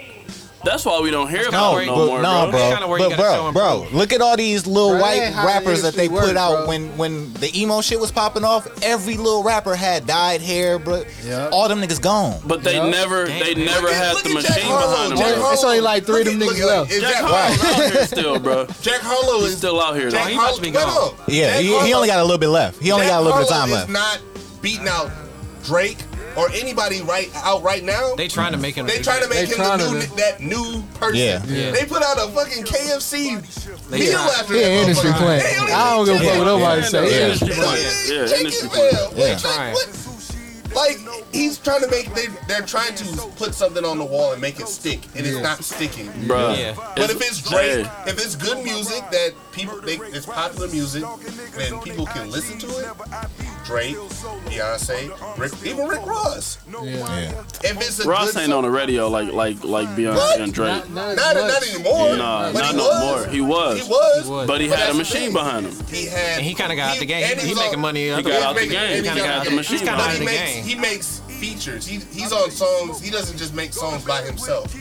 Speaker 5: That's why we don't hear
Speaker 7: No,
Speaker 5: about it no
Speaker 7: but
Speaker 5: more,
Speaker 7: no,
Speaker 5: bro.
Speaker 7: bro,
Speaker 1: kinda where you
Speaker 7: but
Speaker 1: gotta show
Speaker 7: bro,
Speaker 1: 'em
Speaker 7: bro, look at all these little
Speaker 6: Bro, that
Speaker 7: white
Speaker 6: ain't how the
Speaker 7: rappers that they
Speaker 6: industry
Speaker 7: put
Speaker 6: work,
Speaker 7: out
Speaker 6: bro.
Speaker 7: when when the emo shit was popping off. Every little rapper had dyed hair, bro.
Speaker 6: Yep.
Speaker 7: All them niggas gone.
Speaker 5: But they
Speaker 6: Yeah.
Speaker 5: never, they
Speaker 1: Damn.
Speaker 5: never
Speaker 3: Look at-
Speaker 5: had
Speaker 3: look
Speaker 5: the
Speaker 3: at
Speaker 5: machine
Speaker 3: Jack Harlow.
Speaker 5: behind them.
Speaker 3: Jack
Speaker 5: bro.
Speaker 6: Harlow. It's only like three of them
Speaker 3: Look at-
Speaker 6: niggas
Speaker 3: look at-
Speaker 6: left.
Speaker 3: is
Speaker 5: Jack
Speaker 3: Jack
Speaker 5: Harlow's out here still, bro.
Speaker 3: [laughs] Jack Harlow
Speaker 5: He's
Speaker 3: is
Speaker 5: still out here.
Speaker 3: Jack
Speaker 5: though.
Speaker 1: he must be
Speaker 3: Harlow-
Speaker 1: gone.
Speaker 3: Wait up.
Speaker 7: Yeah,
Speaker 3: Jack
Speaker 7: he, he
Speaker 3: Harlow-
Speaker 7: only got a little bit left. He only
Speaker 3: Jack
Speaker 7: got a little bit of
Speaker 3: Harlow
Speaker 7: time
Speaker 3: Is
Speaker 7: left.
Speaker 3: not beating out Drake or anybody right out right now.
Speaker 1: They trying to make him.
Speaker 3: They trying to make
Speaker 6: They
Speaker 3: him the
Speaker 6: trying
Speaker 3: new,
Speaker 6: to,
Speaker 3: that new person.
Speaker 7: Yeah.
Speaker 6: Yeah.
Speaker 3: They put out a fucking KFC
Speaker 1: They
Speaker 3: meal
Speaker 1: tried.
Speaker 3: after
Speaker 6: Yeah,
Speaker 3: that.
Speaker 6: industry
Speaker 3: motherfucker.
Speaker 6: plan.
Speaker 3: They only
Speaker 6: I don't give a fuck what nobody say.
Speaker 5: Yeah,
Speaker 6: Industry
Speaker 5: industry plan.
Speaker 3: chicken-
Speaker 5: Yeah, industry
Speaker 3: chicken
Speaker 5: plan.
Speaker 3: well. Wait,
Speaker 7: Yeah.
Speaker 3: Drake, what- Like he's trying to make they they're trying to put something on the wall and make it stick, and it's not sticking.
Speaker 5: bro.
Speaker 1: Yeah.
Speaker 3: But if it's Drake, if it's good music that people, they, it's popular music, and people can listen to it, Drake, Beyonce, Rick, even Rick Ross.
Speaker 7: Yeah.
Speaker 3: If it's a
Speaker 5: Ross
Speaker 3: good
Speaker 5: ain't on the radio like like like Beyonce
Speaker 3: What?
Speaker 5: and Drake.
Speaker 6: Not,
Speaker 3: not,
Speaker 6: not as much.
Speaker 3: not anymore.
Speaker 5: Nah,
Speaker 3: But
Speaker 5: not
Speaker 3: he
Speaker 5: no
Speaker 3: was.
Speaker 5: more. He was.
Speaker 3: He was.
Speaker 1: He was.
Speaker 5: But he
Speaker 3: But
Speaker 5: had a
Speaker 3: that's the
Speaker 5: machine
Speaker 3: thing.
Speaker 5: behind him.
Speaker 3: He had.
Speaker 1: And he kind of got out the game.
Speaker 3: and
Speaker 1: He,
Speaker 3: was
Speaker 1: making
Speaker 3: on-
Speaker 1: money.
Speaker 5: He
Speaker 4: uh,
Speaker 1: other
Speaker 5: got
Speaker 1: ways.
Speaker 5: out the
Speaker 3: He's making-
Speaker 5: game.
Speaker 3: and
Speaker 5: He
Speaker 3: he's
Speaker 5: got out the
Speaker 3: making-
Speaker 5: machine
Speaker 1: he's kinda
Speaker 3: But
Speaker 1: out
Speaker 5: behind
Speaker 1: of
Speaker 3: he
Speaker 1: the
Speaker 5: him.
Speaker 3: makes
Speaker 1: game.
Speaker 3: he makes features. He he's on songs. He doesn't just make songs by himself.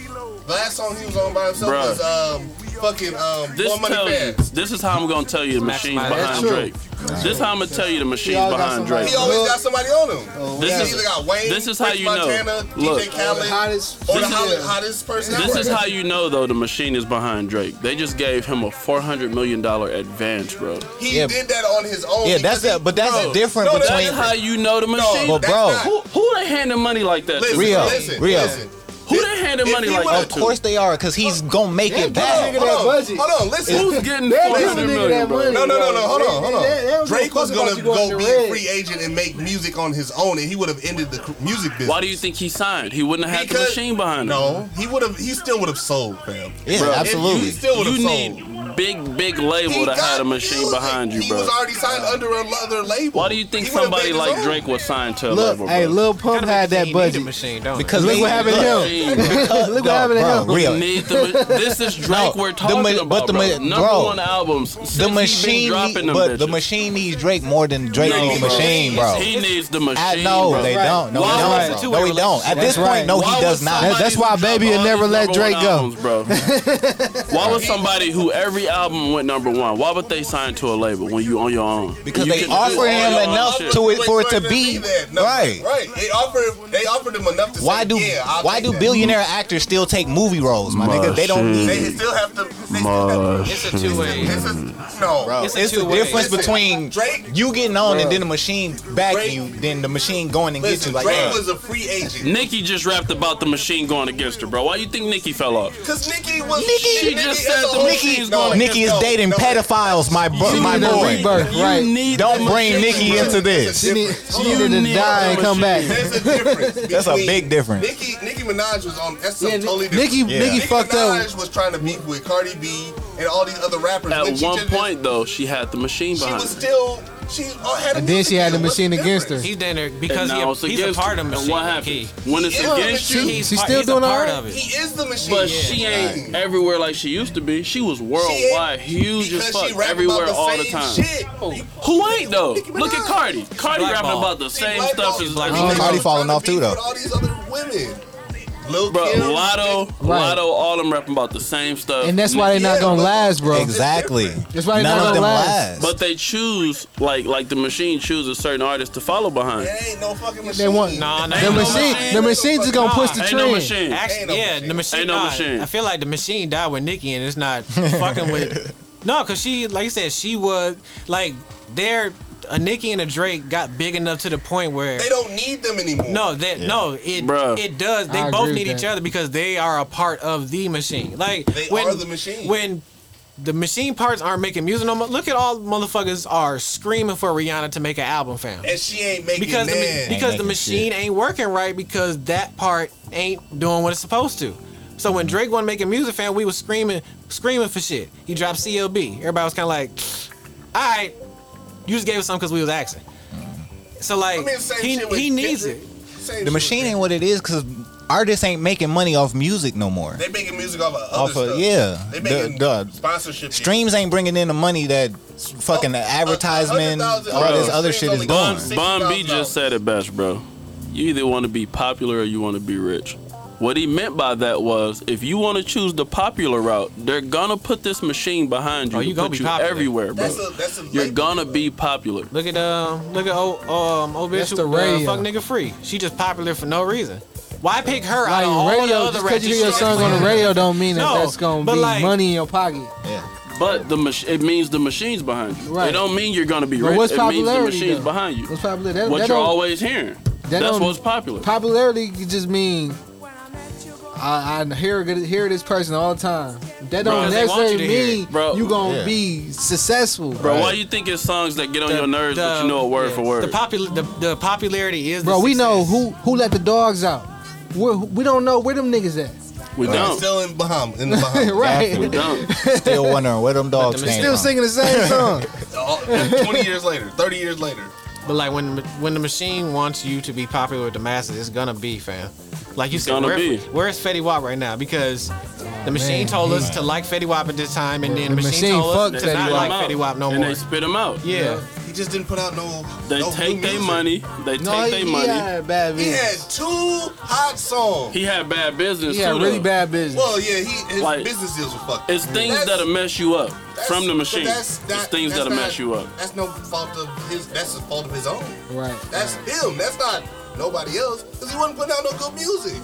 Speaker 3: The last song he was on by himself
Speaker 5: Bruh.
Speaker 3: was um fucking um
Speaker 5: This
Speaker 3: One Money
Speaker 5: tells you.
Speaker 3: Fans.
Speaker 5: This is how I'm gonna tell you the machine's
Speaker 1: Maximize- That's
Speaker 5: behind
Speaker 6: true.
Speaker 5: Drake. This is how I'm gonna tell you the machine's
Speaker 6: all got
Speaker 5: behind
Speaker 6: somebody.
Speaker 5: Drake.
Speaker 3: He always got somebody on him.
Speaker 5: This
Speaker 3: He
Speaker 5: is-
Speaker 3: either got Wayne,
Speaker 5: this is how
Speaker 3: French
Speaker 5: you know.
Speaker 3: Montana,
Speaker 5: Look.
Speaker 3: DJ Khaled,
Speaker 6: Hottest-
Speaker 3: or the
Speaker 5: This is-
Speaker 3: hottest, hottest person. out
Speaker 5: This is
Speaker 3: there.
Speaker 5: how you know though the machine is behind Drake. They just gave him a four hundred million dollar advance, bro.
Speaker 3: he
Speaker 7: Yeah.
Speaker 3: did that on his own.
Speaker 7: Yeah, that's
Speaker 3: because
Speaker 7: a- but that's
Speaker 3: bro,
Speaker 7: different
Speaker 3: no,
Speaker 5: That's
Speaker 7: Between-
Speaker 5: how you know the machine.
Speaker 7: Well,
Speaker 3: that's
Speaker 7: bro.
Speaker 3: not-
Speaker 5: who who they handing money like that?
Speaker 3: Listen,
Speaker 5: to?
Speaker 7: Real,
Speaker 3: listen,
Speaker 7: real.
Speaker 3: listen.
Speaker 5: Who they handing
Speaker 3: If
Speaker 5: money
Speaker 3: he
Speaker 5: like
Speaker 3: was-
Speaker 5: that?
Speaker 7: Of
Speaker 5: to?
Speaker 7: course they are, cause he's gonna make
Speaker 6: that
Speaker 7: it back.
Speaker 6: nigga
Speaker 3: Hold
Speaker 6: that
Speaker 3: on,
Speaker 6: budget.
Speaker 3: hold on, listen.
Speaker 5: Who's getting
Speaker 6: They
Speaker 5: four
Speaker 6: give a
Speaker 5: hundred
Speaker 6: nigga that
Speaker 5: million, bro?
Speaker 6: money.
Speaker 3: No, no, no, no. Hold
Speaker 6: They-
Speaker 3: on, hold
Speaker 6: they- they don't
Speaker 3: on.
Speaker 6: give a
Speaker 3: Drake
Speaker 6: fuck
Speaker 3: was
Speaker 6: about
Speaker 3: gonna
Speaker 6: you going
Speaker 3: go
Speaker 6: to
Speaker 3: be
Speaker 6: red.
Speaker 3: a free agent and make music on his own, and he would have ended the cr- music business.
Speaker 5: Why do you think he signed? He wouldn't have had the machine behind him.
Speaker 3: No, he would have. He still would have sold, fam.
Speaker 7: Yeah,
Speaker 3: Bruh,
Speaker 7: absolutely.
Speaker 3: He still would have
Speaker 5: You
Speaker 3: sold.
Speaker 5: need big, big label
Speaker 3: He
Speaker 5: to have
Speaker 3: got
Speaker 5: a machine
Speaker 3: music.
Speaker 5: behind you,
Speaker 3: He
Speaker 5: bro.
Speaker 3: was already signed under another label.
Speaker 5: Why do you think
Speaker 3: He would've
Speaker 5: somebody
Speaker 3: made his
Speaker 5: like
Speaker 3: own.
Speaker 5: Drake was signed to a
Speaker 6: Look,
Speaker 5: label,
Speaker 6: hey,
Speaker 5: bro?
Speaker 6: Lil Pump had that budget.
Speaker 1: machine, don't
Speaker 7: Because
Speaker 6: Look
Speaker 7: they-
Speaker 6: what happened to
Speaker 7: [laughs]
Speaker 6: him.
Speaker 5: Machine, bro.
Speaker 6: Look what happened to
Speaker 7: bro,
Speaker 6: him.
Speaker 7: real.
Speaker 5: You need the, ma- this is Drake
Speaker 7: [laughs] No,
Speaker 5: we're
Speaker 7: the
Speaker 5: talking
Speaker 7: ma-
Speaker 5: about,
Speaker 7: but the
Speaker 5: bro.
Speaker 7: ma-
Speaker 5: Number
Speaker 7: bro,
Speaker 5: one albums. Since
Speaker 7: The
Speaker 5: he
Speaker 7: machine,
Speaker 5: been dropping
Speaker 7: need-
Speaker 5: them
Speaker 7: but the
Speaker 5: bitches.
Speaker 7: machine needs Drake more than Drake
Speaker 5: No,
Speaker 7: needs the
Speaker 5: bro.
Speaker 7: machine, bro.
Speaker 5: He needs the
Speaker 7: I
Speaker 5: machine,
Speaker 7: know
Speaker 5: bro.
Speaker 7: they
Speaker 6: Right.
Speaker 7: don't. No,
Speaker 5: Why
Speaker 7: they
Speaker 5: was
Speaker 7: don't.
Speaker 5: it
Speaker 7: bro.
Speaker 1: two-way
Speaker 7: No, he don't. At this
Speaker 6: That's right.
Speaker 7: point, no,
Speaker 5: Why
Speaker 7: he
Speaker 5: would
Speaker 7: does not.
Speaker 5: somebody
Speaker 6: That's why
Speaker 5: who
Speaker 6: Baby
Speaker 5: dropped
Speaker 6: will never
Speaker 5: all these
Speaker 6: let
Speaker 5: number
Speaker 6: Drake
Speaker 5: one
Speaker 6: go.
Speaker 5: albums, bro.
Speaker 7: [laughs]
Speaker 5: why would somebody who every album went number one? Why would they sign to a label when you on your own?
Speaker 7: Because
Speaker 5: You
Speaker 7: they
Speaker 5: can do
Speaker 7: offer
Speaker 5: all
Speaker 7: him
Speaker 5: your own
Speaker 7: enough
Speaker 5: shit.
Speaker 7: to it
Speaker 3: Wait
Speaker 7: for it to be
Speaker 3: that number.
Speaker 7: right.
Speaker 3: Right. They offered. They offered him enough to.
Speaker 7: Why
Speaker 3: say,
Speaker 7: do
Speaker 3: Yeah, I'll
Speaker 7: why
Speaker 3: take
Speaker 7: do
Speaker 3: that.
Speaker 7: billionaire actors still take movie roles, my nigga? They don't
Speaker 5: Machine.
Speaker 7: need
Speaker 3: They
Speaker 7: it.
Speaker 3: still have to. They still have,
Speaker 5: Mush.
Speaker 1: It's a two way.
Speaker 3: this is no.
Speaker 7: Bro,
Speaker 1: It's
Speaker 7: it's,
Speaker 1: a
Speaker 7: the
Speaker 1: two-way.
Speaker 7: difference
Speaker 3: Listen,
Speaker 7: between
Speaker 3: Drake-
Speaker 7: you getting on and then the machine backing
Speaker 3: Drake-
Speaker 7: you, then the machine going and
Speaker 3: Listen,
Speaker 7: get you. Like,
Speaker 3: Drake
Speaker 7: yeah.
Speaker 3: was a free agent.
Speaker 5: Nikki just rapped about the machine going against her, bro. Why you think Nikki fell off?
Speaker 3: Cause Nikki was.
Speaker 5: She just said the machine's
Speaker 3: no,
Speaker 5: going
Speaker 3: no,
Speaker 7: Nikki is
Speaker 3: no,
Speaker 7: dating
Speaker 3: no.
Speaker 7: pedophiles, my bro-
Speaker 11: You
Speaker 7: my
Speaker 11: need a
Speaker 7: boy.
Speaker 11: rebirth, right?
Speaker 2: need
Speaker 7: Don't bring Nikki into
Speaker 3: There's
Speaker 7: this.
Speaker 3: a
Speaker 11: She, need,
Speaker 3: difference.
Speaker 11: she needed to
Speaker 2: need-
Speaker 11: die and come back.
Speaker 3: There's a difference.
Speaker 7: [laughs] That's a
Speaker 3: between-
Speaker 7: big difference.
Speaker 3: Nicki, Nicki Minaj was on. That's something
Speaker 6: Yeah,
Speaker 3: totally different.
Speaker 11: Nikki,
Speaker 7: Yeah.
Speaker 11: Nikki
Speaker 3: Nicki
Speaker 11: fucked up.
Speaker 3: Minaj was trying to beef with Cardi B and all these other rappers. when
Speaker 5: At
Speaker 3: she
Speaker 5: one
Speaker 3: just-
Speaker 5: point, though, she had the machine
Speaker 3: she
Speaker 5: behind
Speaker 3: was
Speaker 5: her.
Speaker 3: still. She uh, had a
Speaker 11: And then she had the machine
Speaker 3: music deal. What's
Speaker 11: against
Speaker 3: the
Speaker 11: her.
Speaker 4: He's down there because
Speaker 5: And now it's
Speaker 4: he, he's a
Speaker 5: against
Speaker 4: part of
Speaker 5: you.
Speaker 4: machine.
Speaker 5: And what
Speaker 4: He-
Speaker 5: happens? When it's
Speaker 3: Yeah,
Speaker 5: against
Speaker 3: but
Speaker 5: you,
Speaker 3: she-
Speaker 4: he's
Speaker 11: She's
Speaker 4: part-
Speaker 11: still
Speaker 4: he's a
Speaker 11: doing
Speaker 4: part
Speaker 11: alright?
Speaker 4: of
Speaker 3: difference?
Speaker 4: it.
Speaker 3: He is the machine.
Speaker 5: But she ain't everywhere like she used to be. She was worldwide, huge as
Speaker 3: Because
Speaker 5: fuck,
Speaker 3: she rap
Speaker 5: everywhere
Speaker 3: about the
Speaker 5: all the
Speaker 3: same
Speaker 5: time.
Speaker 3: shit.
Speaker 5: Who ain't though?
Speaker 3: Nicki
Speaker 5: Look at
Speaker 3: Minaj.
Speaker 5: Cardi. Cardi rapping
Speaker 4: blackballed.
Speaker 5: about the same stuff as like
Speaker 7: blackballed. Cardi falling off too, though.
Speaker 3: With all these other women. Lil
Speaker 5: bro,
Speaker 3: Kim,
Speaker 5: Lotto,
Speaker 11: Right.
Speaker 5: Lotto, all them rapping about the same stuff.
Speaker 11: And that's why they're
Speaker 3: Yeah,
Speaker 11: not gonna
Speaker 3: but-
Speaker 11: last, bro.
Speaker 7: Exactly.
Speaker 11: That's why they not
Speaker 7: None of
Speaker 11: gonna
Speaker 7: them
Speaker 11: last.
Speaker 7: last.
Speaker 5: But they choose like like the machine chooses certain artists to follow behind.
Speaker 3: There ain't no fucking machine.
Speaker 11: They want
Speaker 4: Nah, nah,
Speaker 11: the
Speaker 4: ain't no
Speaker 11: machine.
Speaker 4: machine.
Speaker 11: The machine's just gonna push the
Speaker 5: Ain't
Speaker 11: trend.
Speaker 5: no machine.
Speaker 4: Actually,
Speaker 3: Ain't no
Speaker 4: yeah,
Speaker 3: machine.
Speaker 4: the machine.
Speaker 5: Ain't no
Speaker 4: died.
Speaker 5: machine.
Speaker 4: I feel like the machine died with Nikki, and
Speaker 11: [laughs]
Speaker 4: it's not fucking with. No, because she, like you said, she was like there. A Nikki and a Drake got big enough to the point where
Speaker 3: They don't need them anymore.
Speaker 4: no, that no, it
Speaker 5: Bruh.
Speaker 4: it does. They
Speaker 11: I
Speaker 4: both
Speaker 11: agree
Speaker 4: need
Speaker 11: with
Speaker 4: each
Speaker 11: that.
Speaker 4: other because they are a part of the machine. Like
Speaker 3: They
Speaker 4: when,
Speaker 3: are the machine.
Speaker 4: When the machine parts aren't making music no more, look at all motherfuckers are screaming for Rihanna to make an album, fam
Speaker 3: and she ain't making
Speaker 4: because the, ma-
Speaker 3: man.
Speaker 4: because the
Speaker 7: making
Speaker 4: machine
Speaker 7: shit.
Speaker 4: ain't working right because that part ain't doing what it's supposed to. So when Drake wasn't making music, fan, we was screaming, screaming for shit. He dropped CLB. Everybody was kind of like, "All right, you just gave us something because we was asking." So like,
Speaker 3: I mean, same
Speaker 4: he,
Speaker 3: shit with
Speaker 4: he needs
Speaker 3: Kendrick.
Speaker 4: it.
Speaker 3: Same shit
Speaker 7: The
Speaker 3: with
Speaker 7: machine
Speaker 3: Kendrick.
Speaker 7: ain't what it is because artists ain't making money off music no more.
Speaker 3: They making music off of other
Speaker 7: Off of-
Speaker 3: stuff.
Speaker 7: yeah.
Speaker 3: They making
Speaker 7: The- the-
Speaker 3: sponsorship.
Speaker 7: Streams ain't bringing in the money that fucking
Speaker 3: Oh,
Speaker 7: advertisement, all
Speaker 3: 100,000
Speaker 7: this other
Speaker 3: streams
Speaker 7: shit
Speaker 3: only gone.
Speaker 7: is doing.
Speaker 5: Bon
Speaker 3: $60,000.
Speaker 5: B just said it best, bro. You either want to be popular or you want to be rich. What he meant by that was, if you want to choose the popular route, they're gonna put this machine behind you.
Speaker 4: Oh,
Speaker 5: to
Speaker 4: you gonna
Speaker 5: put
Speaker 4: be
Speaker 5: you
Speaker 4: popular.
Speaker 5: everywhere, bro.
Speaker 3: That's a- that's a
Speaker 5: You're
Speaker 3: label,
Speaker 5: gonna
Speaker 3: bro.
Speaker 5: be popular.
Speaker 4: Look at um, look at old um, old
Speaker 11: That's
Speaker 4: bitch
Speaker 11: the
Speaker 4: who uh,
Speaker 11: radio.
Speaker 4: fuck nigga free. She just popular for no reason. Why pick her out
Speaker 11: Like
Speaker 4: of all the
Speaker 11: radio,
Speaker 4: other
Speaker 11: just because you
Speaker 4: rappers?
Speaker 11: hear your song
Speaker 4: [laughs]
Speaker 11: on the radio don't mean that
Speaker 4: No,
Speaker 11: that's gonna
Speaker 4: but
Speaker 11: be
Speaker 4: like-
Speaker 11: money in your pocket.
Speaker 5: But the mach- it means the machine's behind you.
Speaker 11: Right.
Speaker 5: It don't mean you're gonna be
Speaker 11: But
Speaker 5: rich.
Speaker 11: what's
Speaker 5: it means the
Speaker 11: popularity,
Speaker 5: machine's
Speaker 11: though?
Speaker 5: behind you.
Speaker 11: What's popular? That,
Speaker 5: what
Speaker 11: that
Speaker 5: you're
Speaker 11: don't-
Speaker 5: always hearing. That's
Speaker 11: don't-
Speaker 5: what's popular.
Speaker 11: popularity could just mean I, I hear good- hear this person all the time. That
Speaker 5: Bro,
Speaker 11: don't
Speaker 4: they want
Speaker 11: necessarily
Speaker 4: you to hear it.
Speaker 11: mean
Speaker 5: Bro,
Speaker 11: you gonna
Speaker 7: yeah.
Speaker 11: be successful,
Speaker 5: Bro, why you think it's songs that get on your nerves
Speaker 4: the-
Speaker 5: but you know it word
Speaker 4: yeah,
Speaker 5: for word?
Speaker 4: The, popul- the, the popularity is. the
Speaker 11: Bro, we know
Speaker 4: success.
Speaker 11: who who let the dogs out. We're, we don't know where them niggas at. [laughs]
Speaker 5: we
Speaker 3: They're
Speaker 5: don't.
Speaker 3: still in Bahamas. In the Bahamas.
Speaker 5: We
Speaker 11: right.
Speaker 5: don't.
Speaker 7: Still wondering where them dogs
Speaker 4: But the
Speaker 7: came
Speaker 11: Still
Speaker 7: from.
Speaker 11: singing the
Speaker 7: [laughs]
Speaker 11: same song.
Speaker 3: All- 20 years later, 30 years later.
Speaker 4: But like when when the machine wants you to be popular with the masses, it's gonna be fam. Like you said,
Speaker 5: gonna
Speaker 4: where,
Speaker 5: be.
Speaker 4: where's Fetty Wap right now? Because the machine
Speaker 11: man,
Speaker 4: told
Speaker 11: he-
Speaker 4: us to like Fetty Wap at this time, and then
Speaker 11: The
Speaker 4: the machine,
Speaker 11: machine
Speaker 4: told
Speaker 11: fucked
Speaker 4: us to
Speaker 11: Fetty
Speaker 4: not
Speaker 5: Spit 'em
Speaker 4: like
Speaker 5: out.
Speaker 4: Fetty Wap no
Speaker 5: and
Speaker 4: more.
Speaker 5: they spit them out.
Speaker 4: yeah.
Speaker 3: He just didn't put out no.
Speaker 5: They
Speaker 3: no
Speaker 5: take
Speaker 3: new
Speaker 5: their
Speaker 3: music.
Speaker 5: money. They
Speaker 11: no,
Speaker 5: take
Speaker 11: he,
Speaker 5: their
Speaker 11: he
Speaker 5: money.
Speaker 11: had bad
Speaker 3: He
Speaker 11: business.
Speaker 3: had two hot songs.
Speaker 5: He had bad business
Speaker 11: He had
Speaker 5: too.
Speaker 11: really
Speaker 5: though.
Speaker 11: bad business.
Speaker 3: well, yeah, he, his
Speaker 5: Like,
Speaker 3: business deals were fucked.
Speaker 5: It's things
Speaker 3: That's-
Speaker 5: that'll mess you up
Speaker 3: that's-
Speaker 5: from the
Speaker 3: but
Speaker 5: machine.
Speaker 3: that's
Speaker 5: it's
Speaker 3: not-
Speaker 5: things
Speaker 3: that's
Speaker 5: that'll
Speaker 3: not-
Speaker 5: mess you up.
Speaker 3: That's no fault of his. That's the fault of his own.
Speaker 11: right.
Speaker 3: That's him. That's not nobody else. Because he wasn't putting out no good music.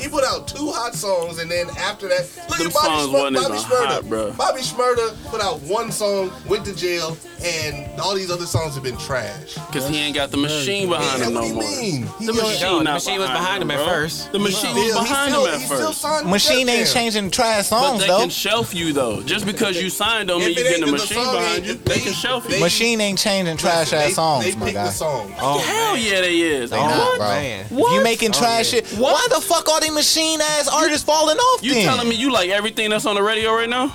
Speaker 3: He put out two hot songs, and then after that, look
Speaker 5: Them
Speaker 3: at Bobby,
Speaker 5: songs
Speaker 3: Schmur-
Speaker 5: wasn't
Speaker 3: Bobby
Speaker 5: even
Speaker 3: Shmurda.
Speaker 5: hot, bruh.
Speaker 3: Bobby Shmurda put out one song, went to jail, and all these other songs have been trash.
Speaker 5: Because he ain't got the machine behind
Speaker 3: Yeah,
Speaker 5: him
Speaker 3: what
Speaker 5: no
Speaker 3: do you
Speaker 5: more.
Speaker 3: mean? He got-
Speaker 5: The
Speaker 4: No, the
Speaker 5: machine, not
Speaker 4: machine was behind him at
Speaker 5: bro.
Speaker 4: first.
Speaker 5: The machine was
Speaker 3: Still-
Speaker 5: behind
Speaker 3: still-
Speaker 5: him at
Speaker 3: he's still
Speaker 5: first.
Speaker 3: signed to
Speaker 7: Machine ain't
Speaker 3: Def Jam.
Speaker 7: changing trash
Speaker 5: But
Speaker 7: songs
Speaker 5: they
Speaker 7: though.
Speaker 5: can shelf you though. Just because you signed them
Speaker 3: If
Speaker 5: and you
Speaker 3: it
Speaker 5: get
Speaker 3: ain't the
Speaker 5: the machine
Speaker 3: song,
Speaker 5: behind
Speaker 3: it-
Speaker 5: you, they
Speaker 3: they-
Speaker 5: can shelf
Speaker 3: they-
Speaker 5: you.
Speaker 7: Machine ain't changing trash
Speaker 3: They-
Speaker 7: ass songs,
Speaker 3: they
Speaker 7: my
Speaker 3: picked
Speaker 7: guy. Uh,
Speaker 3: the song.
Speaker 4: Oh,
Speaker 5: Hell yeah, they is.
Speaker 4: man.
Speaker 7: Nah,
Speaker 4: What?
Speaker 7: bro.
Speaker 4: Man.
Speaker 7: If you making trash shit, why the fuck are they machine ass artists falling off?
Speaker 5: You
Speaker 7: then?
Speaker 5: telling me you like everything that's on the radio right now?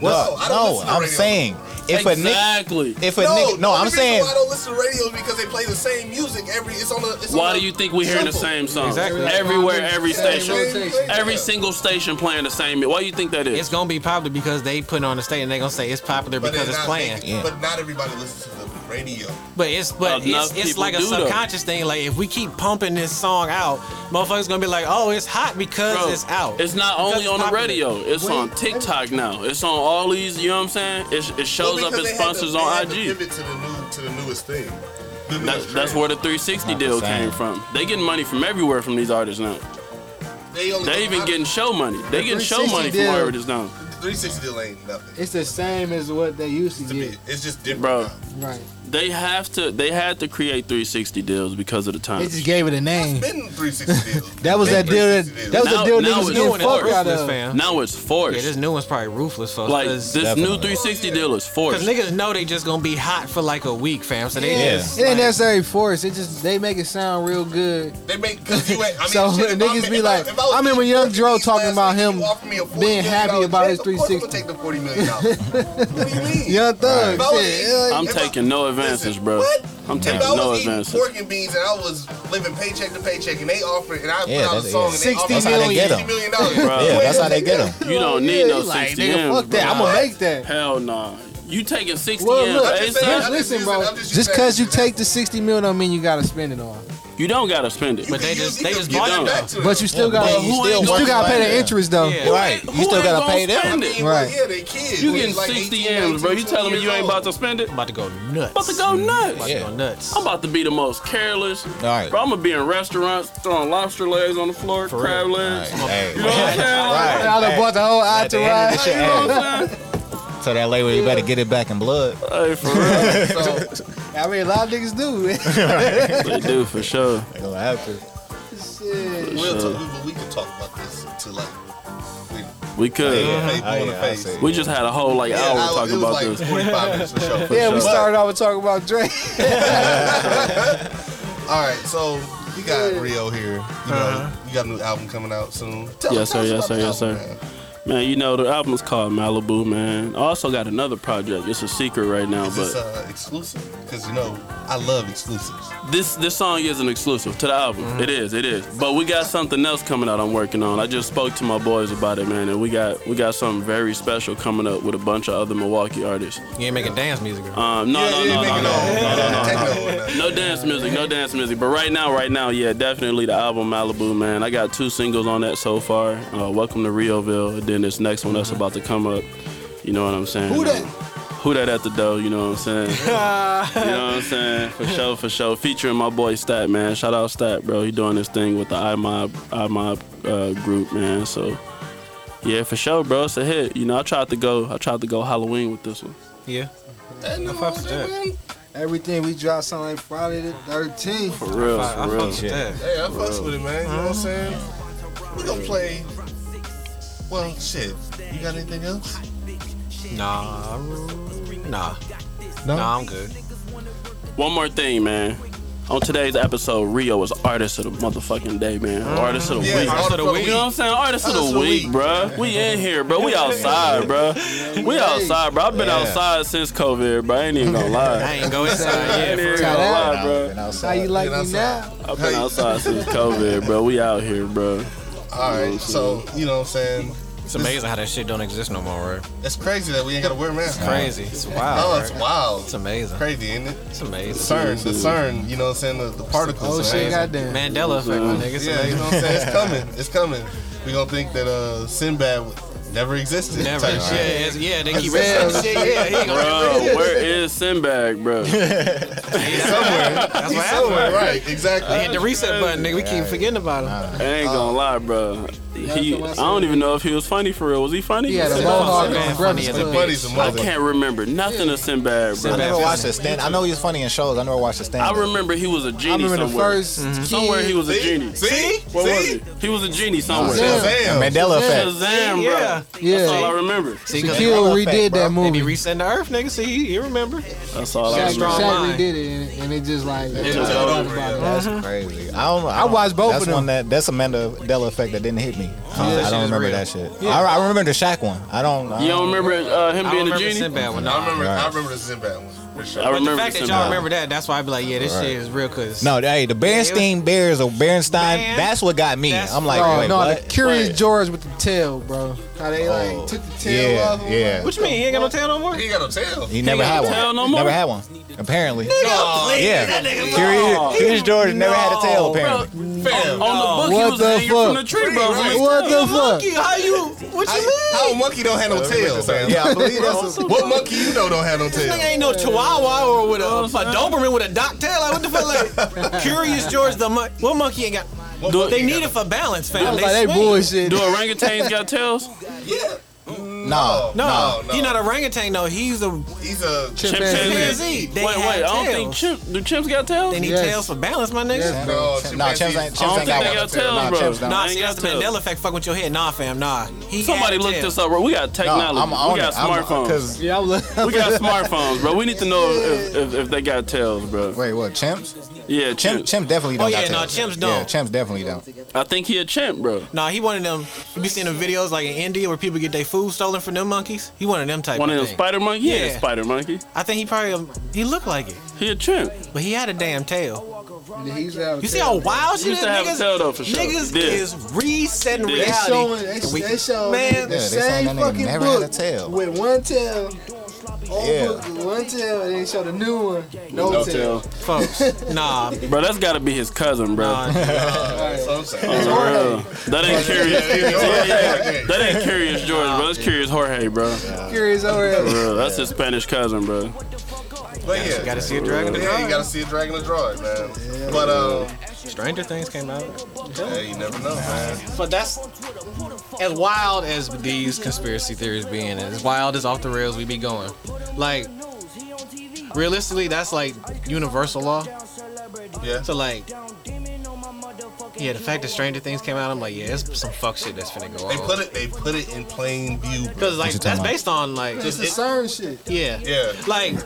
Speaker 3: No, I don't
Speaker 7: No,
Speaker 3: listen to
Speaker 7: I'm
Speaker 3: radio.
Speaker 7: saying if a nigga,
Speaker 5: exactly.
Speaker 7: if a nigga, no,
Speaker 3: the
Speaker 7: I'm
Speaker 3: reason
Speaker 7: saying
Speaker 3: why I don't listen to radio is because they play the same music every. It's on the. It's
Speaker 5: Why
Speaker 3: on
Speaker 5: do
Speaker 3: the
Speaker 5: you think we're hearing the
Speaker 3: shuffle.
Speaker 5: same song?
Speaker 4: Exactly.
Speaker 5: Everywhere,
Speaker 11: Yeah,
Speaker 5: every
Speaker 11: yeah,
Speaker 5: station.
Speaker 11: rotation.
Speaker 5: Every single station playing the same. Why you think that
Speaker 4: It's
Speaker 5: is?
Speaker 4: gonna be popular because they put it on the stage and they gonna say it's popular
Speaker 3: But
Speaker 4: because
Speaker 3: they're
Speaker 4: it's
Speaker 3: not
Speaker 4: playing.
Speaker 3: making-
Speaker 7: Yeah.
Speaker 3: But not everybody listens to the radio.
Speaker 4: But it's but
Speaker 5: Enough
Speaker 4: it's, it's
Speaker 5: people
Speaker 4: like a
Speaker 5: do, though.
Speaker 4: subconscious thing. Like if we keep pumping this song out, motherfuckers gonna be like, oh, it's hot because
Speaker 5: Bro,
Speaker 4: it's out.
Speaker 5: It's not
Speaker 4: Because
Speaker 5: only
Speaker 4: it's
Speaker 5: on the
Speaker 4: popular.
Speaker 5: radio. It's on TikTok now. It's on all these. You know what I'm saying? It, it shows
Speaker 3: Well,
Speaker 5: up
Speaker 3: because
Speaker 5: as
Speaker 3: they had
Speaker 5: sponsors
Speaker 3: to,
Speaker 5: on
Speaker 3: they had to
Speaker 5: IG.
Speaker 3: Pivot to the new, to the newest thing. The
Speaker 5: That's,
Speaker 3: newest
Speaker 5: that's
Speaker 3: trend.
Speaker 5: where the 360 deal came from. They getting money from everywhere from these artists now.
Speaker 3: they only
Speaker 5: They even getting show money. They getting show
Speaker 11: 360
Speaker 5: money from
Speaker 11: deal.
Speaker 5: artists now.
Speaker 3: 360 deal ain't nothing.
Speaker 11: It's the same as what they used to
Speaker 3: to me,
Speaker 11: get.
Speaker 3: it's just different.
Speaker 5: Bro,
Speaker 11: Right.
Speaker 5: They have to. They had to create 360 deals because of the time.
Speaker 11: They just gave it a name.
Speaker 3: Been 360 deals.
Speaker 11: That was
Speaker 3: Been
Speaker 11: that deal that
Speaker 3: 360
Speaker 11: that was
Speaker 5: Now-
Speaker 11: the deal
Speaker 5: now
Speaker 11: niggas
Speaker 5: it's
Speaker 11: getting
Speaker 5: doing it
Speaker 11: fucked
Speaker 5: worse,
Speaker 11: out
Speaker 1: this
Speaker 11: of.
Speaker 1: fam.
Speaker 5: now it's forced.
Speaker 4: Yeah, this new one's probably ruthless, folks.
Speaker 5: like
Speaker 4: cause,
Speaker 5: this
Speaker 4: 'cause
Speaker 5: new 360 deal is forced.
Speaker 4: niggas know they just gonna be hot for like a week, fam. So they
Speaker 11: Yeah.
Speaker 4: just
Speaker 11: It ain't
Speaker 4: like,
Speaker 11: necessarily force. It just they make it sound real good.
Speaker 3: They make because you. Ain't, I mean,
Speaker 11: So,
Speaker 3: shit, if
Speaker 11: niggas
Speaker 3: I'm- if
Speaker 11: be
Speaker 3: I-
Speaker 11: like-
Speaker 3: if was
Speaker 11: I remember
Speaker 3: making
Speaker 11: Young
Speaker 3: 40
Speaker 11: Dro
Speaker 3: million
Speaker 11: talking about
Speaker 3: last week,
Speaker 11: him
Speaker 3: you offered me a 40
Speaker 11: being
Speaker 3: million
Speaker 11: happy
Speaker 3: dollar
Speaker 11: about his
Speaker 3: check, of course I'm
Speaker 11: 360.
Speaker 3: gonna take the 40 million dollars. What do you mean?
Speaker 11: Young Thug.
Speaker 3: If I was
Speaker 11: shit,
Speaker 3: eating-
Speaker 11: yeah.
Speaker 5: I'm
Speaker 3: If I-
Speaker 5: taking no advances,
Speaker 3: Listen,
Speaker 5: bro.
Speaker 3: What?
Speaker 5: I'm taking
Speaker 3: if I was
Speaker 5: no
Speaker 3: eating
Speaker 5: advances.
Speaker 3: pork and beans and I was living paycheck to paycheck and they offered and I
Speaker 7: Yeah,
Speaker 3: put out a
Speaker 7: that's-
Speaker 3: song
Speaker 7: yeah.
Speaker 3: and they
Speaker 11: 60
Speaker 3: offered me
Speaker 7: million.
Speaker 3: $60 million dollars.
Speaker 7: Yeah, that's how they get them.
Speaker 5: You don't need no
Speaker 11: he like,
Speaker 5: 60
Speaker 11: nigga,
Speaker 5: M's,
Speaker 11: fuck that.
Speaker 5: bro.
Speaker 11: I'm gonna make that.
Speaker 5: Hell nah. You taking 60
Speaker 11: Well,
Speaker 5: M's
Speaker 11: look,
Speaker 5: ASAP?
Speaker 11: just listen, bro.
Speaker 3: I'm just
Speaker 11: Just
Speaker 3: using-
Speaker 11: cause you take the 60 mil don't mean you gotta spend it on.
Speaker 5: You don't gotta spend it.
Speaker 4: But they
Speaker 3: You
Speaker 4: just
Speaker 3: can
Speaker 4: they
Speaker 3: use
Speaker 4: just
Speaker 3: it to
Speaker 4: bought
Speaker 3: get
Speaker 4: it
Speaker 3: back
Speaker 4: though.
Speaker 3: to it.
Speaker 7: But you still got
Speaker 5: But who ain't
Speaker 7: still,
Speaker 5: gonna-
Speaker 11: You gotta pay the interest though.
Speaker 4: Yeah.
Speaker 7: Right,
Speaker 5: Who
Speaker 7: you still
Speaker 5: ain't
Speaker 7: gotta
Speaker 5: gonna
Speaker 7: pay them.
Speaker 5: spend
Speaker 3: I mean,
Speaker 11: Right.
Speaker 5: it?
Speaker 3: well, yeah, they kids.
Speaker 5: You
Speaker 3: Like
Speaker 5: getting
Speaker 3: 18,
Speaker 5: 60 M's, bro. You
Speaker 3: 19,
Speaker 5: telling me
Speaker 3: 20
Speaker 5: you ain't
Speaker 3: years
Speaker 5: about to spend it?
Speaker 4: About to go nuts. Mm-hmm.
Speaker 5: About to go nuts.
Speaker 4: About
Speaker 7: Yeah.
Speaker 4: to go nuts.
Speaker 5: I'm about to be the most careless.
Speaker 7: right.
Speaker 5: Bro, I'm gonna be in restaurants throwing lobster legs on the floor, crab legs.
Speaker 7: Hey,
Speaker 5: You know what I'm saying?
Speaker 11: [laughs]
Speaker 7: Right.
Speaker 11: I done bought the whole eye
Speaker 7: At the
Speaker 11: to
Speaker 7: end of
Speaker 11: ride.
Speaker 7: the shit,
Speaker 5: You know what
Speaker 7: hey,
Speaker 5: I'm saying?
Speaker 7: so that label, you better get it back in blood.
Speaker 5: [laughs] Hey,
Speaker 3: [laughs]
Speaker 5: for real.
Speaker 11: I mean, a lot of niggas do. [laughs]
Speaker 5: They do, for sure.
Speaker 7: It'll happen.
Speaker 11: Shit.
Speaker 3: old. We'll talk, we, we can talk about this to like. We,
Speaker 5: We could.
Speaker 3: faith
Speaker 7: Oh,
Speaker 3: on the
Speaker 7: yeah, I
Speaker 3: face.
Speaker 7: see.
Speaker 5: We just had a whole like hour
Speaker 3: I-
Speaker 5: talking
Speaker 3: it was
Speaker 5: about
Speaker 3: like
Speaker 5: this.
Speaker 3: 45 minutes for sure.
Speaker 11: Yeah, we
Speaker 3: But-
Speaker 11: started off with talking about Drake.
Speaker 3: All right, so we got Rio here. You know,
Speaker 4: Uh-huh.
Speaker 3: you got a new album coming out soon. Tell,
Speaker 5: Yes,
Speaker 3: tell
Speaker 5: sir,
Speaker 3: us
Speaker 5: yes,
Speaker 3: about
Speaker 5: sir,
Speaker 3: the
Speaker 5: yes,
Speaker 3: album,
Speaker 5: sir. Man, you know the album's called Malibu, man. I also got another project. It's a secret right now,
Speaker 3: Is this
Speaker 5: but
Speaker 3: uh, exclusive? Because you know, I love exclusives.
Speaker 5: this this song is an exclusive to the album.
Speaker 3: Mm-hmm.
Speaker 5: It is, it is. But we got something else coming out. I'm working on. I just spoke to my boys about it, man, and we got we got something very special coming up with a bunch of other Milwaukee artists.
Speaker 4: You ain't making dance music. Or
Speaker 5: Um, no, no, no, no, no, no, no, no,
Speaker 3: Techno and, uh,
Speaker 5: No dance music, no dance music. But right now, right now, yeah, definitely the album Malibu, man. I got two singles on that so far. Uh, Welcome to Rioville. And then this next one that's about to come up. You know what I'm saying?
Speaker 11: Who dat?
Speaker 5: Um, Who that at the door? You know what I'm saying? you know what I'm saying? For sure, for sure. Featuring my boy Stat, man. Shout out Stat, bro. He doing his thing with the iMob, iMob uh, group, man. So. Yeah, for sure, bro. It's a hit. You know, I tried to go, I tried to go Halloween with this one.
Speaker 4: yeah.
Speaker 3: and,
Speaker 4: fucks with that.
Speaker 11: Everything we dropped sound like Friday the 13th.
Speaker 5: For real,
Speaker 4: I, I fucks
Speaker 5: for real.
Speaker 4: with that.
Speaker 3: Hey, I fucks with it, man. You know
Speaker 4: Uh-huh.
Speaker 3: what I'm saying? We gonna play. Well, shit. You got anything else?
Speaker 4: Nah, nah,
Speaker 3: No.
Speaker 4: nah. I'm good.
Speaker 5: One more thing, man. On today's episode, Rio is artist of the motherfucking day, man. Artist of the
Speaker 3: Yeah,
Speaker 5: week.
Speaker 3: artist of the
Speaker 5: You know what I'm saying? Artist, of
Speaker 3: Artist
Speaker 5: the week, bruh. We in here, bro. We outside, bruh. We outside, bro. I've been outside since COVID, bro. I ain't even gonna
Speaker 4: I
Speaker 5: lie.
Speaker 4: ain't go
Speaker 5: I
Speaker 4: inside.
Speaker 5: ain't
Speaker 4: Yeah,
Speaker 5: even
Speaker 4: for
Speaker 5: gonna
Speaker 11: Shout out.
Speaker 5: lie, bro.
Speaker 7: And outside.
Speaker 11: How you like
Speaker 3: Get
Speaker 11: me now?
Speaker 3: outside.
Speaker 5: I've been outside since COVID, bro. We out here, bro.
Speaker 3: All right. So you know what I'm saying?
Speaker 4: it's amazing how that shit don't exist no more, right?
Speaker 3: It's crazy that we ain't gotta wear masks.
Speaker 4: Crazy. It's wild.
Speaker 3: Oh,
Speaker 4: right?
Speaker 3: it's wild.
Speaker 4: It's amazing.
Speaker 3: crazy, isn't it?
Speaker 4: It's amazing.
Speaker 3: CERN, the CERN. You know what I'm saying? The, the particles.
Speaker 11: Oh shit,
Speaker 3: man.
Speaker 11: goddamn.
Speaker 4: Mandela effect, my nigga. It's
Speaker 3: Yeah, you
Speaker 4: amazing.
Speaker 3: know what I'm saying?
Speaker 7: [laughs]
Speaker 3: It's coming. It's coming. We gonna think that uh, Sinbad never existed.
Speaker 4: [laughs] Never.
Speaker 3: Type
Speaker 4: Yeah,
Speaker 3: shit.
Speaker 4: it's- yeah, they keep
Speaker 11: Damn.
Speaker 4: saying shit. Yeah, he ain't gonna
Speaker 5: Bro, where is Sinbad, bro?
Speaker 4: That's what
Speaker 3: So,
Speaker 4: happened.
Speaker 3: right.
Speaker 4: They
Speaker 3: Exactly.
Speaker 4: hit the reset button, nigga. We keep forgetting about him.
Speaker 5: I ain't gonna lie, bro. He, I don't even know if he was funny for real. Was he funny?
Speaker 11: He had a
Speaker 5: Sinbad-
Speaker 11: mohawk
Speaker 4: man,
Speaker 11: and
Speaker 4: funny
Speaker 11: brothers
Speaker 4: as a
Speaker 11: club.
Speaker 3: Buddy's a
Speaker 5: I
Speaker 3: mother.
Speaker 5: can't remember nothing of Sinbad, bro.
Speaker 7: I
Speaker 4: Sinbad.
Speaker 7: never watched a stand. I know he was funny in shows. I never watched a stand.
Speaker 5: I remember he was a
Speaker 11: I
Speaker 5: genie
Speaker 11: remember the
Speaker 5: somewhere. Mm-hmm.
Speaker 11: 1st
Speaker 5: somewhere he was a genie.
Speaker 3: See?
Speaker 5: What was
Speaker 3: See?
Speaker 5: he? He was a genie somewhere.
Speaker 11: Shazam.
Speaker 3: Damn.
Speaker 7: Mandela effect.
Speaker 5: Shazam, bro.
Speaker 4: Yeah.
Speaker 5: That's all I
Speaker 11: Yeah.
Speaker 5: remember.
Speaker 4: See, because
Speaker 7: Shaquille-
Speaker 11: Shaquille redid
Speaker 7: bro.
Speaker 11: that
Speaker 4: they be
Speaker 11: movie.
Speaker 4: resetting the earth, nigga. See, you- you remember.
Speaker 5: That's all
Speaker 4: Shaq-
Speaker 5: I remember.
Speaker 4: Strong
Speaker 11: Shaq
Speaker 4: mind.
Speaker 11: redid it and, and it just like
Speaker 5: It
Speaker 3: Took
Speaker 5: was over.
Speaker 3: over.
Speaker 7: That's crazy. I don't. know. I watched
Speaker 11: both
Speaker 7: that's
Speaker 11: of them.
Speaker 7: One that, that's a Mandela effect that didn't hit me. I don't- I don't
Speaker 4: is
Speaker 7: remember
Speaker 4: real.
Speaker 7: that shit. I, I remember the Shaq one. I don't. I
Speaker 5: You don't remember uh, him
Speaker 4: I don't
Speaker 5: being a
Speaker 4: remember
Speaker 5: genie?
Speaker 4: Sinbad one.
Speaker 3: I
Speaker 4: Nah.
Speaker 3: remember.
Speaker 7: Right.
Speaker 3: I remember the Sinbad one. For sure.
Speaker 5: I
Speaker 4: But the
Speaker 5: remember
Speaker 4: fact that y'all
Speaker 5: Sinbad.
Speaker 4: remember that, that's why I be like, yeah, this shit is real. Cause
Speaker 7: No, hey, the Bernstein Bears or Bernstein,
Speaker 4: Man,
Speaker 7: that's what got me.
Speaker 4: that's
Speaker 7: I'm like,
Speaker 11: Oh
Speaker 7: wait,
Speaker 11: no,
Speaker 7: what?
Speaker 11: the Curious
Speaker 5: What?
Speaker 11: George with the tail, bro. How they
Speaker 7: Oh,
Speaker 11: like took the tail
Speaker 7: yeah,
Speaker 11: off. him.
Speaker 7: yeah.
Speaker 4: what you mean? He ain't got no tail no more.
Speaker 3: He got a tail.
Speaker 7: He never had
Speaker 5: got a tail
Speaker 7: one.
Speaker 5: no more?
Speaker 7: Never had one. Apparently. yeah. Curious, Curious George never had a tail. Apparently.
Speaker 4: Oh,
Speaker 3: Fam.
Speaker 5: On the book,
Speaker 11: What
Speaker 5: he was
Speaker 11: the
Speaker 5: hanging
Speaker 11: fuck?
Speaker 5: from the tree, bro.
Speaker 3: Right.
Speaker 5: From
Speaker 11: What the fuck?
Speaker 4: Monkey, how you? What you mean?
Speaker 3: How a Oh, monkey don't have no tail, fam?
Speaker 7: Yeah, I believe that's.
Speaker 3: [laughs] What monkey you know don't have no
Speaker 4: This nigga
Speaker 3: tail?
Speaker 4: ain't no Chihuahua or with a, a Doberman with a dock tail. Like what the fuck? Like Curious George the mon- what monkey ain't got?
Speaker 3: What
Speaker 5: Do
Speaker 3: monkey
Speaker 4: They
Speaker 3: got
Speaker 4: need it for balance,
Speaker 11: I
Speaker 4: fam.
Speaker 11: was like,
Speaker 4: They
Speaker 11: they
Speaker 4: swing.
Speaker 11: bullshit.
Speaker 5: Do orangutans got tails?
Speaker 3: Yeah.
Speaker 7: Nah.
Speaker 4: No,
Speaker 3: No, no.
Speaker 4: he's not orangutan though. He's a
Speaker 3: He's a
Speaker 11: Chimpanzee.
Speaker 4: chimpanzee. They
Speaker 5: Wait, wait.
Speaker 4: have
Speaker 5: I don't think
Speaker 4: tails.
Speaker 5: chimp. Do chimps got tails?
Speaker 4: They need
Speaker 11: Yes.
Speaker 4: tails for balance, my nigga.
Speaker 11: Yes.
Speaker 3: No, Oh,
Speaker 7: Nah, chimps ain't- chimps ain't
Speaker 5: got
Speaker 7: one.
Speaker 5: tails,
Speaker 7: Nah,
Speaker 5: bro.
Speaker 7: chimps don't.
Speaker 4: Nah,
Speaker 5: I
Speaker 4: see,
Speaker 5: ain't
Speaker 4: that's the
Speaker 5: got tails.
Speaker 4: Mandela effect fucking with your head. Nah, fam, nah. He
Speaker 5: Somebody
Speaker 4: had
Speaker 5: look
Speaker 4: tails.
Speaker 5: this up, bro. We got
Speaker 7: No,
Speaker 5: technology.
Speaker 7: I'm on
Speaker 5: we got
Speaker 7: it. I'm on-
Speaker 5: smartphones.
Speaker 7: Cause,
Speaker 11: Yeah, I'm
Speaker 5: [laughs]
Speaker 6: [laughs]
Speaker 5: we got smartphones, bro. We need to know if, if, if they got tails, bro.
Speaker 7: wait, what? Chimps?
Speaker 5: Yeah,
Speaker 7: Chimp,
Speaker 5: chimp.
Speaker 7: chimp definitely don't.
Speaker 4: Oh, yeah,
Speaker 7: got
Speaker 4: nah,
Speaker 7: tails.
Speaker 4: chimps don't.
Speaker 7: Yeah, chimps definitely don't.
Speaker 5: I think he a chimp, bro.
Speaker 4: Nah, he one of them. You be seeing the videos like in India where people get their food stolen from them monkeys. He one of them type.
Speaker 5: One of
Speaker 4: of
Speaker 5: them
Speaker 4: thing.
Speaker 5: spider monkey. Yeah,
Speaker 4: Yeah.
Speaker 5: spider monkey.
Speaker 4: I think he probably um, he looked like it,
Speaker 5: He a chimp.
Speaker 4: but he had a damn tail.
Speaker 6: He's out.
Speaker 4: You see how wild
Speaker 5: He
Speaker 4: shit
Speaker 5: used
Speaker 4: is?
Speaker 5: to have a
Speaker 4: Niggas,
Speaker 5: tail though, for sure.
Speaker 4: niggas
Speaker 5: Yeah.
Speaker 4: is resetting
Speaker 5: They
Speaker 6: They
Speaker 4: reality.
Speaker 6: showing, they,
Speaker 4: And we-
Speaker 6: they showing
Speaker 4: man,
Speaker 6: the
Speaker 7: Yeah, they saying
Speaker 6: same
Speaker 7: that nigga
Speaker 6: fucking
Speaker 7: never had
Speaker 6: book
Speaker 7: a tail.
Speaker 6: with one tail. Old
Speaker 7: Yeah.
Speaker 6: book with one tail, and they show the new one. No,
Speaker 5: No
Speaker 6: tail.
Speaker 5: tail.
Speaker 4: folks, nah,
Speaker 5: Bro, that's gotta be his cousin, bro.
Speaker 4: nah.
Speaker 5: For real. That ain't curious. yeah, yeah. That ain't curious George, bro. That's curious Jorge, bro.
Speaker 6: Curious
Speaker 7: [laughs]
Speaker 6: over
Speaker 5: For
Speaker 6: there.
Speaker 5: real. That's his Spanish cousin, bro.
Speaker 3: But yeah,
Speaker 4: Gotta see a dragon. to
Speaker 3: yeah, you
Speaker 4: die.
Speaker 3: gotta see a dragon in the drawer, man. But um,
Speaker 4: Stranger Things came out.
Speaker 3: yeah, you never know, man.
Speaker 4: But that's as wild as these conspiracy theories being, as wild as off the rails we be going. Like, realistically, that's like universal law.
Speaker 3: Yeah.
Speaker 4: So like, yeah, the fact that Stranger Things came out, I'm like, yeah, it's some fuck shit that's finna go
Speaker 3: They
Speaker 4: on.
Speaker 3: put it, they put it in plain view. bro.
Speaker 4: Because like
Speaker 7: you
Speaker 4: that's
Speaker 7: talking about?
Speaker 4: based on like,
Speaker 6: It's the
Speaker 4: it-
Speaker 6: CERN shit.
Speaker 4: yeah,
Speaker 3: Yeah.
Speaker 4: like.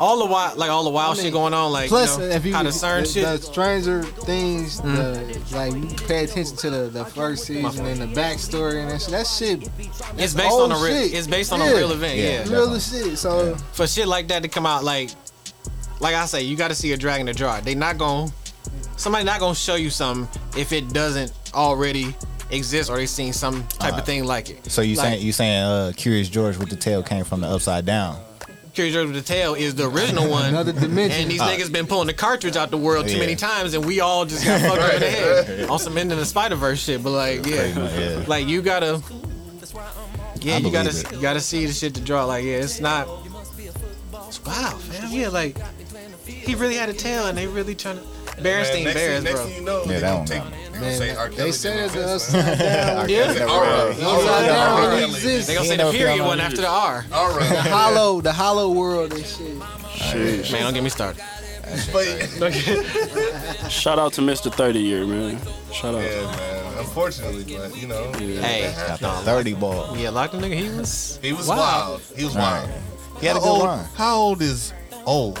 Speaker 4: All the wild, like all the wild shit going on, like
Speaker 11: Plus,
Speaker 4: you know,
Speaker 11: if you
Speaker 4: how to Mm-hmm. CERN
Speaker 11: the,
Speaker 4: shit.
Speaker 11: the Stranger Things, the, like you pay attention to the, the first season and the backstory and that shit. That shit
Speaker 4: it's based
Speaker 11: old
Speaker 4: on a real,
Speaker 11: shit.
Speaker 4: it's based on
Speaker 11: Yeah.
Speaker 4: a real event.
Speaker 7: Yeah.
Speaker 4: yeah.
Speaker 11: real as shit. So
Speaker 4: for shit like that to come out like like I say, you gotta see a dragon to draw. it. They not gonna somebody not gonna show you something if it doesn't already exist or they seen some type of thing like it.
Speaker 7: So you
Speaker 4: like,
Speaker 7: saying you saying uh, Curious George with the tail came from the upside down?
Speaker 4: Curious George with the Tail is the original one. [laughs]
Speaker 11: another dimension.
Speaker 4: and these niggas been pulling the cartridge out the world too
Speaker 7: Yeah.
Speaker 4: many times and we all just got fucked up in the head. On some end of the Spider Verse shit, but like yeah.
Speaker 7: Yeah.
Speaker 4: Like you gotta Yeah,
Speaker 7: I
Speaker 4: you gotta
Speaker 7: believe it.
Speaker 4: you gotta see the shit to draw. Like, yeah, it's not it's wild, man. Yeah, like he really had a tail and they really trying to Berenstein
Speaker 3: next, thing,
Speaker 4: Bears,
Speaker 3: next
Speaker 4: bro.
Speaker 3: thing you know,
Speaker 7: Yeah,
Speaker 3: they
Speaker 7: that
Speaker 3: gonna
Speaker 7: one
Speaker 3: take.
Speaker 7: got
Speaker 3: they gonna say R.
Speaker 6: They
Speaker 3: Kelly
Speaker 6: say
Speaker 3: did
Speaker 6: it's
Speaker 3: this. [laughs]
Speaker 6: us
Speaker 7: [laughs]
Speaker 6: down.
Speaker 4: Oh, yeah.
Speaker 3: All right,
Speaker 6: The upside down really
Speaker 3: [laughs]
Speaker 6: exists.
Speaker 4: They gonna say
Speaker 7: Ain't
Speaker 4: the
Speaker 7: no
Speaker 4: period
Speaker 7: film
Speaker 4: one
Speaker 7: on
Speaker 4: after the R.
Speaker 3: all
Speaker 11: the
Speaker 3: right.
Speaker 11: hollow, the hollow world and shit.
Speaker 5: Sheesh.
Speaker 4: Man, don't get me started.
Speaker 3: But
Speaker 5: Shout out to Mr. 30 year, man. Shout out.
Speaker 3: yeah, man. Unfortunately, but you know,
Speaker 4: Hey,
Speaker 7: The Thirty ball.
Speaker 4: yeah, locked the nigga. He was
Speaker 3: he was
Speaker 4: Wow.
Speaker 3: wild. He was wild.
Speaker 7: He had a
Speaker 3: How
Speaker 4: Oh.
Speaker 7: good
Speaker 3: old?
Speaker 7: run.
Speaker 3: How old is [laughs] old?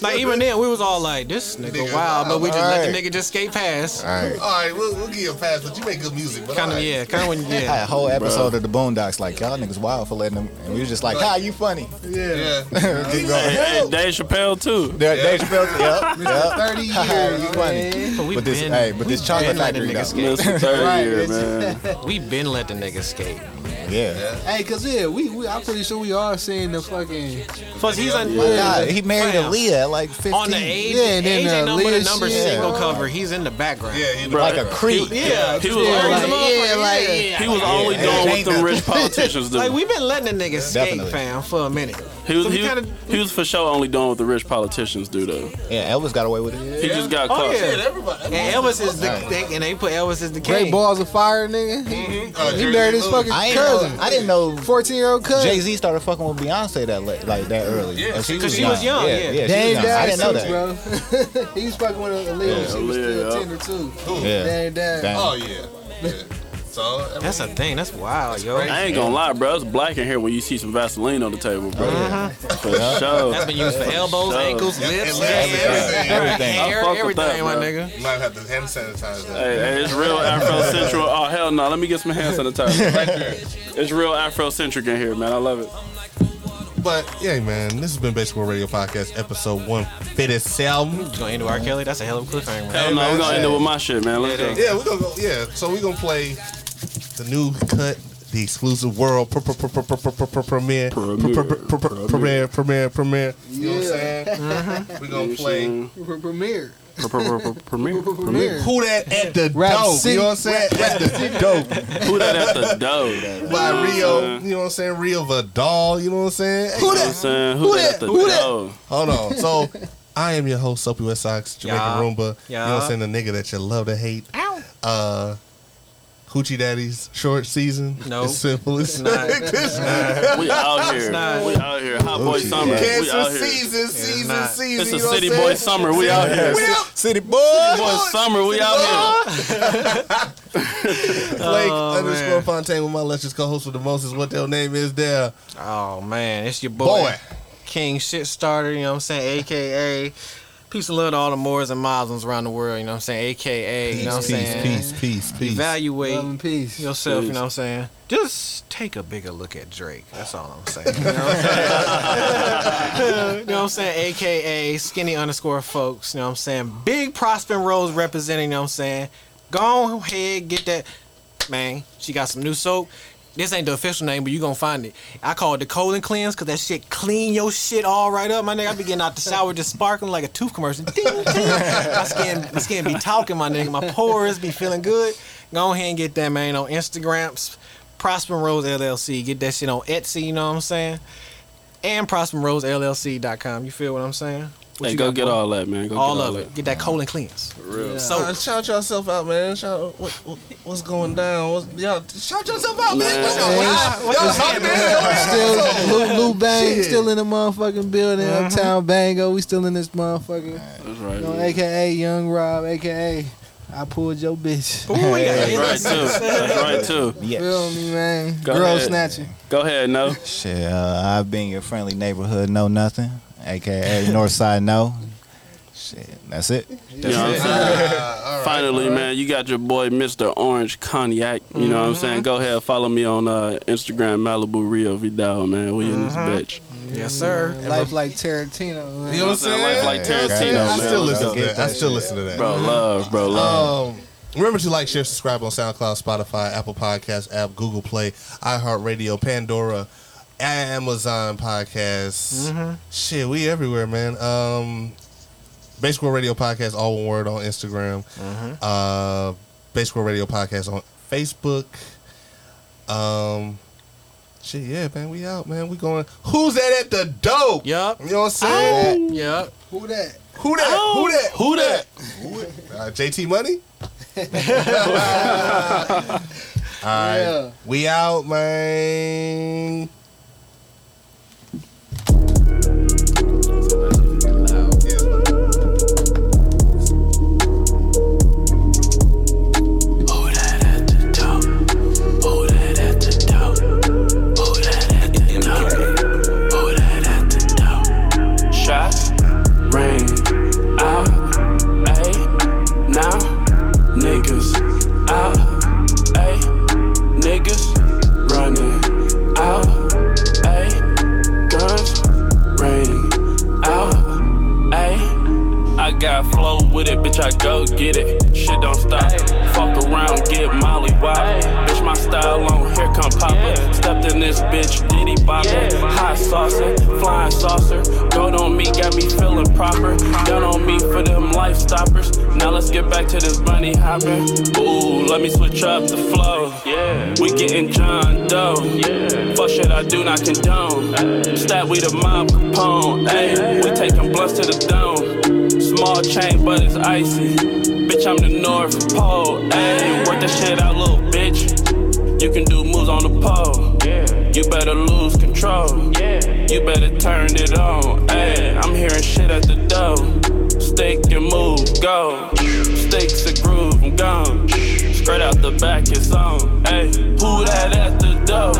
Speaker 4: like even then we was all like this nigga
Speaker 3: Nigga,
Speaker 4: wild, but we just let the
Speaker 7: alright.
Speaker 4: nigga just skate past.
Speaker 7: All right.
Speaker 3: All right, we'll, we'll give you a pass, but you make good music. But
Speaker 4: Kind
Speaker 3: all
Speaker 4: of
Speaker 3: right.
Speaker 4: yeah, kind of when
Speaker 7: I [laughs] had
Speaker 4: yeah.
Speaker 7: a whole episode of the Boondocks like y'all niggas wild for letting them, and we was just like, "Ha, you funny." [laughs]
Speaker 3: yeah.
Speaker 7: Keep
Speaker 5: Hey,
Speaker 7: going.
Speaker 5: hey, Dave Chappelle, too.
Speaker 7: There- Dave Chappelle, yep, yep.
Speaker 11: Thirty years.
Speaker 7: [laughs] Ha,
Speaker 11: man.
Speaker 7: you funny.
Speaker 4: But we
Speaker 7: But this,
Speaker 4: been
Speaker 7: hey, but this chocolate
Speaker 4: been letting
Speaker 7: factory,
Speaker 4: niggas
Speaker 7: though.
Speaker 5: Mr. 30
Speaker 11: Right,
Speaker 5: year,
Speaker 11: it's-
Speaker 5: man.
Speaker 4: we been let the nigga skate.
Speaker 7: yeah.
Speaker 11: Hey, cause yeah, we, we I'm pretty sure we are seeing the fucking
Speaker 4: Plus he's a
Speaker 7: God, he married
Speaker 4: Fam.
Speaker 7: Aaliyah at like 15.
Speaker 4: on the age,
Speaker 11: Yeah, and then
Speaker 4: age ain't
Speaker 11: the
Speaker 4: nothing but a
Speaker 11: Leah
Speaker 4: number
Speaker 11: shit.
Speaker 4: single cover. He's in the background.
Speaker 3: Yeah, he
Speaker 5: Bro,
Speaker 7: Like a creep.
Speaker 4: Yeah,
Speaker 5: He was
Speaker 11: Yeah, like,
Speaker 5: always
Speaker 11: yeah, like-
Speaker 5: He was only
Speaker 7: Yeah.
Speaker 5: doing what
Speaker 7: Ain't
Speaker 5: them
Speaker 7: nothing.
Speaker 5: rich politicians do.
Speaker 4: Like we've been letting the niggas skate,
Speaker 7: Definitely.
Speaker 4: fam, for a minute.
Speaker 5: He was,
Speaker 4: So we
Speaker 5: he,
Speaker 4: kinda-
Speaker 5: he was for sure only doing what the rich politicians do, though.
Speaker 7: Yeah, Elvis got away with it.
Speaker 5: He just got
Speaker 4: Oh
Speaker 5: caught.
Speaker 4: yeah, and Elvis is the they, and they put Elvis as the king.
Speaker 11: Great Balls of Fire, nigga.
Speaker 3: Mhm. Uh,
Speaker 11: He
Speaker 3: Jerry
Speaker 11: married his
Speaker 3: Lee
Speaker 11: fucking
Speaker 7: I didn't
Speaker 11: cousin,
Speaker 7: know. I didn't know.
Speaker 11: fourteen year old cousin.
Speaker 7: Jay Z started fucking with Beyonce that late, like that early.
Speaker 3: Yeah,
Speaker 7: And
Speaker 4: she was young, yeah.
Speaker 7: yeah, she
Speaker 11: Dang
Speaker 7: was young. I didn't know
Speaker 11: dad,
Speaker 7: that.
Speaker 11: too, bro. [laughs] he was fucking with a Leo.
Speaker 7: Yeah,
Speaker 11: she was
Speaker 5: Aaliyah,
Speaker 11: still
Speaker 5: yeah.
Speaker 11: tender too.
Speaker 3: Lewis.
Speaker 7: Yeah.
Speaker 11: Dang dad.
Speaker 7: Dang.
Speaker 3: Oh yeah. yeah. So I mean,
Speaker 4: That's a thing. That's wild, yo.
Speaker 5: I ain't gonna lie, bro. It's black in here when you see some Vaseline on the table, bro. For sure.
Speaker 4: That's been used for elbows,
Speaker 5: sure.
Speaker 4: ankles,
Speaker 3: Yeah,
Speaker 4: lips,
Speaker 3: yeah,
Speaker 4: jams,
Speaker 3: everything.
Speaker 7: Everything.
Speaker 4: hair,
Speaker 5: I fuck
Speaker 4: everything,
Speaker 5: with that,
Speaker 4: my
Speaker 5: bro.
Speaker 4: nigga.
Speaker 3: you might have to hand sanitize that.
Speaker 5: Hey, hey, it's real Afrocentric. Oh hell no, let me get some hand sanitizer. Right there. It's real Afrocentric in here, man. I love it.
Speaker 3: But yeah, man, this has been Baseball Radio Podcast, episode one fifty seven.
Speaker 4: You gonna end with R. Kelly? That's a hell of a cliffhanger. man.
Speaker 5: Hell no,
Speaker 3: man,
Speaker 5: we're gonna end
Speaker 7: hey.
Speaker 5: it with my shit, man. Let's go.
Speaker 3: Yeah, we're gonna go. Yeah, so we're gonna play the new cut, the exclusive world pr- pr- pr- pr- pr- pr- pr- premiere, pr- pr- pr- pr- pr- premiere, premiere, premiere. You know what I'm saying?
Speaker 11: Mm-hmm.
Speaker 3: We're gonna play
Speaker 11: For [laughs] premiere.
Speaker 5: Premiere.
Speaker 11: For premiere.
Speaker 3: Who That at the
Speaker 11: Rap
Speaker 3: Dope. You
Speaker 11: City.
Speaker 3: know what I'm saying? At the Dope
Speaker 5: Who that at the door?
Speaker 3: by Rio. You know what I'm saying? Rio Vidal. You know what I'm saying? Who
Speaker 5: I'm saying, who, that at the door?
Speaker 3: Hold on. So I am your host, Soapy West Sox, Jamaican
Speaker 4: Yeah.
Speaker 3: Roomba. You know what
Speaker 4: Yeah.
Speaker 3: I'm saying? The nigga that you love to hate. Uh Hoochie Daddy's short season?
Speaker 12: No.
Speaker 3: [laughs] It's simple as
Speaker 12: not.
Speaker 4: We out here.
Speaker 12: not.
Speaker 4: We out here. Hot boy
Speaker 7: Gucci,
Speaker 4: summer.
Speaker 7: yeah.
Speaker 4: We out
Speaker 3: Cancer
Speaker 4: here.
Speaker 3: season, season,
Speaker 12: not.
Speaker 3: season.
Speaker 4: It's
Speaker 3: you
Speaker 4: a
Speaker 3: know what
Speaker 4: city
Speaker 3: I'm
Speaker 4: boy
Speaker 3: saying?
Speaker 4: summer. We out here.
Speaker 3: We
Speaker 4: City
Speaker 3: out.
Speaker 7: City boy.
Speaker 4: boy summer. We out here.
Speaker 3: Blake
Speaker 1: Oh,
Speaker 3: underscore
Speaker 1: man.
Speaker 3: Fontaine with my luscious co-host with the most is what their name is there.
Speaker 1: Oh man, it's your boy,
Speaker 3: Boy.
Speaker 1: King Shit Starter, you know what I'm saying? AKA Peace and love to all the Moors and Muslims around the world, you know what I'm saying? AKA, you know what I'm saying?
Speaker 3: peace, peace, peace.
Speaker 1: Evaluate
Speaker 6: Love and peace.
Speaker 1: yourself, you
Speaker 4: Peace.
Speaker 1: know what I'm saying? Just take a bigger look at Drake. That's all I'm saying. [laughs] You know what I'm saying? [laughs] You know what I'm saying? AKA skinny underscore folks, you know what I'm saying? Big Prospin Rose representing, you know what I'm saying? Go ahead, get that. Man, she got some new soap. This ain't the official name, but you gonna find it. I call it the colon cleanse because that shit clean your shit all right up. My nigga, I be getting out the shower just sparkling like a tooth commercial. Ding, ding. My skin, my skin be talking, my nigga. My pores be feeling good. Go ahead and get that, man, on Instagram, Prosper Rose LLC. Get that shit on Etsy, you know what I'm saying? And ProsperRoseLLC.com. You feel what I'm saying? What
Speaker 4: Hey,
Speaker 1: you
Speaker 4: go
Speaker 1: got
Speaker 4: get
Speaker 1: for
Speaker 4: all that,
Speaker 1: me?
Speaker 4: man. Go get
Speaker 1: all of it. Get that colon cleanse.
Speaker 4: real.
Speaker 1: So,
Speaker 3: shout yourself out, man. Shout what, what, what's going down? What's, y'all, shout yourself out, man.
Speaker 4: Man.
Speaker 3: What's going on? Y'all hot,
Speaker 1: [laughs]
Speaker 3: man.
Speaker 6: Still, Lou, Lou Bang still in the motherfucking building.
Speaker 1: Uh-huh.
Speaker 6: Uptown Bango, we still in this motherfucker.
Speaker 4: That's right.
Speaker 6: You know,
Speaker 4: man.
Speaker 6: AKA Young Rob, AKA I pulled your bitch.
Speaker 1: Ooh, we got-
Speaker 4: That's right too. That's right too.
Speaker 6: Feel me, man.
Speaker 4: Go
Speaker 6: Girl
Speaker 4: ahead.
Speaker 6: snatching.
Speaker 4: Go ahead, no.
Speaker 7: Shit, uh, I've been your friendly neighborhood, know nothing, aka Northside No. Shit, that's it.
Speaker 4: You know what I'm saying? Finally, man, you got your boy Mr. Orange Cognac. You know what I'm
Speaker 3: Mm-hmm.
Speaker 4: saying? Go ahead, follow me on uh, Instagram, Malibu Rio Vidal, man. We in this
Speaker 3: Mm-hmm.
Speaker 4: bitch.
Speaker 1: Yes, sir.
Speaker 6: Life like Tarantino.
Speaker 3: You
Speaker 6: Man.
Speaker 3: know what I'm
Speaker 4: Life
Speaker 3: saying?
Speaker 4: like
Speaker 3: You know what I'm saying?
Speaker 4: Tarantino,
Speaker 3: I
Speaker 4: man.
Speaker 3: still
Speaker 4: Let's
Speaker 3: listen to
Speaker 7: get
Speaker 3: that. I
Speaker 7: that
Speaker 3: still listen to that.
Speaker 4: Bro, love, bro, love.
Speaker 3: Um, remember to like, share, subscribe on SoundCloud, Spotify, Apple Podcasts, app, Google Play, iHeartRadio, Pandora, Amazon Podcasts. Shit, we everywhere, man. Um, Basic World Radio Podcast, all one word on Instagram. Uh, Basic World Radio Podcast on Facebook. Um, shit, yeah, man, we out, man. We going. Who's that at the dope?
Speaker 1: Yup.
Speaker 3: You know what I'm saying?
Speaker 1: Yup.
Speaker 6: Who that?
Speaker 3: Who that? Who that?
Speaker 4: Who that?
Speaker 3: Uh, JT
Speaker 4: [laughs]
Speaker 3: Money. All right,
Speaker 6: Yeah.
Speaker 3: we out, man.
Speaker 5: Shot, rain, out, ayy, now, niggas, out, ayy, niggas, running, out, ayy, guns, raining, out, ayy. I got flow with it, bitch, I go get it, shit don't stop, fuck around, get molly wild, bitch, my style on, here come Papa, stepped in this bitch, diddy boppin', hot saucer, flying saucer, gold on me, got me feeling proper, done on me for them life stoppers, now let's get back to this money hopping, ooh, let me switch up the flow, yeah, we getting John Doe, yeah, fuck shit I do not condone, stat we the mob Capone, ayy, we taking blunts to the dome, small chain but it's icy, bitch I'm the North Pole, ayy, work that shit out little bitch, you can do moves on the pole. You better lose control. You better turn it on. Ay, I'm hearing shit at the door. Stick and move, go. Stakes a groove, I'm gone. Straight out the back, it's on. Ay, who that at the door?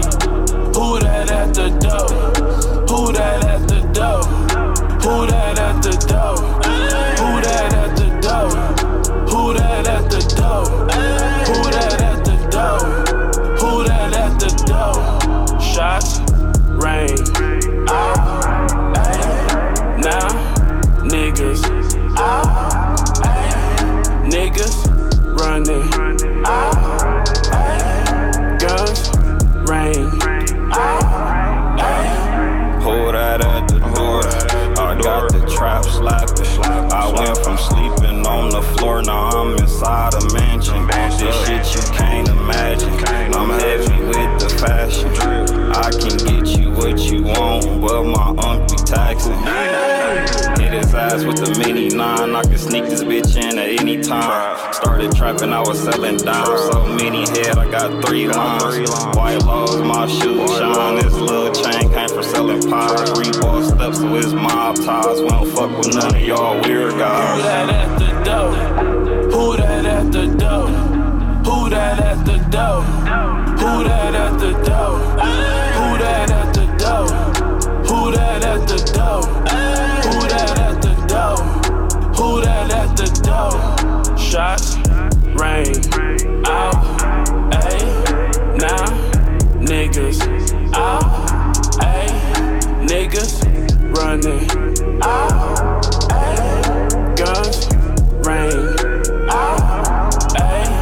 Speaker 5: Who that at the door? Who that at the door? Who that at the door? Who that at the door? Who that at the door? Who that at the door? Who that at the door? Shots, rain, out, ayy. Now, niggas, out, ayy. Niggas, running, out, ayy. Guns, rain, out, ayy.
Speaker 10: Pulled out at the door. I got the trap slapping. I went from sleeping on the floor, now I'm inside a mansion. This shit you can't imagine. I'm heavy with the fashion. I can get you what you want, but my unk be taxing. Hit his ass
Speaker 13: fast with the mini nine. I can sneak this bitch in at any time. Started trapping, I was selling dimes. So many head, I got three lines. White laws, my shoes shine. This little chain came from selling pies. Reebok steps with mob ties. We don't fuck with none of y'all weird
Speaker 5: Who
Speaker 13: guys.
Speaker 5: that at the door? Who that at the door? Who that at the door? Who that at the door? Who that at the door? Who that at the door? Who that at the door? Who that at the door? Shots rain out. Ayy, now niggas out. Ayy, niggas running out. Ayy, guns rain out. Ayy.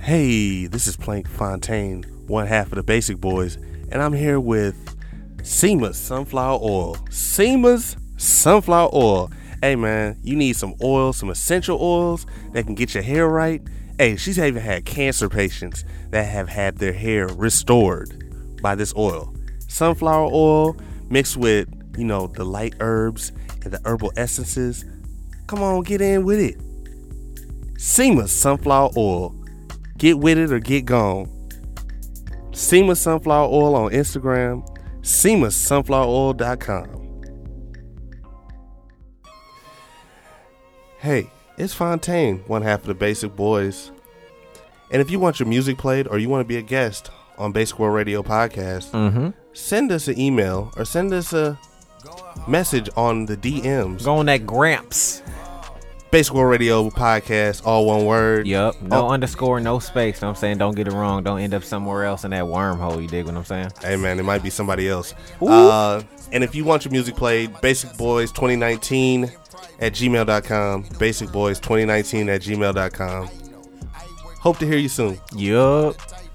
Speaker 14: Hey, this is Plank Fontaine, one half of the Basic Boys, and I'm here with SEMA's Sunflower Oil. SEMA's Sunflower Oil. Hey man, you need some oil, some essential oils that can get your hair right. Hey, she's even had cancer patients that have had their hair restored by this oil. Sunflower oil mixed with, you know, the light herbs and the herbal essences. Come on, get in with it. SEMA sunflower oil. Get with it or get gone. SEMA sunflower oil on Instagram, SEMAsunfloweroil.com. Hey, it's Fontaine, one half of the Basic Boys. And if you want your music played or you want to be a guest on Basic World Radio Podcast,
Speaker 1: Mhm.
Speaker 14: send us an email or send us a message on the DMs.
Speaker 1: Go on that Gramps.
Speaker 14: Basic World Radio Podcast, all one word.
Speaker 1: Yup.
Speaker 14: Oh.
Speaker 1: No underscore, no space. Know what I'm saying? Don't get it wrong. Don't end up somewhere else in that wormhole. You dig what I'm saying?
Speaker 14: Hey man, it might be somebody else. Uh, and if you want your music played, Basic Boys 2019 at gmail.com. Basic Boys 2019 at gmail.com. Hope to hear you soon.
Speaker 1: Yup.